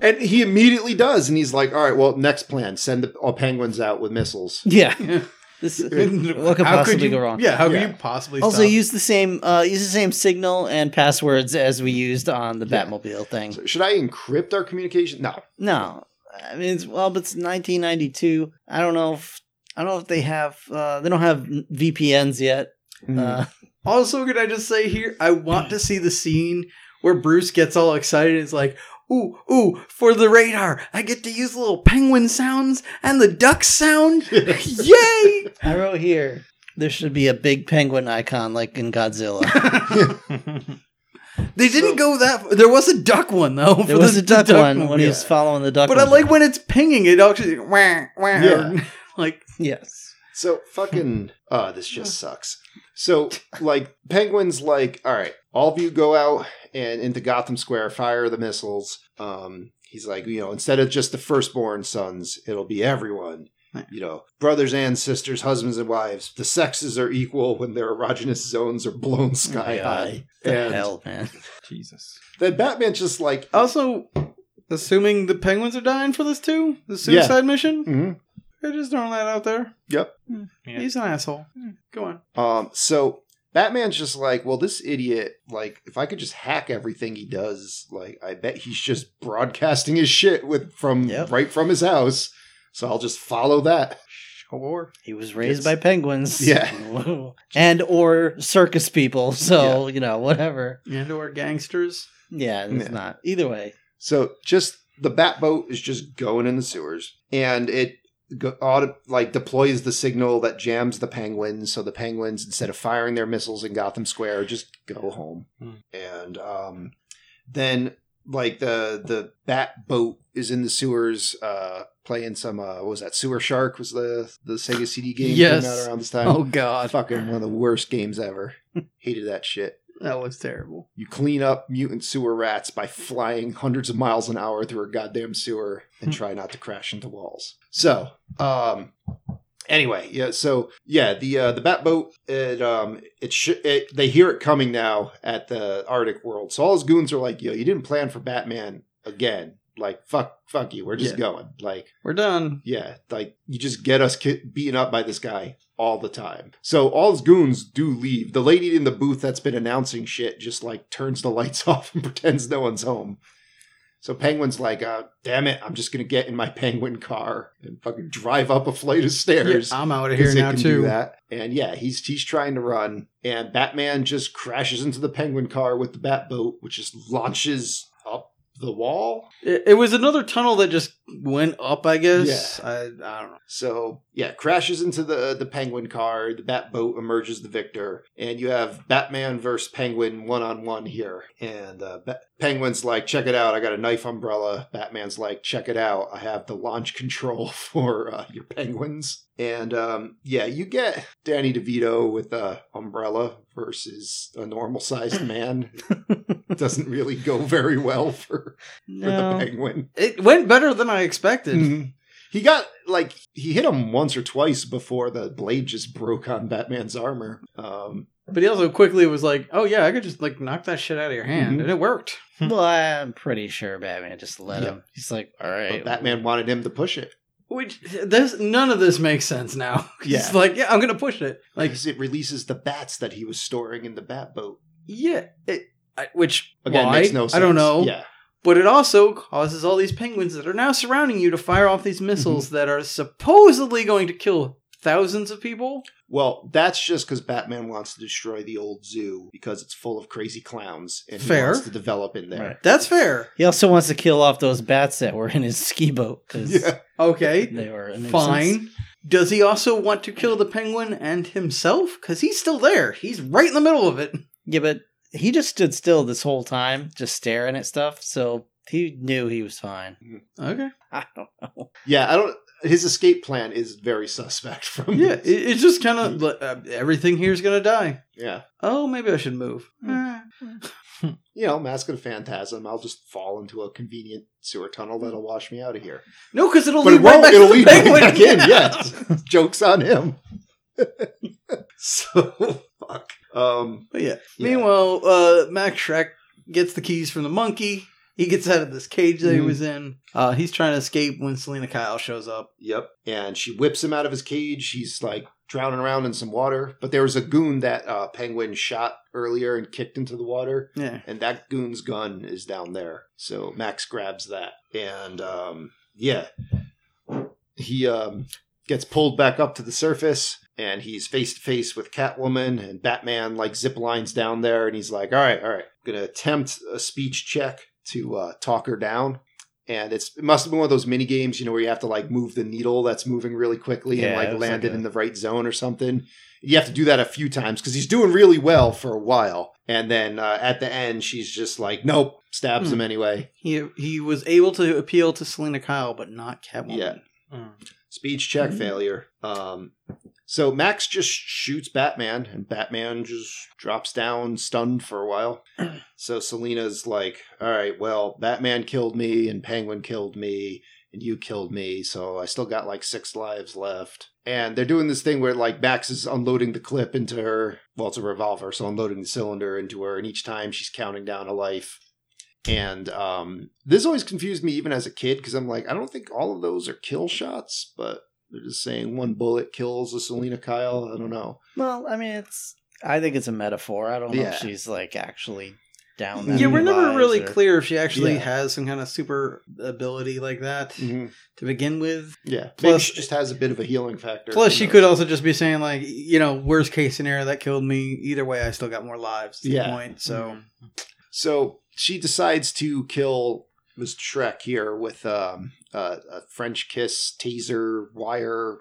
[SPEAKER 5] And he immediately does, and he's like, "All right, well, next plan: send the all penguins out with missiles."
[SPEAKER 4] Yeah.
[SPEAKER 1] *laughs* Yeah.
[SPEAKER 4] This what could
[SPEAKER 1] how
[SPEAKER 4] possibly
[SPEAKER 1] could you,
[SPEAKER 4] go wrong?
[SPEAKER 1] Yeah, how
[SPEAKER 5] Yeah.
[SPEAKER 1] could you possibly?
[SPEAKER 4] Also
[SPEAKER 1] stop?
[SPEAKER 4] use the same uh, use the same signal and passwords as we used on the
[SPEAKER 5] Yeah.
[SPEAKER 4] Batmobile thing.
[SPEAKER 5] So should I encrypt our communication? No.
[SPEAKER 4] No, I mean, it's, well, but it's 1992. I don't know if I don't know if they have uh, they don't have VPNs yet.
[SPEAKER 5] Hmm. *laughs*
[SPEAKER 4] Uh,
[SPEAKER 1] Also, could I just say here, I want to see the scene where Bruce gets all excited and is like, ooh, ooh, for the radar, I get to use little penguin sounds and the duck sound.
[SPEAKER 4] *laughs*
[SPEAKER 1] Yay!
[SPEAKER 4] I wrote here there should be a big penguin icon like in Godzilla.
[SPEAKER 6] *laughs*
[SPEAKER 1] They didn't go that There was a duck one, though.
[SPEAKER 4] There
[SPEAKER 1] for
[SPEAKER 4] was
[SPEAKER 1] the-
[SPEAKER 4] a duck,
[SPEAKER 1] the
[SPEAKER 4] one when he
[SPEAKER 1] movie.
[SPEAKER 4] was following the duck.
[SPEAKER 1] But I
[SPEAKER 4] one. *laughs*
[SPEAKER 1] like when it's pinging, it actually, wah, wah,
[SPEAKER 5] Yeah.
[SPEAKER 1] *laughs* like,
[SPEAKER 4] yes.
[SPEAKER 5] So
[SPEAKER 4] *laughs*
[SPEAKER 5] fucking. Uh, this just sucks. So like penguins, like all right, all of you go out and into Gotham Square, fire the missiles. Um, he's like, you know, instead of just the firstborn sons, it'll be everyone.
[SPEAKER 1] Right.
[SPEAKER 5] You know, brothers and sisters, husbands and wives. The sexes are equal when their erogenous zones
[SPEAKER 4] *laughs*
[SPEAKER 5] are blown sky
[SPEAKER 4] God.
[SPEAKER 5] high.
[SPEAKER 4] The
[SPEAKER 5] And-
[SPEAKER 4] hell, man.
[SPEAKER 6] Jesus.
[SPEAKER 5] Then Batman's just like,
[SPEAKER 1] also, assuming the penguins are dying for this too? The suicide
[SPEAKER 4] Mm.
[SPEAKER 1] mission?
[SPEAKER 5] mhm.
[SPEAKER 1] They're just throwing that out there.
[SPEAKER 5] Yep.
[SPEAKER 6] Yeah.
[SPEAKER 1] He's an asshole.
[SPEAKER 4] Mm.
[SPEAKER 1] Go on.
[SPEAKER 5] Um, so Batman's just like, well, this idiot, like, if I could just hack everything he does, like, I bet he's just broadcasting his shit with from
[SPEAKER 4] Yep.
[SPEAKER 5] right from his house. So I'll just follow that.
[SPEAKER 1] Sure.
[SPEAKER 4] He was raised
[SPEAKER 5] Yes.
[SPEAKER 4] by penguins.
[SPEAKER 5] Yeah.
[SPEAKER 4] *laughs* and or circus people. So you know whatever.
[SPEAKER 1] And or gangsters.
[SPEAKER 4] Yeah, it's
[SPEAKER 5] Yeah.
[SPEAKER 4] not either way.
[SPEAKER 5] So just the Batboat is just going in the sewers, and it go, auto, like deploys the signal that jams the penguins. So the penguins, instead of firing their missiles in Gotham Square, just go home.
[SPEAKER 6] Hmm.
[SPEAKER 5] And um, then like the the Batboat is in the sewers, uh, playing some uh, what was that Sewer Shark was the the Sega CD game
[SPEAKER 1] Yes.
[SPEAKER 5] came out around this time.
[SPEAKER 1] Oh, God.
[SPEAKER 5] Fucking one of the worst games ever. *laughs* Hated that shit.
[SPEAKER 1] That was terrible.
[SPEAKER 5] You clean up mutant sewer rats by flying hundreds of miles an hour through a goddamn sewer and try not to crash into walls. So, um, anyway, yeah. So, yeah, the uh, the bat boat. It um, it, sh- it they hear it coming now at the Arctic world. So all his goons are like, "Yo, you didn't plan for Batman again. Like, fuck, fuck you. We're just
[SPEAKER 1] Yeah.
[SPEAKER 5] going. Like,
[SPEAKER 1] We're done.
[SPEAKER 5] yeah, like you just get us ki- beaten up by this guy all the time. So all his goons do leave. The lady in the booth that's been announcing shit just like turns the *laughs* lights off and pretends no one's home. So Penguin's like, uh, damn it, I'm just gonna get in my *laughs* penguin car and fucking drive up a flight of stairs.
[SPEAKER 1] I'm out of
[SPEAKER 5] 'cause
[SPEAKER 1] here
[SPEAKER 5] it
[SPEAKER 1] now
[SPEAKER 5] can do
[SPEAKER 1] too.
[SPEAKER 5] that. And yeah, he's he's trying to run, and Batman just crashes into the penguin car with the bat boat, which just launches up the wall.
[SPEAKER 1] It, it was another tunnel that just went up, I guess. I, I don't know.
[SPEAKER 5] So yeah, crashes into the the penguin car. The bat boat emerges the victor, and you have Batman versus Penguin one on one here. And uh, Ba- Penguin's like, "Check it out! I got a knife umbrella." Batman's like, "Check it out! I have the launch *laughs* control for uh, your penguins." And um, yeah, you get Danny DeVito with a umbrella versus a normal sized man. Doesn't really go very well for, for
[SPEAKER 4] No.
[SPEAKER 5] the penguin.
[SPEAKER 1] It went better than I expected.
[SPEAKER 5] Mhm. He got like he hit him once or twice before the blade just broke on Batman's armor. Um,
[SPEAKER 1] But he also quickly was like, "Oh yeah, I could just like knock that shit out of your hand,"
[SPEAKER 5] Mhm.
[SPEAKER 1] and it worked.
[SPEAKER 4] Well, I'm pretty sure Batman just let
[SPEAKER 5] Yeah.
[SPEAKER 4] him. He's like, all
[SPEAKER 5] but
[SPEAKER 4] right.
[SPEAKER 5] Batman wanted him to push it
[SPEAKER 1] Which this none of this makes sense now. *laughs*
[SPEAKER 5] Yeah.
[SPEAKER 1] It's like, yeah, I'm gonna push it. Like,
[SPEAKER 5] because it releases the bats that he was storing in the bat boat.
[SPEAKER 1] yeah, it. I, which
[SPEAKER 5] Again,
[SPEAKER 1] why?
[SPEAKER 5] makes no sense.
[SPEAKER 1] I don't know.
[SPEAKER 5] Yeah,
[SPEAKER 1] But it also causes all these penguins that are now surrounding you to fire off
[SPEAKER 5] Mm-hmm.
[SPEAKER 1] these missiles that are supposedly going to kill thousands of people.
[SPEAKER 5] well, that's just because Batman wants to destroy the old zoo because it's full of crazy clowns and
[SPEAKER 1] Fair.
[SPEAKER 5] he wants to develop in there.
[SPEAKER 4] Right.
[SPEAKER 1] That's fair.
[SPEAKER 4] He also wants to kill off those bats that were in his ski boat because
[SPEAKER 5] Yeah,
[SPEAKER 1] Okay.
[SPEAKER 4] they were a nuisance.
[SPEAKER 1] Fine. Does he also want to kill the penguin and himself? Because he's still there. He's right in the middle of it.
[SPEAKER 4] Yeah, but he just stood still this whole time, just
[SPEAKER 5] *laughs*
[SPEAKER 4] staring at stuff. So he knew he was fine.
[SPEAKER 1] Okay.
[SPEAKER 4] I don't know.
[SPEAKER 5] yeah. I don't. his escape plan is very suspect *laughs* from
[SPEAKER 1] Yeah, it,
[SPEAKER 5] this.
[SPEAKER 1] it's just kind of uh, everything here is gonna die.
[SPEAKER 5] yeah.
[SPEAKER 1] Oh, maybe I should move. Eh.
[SPEAKER 5] You know, mask of the phantasm. I'll just fall into a convenient sewer tunnel that'll wash me out of here.
[SPEAKER 1] No, because it'll
[SPEAKER 5] But
[SPEAKER 1] lead
[SPEAKER 5] it
[SPEAKER 1] right
[SPEAKER 5] won't.
[SPEAKER 1] back
[SPEAKER 5] It'll
[SPEAKER 1] to the
[SPEAKER 5] lead right
[SPEAKER 1] penguin.
[SPEAKER 5] back in.
[SPEAKER 1] *laughs*
[SPEAKER 5] Yes, jokes on him. so fuck. Um,
[SPEAKER 1] But yeah.
[SPEAKER 5] Yeah.
[SPEAKER 1] Meanwhile, uh, Max Shrek gets the keys from the monkey. He gets out of this cage that he
[SPEAKER 5] Mhm.
[SPEAKER 1] was in. Uh, he's trying to escape when Selena Kyle shows up.
[SPEAKER 5] Yep. And she whips him out of his cage. He's like drowning around in some water. But there was a goon that uh, Penguin shot earlier and kicked into the water.
[SPEAKER 1] Yeah.
[SPEAKER 5] And that goon's gun is down there. So Max grabs that. And um, yeah, he um, gets pulled back up to the surface. And he's face to face with Catwoman. And Batman like zip lines down there. And he's like, all right, all right. I'm going to attempt a speech check to uh, talk her down and it's it must have been one of those mini games, you know, where you have to like move the needle that's moving really quickly
[SPEAKER 6] Yeah,
[SPEAKER 5] and
[SPEAKER 6] it
[SPEAKER 5] like
[SPEAKER 6] was
[SPEAKER 5] land
[SPEAKER 6] like
[SPEAKER 5] it
[SPEAKER 6] a-
[SPEAKER 5] in the right zone or something. You have to do that a few times because he's doing really well for a while, and then uh, at the end, she's just like, "Nope," stabs
[SPEAKER 1] Hmm.
[SPEAKER 5] him anyway.
[SPEAKER 1] He he was able to appeal to Selena Kyle, but not Catwoman.
[SPEAKER 5] Yeah.
[SPEAKER 6] Mm.
[SPEAKER 5] Speech check failure. Um, so Max just shoots Batman, and Batman just drops down stunned for a while. so Selena's like, "All right, well, Batman killed me, and Penguin killed me, and you killed me, so I still got like six lives left." And they're doing this thing where like Max is unloading the clip into her. Well, it's a revolver, so unloading the cylinder into her, and each time she's counting down a life. And um, this always confused me even as a kid because I'm like, I don't think all of those are kill shots, but they're just saying one bullet kills a Selena Kyle. I don't know.
[SPEAKER 4] Well, I mean, it's. I think it's a metaphor. I don't know
[SPEAKER 5] Yeah.
[SPEAKER 4] if she's like actually down. That
[SPEAKER 1] Yeah, we're
[SPEAKER 4] many
[SPEAKER 1] never
[SPEAKER 4] lives
[SPEAKER 1] really
[SPEAKER 4] or-
[SPEAKER 1] clear if she actually
[SPEAKER 5] Yeah.
[SPEAKER 1] has some kind of super ability like that
[SPEAKER 4] Mm-hmm.
[SPEAKER 5] Mhm.
[SPEAKER 1] to begin with.
[SPEAKER 5] Yeah. Maybe
[SPEAKER 1] Plus-
[SPEAKER 5] she just has a bit of a healing factor.
[SPEAKER 1] Plus,
[SPEAKER 5] Who
[SPEAKER 1] she
[SPEAKER 5] knows?
[SPEAKER 1] could also just be saying like, you know, worst case scenario that killed me. Either way, I still got more lives. At
[SPEAKER 5] Yeah.
[SPEAKER 1] the point. So
[SPEAKER 4] Mm-hmm.
[SPEAKER 5] So she decides to kill Mr. Shrek here with um, uh, a French kiss, taser,
[SPEAKER 4] *laughs*
[SPEAKER 5] wire.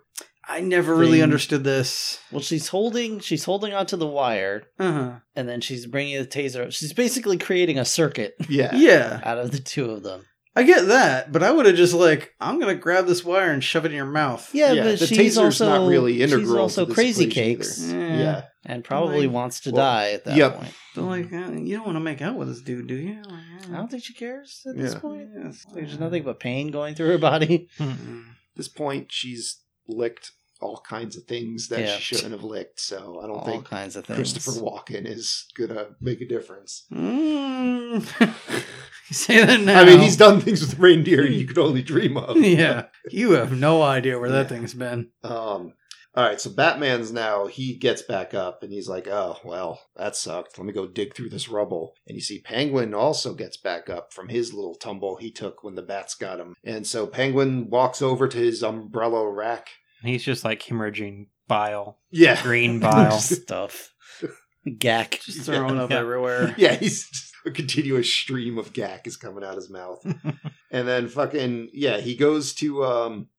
[SPEAKER 1] I never really
[SPEAKER 5] Thing.
[SPEAKER 1] understood this.
[SPEAKER 4] Well, she's holding. She's holding onto the wire,
[SPEAKER 1] Uh-huh.
[SPEAKER 4] and then she's bringing the taser. She's basically creating a circuit *laughs*
[SPEAKER 5] Yeah.
[SPEAKER 1] Yeah.
[SPEAKER 4] out of the two of them.
[SPEAKER 1] I get that, but I would have just like, I'm gonna grab this wire and shove it in your mouth.
[SPEAKER 4] Yeah,
[SPEAKER 5] Yeah,
[SPEAKER 4] but
[SPEAKER 5] the
[SPEAKER 4] she's
[SPEAKER 5] taser's
[SPEAKER 4] also
[SPEAKER 5] not really integral.
[SPEAKER 4] She's also
[SPEAKER 5] to this
[SPEAKER 4] crazy
[SPEAKER 5] equation either.
[SPEAKER 4] cakes
[SPEAKER 1] Yeah.
[SPEAKER 5] Yeah.
[SPEAKER 4] and probably
[SPEAKER 1] Like-
[SPEAKER 4] wants to
[SPEAKER 5] Well,
[SPEAKER 4] die at that
[SPEAKER 5] yep.
[SPEAKER 4] point.
[SPEAKER 1] But like, uh, you don't want to make out with this dude, do you?
[SPEAKER 4] I don't think she cares at this
[SPEAKER 5] Yeah.
[SPEAKER 4] point. There's nothing but pain going through her body.
[SPEAKER 5] At this point, she's licked all kinds of things that
[SPEAKER 4] Yeah.
[SPEAKER 5] she shouldn't have licked. So I don't
[SPEAKER 4] All
[SPEAKER 5] think
[SPEAKER 4] kinds of things.
[SPEAKER 5] Christopher Walken is gonna make a difference.
[SPEAKER 1] Mm. *laughs* you say that now.
[SPEAKER 5] I mean, he's done things with reindeer you could only dream *laughs* of.
[SPEAKER 1] yeah, you have no idea where that
[SPEAKER 5] Yeah.
[SPEAKER 1] thing's been.
[SPEAKER 5] Um. All right, so Batman's now, he gets back up and he's like, oh, well, that sucked. Let me go dig through this rubble. And you see Penguin also gets back up from his little tumble he took when the bats got him. And so Penguin walks over to his umbrella rack.
[SPEAKER 6] He's just like hemorrhaging bile,
[SPEAKER 5] Yeah.
[SPEAKER 4] *laughs*
[SPEAKER 5] *laughs*
[SPEAKER 6] green bile.
[SPEAKER 4] stuff. Gack.
[SPEAKER 1] Just thrown up
[SPEAKER 6] Yeah.
[SPEAKER 1] everywhere.
[SPEAKER 5] *laughs* yeah, he's just- a continuous stream of gack is coming out his mouth. and then fucking yeah, he goes to um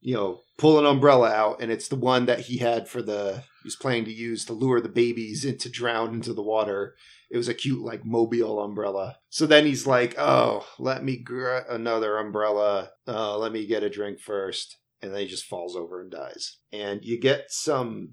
[SPEAKER 5] you know, pull an umbrella out and it's the one that he had for the he was planning to use to lure the babies into drown into the water. It was a cute like mobile umbrella. So then he's like, "Oh, let me get another umbrella. Uh, let me get a drink first. And then he just falls over and dies. And you get some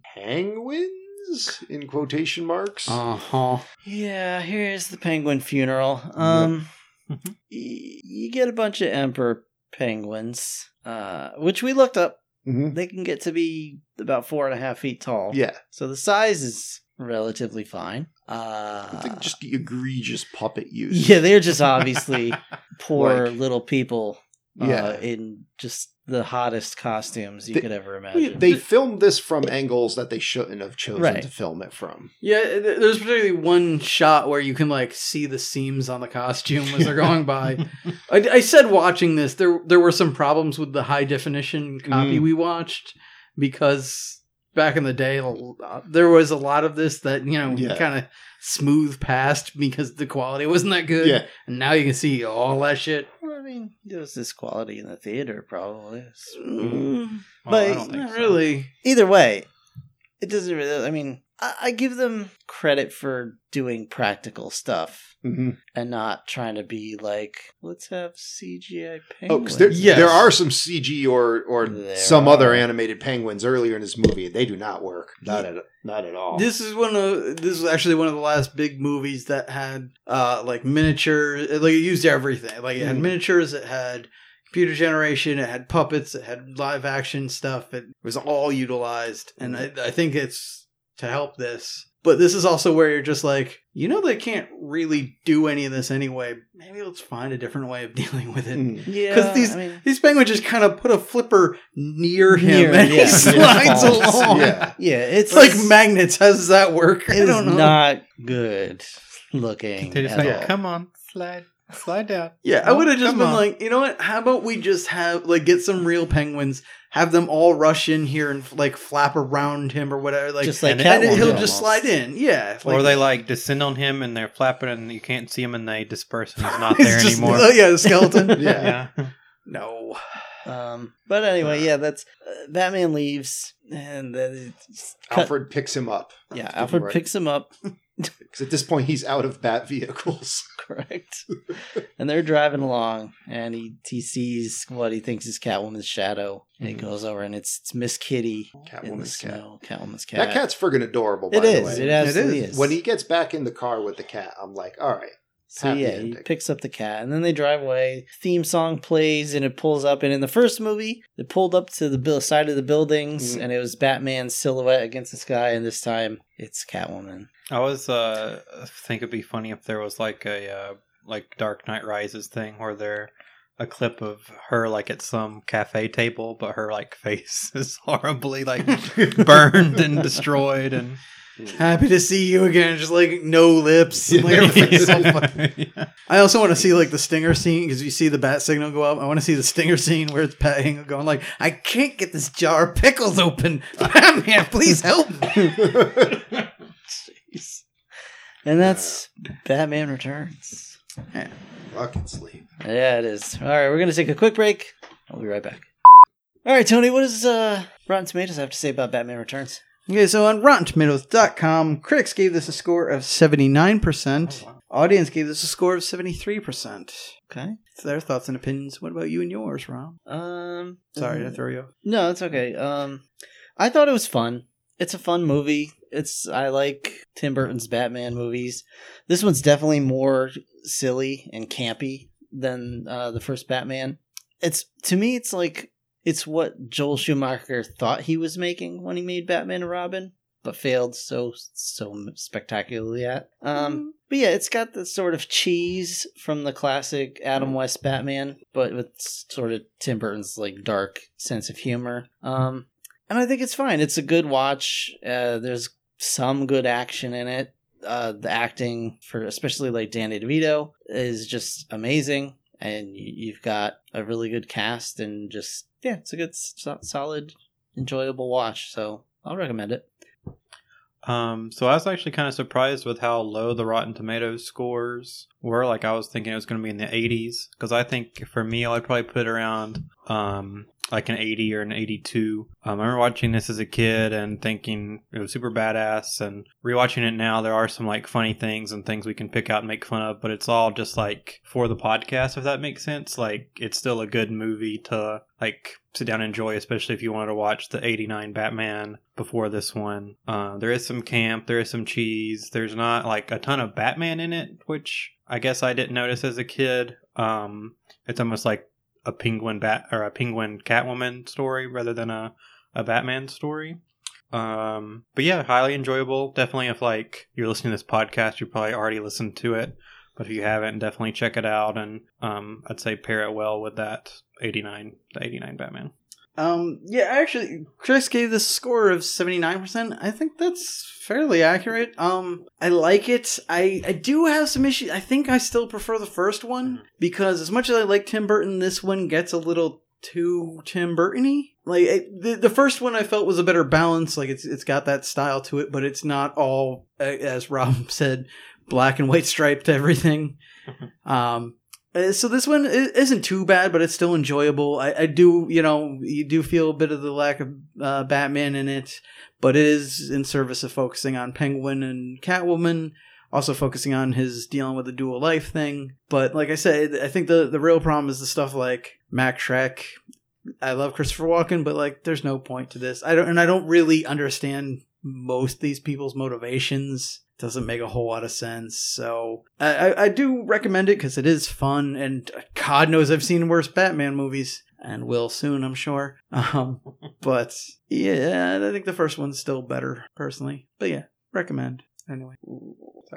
[SPEAKER 5] penguins in quotation marks.
[SPEAKER 1] Uh huh.
[SPEAKER 4] Yeah, here's the penguin funeral. Um,
[SPEAKER 5] Mm-hmm.
[SPEAKER 6] Mhm.
[SPEAKER 4] y- you get a bunch of emperor penguins, uh, which we looked up.
[SPEAKER 5] Mhm.
[SPEAKER 4] They can get to be about four and a half feet tall.
[SPEAKER 5] Yeah.
[SPEAKER 4] So the size is relatively fine. Uh,
[SPEAKER 5] I think just the egregious puppet use.
[SPEAKER 4] yeah, they're just
[SPEAKER 5] *laughs*
[SPEAKER 4] obviously poor
[SPEAKER 5] Like-
[SPEAKER 4] little people. Uh,
[SPEAKER 5] Yeah.
[SPEAKER 4] in just the hottest costumes you
[SPEAKER 5] They-
[SPEAKER 4] could ever
[SPEAKER 5] They-
[SPEAKER 4] imagine.
[SPEAKER 5] They filmed this from angles that they shouldn't have chosen
[SPEAKER 4] Right.
[SPEAKER 5] to film it from.
[SPEAKER 1] Yeah, th- there's particularly one shot where you can like see the seams on the costume as they're going by. I, I said watching this, there there were some problems with the high definition copy
[SPEAKER 5] Mm.
[SPEAKER 1] we watched because back in the day, uh, there was a lot of this that you know
[SPEAKER 5] Yeah.
[SPEAKER 1] kind of smooth past because the quality wasn't that good.
[SPEAKER 5] Yeah,
[SPEAKER 1] and now you can see all that shit.
[SPEAKER 4] Well, I mean, there was this quality in the theater, probably. It's-
[SPEAKER 1] Mm,
[SPEAKER 6] Well, Oh, I
[SPEAKER 4] But
[SPEAKER 6] don't think
[SPEAKER 1] not
[SPEAKER 6] so.
[SPEAKER 1] really.
[SPEAKER 4] Either way, it doesn't really. I mean, I, I give them credit for doing practical stuff
[SPEAKER 5] Mm-hmm.
[SPEAKER 4] and not trying to be like, let's have CGI
[SPEAKER 5] Oh,
[SPEAKER 4] penguins.
[SPEAKER 5] because there,
[SPEAKER 1] Yes.
[SPEAKER 5] there are some CG or or
[SPEAKER 4] There
[SPEAKER 5] some other
[SPEAKER 4] are.
[SPEAKER 5] animated penguins earlier in this movie. They do not work. Not at not at all.
[SPEAKER 1] This is one of this is actually one of the last big movies that had uh like miniature like it used everything. Like it had
[SPEAKER 5] Mhm.
[SPEAKER 1] miniatures, it had computer generation, it had puppets, it had live action stuff. It was all utilized. And I, I think it's to help this. But this is also where you're just like, you know they can't really do any of this anyway. Maybe let's find a different way of *laughs* dealing with it.
[SPEAKER 4] *laughs*
[SPEAKER 5] Mhm.
[SPEAKER 4] yeah,
[SPEAKER 1] 'cause these-
[SPEAKER 4] I mean,
[SPEAKER 1] These penguins just kind of put a flipper near him
[SPEAKER 4] Near,
[SPEAKER 1] and
[SPEAKER 4] yeah.
[SPEAKER 1] he *laughs* slides
[SPEAKER 4] Yeah.
[SPEAKER 1] along.
[SPEAKER 5] yeah.
[SPEAKER 4] yeah, it's
[SPEAKER 1] It's like magnets. How does that work?
[SPEAKER 4] It is not good looking.
[SPEAKER 6] They're just
[SPEAKER 4] at
[SPEAKER 6] like,
[SPEAKER 4] all.
[SPEAKER 6] come on, slide, slide down.
[SPEAKER 1] Yeah, I
[SPEAKER 6] Well,
[SPEAKER 1] would have just
[SPEAKER 6] come
[SPEAKER 1] been
[SPEAKER 6] on.
[SPEAKER 1] like, you know what? How about we just have like get some real penguins, have them all rush in here and like flap around him or whatever, like,
[SPEAKER 4] just like
[SPEAKER 6] and it-
[SPEAKER 1] and
[SPEAKER 4] Catwoman.
[SPEAKER 1] it- he'll
[SPEAKER 6] almost.
[SPEAKER 1] just slide in. Yeah,
[SPEAKER 6] or
[SPEAKER 1] *laughs*
[SPEAKER 6] they like descend on him and they're flapping and you can't see him and they disperse and *laughs* he's not
[SPEAKER 1] It's
[SPEAKER 6] there
[SPEAKER 1] just-
[SPEAKER 6] anymore.
[SPEAKER 1] oh, yeah, the skeleton. *laughs*
[SPEAKER 5] Yeah.
[SPEAKER 6] *laughs* yeah.
[SPEAKER 1] no,
[SPEAKER 4] Um, but anyway, yeah, that's uh, Batman leaves, and then it's cut-
[SPEAKER 5] Alfred picks him up.
[SPEAKER 4] yeah, Alfred picks him up. *laughs*
[SPEAKER 5] Because at this point, he's out of bat vehicles.
[SPEAKER 4] Correct. and they're driving along, and he, he sees what he thinks is Catwoman's shadow. And he
[SPEAKER 5] Mhm.
[SPEAKER 4] goes over, and it's, it's Miss Kitty in the
[SPEAKER 5] Catwoman's cat.
[SPEAKER 4] snow. Catwoman's cat.
[SPEAKER 5] That cat's friggin' adorable. By
[SPEAKER 4] It
[SPEAKER 5] the
[SPEAKER 4] is.
[SPEAKER 5] way.
[SPEAKER 4] It absolutely
[SPEAKER 1] It
[SPEAKER 4] is.
[SPEAKER 1] is.
[SPEAKER 5] When he gets back in the car with the cat, I'm like, all right.
[SPEAKER 4] so
[SPEAKER 5] happy
[SPEAKER 4] yeah, he
[SPEAKER 5] ending.
[SPEAKER 4] picks up the cat, and then they drive away. Theme song plays, and it pulls up. And in the first movie, it pulled up to the bu- side of the buildings,
[SPEAKER 5] Mhm.
[SPEAKER 4] and it was Batman's silhouette against the sky. And this time, it's Catwoman.
[SPEAKER 6] *laughs* I was uh think it'd be funny if there was like a uh, like Dark Knight Rises thing where there a clip of her like at some cafe table, but her like *laughs* face is horribly *laughs* like burned and destroyed *laughs* and
[SPEAKER 1] happy to see you again. Just like no
[SPEAKER 6] *laughs*
[SPEAKER 1] lips. Like, *laughs* everything's so funny.
[SPEAKER 6] Yeah.
[SPEAKER 1] I also want to see like the stinger scene because you see the bat signal go up. I want to see the stinger scene where it's Pat Hingle going like, "I can't get this jar of pickles open, *laughs* Batman, please help me."
[SPEAKER 4] And that's Batman Returns.
[SPEAKER 5] Fucking sleep.
[SPEAKER 4] Yeah, it is. All right, we're gonna take a quick break. I'll be right back. All right, Tony, what does uh, Rotten Tomatoes have to say about Batman Returns?
[SPEAKER 1] Okay, so on RottenTomatoes.com, critics gave this a score of 79%. Audience gave this a score of 73%.
[SPEAKER 4] Okay.
[SPEAKER 1] It's their thoughts and opinions. What about you and yours, Ron?
[SPEAKER 4] Um,
[SPEAKER 1] Sorry to throw you off.
[SPEAKER 4] No, it's okay. Um, I thought it was fun. It's a fun movie. It's I like Tim Burton's Batman movies. This one's definitely more silly and campy than uh, the first Batman. It's to me, it's like it's what Joel Schumacher thought he was making when he made Batman and Robin, but failed so so spectacularly at. Um, but yeah, it's got the sort of cheese from the classic Adam West Batman, but with sort of Tim Burton's like dark sense of humor. Um, and I think it's fine. It's a good watch. Uh, there's some good action in it. Uh, the acting for especially like Danny DeVito is just amazing, and you, you've got a really good cast and just yeah, it's a good, so- solid, enjoyable watch. So I'll recommend it.
[SPEAKER 6] Um, so I was actually kind of surprised with how low the Rotten Tomatoes scores were. Like I was thinking it was going to be in the 80s because I think for me I'd probably put it around um like an 80 or an 82. Um, I remember watching this as a kid and thinking it was super badass. And rewatching it now, there are some like funny things and things we can pick out and make fun of, but it's all just like for the podcast, if that makes sense. Like it's still a good movie to like sit down and enjoy, especially if you wanted to watch the 89 Batman before this one. Uh, there is some camp, there is some cheese, there's not like a ton of Batman in it, which I guess I didn't notice as a kid. Um, it's almost like a penguin bat or a penguin catwoman story rather than a, a batman story um but yeah highly enjoyable definitely if like you're listening to this podcast you probably already listened to it but if you haven't definitely check it out and um i'd say pair it well with that 89 the 89 batman
[SPEAKER 1] Um, yeah, actually, Chris gave this a score of 79%. I think that's fairly accurate. Um, I like it. I, I do have some issues. I think I still prefer the first one because as much as I like Tim Burton, this one gets a little too Tim Burton-y. Like it, the, the first one I felt was a better balance. Like it's, it's got that style to it, but it's not all, *laughs* a- as Rob said, black and white striped everything. Um, Uh, so this one i- isn't too bad, but it's still enjoyable. I, I do, you know, you do feel a bit of the lack of uh, Batman in it, but it is in service of focusing on Penguin and Catwoman, also focusing on his dealing with the dual life thing. But like I said, I think the the real problem is the stuff like Mac Shrek. I love Christopher Walken, but like, there's no point to this. I don't, and I don't really understand most these people's motivations doesn't make a whole lot of sense so i, I, I do recommend it because it is fun and god knows i've seen worse batman movies and will soon i'm sure *laughs* um, but yeah i think the first one's still better personally but yeah recommend anyway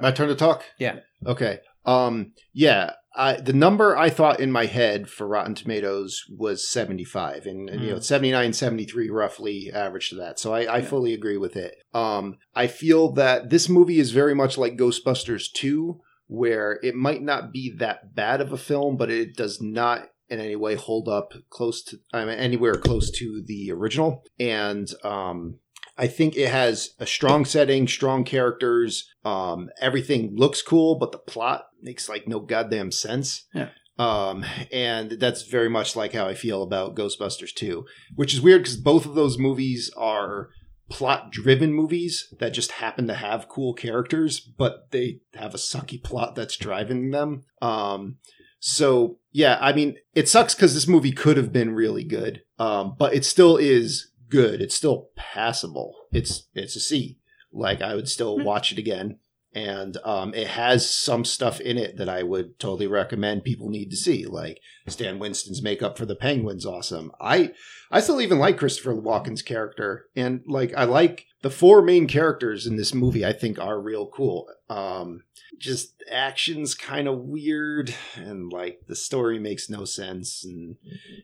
[SPEAKER 5] My turn to talk.
[SPEAKER 4] Yeah.
[SPEAKER 5] Okay. Um. Yeah. I, the number I thought in my head for Rotten Tomatoes was 75 and and, you know 79 73 roughly average to that. So I, I fully agree with it. Um I feel that this movie is very much like Ghostbusters 2 where it might not be that bad of a film but it does not in any way hold up close to I mean, anywhere close to the original and um I think it has a strong setting, strong characters. Um, everything looks cool, but the plot makes like no goddamn sense.
[SPEAKER 1] Yeah.
[SPEAKER 5] Um, and that's very much like how I feel about Ghostbusters 2, which is weird because both of those movies are plot driven movies that just happen to have cool characters, but they have a sucky plot that's driving them. Um, so yeah, I mean, it sucks because this movie could have been really good, um, but it still is good. It's still passable. It's it's a C. Like I would still watch it again, and um, it has some stuff in it that I would totally recommend people need to see. Like Stan Winston's makeup for the Penguin's awesome. I I still even like Christopher Walken's character, and like I like the four main characters in this movie. I think are real cool. Um, just actions kind of weird and like the story makes no sense and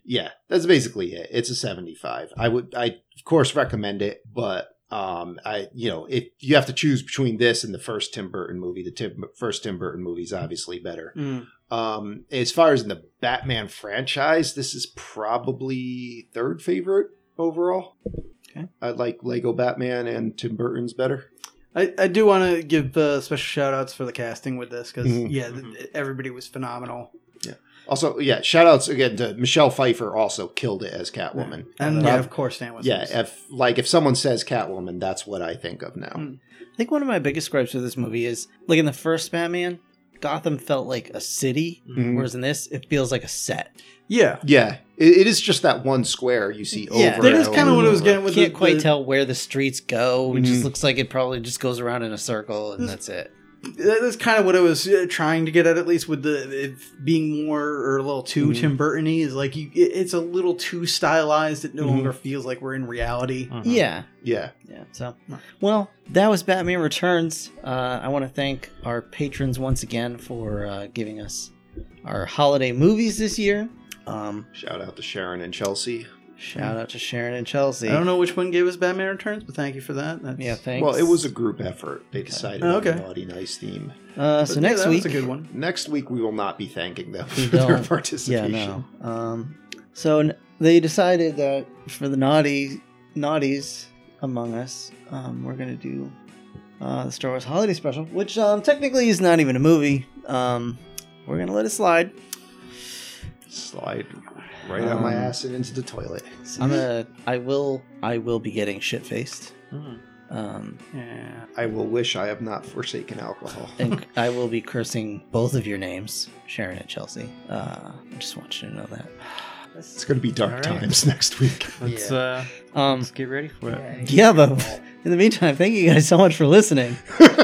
[SPEAKER 5] yeah that's basically it it's a 75 i would i of course recommend it but um i you know if you have to choose between this and the first tim burton movie the tim, first tim burton movie is obviously better um as far as in the batman franchise this is probably third favorite overall
[SPEAKER 1] Okay.
[SPEAKER 5] i like lego batman and tim burton's better
[SPEAKER 1] I, I do want to give uh, special shout outs for the casting with this because
[SPEAKER 5] Mhm.
[SPEAKER 1] yeah th- everybody was phenomenal
[SPEAKER 5] also yeah shout outs again to michelle pfeiffer also killed it as catwoman
[SPEAKER 1] and
[SPEAKER 5] Rob-
[SPEAKER 1] yeah, of course Stan was
[SPEAKER 5] Yeah, if like if someone says Catwoman, that's what I think of now.
[SPEAKER 1] Mm.
[SPEAKER 4] I think one of my biggest gripes with this movie is like in the first Batman, Gotham felt like a city,
[SPEAKER 5] Mhm.
[SPEAKER 4] whereas in this, it feels like a set.
[SPEAKER 1] yeah
[SPEAKER 5] Yeah, it, it is just that one square you see over.
[SPEAKER 4] Yeah,
[SPEAKER 5] Yeah,
[SPEAKER 1] that is kind of what I was getting
[SPEAKER 4] We
[SPEAKER 1] with
[SPEAKER 4] can't
[SPEAKER 1] the,
[SPEAKER 4] quite
[SPEAKER 1] the-
[SPEAKER 4] tell where the Mm-hmm. streets go. It
[SPEAKER 5] Mhm.
[SPEAKER 4] just looks like it probably just goes around in a circle and that's it.
[SPEAKER 1] that- that's kind of what I was uh, trying to get at, at least with the it being more or a little too
[SPEAKER 5] Mhm.
[SPEAKER 1] Tim Burton-y is like you, it, it's a little too stylized. It no
[SPEAKER 5] Mhm.
[SPEAKER 1] longer feels like we're in reality.
[SPEAKER 6] Mhm.
[SPEAKER 4] Yeah.
[SPEAKER 5] Yeah,
[SPEAKER 4] uh-huh. Yeah. So, well, that was Batman Returns. Uh, I want to thank our patrons once again for uh, giving us our holiday movies this year. Um,
[SPEAKER 5] shout out to Sharon and Chelsea.
[SPEAKER 4] shout out to Sharon and Chelsea.
[SPEAKER 1] I don't know which one gave us Batman Returns, but thank you for that. That's,
[SPEAKER 4] Yeah, thanks.
[SPEAKER 5] Well, it was a group effort. They decided
[SPEAKER 1] Oh,
[SPEAKER 5] on
[SPEAKER 1] okay.
[SPEAKER 5] a naughty nice theme.
[SPEAKER 4] Uh,
[SPEAKER 1] but
[SPEAKER 4] so
[SPEAKER 1] yeah,
[SPEAKER 4] next
[SPEAKER 1] that was
[SPEAKER 4] week,
[SPEAKER 1] a good one.
[SPEAKER 5] Next week we will not be thanking them
[SPEAKER 4] We
[SPEAKER 5] *laughs* for their
[SPEAKER 4] don't.
[SPEAKER 5] participation.
[SPEAKER 4] Yeah, no. Um, so n- they decided that for the naughty naughties among us, um, we're gonna do uh, the Star Wars Holiday Special, which um, technically is not even a movie. Um, we're gonna let it slide.
[SPEAKER 5] Slide right out my
[SPEAKER 4] Um,
[SPEAKER 5] ass and into the toilet.
[SPEAKER 4] So I'm gonna. I will. I will be getting shit faced.
[SPEAKER 6] Mm-hmm.
[SPEAKER 4] Um,
[SPEAKER 1] Yeah.
[SPEAKER 5] I will wish I have not forsaken alcohol.
[SPEAKER 4] *laughs* and I will be cursing both of your names, Sharon and Chelsea. Uh, I just want you to know that.
[SPEAKER 5] It's going to be dark
[SPEAKER 6] All right.
[SPEAKER 5] times *laughs* next
[SPEAKER 4] *laughs*
[SPEAKER 5] week.
[SPEAKER 6] Let's
[SPEAKER 4] Yeah.
[SPEAKER 6] uh,
[SPEAKER 4] Um,
[SPEAKER 6] let's get ready for it.
[SPEAKER 4] yeah, but in the meantime, thank you guys so much for listening.
[SPEAKER 6] *laughs*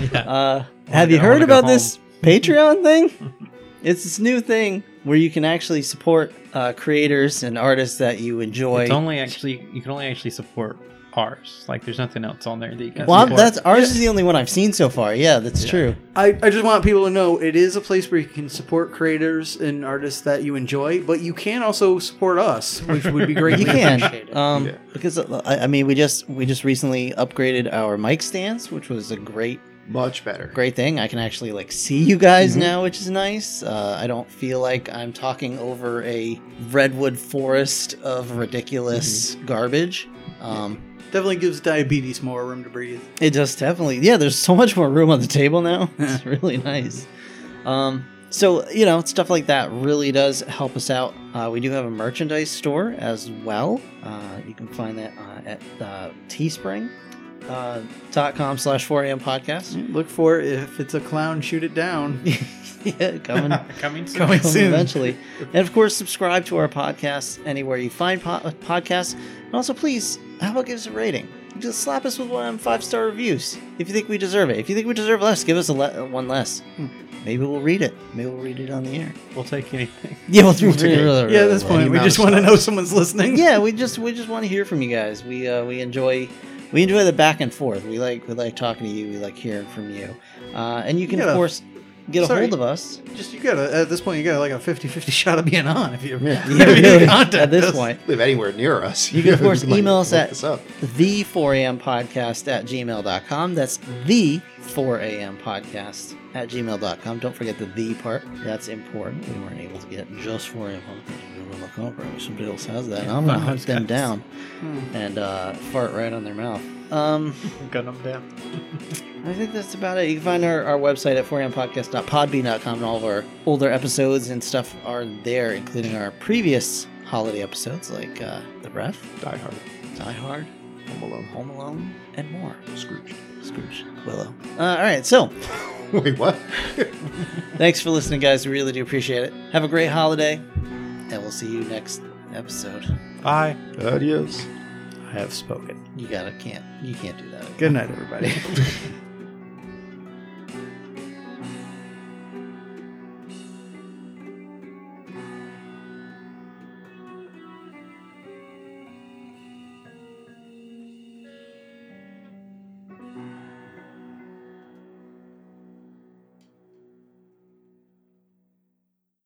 [SPEAKER 6] Yeah.
[SPEAKER 4] Uh, have
[SPEAKER 6] go-
[SPEAKER 4] you
[SPEAKER 6] I
[SPEAKER 4] heard
[SPEAKER 6] wanna go
[SPEAKER 4] about this Patreon thing?
[SPEAKER 6] *laughs*
[SPEAKER 4] It's this new thing where you can actually support uh, creators and artists that you enjoy.
[SPEAKER 6] It's only actually you can only actually support ours. Like there's nothing else on there that you can
[SPEAKER 4] well, I'm-
[SPEAKER 6] support.
[SPEAKER 4] that's ours is the only one I've seen so far. Yeah, that's true.
[SPEAKER 1] I, I just want people to know it is a place where you can support creators and artists that you enjoy, but you can also support us, which would *laughs* be great.
[SPEAKER 4] You
[SPEAKER 1] appreciated.
[SPEAKER 4] can, um,
[SPEAKER 5] Yeah.
[SPEAKER 4] because uh, I, I mean, we just we just recently upgraded our mic stands, which was a great
[SPEAKER 5] Much better.
[SPEAKER 4] great thing. I can actually like see you guys
[SPEAKER 5] Mhm.
[SPEAKER 4] now, which is nice. Uh, I don't feel like I'm talking over a redwood forest of ridiculous garbage. Um,
[SPEAKER 1] Definitely gives diabetes more room to breathe.
[SPEAKER 4] it just definitely, yeah. There's so much more room on the table now. It's really nice. Um, so you know stuff like that really does help us out uh, we do have a merchandise store as well uh, you can find that uh, at uh, teespring uh, dot com slash 4am podcast
[SPEAKER 1] Look for it. if it's a clown, shoot it down.
[SPEAKER 4] *laughs* yeah coming
[SPEAKER 6] *laughs* Coming soon.
[SPEAKER 1] Coming
[SPEAKER 4] Come
[SPEAKER 1] soon.
[SPEAKER 4] eventually. And of course, subscribe to our podcast anywhere you find po- uh, podcasts. And also, please, how about give us a rating? Just slap us with one of them five star reviews if you think we deserve it. If you think we deserve less, give us a le- uh, one less.
[SPEAKER 1] Hmm.
[SPEAKER 4] Maybe we'll read it. Maybe we'll read it on the air.
[SPEAKER 6] We'll take anything. *laughs*
[SPEAKER 4] Yeah, we'll do
[SPEAKER 6] take it.
[SPEAKER 1] yeah, at this point, we
[SPEAKER 5] amount
[SPEAKER 1] just
[SPEAKER 5] of
[SPEAKER 1] want to
[SPEAKER 5] stars.
[SPEAKER 1] know someone's listening.
[SPEAKER 4] yeah, we just we just want to hear from you guys. We uh, we enjoy we enjoy the back and forth. We like we like talking to you. We like hearing from you. Uh, and you can
[SPEAKER 1] Yeah.
[SPEAKER 4] of course get
[SPEAKER 1] Sorry.
[SPEAKER 4] a hold of us.
[SPEAKER 1] Just you gotta at this point, you got like a 50-50 *laughs* shot of being on if you.
[SPEAKER 5] Yeah.
[SPEAKER 1] *laughs*
[SPEAKER 4] *laughs*
[SPEAKER 1] Yeah, really.
[SPEAKER 4] really,
[SPEAKER 1] Contact
[SPEAKER 4] at this
[SPEAKER 1] us.
[SPEAKER 4] point.
[SPEAKER 5] live anywhere near us. *laughs*
[SPEAKER 4] You can, of course,
[SPEAKER 5] might
[SPEAKER 4] email us
[SPEAKER 5] look
[SPEAKER 4] at-
[SPEAKER 5] this up. *laughs*
[SPEAKER 4] the 4am podcast at gmail.com that's the 4am podcast at gmail.com don't forget the the part that's important we weren't able to get just 4am podcast We're like, "Oh, bro, somebody else has that i'm gonna
[SPEAKER 6] fuck
[SPEAKER 4] hunt
[SPEAKER 6] those
[SPEAKER 4] them
[SPEAKER 6] guys."
[SPEAKER 4] down
[SPEAKER 1] Hmm.
[SPEAKER 4] and uh, fart right on their mouth um,
[SPEAKER 6] Gun them down.
[SPEAKER 4] i think that's about it you can find our, our website at 4ampodcast.podbean.com and all of our older episodes and stuff are there including our previous holiday episodes like uh, the breath
[SPEAKER 5] Die Hard,
[SPEAKER 4] die hard
[SPEAKER 5] Home Alone,
[SPEAKER 4] home alone and more
[SPEAKER 5] Scrooge.
[SPEAKER 4] Scrooge. Willow. Uh, all right. So,
[SPEAKER 5] Wait, what?
[SPEAKER 4] thanks for listening, guys. We really do appreciate it. Have a great holiday, and we'll see you next episode.
[SPEAKER 6] Bye.
[SPEAKER 5] Adios.
[SPEAKER 1] I have spoken.
[SPEAKER 4] You gotta can't you can't do that.
[SPEAKER 1] Good night, everybody.